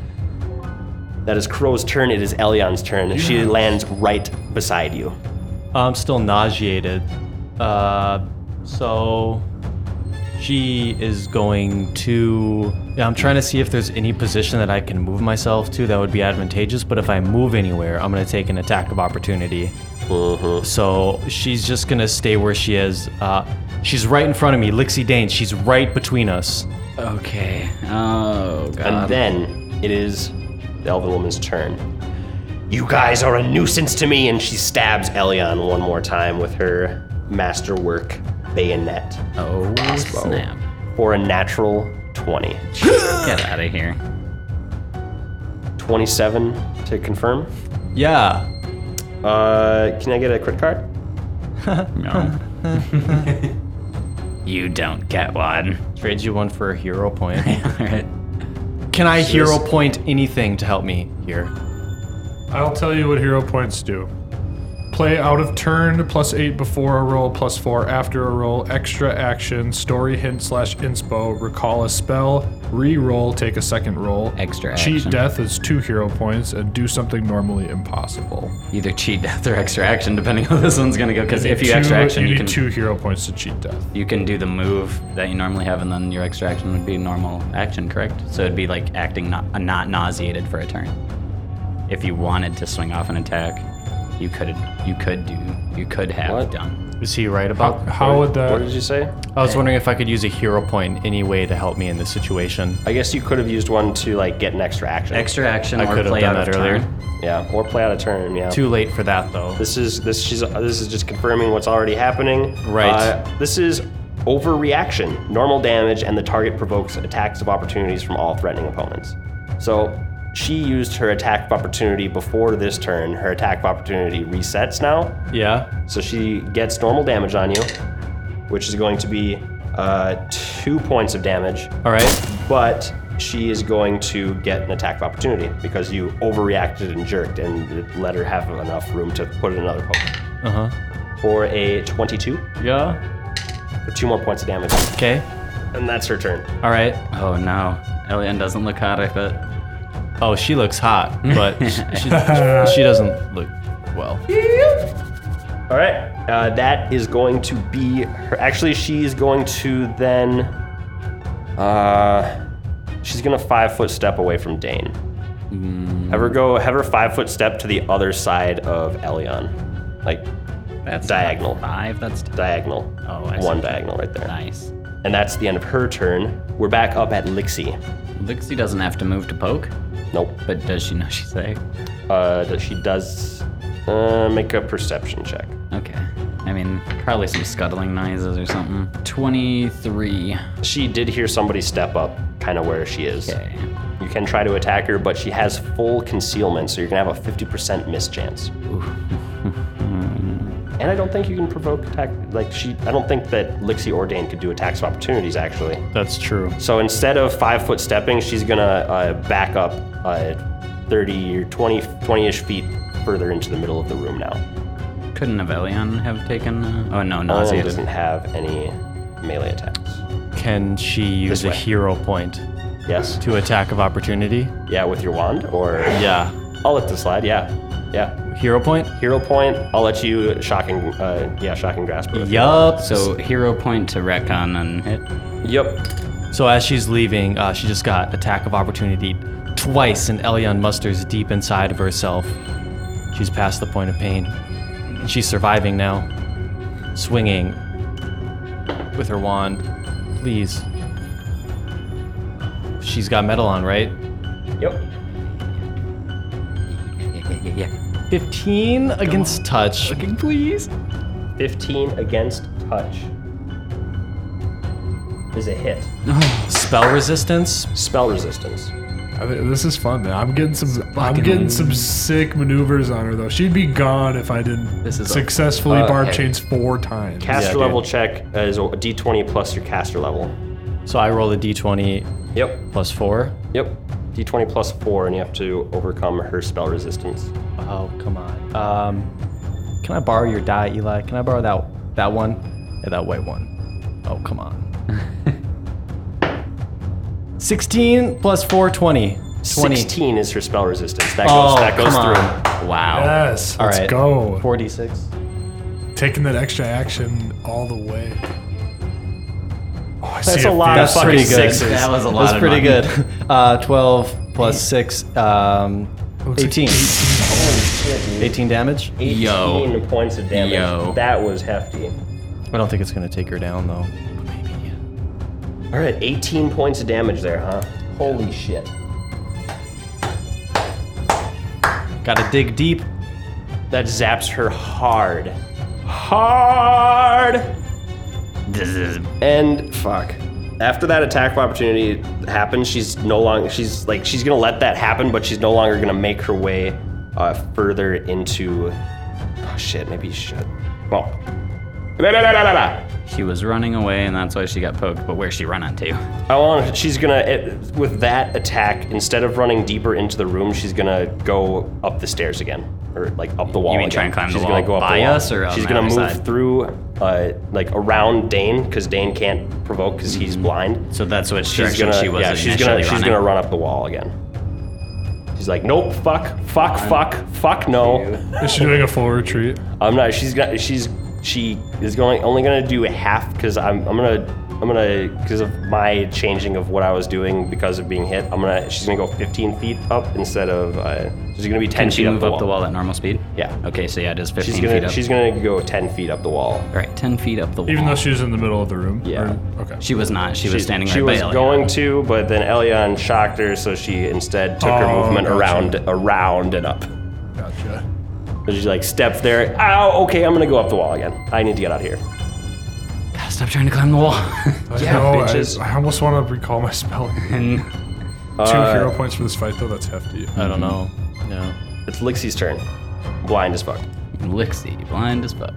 Speaker 2: That is Crow's turn. It is Elion's turn. She lands right beside you.
Speaker 5: I'm still nauseated. Uh, so she is going to. yeah, I'm trying to see if there's any position that I can move myself to that would be advantageous. But if I move anywhere, I'm gonna take an attack of opportunity.
Speaker 2: Mm-hmm.
Speaker 5: So she's just gonna stay where she is. Uh, she's right in front of me, Lixie Dane. She's right between us.
Speaker 4: Okay. Oh
Speaker 2: And
Speaker 3: Um,
Speaker 4: god.
Speaker 2: then it is the elven woman's turn. You guys are a nuisance to me, and she stabs Elion one more time with her masterwork bayonet
Speaker 4: oh snap!
Speaker 2: for a natural 20.
Speaker 4: Get out of here.
Speaker 2: 27 to confirm.
Speaker 5: Yeah.
Speaker 2: Uh, can I get a crit card?
Speaker 4: No. you don't get one.
Speaker 5: Trades you one for a hero point.
Speaker 4: Alright.
Speaker 5: Can I hero point anything to help me here?
Speaker 3: I'll tell you what hero points do. Play out of turn, plus eight before a roll, plus four after a roll, extra action, story hint slash inspo, recall a spell, re-roll, take a second roll.
Speaker 4: Extra
Speaker 3: Cheat
Speaker 4: action.
Speaker 3: death is two hero points, and do something normally impossible.
Speaker 4: Either cheat death or extra action, depending on this one's gonna go. Because if you
Speaker 3: two,
Speaker 4: extra action,
Speaker 3: you,
Speaker 4: you,
Speaker 3: need
Speaker 4: can
Speaker 3: two hero points to cheat death.
Speaker 4: you can do the move that you normally have, and then your extra action would be a normal action, correct? So it'd be like acting not uh, not nauseated for a turn. If you wanted to swing off an attack, you could you could do you could have
Speaker 2: What?
Speaker 4: done.
Speaker 5: Is he right about?
Speaker 3: How would
Speaker 2: What
Speaker 3: that?
Speaker 2: did you say?
Speaker 5: I was wondering if I could use a hero point in any way to help me in this situation.
Speaker 2: I guess you could have used one to like get an extra action.
Speaker 4: Extra action
Speaker 5: I
Speaker 4: or
Speaker 5: could have
Speaker 4: play
Speaker 5: done
Speaker 4: out
Speaker 5: that
Speaker 4: of
Speaker 5: earlier.
Speaker 4: turn.
Speaker 2: Yeah, or play out a turn. Yeah.
Speaker 5: Too late for that though.
Speaker 2: This is this she's this is just confirming what's already happening.
Speaker 5: Right.
Speaker 2: Uh, this is overreaction, normal damage, and the target provokes attacks of opportunities from all threatening opponents. So she used her attack of opportunity before this turn. Her attack of opportunity resets now,
Speaker 5: Yeah.
Speaker 2: so she gets normal damage on you, which is going to be uh, two points of damage.
Speaker 5: All right.
Speaker 2: But she is going to get an attack of opportunity because you overreacted and jerked and let her have enough room to put in another poke.
Speaker 5: Uh huh.
Speaker 2: For a 22,
Speaker 5: Yeah.
Speaker 2: for two more points of damage.
Speaker 5: Okay.
Speaker 2: And that's her turn.
Speaker 5: All right.
Speaker 4: Oh no, Elian doesn't look hot. I bet.
Speaker 5: Oh, she looks hot, but she, she doesn't look well.
Speaker 2: All right. Uh, that is going to be her. Actually, she is going to then. Uh, she's gonna five foot step away from Dane. Have her go. Have her five foot step to the other side of Elion, like
Speaker 4: That's
Speaker 2: Diagonal.
Speaker 4: not Five. That's t-
Speaker 2: diagonal.
Speaker 4: Oh, I see.
Speaker 2: One diagonal right there.
Speaker 4: nice.
Speaker 2: And that's the end of her turn. We're back up at Lixie.
Speaker 4: Lixie doesn't have to move to poke,
Speaker 2: Nope.
Speaker 4: but does she know she's there?
Speaker 2: Uh, does- she does uh, make a perception check.
Speaker 4: Okay. I mean, probably some scuttling noises or something. 23.
Speaker 2: She did hear somebody step up, kind of where she is.
Speaker 4: Okay.
Speaker 2: You can try to attack her, but she has full concealment, so you're gonna have a 50% miss chance. and I don't think you can provoke attack. Like she, I don't think that Lixie or Dane could do attacks of opportunities actually.
Speaker 5: That's true.
Speaker 2: So instead of five foot stepping, she's gonna uh, back up uh, 30 or 20, 20-ish feet further into the middle of the room now.
Speaker 5: Ah,
Speaker 4: Couldn't have Elion have taken. Uh, oh, no,
Speaker 2: Elion
Speaker 4: nauseated.
Speaker 2: doesn't have any melee attacks.
Speaker 5: Can she use
Speaker 2: This
Speaker 5: a
Speaker 2: way.
Speaker 5: hero point
Speaker 2: Yes.
Speaker 5: to attack of opportunity?
Speaker 2: Yeah, with your wand or
Speaker 5: Yeah.
Speaker 2: I'll let this slide. Yeah, yeah.
Speaker 5: Hero point?
Speaker 2: Hero point. I'll let you shocking. Uh, yeah, shocking grasp. with it.
Speaker 5: Yup.
Speaker 4: So, hero point to retcon and hit.
Speaker 2: Yep.
Speaker 5: So as she's leaving, uh, she just got attack of opportunity twice, and Elion musters deep inside of herself. She's past the point of pain. She's surviving now, swinging with her wand. Please. She's got metal on, right?
Speaker 2: Yep.
Speaker 4: Yeah, yeah, yeah, yeah.
Speaker 5: 15 against touch. please.
Speaker 2: Fifteen against touch is a hit.
Speaker 5: Spell resistance.
Speaker 2: Spell resistance.
Speaker 3: I thi- This is fun, man. I'm getting some. I'm
Speaker 4: fucking-
Speaker 3: getting some sick maneuvers on her though. She'd be gone if I didn't
Speaker 4: This is a-
Speaker 3: successfully
Speaker 2: Uh,
Speaker 3: barb
Speaker 2: hey.
Speaker 3: chains four times.
Speaker 2: Caster
Speaker 5: dude.
Speaker 2: level check is a d20 plus your caster level.
Speaker 5: So I roll a d20
Speaker 2: Yep.
Speaker 5: plus 4.
Speaker 2: Yep. D20 plus four, and you have to overcome her spell resistance.
Speaker 5: Oh, come on. Um, can I borrow your die, Eli? Can I borrow that that one? Yeah, that white one. Oh, come on. 16 plus 4, 20. 20.
Speaker 2: 16 is her spell resistance. That goes,
Speaker 5: Oh,
Speaker 2: that goes
Speaker 5: come
Speaker 2: through.
Speaker 5: on.
Speaker 4: Wow.
Speaker 3: Yes,
Speaker 5: All
Speaker 3: let's
Speaker 5: right.
Speaker 3: go.
Speaker 5: 46.
Speaker 3: Taking that extra action all the way. Oh, I
Speaker 2: That's
Speaker 3: see
Speaker 2: a lot of
Speaker 5: That's
Speaker 2: fucking
Speaker 5: pretty good.
Speaker 2: sixes.
Speaker 4: That was a lot
Speaker 5: That's
Speaker 4: of
Speaker 5: pretty
Speaker 4: money.
Speaker 5: good. Uh, 12 plus 6, um,
Speaker 3: Looks like
Speaker 5: 18. 18 damage.
Speaker 2: 18
Speaker 4: Yo.
Speaker 2: points of damage.
Speaker 4: Yo.
Speaker 2: That was hefty.
Speaker 5: I don't think it's going to take her down, though.
Speaker 2: All right, 18 points of damage there, huh? Holy shit.
Speaker 5: Gotta dig deep.
Speaker 2: That zaps her hard. Hard!
Speaker 4: This is
Speaker 2: And fuck. After that attack of opportunity happens, she's no longer she's like she's gonna let that happen, but she's no longer gonna make her way uh, further into. Oh shit, maybe she should. Well, la, la, la, la, la, la.
Speaker 4: She was running away, and that's why she got poked. But where's she running to?
Speaker 2: I want. She's gonna it, with that attack. Instead of running deeper into the room, she's gonna go up the stairs again, or like up the wall.
Speaker 4: You mean
Speaker 2: again.
Speaker 4: try and climb the
Speaker 2: she's
Speaker 4: wall
Speaker 2: Gonna go up
Speaker 4: by
Speaker 2: the wall.
Speaker 4: us or on
Speaker 2: she's
Speaker 4: the
Speaker 2: gonna
Speaker 4: other
Speaker 2: move
Speaker 4: side?
Speaker 2: through, uh, like around Dane, because Dane can't provoke because he's
Speaker 4: Mm-hmm.
Speaker 2: blind.
Speaker 4: So that's what
Speaker 2: She's
Speaker 4: direction
Speaker 2: gonna.
Speaker 4: she was
Speaker 2: yeah, she's gonna.
Speaker 4: initially
Speaker 2: She's
Speaker 4: running.
Speaker 2: gonna run up the wall again. She's like, nope, fuck, fuck, fuck, fuck, no.
Speaker 3: Is she doing a full retreat?
Speaker 2: I'm not. She's got. She's. She is going only gonna do half because I'm. I'm gonna. I'm gonna because of my changing of what I was doing because of being hit. I'm gonna. She's gonna go 15 feet up instead of. Uh, she's gonna be 10
Speaker 4: Can
Speaker 2: feet
Speaker 4: she
Speaker 2: up
Speaker 4: move
Speaker 2: the
Speaker 4: up
Speaker 2: wall.
Speaker 4: the wall at normal speed?
Speaker 2: Yeah.
Speaker 4: Okay, so yeah, it is 15
Speaker 2: She's gonna.
Speaker 4: feet up.
Speaker 2: She's gonna go 10 feet up the wall.
Speaker 4: All right, 10 feet up the wall.
Speaker 3: Even though she was in the middle of the room.
Speaker 2: Yeah.
Speaker 3: Or- okay.
Speaker 4: she was not, she was
Speaker 2: She's-
Speaker 4: standing
Speaker 2: she
Speaker 4: right
Speaker 2: was
Speaker 4: by Ellie.
Speaker 2: going to, but then Elion shocked her, so she instead took her
Speaker 3: Oh,
Speaker 2: movement
Speaker 3: gotcha.
Speaker 2: around, around and up.
Speaker 3: Gotcha.
Speaker 2: So she like steps there. Ow. Okay, I'm gonna go up the wall again. I need to get out of here.
Speaker 4: God, stop trying to climb the wall.
Speaker 3: I
Speaker 2: Yeah,
Speaker 3: know, I-
Speaker 2: bitches.
Speaker 3: I, almost want to recall my spelling.
Speaker 4: and
Speaker 3: Two
Speaker 2: Uh,
Speaker 3: hero points for this fight, though. That's hefty.
Speaker 5: I don't know. No.
Speaker 2: It's Lixie's turn. Blind as fuck.
Speaker 4: Lixie, blind as fuck.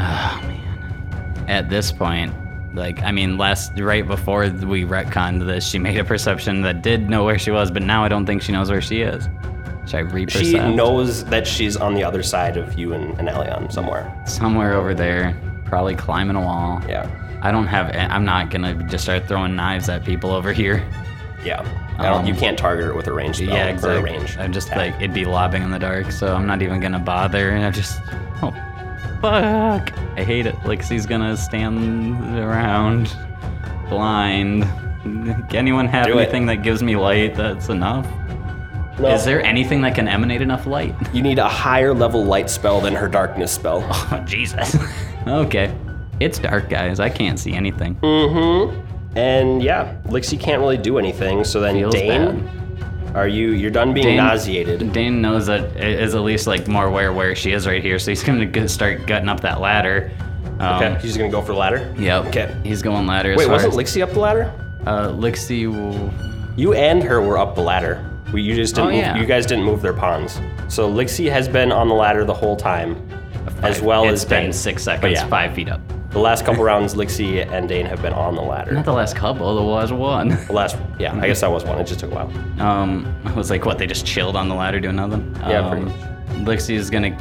Speaker 4: Oh, man. At this point, like, I mean, last, right before we retconned this, she made a perception that did know where she was, but now I don't think she knows where she is. Should I re-percept?
Speaker 2: She knows that she's on the other side of you and, and Elion somewhere.
Speaker 4: somewhere over there, probably climbing a wall.
Speaker 2: Yeah.
Speaker 4: I don't have. I'm not gonna just start throwing knives at people over here.
Speaker 2: Yeah. I don't,
Speaker 4: Um,
Speaker 2: you can't target her with a range spell.
Speaker 4: yeah,
Speaker 2: Or a
Speaker 4: exactly.
Speaker 2: range.
Speaker 4: I'm just like it'd be lobbing in the dark, so I'm not even gonna bother. And I just, oh, fuck! I hate it. Lixie's gonna stand around, blind. Anyone have
Speaker 2: Do it.
Speaker 4: anything that gives me light? That's enough.
Speaker 2: No,
Speaker 4: Is there anything that can emanate enough light?
Speaker 2: You need a higher level light spell than her darkness spell.
Speaker 4: Oh, Jesus. okay, it's dark, guys. I can't see anything.
Speaker 2: mm-hmm. And yeah, Lixie can't really do anything. So then
Speaker 4: Feels
Speaker 2: Dane,
Speaker 4: bad.
Speaker 2: are you? You're done being
Speaker 4: Dane-
Speaker 2: nauseated.
Speaker 4: Dane knows that i- is at least like more aware where she is right here, so he's gonna g- start gutting up that ladder. Um,
Speaker 2: okay. She's gonna go for the ladder.
Speaker 4: Yep.
Speaker 2: Okay.
Speaker 4: He's going ladder. as
Speaker 2: Wait,
Speaker 4: far
Speaker 2: wasn't
Speaker 4: as-
Speaker 2: Lixie up the ladder?
Speaker 4: Uh, Lixie. will-
Speaker 2: You and her were up the ladder. We, you just didn't.
Speaker 4: Oh,
Speaker 2: move,
Speaker 4: yeah.
Speaker 2: You guys didn't move their pawns. So Lixie has been on the ladder the whole time, as well
Speaker 4: it's
Speaker 2: as
Speaker 4: been
Speaker 2: Dane.
Speaker 4: six
Speaker 2: But
Speaker 4: seconds,
Speaker 2: yeah.
Speaker 4: five feet up.
Speaker 2: The last couple rounds, Lixie and Dane have been on the ladder.
Speaker 4: Not the last couple. The last one.
Speaker 2: The last, yeah, I guess that was one. It just took a while.
Speaker 4: Um, I was like, what? They just chilled on the ladder doing nothing.
Speaker 2: Yeah, pretty
Speaker 4: Um, Lixie is gonna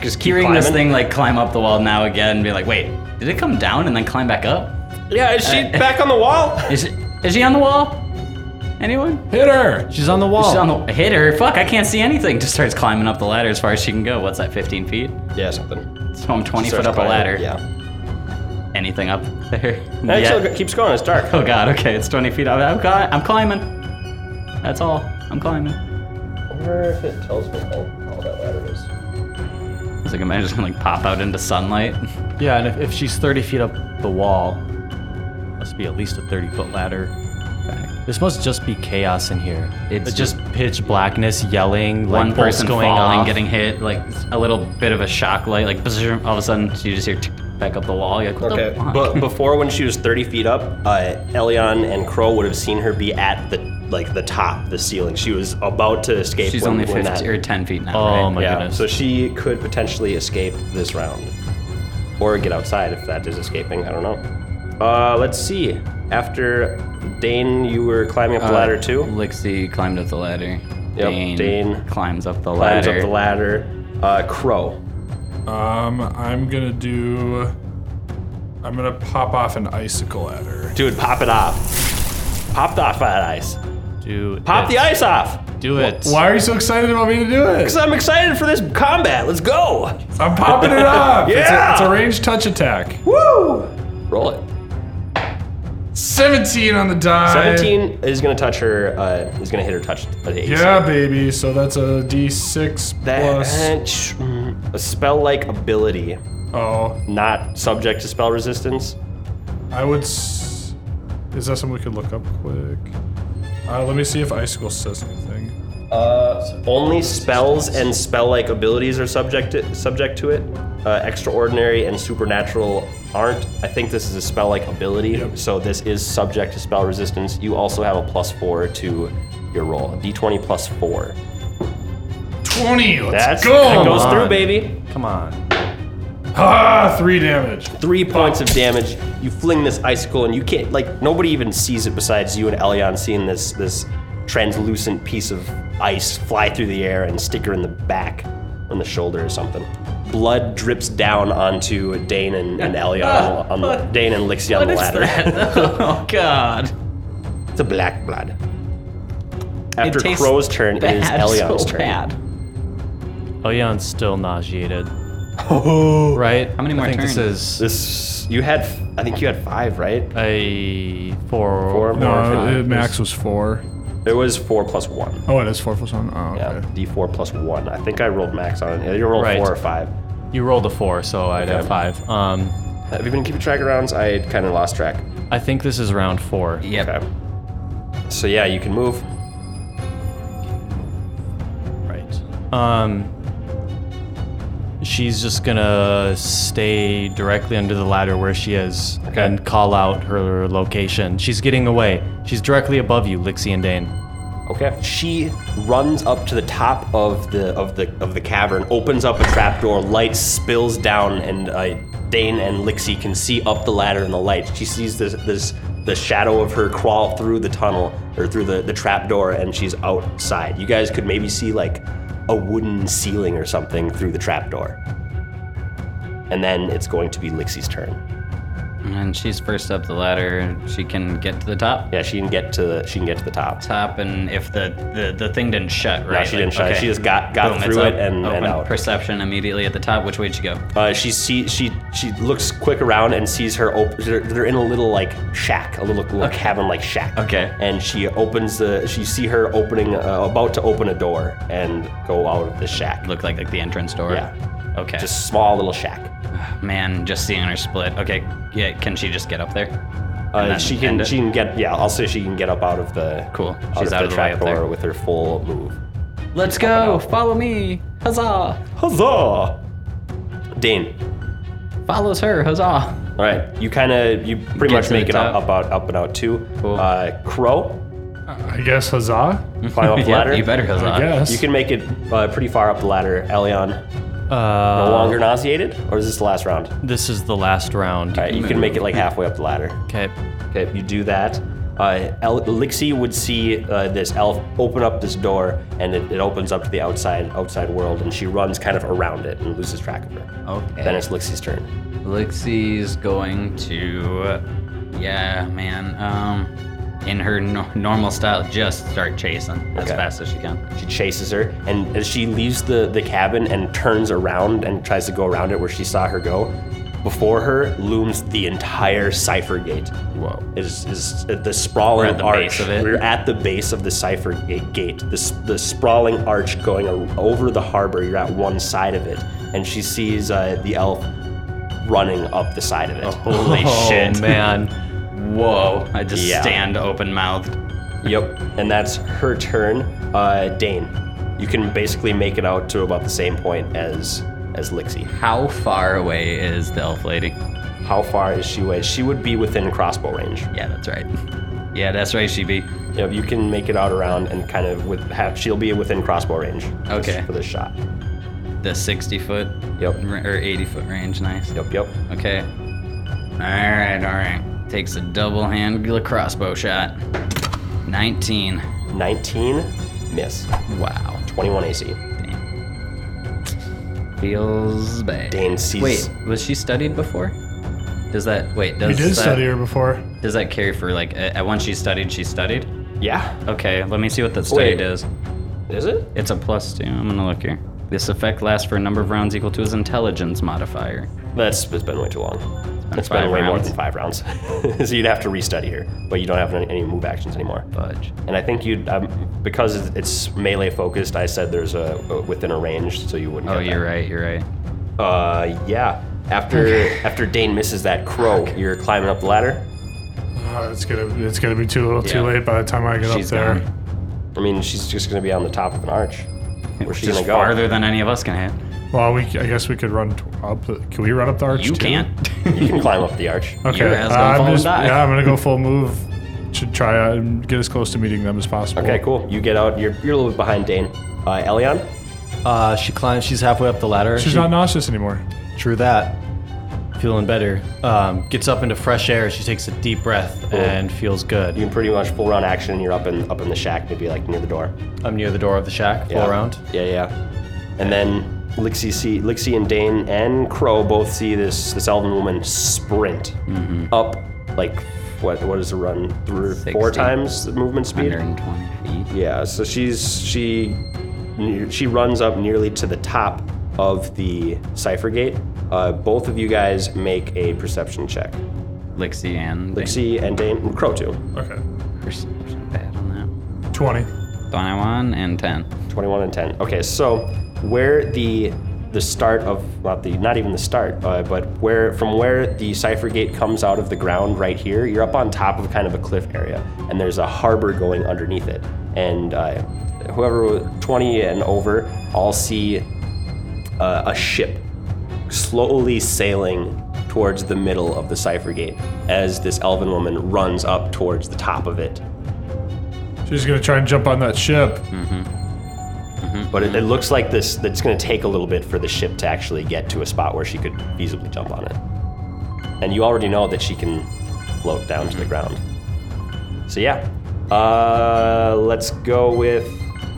Speaker 2: just keep
Speaker 4: hearing
Speaker 2: climbing.
Speaker 4: this thing like climb up the wall now again and be like, wait, did it come down and then climb back up?
Speaker 2: Yeah, is
Speaker 4: Uh,
Speaker 2: she back on the wall?
Speaker 4: Is she, is she on the wall? Anyone?
Speaker 3: Hit her!
Speaker 5: She's on the wall.
Speaker 4: She's on the hit her. Fuck, I can't see anything. Just starts climbing up the ladder as far as she can go. What's that? 15 feet.
Speaker 2: Yeah, something.
Speaker 4: So I'm 20 foot
Speaker 2: Starts
Speaker 4: up a
Speaker 2: climbing.
Speaker 4: ladder.
Speaker 2: Yeah.
Speaker 4: Anything up there?
Speaker 2: No, it
Speaker 4: Yeah.
Speaker 2: still keeps going. It's dark.
Speaker 4: Oh god, okay, it's 20 feet up. I'm, cli- I'm climbing. That's all. I'm climbing.
Speaker 2: I wonder if it tells me how, how that ladder is.
Speaker 4: It's like, imagine just gonna like pop out into sunlight.
Speaker 5: Yeah, and if, if she's 30 feet up the wall, must be at least a 30 foot ladder. This must just be chaos in here.
Speaker 4: It's
Speaker 5: It's just pitch blackness, yelling, like
Speaker 4: One
Speaker 5: bolts
Speaker 4: person
Speaker 5: going
Speaker 4: falling,
Speaker 5: off.
Speaker 4: getting hit, like a little bit of a shock light, like bzzz, all of a sudden you just hear tick, back up the wall. You're like, what
Speaker 2: Okay,
Speaker 4: the fuck?
Speaker 2: but before when she was 30 feet up, uh, Elion and Crow would have seen her be at the like the top, the ceiling. She was about to escape.
Speaker 4: She's
Speaker 2: when-
Speaker 4: only
Speaker 2: when
Speaker 4: 50
Speaker 2: that-
Speaker 4: or 10 feet now.
Speaker 5: Oh
Speaker 4: right?
Speaker 5: my
Speaker 2: yeah,
Speaker 5: goodness.
Speaker 2: so she could potentially escape this round, or get outside if that is escaping. I don't know. Uh, let's see. After Dane, you were climbing up the
Speaker 4: Uh,
Speaker 2: ladder too.
Speaker 4: Lixie climbed up the ladder.
Speaker 2: Yep,
Speaker 4: Dane,
Speaker 2: Dane
Speaker 4: climbs up the
Speaker 2: Climbs
Speaker 4: ladder.
Speaker 2: up the ladder. Uh, Crow.
Speaker 3: Um, I'm gonna do I'm gonna pop off an icicle at her.
Speaker 2: Dude, pop it off. Pop the off that ice.
Speaker 5: Do
Speaker 2: Pop
Speaker 5: it.
Speaker 2: the ice off.
Speaker 5: Do it.
Speaker 3: Why are you so excited about me to do it?
Speaker 2: Cause I'm excited for this combat. Let's go.
Speaker 3: I'm popping it up. It's a,
Speaker 2: Yeah.
Speaker 3: it's a ranged touch attack.
Speaker 2: Woo! Roll it.
Speaker 3: 17 on the die.
Speaker 2: 17 is gonna touch her. Uh, is gonna hit her touch. uh, the AC.
Speaker 3: Yeah, baby. So that's a D6 plus.
Speaker 2: That sh- mm, a spell-like ability,
Speaker 3: Oh,
Speaker 2: not subject to spell resistance.
Speaker 3: I would. S- Is that something we could look up quick? Uh, let me see if icicle says anything.
Speaker 2: Only spells and spell-like abilities are subject to, subject to it. Uh, extraordinary and supernatural aren't. I think this is a spell-like ability, so this is subject to spell resistance. You also have a plus four to your roll. D20 plus four.
Speaker 3: 20. Let's
Speaker 2: That's
Speaker 3: go.
Speaker 2: that goes
Speaker 5: Come
Speaker 2: through,
Speaker 5: on.
Speaker 2: baby.
Speaker 5: Come on.
Speaker 3: Ah, three damage.
Speaker 2: three points of damage. You fling this icicle, and you can't like nobody even sees it besides you and Elion seeing this this translucent piece of ice fly through the air and stick her in the back, on the shoulder or something. Blood drips down onto Dane and, and Elion on, the, Dane and Lixie on the ladder.
Speaker 4: oh God!
Speaker 2: It's a black blood. After
Speaker 4: tastes
Speaker 2: Crow's turn, it is
Speaker 4: Bad,
Speaker 2: Elion's
Speaker 4: so
Speaker 2: turn.
Speaker 4: bad.
Speaker 5: Elion's still nauseated.
Speaker 2: Oh.
Speaker 5: right? How
Speaker 4: many more
Speaker 5: I think
Speaker 4: turns?
Speaker 5: This is
Speaker 2: This you had, I think you had five, right?
Speaker 5: a four.
Speaker 2: Four more.
Speaker 3: No,
Speaker 2: five.
Speaker 3: it, max was four.
Speaker 2: It was four plus one.
Speaker 3: Oh, it is four plus one. Oh,
Speaker 2: Yeah,
Speaker 3: okay.
Speaker 2: D4 plus one. I think I rolled max on it. You rolled
Speaker 5: Right.
Speaker 2: four or five.
Speaker 5: You rolled a four, so I'd have
Speaker 2: Okay.
Speaker 5: five. Um,
Speaker 2: Have you been keeping track of rounds? I kind of lost track.
Speaker 5: I think this is round four.
Speaker 4: Yep.
Speaker 2: Okay. So yeah, you can move.
Speaker 5: Right. Um, she's just gonna stay directly under the ladder where she is
Speaker 2: Okay.
Speaker 5: and call out her location. She's getting away. She's directly above you, Lixie and Dane.
Speaker 2: Okay. She runs up to the top of the of the of the cavern, opens up a trapdoor, light spills down, and uh, Dane and Lixie can see up the ladder in the light. She sees this this the shadow of her crawl through the tunnel or through the the trapdoor, and she's outside. You guys could maybe see like a wooden ceiling or something through the trapdoor. And then it's going to be Lixie's turn.
Speaker 4: And she's first up the ladder. She can get to the top.
Speaker 2: Yeah, she can get to the she can get to the top.
Speaker 4: Top and if the the, the thing didn't shut, right?
Speaker 2: No, she didn't
Speaker 4: Like,
Speaker 2: shut.
Speaker 4: okay.
Speaker 2: She just got got
Speaker 4: Boom, it's
Speaker 2: through
Speaker 4: up,
Speaker 2: it and,
Speaker 4: open.
Speaker 2: and out.
Speaker 4: Perception immediately at the top. Which way did she go?
Speaker 2: Uh, she see she she looks quick around and sees her. Op- they're, they're in a little like shack, a little, little cabin-like shack.
Speaker 4: Okay.
Speaker 2: And she opens the. She see her opening, uh, about to open a door and go out of the shack.
Speaker 4: Looked like like the entrance door.
Speaker 2: Yeah.
Speaker 4: Okay.
Speaker 2: just small little shack.
Speaker 4: man, just seeing her split. Okay. Yeah. Can she just get up there?
Speaker 2: Uh,
Speaker 4: then
Speaker 2: she
Speaker 4: end
Speaker 2: can
Speaker 4: it.
Speaker 2: she can get yeah. I'll say she can get up out of the
Speaker 4: Cool.
Speaker 2: Out
Speaker 4: She's
Speaker 2: of
Speaker 4: out
Speaker 2: the
Speaker 4: of the way
Speaker 2: trap
Speaker 4: up there.
Speaker 2: door with her full move.
Speaker 4: Let's go. Follow me. Huzzah!
Speaker 2: Huzzah! Dane,
Speaker 4: Follows her. Huzzah!
Speaker 2: All right, you kind of you pretty
Speaker 4: Get
Speaker 2: much
Speaker 4: to the
Speaker 2: make it up,
Speaker 4: top.
Speaker 2: up out up and out too.
Speaker 4: Cool.
Speaker 2: Uh, Crow,
Speaker 3: I guess huzzah.
Speaker 2: climb up the
Speaker 4: Yep,
Speaker 2: ladder.
Speaker 4: you better huzzah.
Speaker 3: I guess.
Speaker 2: You can make it uh, pretty far up the ladder, Elion.
Speaker 5: Uh,
Speaker 2: No longer nauseated, or is this the last round? All
Speaker 5: This is the last round.
Speaker 2: right, you can make it like halfway up the ladder.
Speaker 5: Okay.
Speaker 2: Okay, you do that. Uh, El- Lixie would see uh, this elf open up this door, and it, it opens up to the outside outside world, and she runs kind of around it and loses track of her.
Speaker 4: Okay.
Speaker 2: Then it's Lixie's turn.
Speaker 4: Lixie's going to, yeah, man. Um, in her no- normal style, just start chasing as
Speaker 2: Okay.
Speaker 4: fast as she can.
Speaker 2: She chases her, and as she leaves the, the cabin and turns around and tries to go around it where she saw her go, before her looms the entire cipher gate.
Speaker 4: Whoa.
Speaker 2: Is, is the sprawling
Speaker 4: We're at the
Speaker 2: arch.
Speaker 4: base of it.
Speaker 2: We're at the base of the cipher ga- gate. The, s- the sprawling arch going o- over the harbor. You're at one side of it, and she sees uh, the elf running up the side of it.
Speaker 4: Holy
Speaker 5: oh
Speaker 4: shit!
Speaker 5: man.
Speaker 4: Whoa! I just
Speaker 2: Yeah.
Speaker 4: stand open mouthed.
Speaker 2: Yep, and that's her turn. Uh, Dane, you can basically make it out to about the same point as as Lixie.
Speaker 4: How far away is the elf lady?
Speaker 2: How far is she away? She would be within crossbow range.
Speaker 4: Yeah, that's right. Yeah, that's right, she be.
Speaker 2: Yep, you can make it out around and kind of with have, she'll be within crossbow range.
Speaker 4: Okay.
Speaker 2: For this shot.
Speaker 4: The 60 foot
Speaker 2: Yep.
Speaker 4: r- or 80 foot range, nice.
Speaker 2: Yep. Yep.
Speaker 4: Okay. All right, all right. Takes a double hand gl- crossbow shot. 19.
Speaker 2: 19, miss.
Speaker 4: Wow.
Speaker 2: 21 AC.
Speaker 4: Damn. Feels bad.
Speaker 2: Dane sees.
Speaker 4: Wait, was she studied before? Does that wait? Does
Speaker 3: You did
Speaker 4: that,
Speaker 3: study her before.
Speaker 4: Does that carry for like? Uh, once she studied, she studied.
Speaker 2: Yeah.
Speaker 4: Okay, let me see what that study
Speaker 2: Wait.
Speaker 4: does.
Speaker 2: Is it?
Speaker 4: It's a plus two. I'm gonna look here. This effect lasts for a number of rounds equal to his intelligence modifier.
Speaker 2: That's it's been way too long.
Speaker 4: been
Speaker 2: It's been
Speaker 4: five
Speaker 2: way more
Speaker 4: rounds.
Speaker 2: than five rounds. so you'd have to restudy her, but you don't have any, any move actions anymore.
Speaker 4: Fudge.
Speaker 2: And I think you'd um, because it's melee focused. I said there's a within a range, so you wouldn't.
Speaker 4: Oh,
Speaker 2: get
Speaker 4: you're
Speaker 2: that.
Speaker 4: right. You're right.
Speaker 2: Uh, yeah. After after Dane misses that crow, you're climbing up the ladder.
Speaker 3: Oh, it's gonna it's gonna be too little too
Speaker 4: Yeah.
Speaker 3: late by the time I get
Speaker 4: She's
Speaker 3: up there.
Speaker 4: gone.
Speaker 2: I mean, she's just gonna be on the top of an arch. Where's she
Speaker 4: Just
Speaker 2: gonna go?
Speaker 4: farther than any of us can hit.
Speaker 3: Well, we I guess we could run t- up. the- Can we run up the arch?
Speaker 4: You
Speaker 3: too?
Speaker 4: can't.
Speaker 2: You can climb up the arch.
Speaker 3: Okay.
Speaker 4: Your ass gonna
Speaker 3: I'm
Speaker 4: fall and
Speaker 3: just-
Speaker 4: die.
Speaker 3: Yeah, I'm gonna go full move to try out and get as close to meeting them as possible.
Speaker 2: Okay, cool. You get out. You're you're a little bit behind Dane. Uh, Elion.
Speaker 5: Uh, she climbs. She's halfway up the ladder.
Speaker 3: She's
Speaker 5: She-
Speaker 3: not nauseous anymore.
Speaker 5: True that. Feeling better. Um, gets up into fresh air. She takes a deep breath and feels
Speaker 2: You
Speaker 5: good.
Speaker 2: can pretty much full round action. You're up in up in the shack, maybe like near the door.
Speaker 5: I'm near the door of the shack. Full
Speaker 2: Yeah.
Speaker 5: round.
Speaker 2: Yeah, yeah. And then Lixie see Lixie and Dane and Crow both see this this elven woman sprint
Speaker 5: Mm-hmm.
Speaker 2: up like what what is the run through four
Speaker 4: 60.
Speaker 2: times the movement speed?
Speaker 4: 120 feet.
Speaker 2: Yeah, so she's she she runs up nearly to the top of the cipher gate. Uh, both of you guys make a perception check.
Speaker 4: Lixie and
Speaker 2: Lixie and Dane, Crow too.
Speaker 3: Okay.
Speaker 4: Perception bad on
Speaker 3: Twenty.
Speaker 4: that. 21 and 10.
Speaker 2: 21 and 10. Okay, so where the the start of not the not even the start, uh, but where from where the cipher gate comes out of the ground right here, you're up on top of kind of a cliff area, and there's a harbor going underneath it. And uh, whoever was 20 and over, all see uh, a ship slowly sailing towards the middle of the cipher gate as this elven woman runs up towards the top of it
Speaker 3: She's gonna try and jump on that ship.
Speaker 4: Hmm.
Speaker 2: But it, it looks like this that's going to take a little bit for the ship to actually get to a spot where she could feasibly jump on it. And you already know that she can float down to the ground. So yeah, uh, let's go with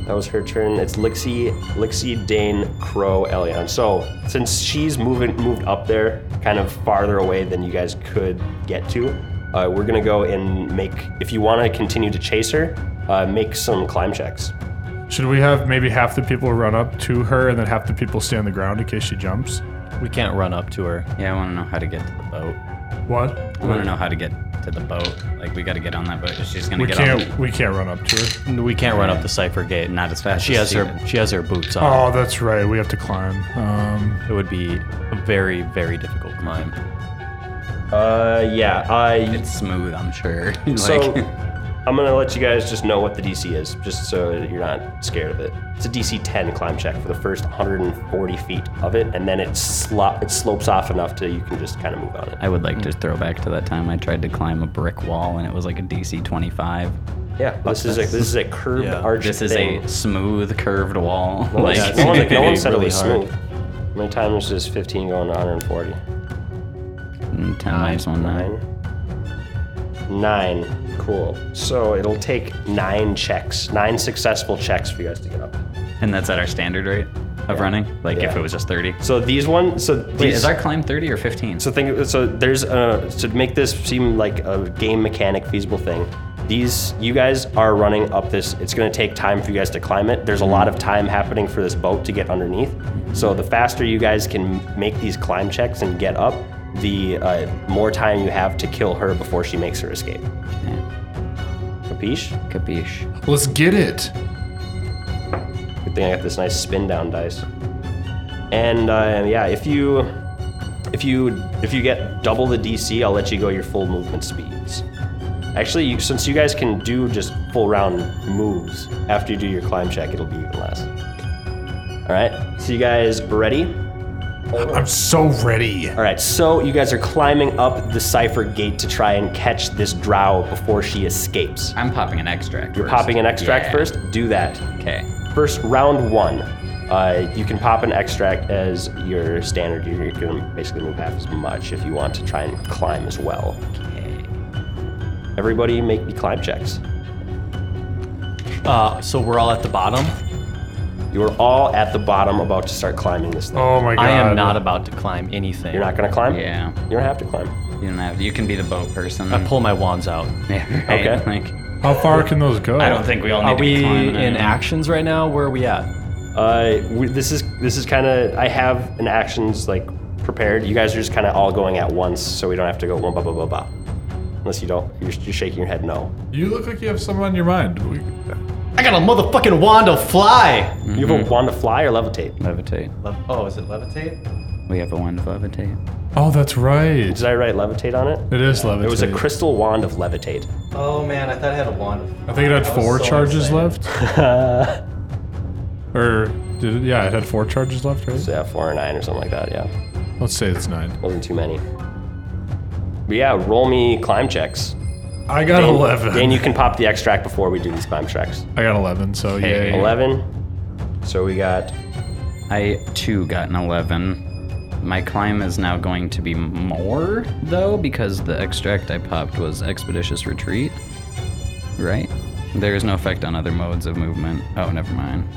Speaker 2: that was her turn. It's Lixie, Lixie, Dane, Crow, Elion. So since she's moving moved up there, kind of farther away than you guys could get to, uh, we're gonna go and make. If you want to continue to chase her, uh, make some climb checks.
Speaker 3: Should we have maybe half the people run up to her and then half the people stay on the ground in case she jumps?
Speaker 5: We can't run up to her.
Speaker 4: Yeah, I want to know how to get to the boat.
Speaker 3: What?
Speaker 4: I want to know how to get to the boat. Like, we got to get on that boat. She's going to
Speaker 3: We
Speaker 4: get on
Speaker 3: can't. We can't run up to her.
Speaker 5: We can't run up the cipher gate.
Speaker 4: the Not as fast
Speaker 5: She
Speaker 4: as
Speaker 5: has her.
Speaker 4: Steven.
Speaker 5: She has her boots on.
Speaker 3: Oh, that's right. We have to climb. Um,
Speaker 5: It would be a very, very difficult climb.
Speaker 2: Uh, yeah. I
Speaker 4: It's smooth, I'm sure. like,
Speaker 2: so I'm gonna let you guys just know what the DC is, just so that you're not scared of it. It's a DC 10 climb check for the first 140 feet of it, and then it slop it slopes off enough to you can just kind of move on it.
Speaker 4: I would like to throw back to that time I tried to climb a brick wall and it was like a DC 25.
Speaker 2: Yeah. This is a this is a curved
Speaker 5: Yeah.
Speaker 2: arch.
Speaker 4: This is
Speaker 2: thing.
Speaker 4: a smooth, curved wall.
Speaker 2: No one,
Speaker 4: like,
Speaker 2: no one, no one
Speaker 5: it's
Speaker 2: said it
Speaker 5: really
Speaker 2: was
Speaker 5: hard.
Speaker 2: smooth. How many times is 15 going to 140?
Speaker 4: 10 minus 1, 9.
Speaker 2: Ah, Nine. Nine. Cool. So it'll take nine checks, nine successful checks for you guys to get up.
Speaker 4: And that's at our standard rate of running? Like, if
Speaker 2: Yeah.
Speaker 4: it was just 30.
Speaker 2: So these one. So these,
Speaker 4: Wait, is our climb 30 or 15?
Speaker 2: So think so. There's uh, to make this seem like a game mechanic feasible thing. These you guys are running up this. It's going to take time for you guys to climb it. There's a lot of time happening for this boat to get underneath. So the faster you guys can make these climb checks and get up, the uh, more time you have to kill her before she makes her escape.
Speaker 4: Hmm.
Speaker 2: Capiche?
Speaker 4: Capiche.
Speaker 3: let's get it.
Speaker 2: Good thing I got this nice spin down dice. And uh, yeah, if you if you if you get double the DC, I'll let you go your full movement speeds. Actually, you, since you guys can do just full round moves after you do your climb check, it'll be even less. All right, so you guys ready?
Speaker 3: I'm so ready.
Speaker 2: All right, so you guys are climbing up the cipher gate to try and catch this drow before she escapes.
Speaker 4: I'm popping an extract.
Speaker 2: You're popping an extract
Speaker 4: Yeah.
Speaker 2: first. Do that.
Speaker 4: Okay.
Speaker 2: First round one, uh, you can pop an extract as your standard. You're, you're going to basically move half as much if you want to try and climb as well.
Speaker 4: Okay.
Speaker 2: Everybody make me climb checks.
Speaker 5: Uh, so we're all at the bottom.
Speaker 2: You are all at the bottom about to start climbing this thing.
Speaker 3: Oh my god.
Speaker 5: I am not about to climb anything.
Speaker 2: You're not going to climb?
Speaker 4: Yeah.
Speaker 2: You don't have to climb.
Speaker 4: You don't have. You can be the bow person.
Speaker 5: I pull my wands out.
Speaker 4: Yeah, right?
Speaker 2: Okay.
Speaker 4: Like,
Speaker 3: How far can those go?
Speaker 4: I don't think we all need
Speaker 5: Are
Speaker 4: to
Speaker 5: we
Speaker 4: be climbing
Speaker 5: in
Speaker 4: anymore.
Speaker 5: actions right now? Where are we at?
Speaker 2: Uh, we, this is this is kind of I have an actions like prepared. You guys are just kind of all going at once, so we don't have to go one ba ba ba ba. Unless you don't, you're, you're shaking your head no.
Speaker 3: You look like you have something on your mind. We,
Speaker 5: I got a motherfucking wand to fly.
Speaker 2: You have a wand to fly or levitate.
Speaker 4: Levitate.
Speaker 5: Lev- oh, is it levitate?
Speaker 4: We have a wand of levitate.
Speaker 3: oh, that's right.
Speaker 2: Did I write levitate on it?
Speaker 3: It is levitate.
Speaker 2: It was a crystal wand of levitate.
Speaker 5: Oh man, I thought I had a wand.
Speaker 3: I think it had
Speaker 5: I was
Speaker 3: four
Speaker 5: so
Speaker 3: charges
Speaker 5: excited.
Speaker 3: left. or did it? Yeah, it had four charges left, right?
Speaker 2: So yeah, four or nine or something like that. Yeah,
Speaker 3: Let's say it's nine.
Speaker 2: wasn't too many. But yeah, roll me climb checks.
Speaker 3: I got
Speaker 2: Dan-
Speaker 3: eleven.
Speaker 2: Dan, you can pop the extract before we do these climb checks.
Speaker 3: I got eleven. So
Speaker 4: Hey,
Speaker 3: yay.
Speaker 2: Eleven. So we got
Speaker 4: I too got an 11. My climb is now going to be more, though, because the extract I popped was Expeditious Retreat. Right? There is no effect on other modes of movement. Oh, never mind.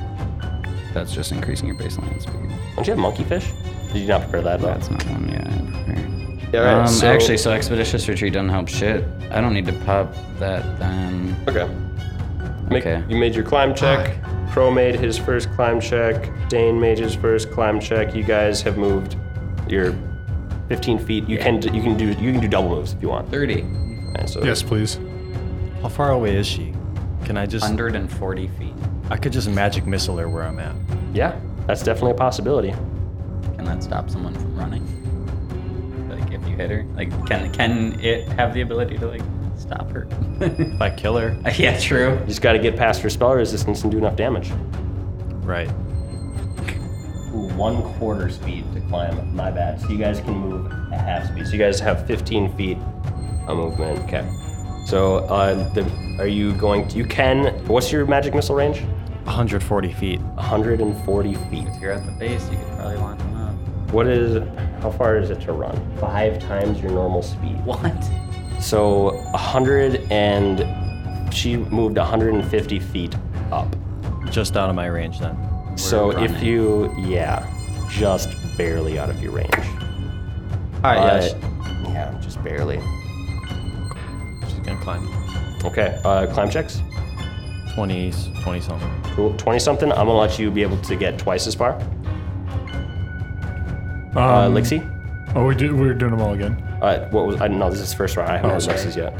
Speaker 4: That's just increasing your baseline speed.
Speaker 2: Don't you have monkey fish? Did you not prepare that? though?
Speaker 4: That's not one yet. Right.
Speaker 2: All right,
Speaker 4: um,
Speaker 2: so-
Speaker 4: Actually, so Expeditious Retreat doesn't help shit. I don't need to pop that then.
Speaker 2: Okay. Make,
Speaker 4: Okay.
Speaker 2: You made your climb check. Crow made his first climb check. Dane made his first climb check. You guys have moved. You're 15 feet. You can you can do you can do double moves if you want.
Speaker 4: 30.
Speaker 2: Alright, so
Speaker 3: Yes, please.
Speaker 5: How far away is she? Can I just?
Speaker 4: 140 feet.
Speaker 5: I could just magic missile her where I'm at.
Speaker 2: Yeah, that's definitely a possibility.
Speaker 4: Can that stop someone from running? Like if you hit her, like can can it have the ability to like stop her?
Speaker 5: If I kill her,
Speaker 4: yeah, true.
Speaker 2: You just got to get past her spell resistance and do enough damage.
Speaker 5: right?
Speaker 2: One quarter speed to climb. My bad. So you guys can move at half speed. So you guys have 15 feet of movement. Okay. So uh, the, are you going? To, you can. What's your magic missile range?
Speaker 5: 140 feet.
Speaker 2: 140 feet.
Speaker 4: If you're at the base, you could probably launch him up.
Speaker 2: What is how far is it to run? Five times your normal speed.
Speaker 4: What?
Speaker 2: So a hundred and she moved 150 feet up.
Speaker 5: Just out of my range then.
Speaker 2: so if
Speaker 4: running.
Speaker 2: you yeah, just barely out of your range.
Speaker 5: All right, yeah,
Speaker 2: Uh,
Speaker 5: she-
Speaker 2: yeah, just barely.
Speaker 5: she's gonna climb.
Speaker 2: Okay, uh, climb checks.
Speaker 5: 20, 20 something.
Speaker 2: Cool. 20 something. I'm gonna let you be able to get twice as far.
Speaker 3: Um,
Speaker 2: Uh, Lixie.
Speaker 3: Oh, we did. We were doing them all again.
Speaker 2: Uh, what was? I no, this is first round. I haven't
Speaker 3: Oh,
Speaker 2: had
Speaker 3: sorry.
Speaker 2: Lixie's yet.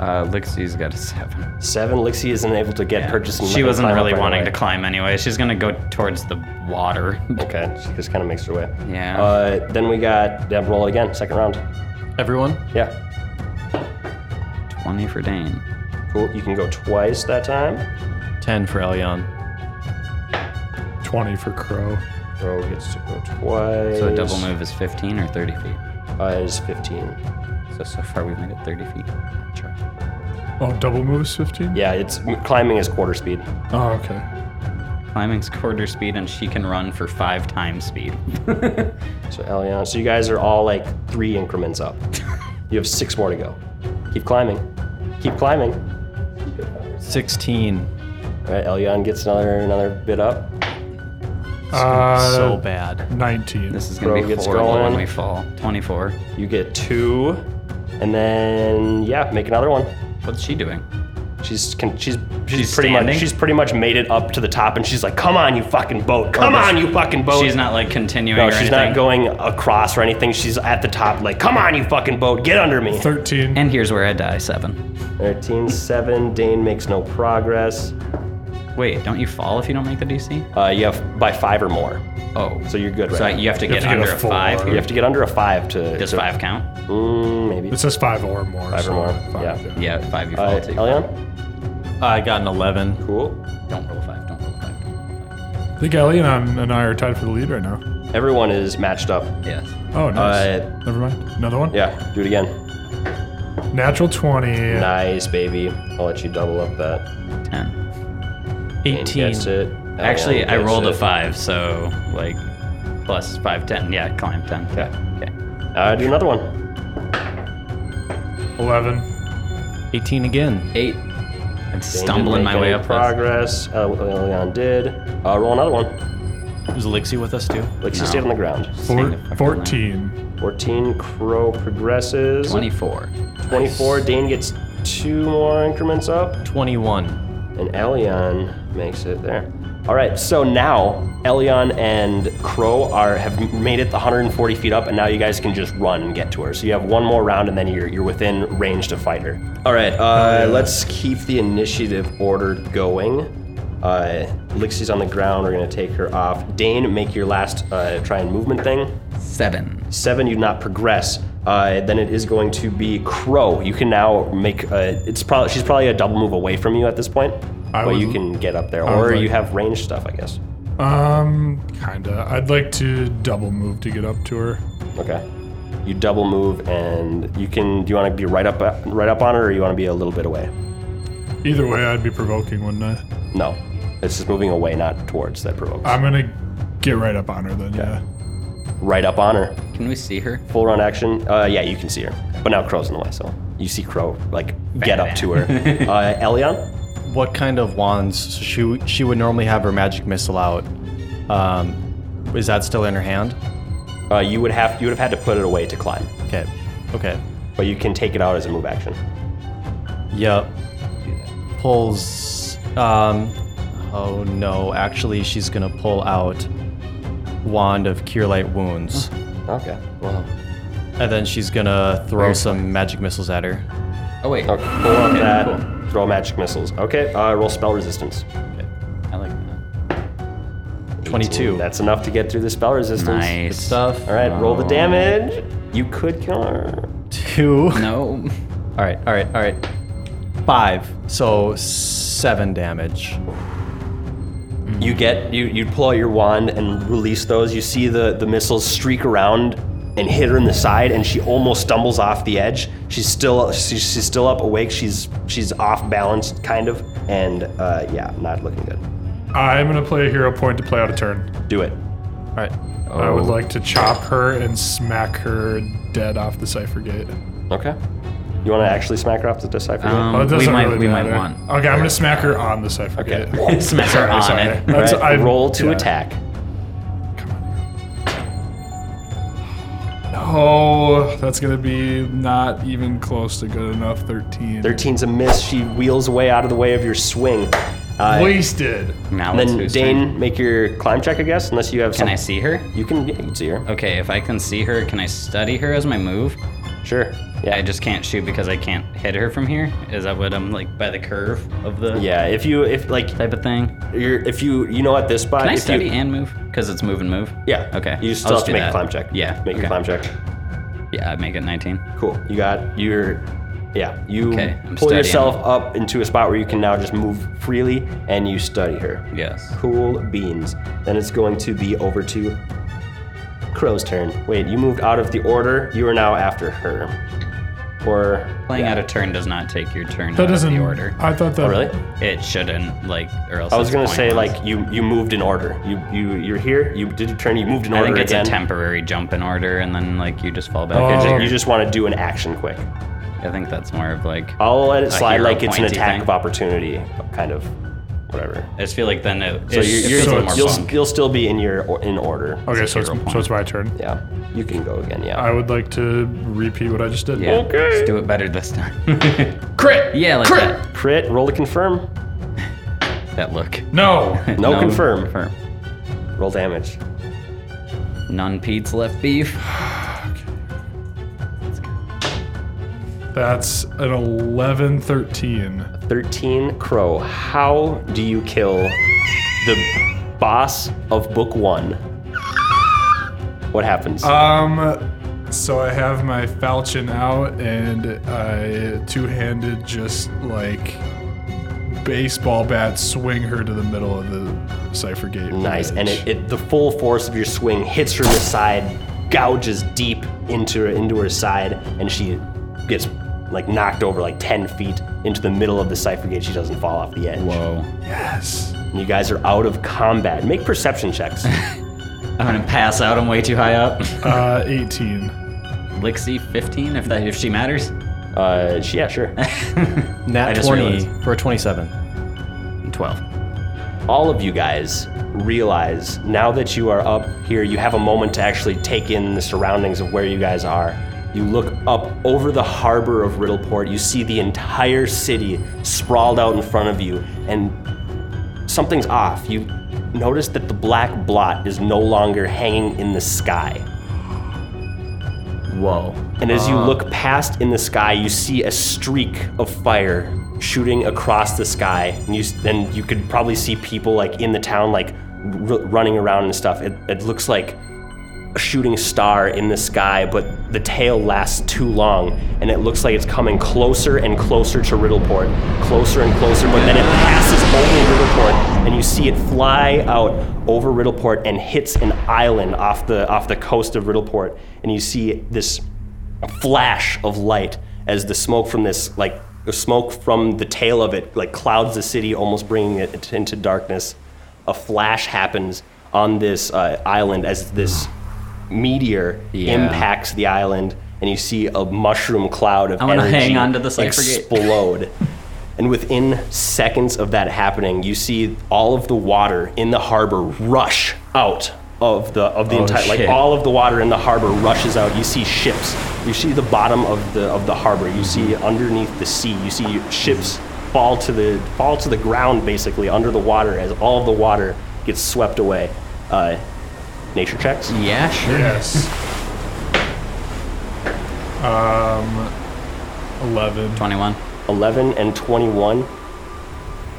Speaker 4: Uh, Lixie's got a seven.
Speaker 2: Seven. Lixie isn't able to get purchase. and
Speaker 4: She
Speaker 2: and
Speaker 4: wasn't
Speaker 2: climb up
Speaker 4: really
Speaker 2: right
Speaker 4: wanting
Speaker 2: away.
Speaker 4: to climb anyway. She's gonna go towards the water.
Speaker 2: Okay, she just kind of makes her way.
Speaker 4: Yeah.
Speaker 2: Uh, then we got Deb roll again, second round.
Speaker 5: Everyone,
Speaker 2: Yeah.
Speaker 4: Twenty for Dane.
Speaker 2: Cool. You can go twice that time.
Speaker 5: 10 for Elion.
Speaker 3: Twenty for Crow.
Speaker 2: Row gets to go twice.
Speaker 4: So a double move is fifteen or thirty feet.
Speaker 2: Uh, is 15.
Speaker 4: So so far we've made it thirty feet.
Speaker 3: Oh, double moves fifteen.
Speaker 2: Yeah, it's climbing is quarter speed.
Speaker 3: Oh, okay.
Speaker 4: Climbing's quarter speed, and she can run for five times speed.
Speaker 2: So Elion, so you guys are all like three increments up. you have six more to go. Keep climbing. Keep climbing.
Speaker 5: 16.
Speaker 2: All right, Elion gets another another bit up.
Speaker 3: Uh,
Speaker 5: so bad.
Speaker 3: Nineteen.
Speaker 4: This is gonna
Speaker 2: Bro
Speaker 4: be
Speaker 2: gets
Speaker 4: horrible
Speaker 2: going.
Speaker 4: when we fall. Twenty-four.
Speaker 2: You get two, and then yeah, make another one.
Speaker 4: What's she doing?
Speaker 2: She's can, she's she's,
Speaker 4: She's
Speaker 2: pretty
Speaker 4: standing?
Speaker 2: much she's pretty much made it up to the top, and she's like, "Come on, you fucking boat! Come
Speaker 4: Oh, but
Speaker 2: on, you fucking boat!"
Speaker 4: She's not like continuing.
Speaker 2: Oh, No,
Speaker 4: or
Speaker 2: she's
Speaker 4: anything.
Speaker 2: not going across or anything. She's at the top, like, "Come on, you fucking boat! Get under me!"
Speaker 3: Thirteen.
Speaker 4: And here's where I die. Seven.
Speaker 2: 13, 7. Dane makes no progress.
Speaker 4: Wait, don't you fall if you don't make the DC?
Speaker 2: Uh, you have by five or more,
Speaker 4: Oh,
Speaker 2: so you're good, right?
Speaker 4: so
Speaker 2: now.
Speaker 4: you have to get
Speaker 3: have to get a
Speaker 4: under a, five.
Speaker 3: four.
Speaker 2: You have to get under a five to.
Speaker 4: Does
Speaker 2: to-
Speaker 4: five count?
Speaker 2: Mm, maybe.
Speaker 3: It says five or more.
Speaker 2: Five or more, yeah.
Speaker 4: Yeah, five. You fall
Speaker 2: Uh,
Speaker 4: too.
Speaker 2: Elion,
Speaker 5: I got an 11.
Speaker 2: cool.
Speaker 4: Don't roll a five. Don't roll a five. Don't roll a five.
Speaker 3: I think Ellie and, I'm, and I are tied for the lead right now.
Speaker 2: Everyone is matched up.
Speaker 4: Yes.
Speaker 3: Oh, nice.
Speaker 2: Uh,
Speaker 3: Never mind. Another one.
Speaker 2: yeah, do it again.
Speaker 3: Natural twenty.
Speaker 2: Nice, baby. I'll let you double up that.
Speaker 4: Ten.
Speaker 2: Dane
Speaker 5: 18.
Speaker 2: Gets it.
Speaker 4: Actually,
Speaker 2: Elion
Speaker 4: I
Speaker 2: gets
Speaker 4: rolled a
Speaker 2: it.
Speaker 4: five, so like plus five, ten. Yeah, climb ten.
Speaker 2: Okay.
Speaker 4: Okay.
Speaker 2: Uh, do another one.
Speaker 3: Eleven.
Speaker 5: 18 again.
Speaker 4: Eight. I'm
Speaker 2: Dane didn't
Speaker 4: stumbling
Speaker 2: make
Speaker 4: my way
Speaker 2: any
Speaker 4: up. this.
Speaker 2: Progress. Uh, Elion did. Uh, roll another one.
Speaker 5: Is Elixir with us too?
Speaker 2: Like she
Speaker 4: No.
Speaker 2: stayed on the ground.
Speaker 3: Four,
Speaker 4: Stay the fuck on that.
Speaker 3: Fourteen.
Speaker 2: 14, Crow progresses.
Speaker 4: 24.
Speaker 2: 24, Dane gets two more increments up.
Speaker 5: 21.
Speaker 2: And Elion makes it there. All right, so now Elion and Crow are have made it the 140 feet up, and now you guys can just run and get to her. So you have one more round, and then you're you're within range to fight her. All right, uh, let's keep the initiative order going. Uh, Lixie's on the ground. We're gonna take her off. Dane, make your last uh, try and movement thing.
Speaker 4: Seven.
Speaker 2: Seven, you do not progress. Uh, then it is going to be Crow. You can now make. Uh, it's probably she's probably a double move away from you at this point,
Speaker 3: I
Speaker 2: but
Speaker 3: was-
Speaker 2: you can get up there,
Speaker 3: I was
Speaker 2: or
Speaker 3: like-
Speaker 2: you have range stuff, I guess.
Speaker 3: Um, kinda. I'd like to double move to get up to her.
Speaker 2: Okay. You double move, and you can. Do you want to be right up, right up on her, or you want to be a little bit away?
Speaker 3: Either way, I'd be provoking, wouldn't I?
Speaker 2: No, it's just moving away, not towards. That provokes.
Speaker 3: I'm gonna get right up on her then. Yeah.
Speaker 2: right up on her.
Speaker 4: Can we see her?
Speaker 2: Full run action. Uh, yeah, you can see her, but now Crow's in the way, so you see Crow like get up to her. uh, Elion.
Speaker 5: What kind of wands? So she she would normally have her magic missile out. Um, is that still in her hand?
Speaker 2: Uh, you would have you would have had to put it away to climb,
Speaker 5: Okay. Okay.
Speaker 2: but you can take it out as a move action.
Speaker 5: Yep. Pulls. Um, oh no! Actually, she's gonna pull out wand of cure light wounds,
Speaker 2: Okay. Well.
Speaker 5: and then she's gonna throw some magic missiles at her.
Speaker 4: Oh, wait.
Speaker 2: Okay, pull out that. Throw magic missiles. Okay. Uh, roll spell resistance.
Speaker 4: I like that.
Speaker 5: 22.
Speaker 2: That's enough to get through the spell resistance.
Speaker 5: Good
Speaker 4: Nice.
Speaker 5: stuff.
Speaker 2: All right. Roll the damage. You could kill her.
Speaker 5: Two.
Speaker 4: No.
Speaker 5: All right. All right. All right. Five. So seven damage.
Speaker 4: Mm.
Speaker 2: You get you you pull out your wand and release those. You see the the missiles streak around and hit her in the side, and she almost stumbles off the edge. She's still she's, she's still up awake. She's she's off balance kind of, and uh, yeah, not looking good.
Speaker 3: I'm gonna play a hero point to play out a turn.
Speaker 2: Do it.
Speaker 5: All right.
Speaker 3: I
Speaker 2: Oh.
Speaker 3: would like to chop her and smack her dead off the cipher gate.
Speaker 2: Okay. You want to actually smack her off the decipher? gate?
Speaker 4: Um,
Speaker 3: Well, Oh, it
Speaker 4: we
Speaker 3: doesn't
Speaker 4: might,
Speaker 3: really
Speaker 4: we might
Speaker 3: matter.
Speaker 4: want.
Speaker 3: Okay, I'm gonna smack her on the cipher
Speaker 2: Okay.
Speaker 3: gate.
Speaker 4: Smash her on
Speaker 3: Sorry.
Speaker 4: it.
Speaker 3: That's,
Speaker 2: All
Speaker 3: I,
Speaker 2: right, roll to
Speaker 3: yeah.
Speaker 2: attack.
Speaker 3: Oh, that's gonna be not even close to good enough. Thirteen.
Speaker 2: 13's a miss. She wheels away out of the way of your swing. Uh,
Speaker 3: Wasted.
Speaker 4: Now
Speaker 2: and
Speaker 4: it's
Speaker 2: then
Speaker 4: whose
Speaker 2: Dane,
Speaker 4: turn.
Speaker 2: make your climb check, I guess, unless you have.
Speaker 4: Can I Oh,
Speaker 2: some-
Speaker 4: see her?
Speaker 2: You can. Yeah, you can see her.
Speaker 4: Okay, if I can see her, can I study her as my move?
Speaker 2: Sure. Yeah.
Speaker 4: I just can't shoot because I can't hit her from here. Is that what I'm like by the curve of the
Speaker 2: yeah. If you if like
Speaker 4: type of thing?
Speaker 2: you're if you you know at this spot.
Speaker 4: Can I
Speaker 2: if
Speaker 4: study
Speaker 2: You,
Speaker 4: and move? Because it's move and move.
Speaker 2: yeah.
Speaker 4: Okay.
Speaker 2: You still
Speaker 4: I'll just
Speaker 2: have
Speaker 4: do
Speaker 2: to make
Speaker 4: that.
Speaker 2: a climb check.
Speaker 4: Yeah.
Speaker 2: Make
Speaker 4: okay.
Speaker 2: your climb check.
Speaker 4: Yeah, I make it 19.
Speaker 2: Cool. You got your. Yeah. You
Speaker 4: Okay, I'm
Speaker 2: pull
Speaker 4: studying.
Speaker 2: yourself up into a spot where you can now just move freely, and you study her.
Speaker 4: Yes.
Speaker 2: Cool beans. Then it's going to be over to Crow's turn. Wait, you moved out of the order. You are now after her. Or
Speaker 4: Playing out a turn does not take your turn
Speaker 3: That
Speaker 4: out of
Speaker 3: doesn't.
Speaker 4: the order.
Speaker 3: I thought that.
Speaker 2: oh, really?
Speaker 4: It shouldn't, like, or else.
Speaker 2: I was
Speaker 4: it's
Speaker 2: gonna say
Speaker 4: pointless.
Speaker 2: like you you moved in order. You you you're here. You did your turn. You moved in
Speaker 4: I
Speaker 2: order
Speaker 4: think it's
Speaker 2: again.
Speaker 4: a temporary jump in order, and then like you just fall back.
Speaker 2: You
Speaker 3: Oh.
Speaker 2: ju-
Speaker 4: into
Speaker 2: You
Speaker 4: your-
Speaker 2: just want to do an action quick.
Speaker 4: I think that's more of like.
Speaker 2: I'll let it
Speaker 4: A
Speaker 2: slide
Speaker 4: hero
Speaker 2: like it's an
Speaker 4: pointy
Speaker 2: attack
Speaker 4: thing.
Speaker 2: of opportunity, kind of, whatever.
Speaker 4: I just feel like then it.
Speaker 2: So
Speaker 4: it-
Speaker 2: you're,
Speaker 4: it
Speaker 2: you're,
Speaker 4: feels a
Speaker 3: so
Speaker 4: little
Speaker 2: you'll,
Speaker 4: more
Speaker 2: s-
Speaker 4: fun.
Speaker 2: you'll still be in your or- in order.
Speaker 3: Okay, so it's,
Speaker 4: Hero point.
Speaker 3: so it's my turn.
Speaker 2: Yeah, you can go again. Yeah.
Speaker 3: I would like to repeat what I just did.
Speaker 4: Yeah. Let's do it better this time. Crit. Yeah, like that.
Speaker 2: Crit. Roll to confirm.
Speaker 4: That look.
Speaker 3: No.
Speaker 2: No, confirm.
Speaker 4: confirm.
Speaker 2: Roll damage.
Speaker 4: None Pete's left beef.
Speaker 3: That's an 11, 13.
Speaker 2: 13 Crow, how do you kill the boss of book one? What happens?
Speaker 3: Uh, Um, so I have my falchion out and I two-handed just like baseball bat swing her to the middle of the cipher gate.
Speaker 2: nice. And
Speaker 3: ledge.
Speaker 2: it, it, the full force of your swing hits her in the side, gouges deep into her, into her side, and she gets like knocked over like 10 feet into the middle of the cipher gate. She doesn't fall off the edge.
Speaker 4: Whoa.
Speaker 3: yes.
Speaker 2: You guys are out of combat. Make perception checks.
Speaker 4: I'm gonna pass out. I'm way too high up.
Speaker 3: Uh, 18.
Speaker 4: Lixie 15, if that if she matters.
Speaker 2: uh, yeah, sure.
Speaker 5: Nat
Speaker 4: just
Speaker 5: twenty
Speaker 4: realized.
Speaker 5: for a twenty-seven.
Speaker 4: 12.
Speaker 2: all of you guys realize now that you are up here, you have a moment to actually take in the surroundings of where you guys are. You look up over the harbor of Riddleport. You see the entire city sprawled out in front of you, and something's off. You notice that the black blot is no longer hanging in the sky.
Speaker 4: Whoa.
Speaker 2: And as you look past in the sky, you see a streak of fire shooting across the sky. And you then you could probably see people like in the town like r- running around and stuff. It, it looks like a shooting star in the sky, but the tail lasts too long, and it looks like it's coming closer and closer to Riddleport, closer and closer. But then it passes over Riddleport, and you see it fly out over Riddleport and hits an island off the off the coast of Riddleport, and you see this flash of light as the smoke from this like the smoke from the tail of it like clouds the city, almost bringing it into darkness. A flash happens on this uh, island as this meteor impacts the island, and you see a mushroom cloud of
Speaker 4: I wanna
Speaker 2: energy
Speaker 4: hang onto this, I forget.
Speaker 2: explode. and within seconds of that happening, you see all of the water in the harbor rush out of the of the entire like
Speaker 4: Oh, shit.
Speaker 2: all of the water in the harbor rushes out. You see ships. You see the bottom of the of the harbor. You see
Speaker 4: Mm-hmm.
Speaker 2: underneath the sea. You see ships fall to the fall to the ground basically under the water as all of the water gets swept away. Uh, nature checks.
Speaker 4: Yeah, sure.
Speaker 3: Yes. um, 11.
Speaker 4: 21.
Speaker 2: 11 and 21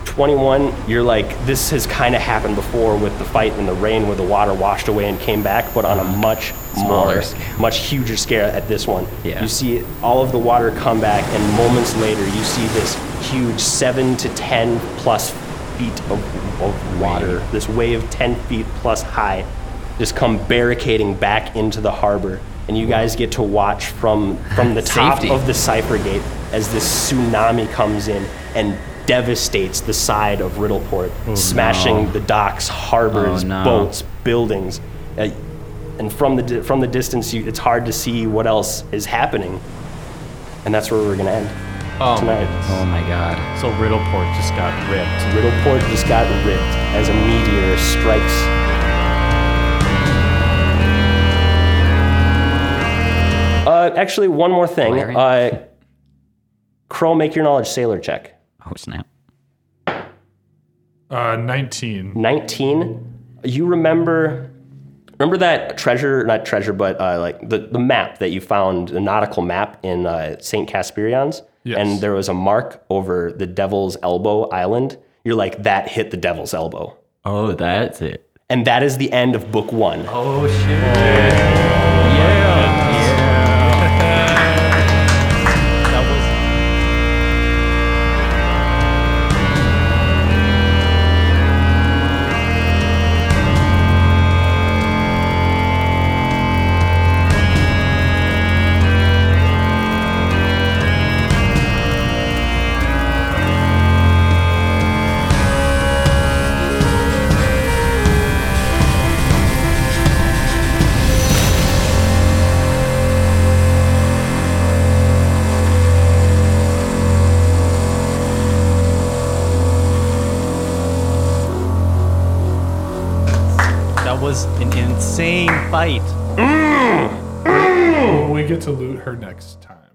Speaker 2: 21 you're like this has kind of happened before with the fight in the rain where the water washed away and came back but on a much
Speaker 4: Mm-hmm. Smaller
Speaker 2: more,
Speaker 4: scale.
Speaker 2: much huger scale at this one
Speaker 4: Yeah.
Speaker 2: you see all of the water come back and moments later you see this huge 7 to 10 plus feet of, of water this wave 10 feet plus high just come barricading back into the harbor and you guys get to watch from from the top
Speaker 4: Safety.
Speaker 2: of the Cypher Gate as this tsunami comes in and devastates the side of Riddleport, smashing the docks, harbors,
Speaker 4: Oh, no.
Speaker 2: boats, buildings. Uh, and from the, di- from the distance, you, it's hard to see what else is happening. And that's where we're going to end
Speaker 5: Oh,
Speaker 2: tonight.
Speaker 4: Oh my god.
Speaker 5: So Riddleport just got ripped.
Speaker 2: Riddleport just got ripped as a meteor strikes Uh, actually, one more thing.
Speaker 4: Larry?
Speaker 2: Uh, Crow, make your knowledge sailor check.
Speaker 4: Oh snap.
Speaker 3: Uh, 19.
Speaker 2: 19. You remember remember that treasure, not treasure, but uh, like the, the map that you found, the nautical map in uh, St. Casperian's?
Speaker 3: Yes.
Speaker 2: And there was a mark over the Devil's Elbow Island. You're like, that hit the Devil's Elbow.
Speaker 6: Oh, that's it.
Speaker 2: And that is the end of book one.
Speaker 4: Oh shit.
Speaker 5: That was an insane fight.
Speaker 3: Well, we get to loot her next time.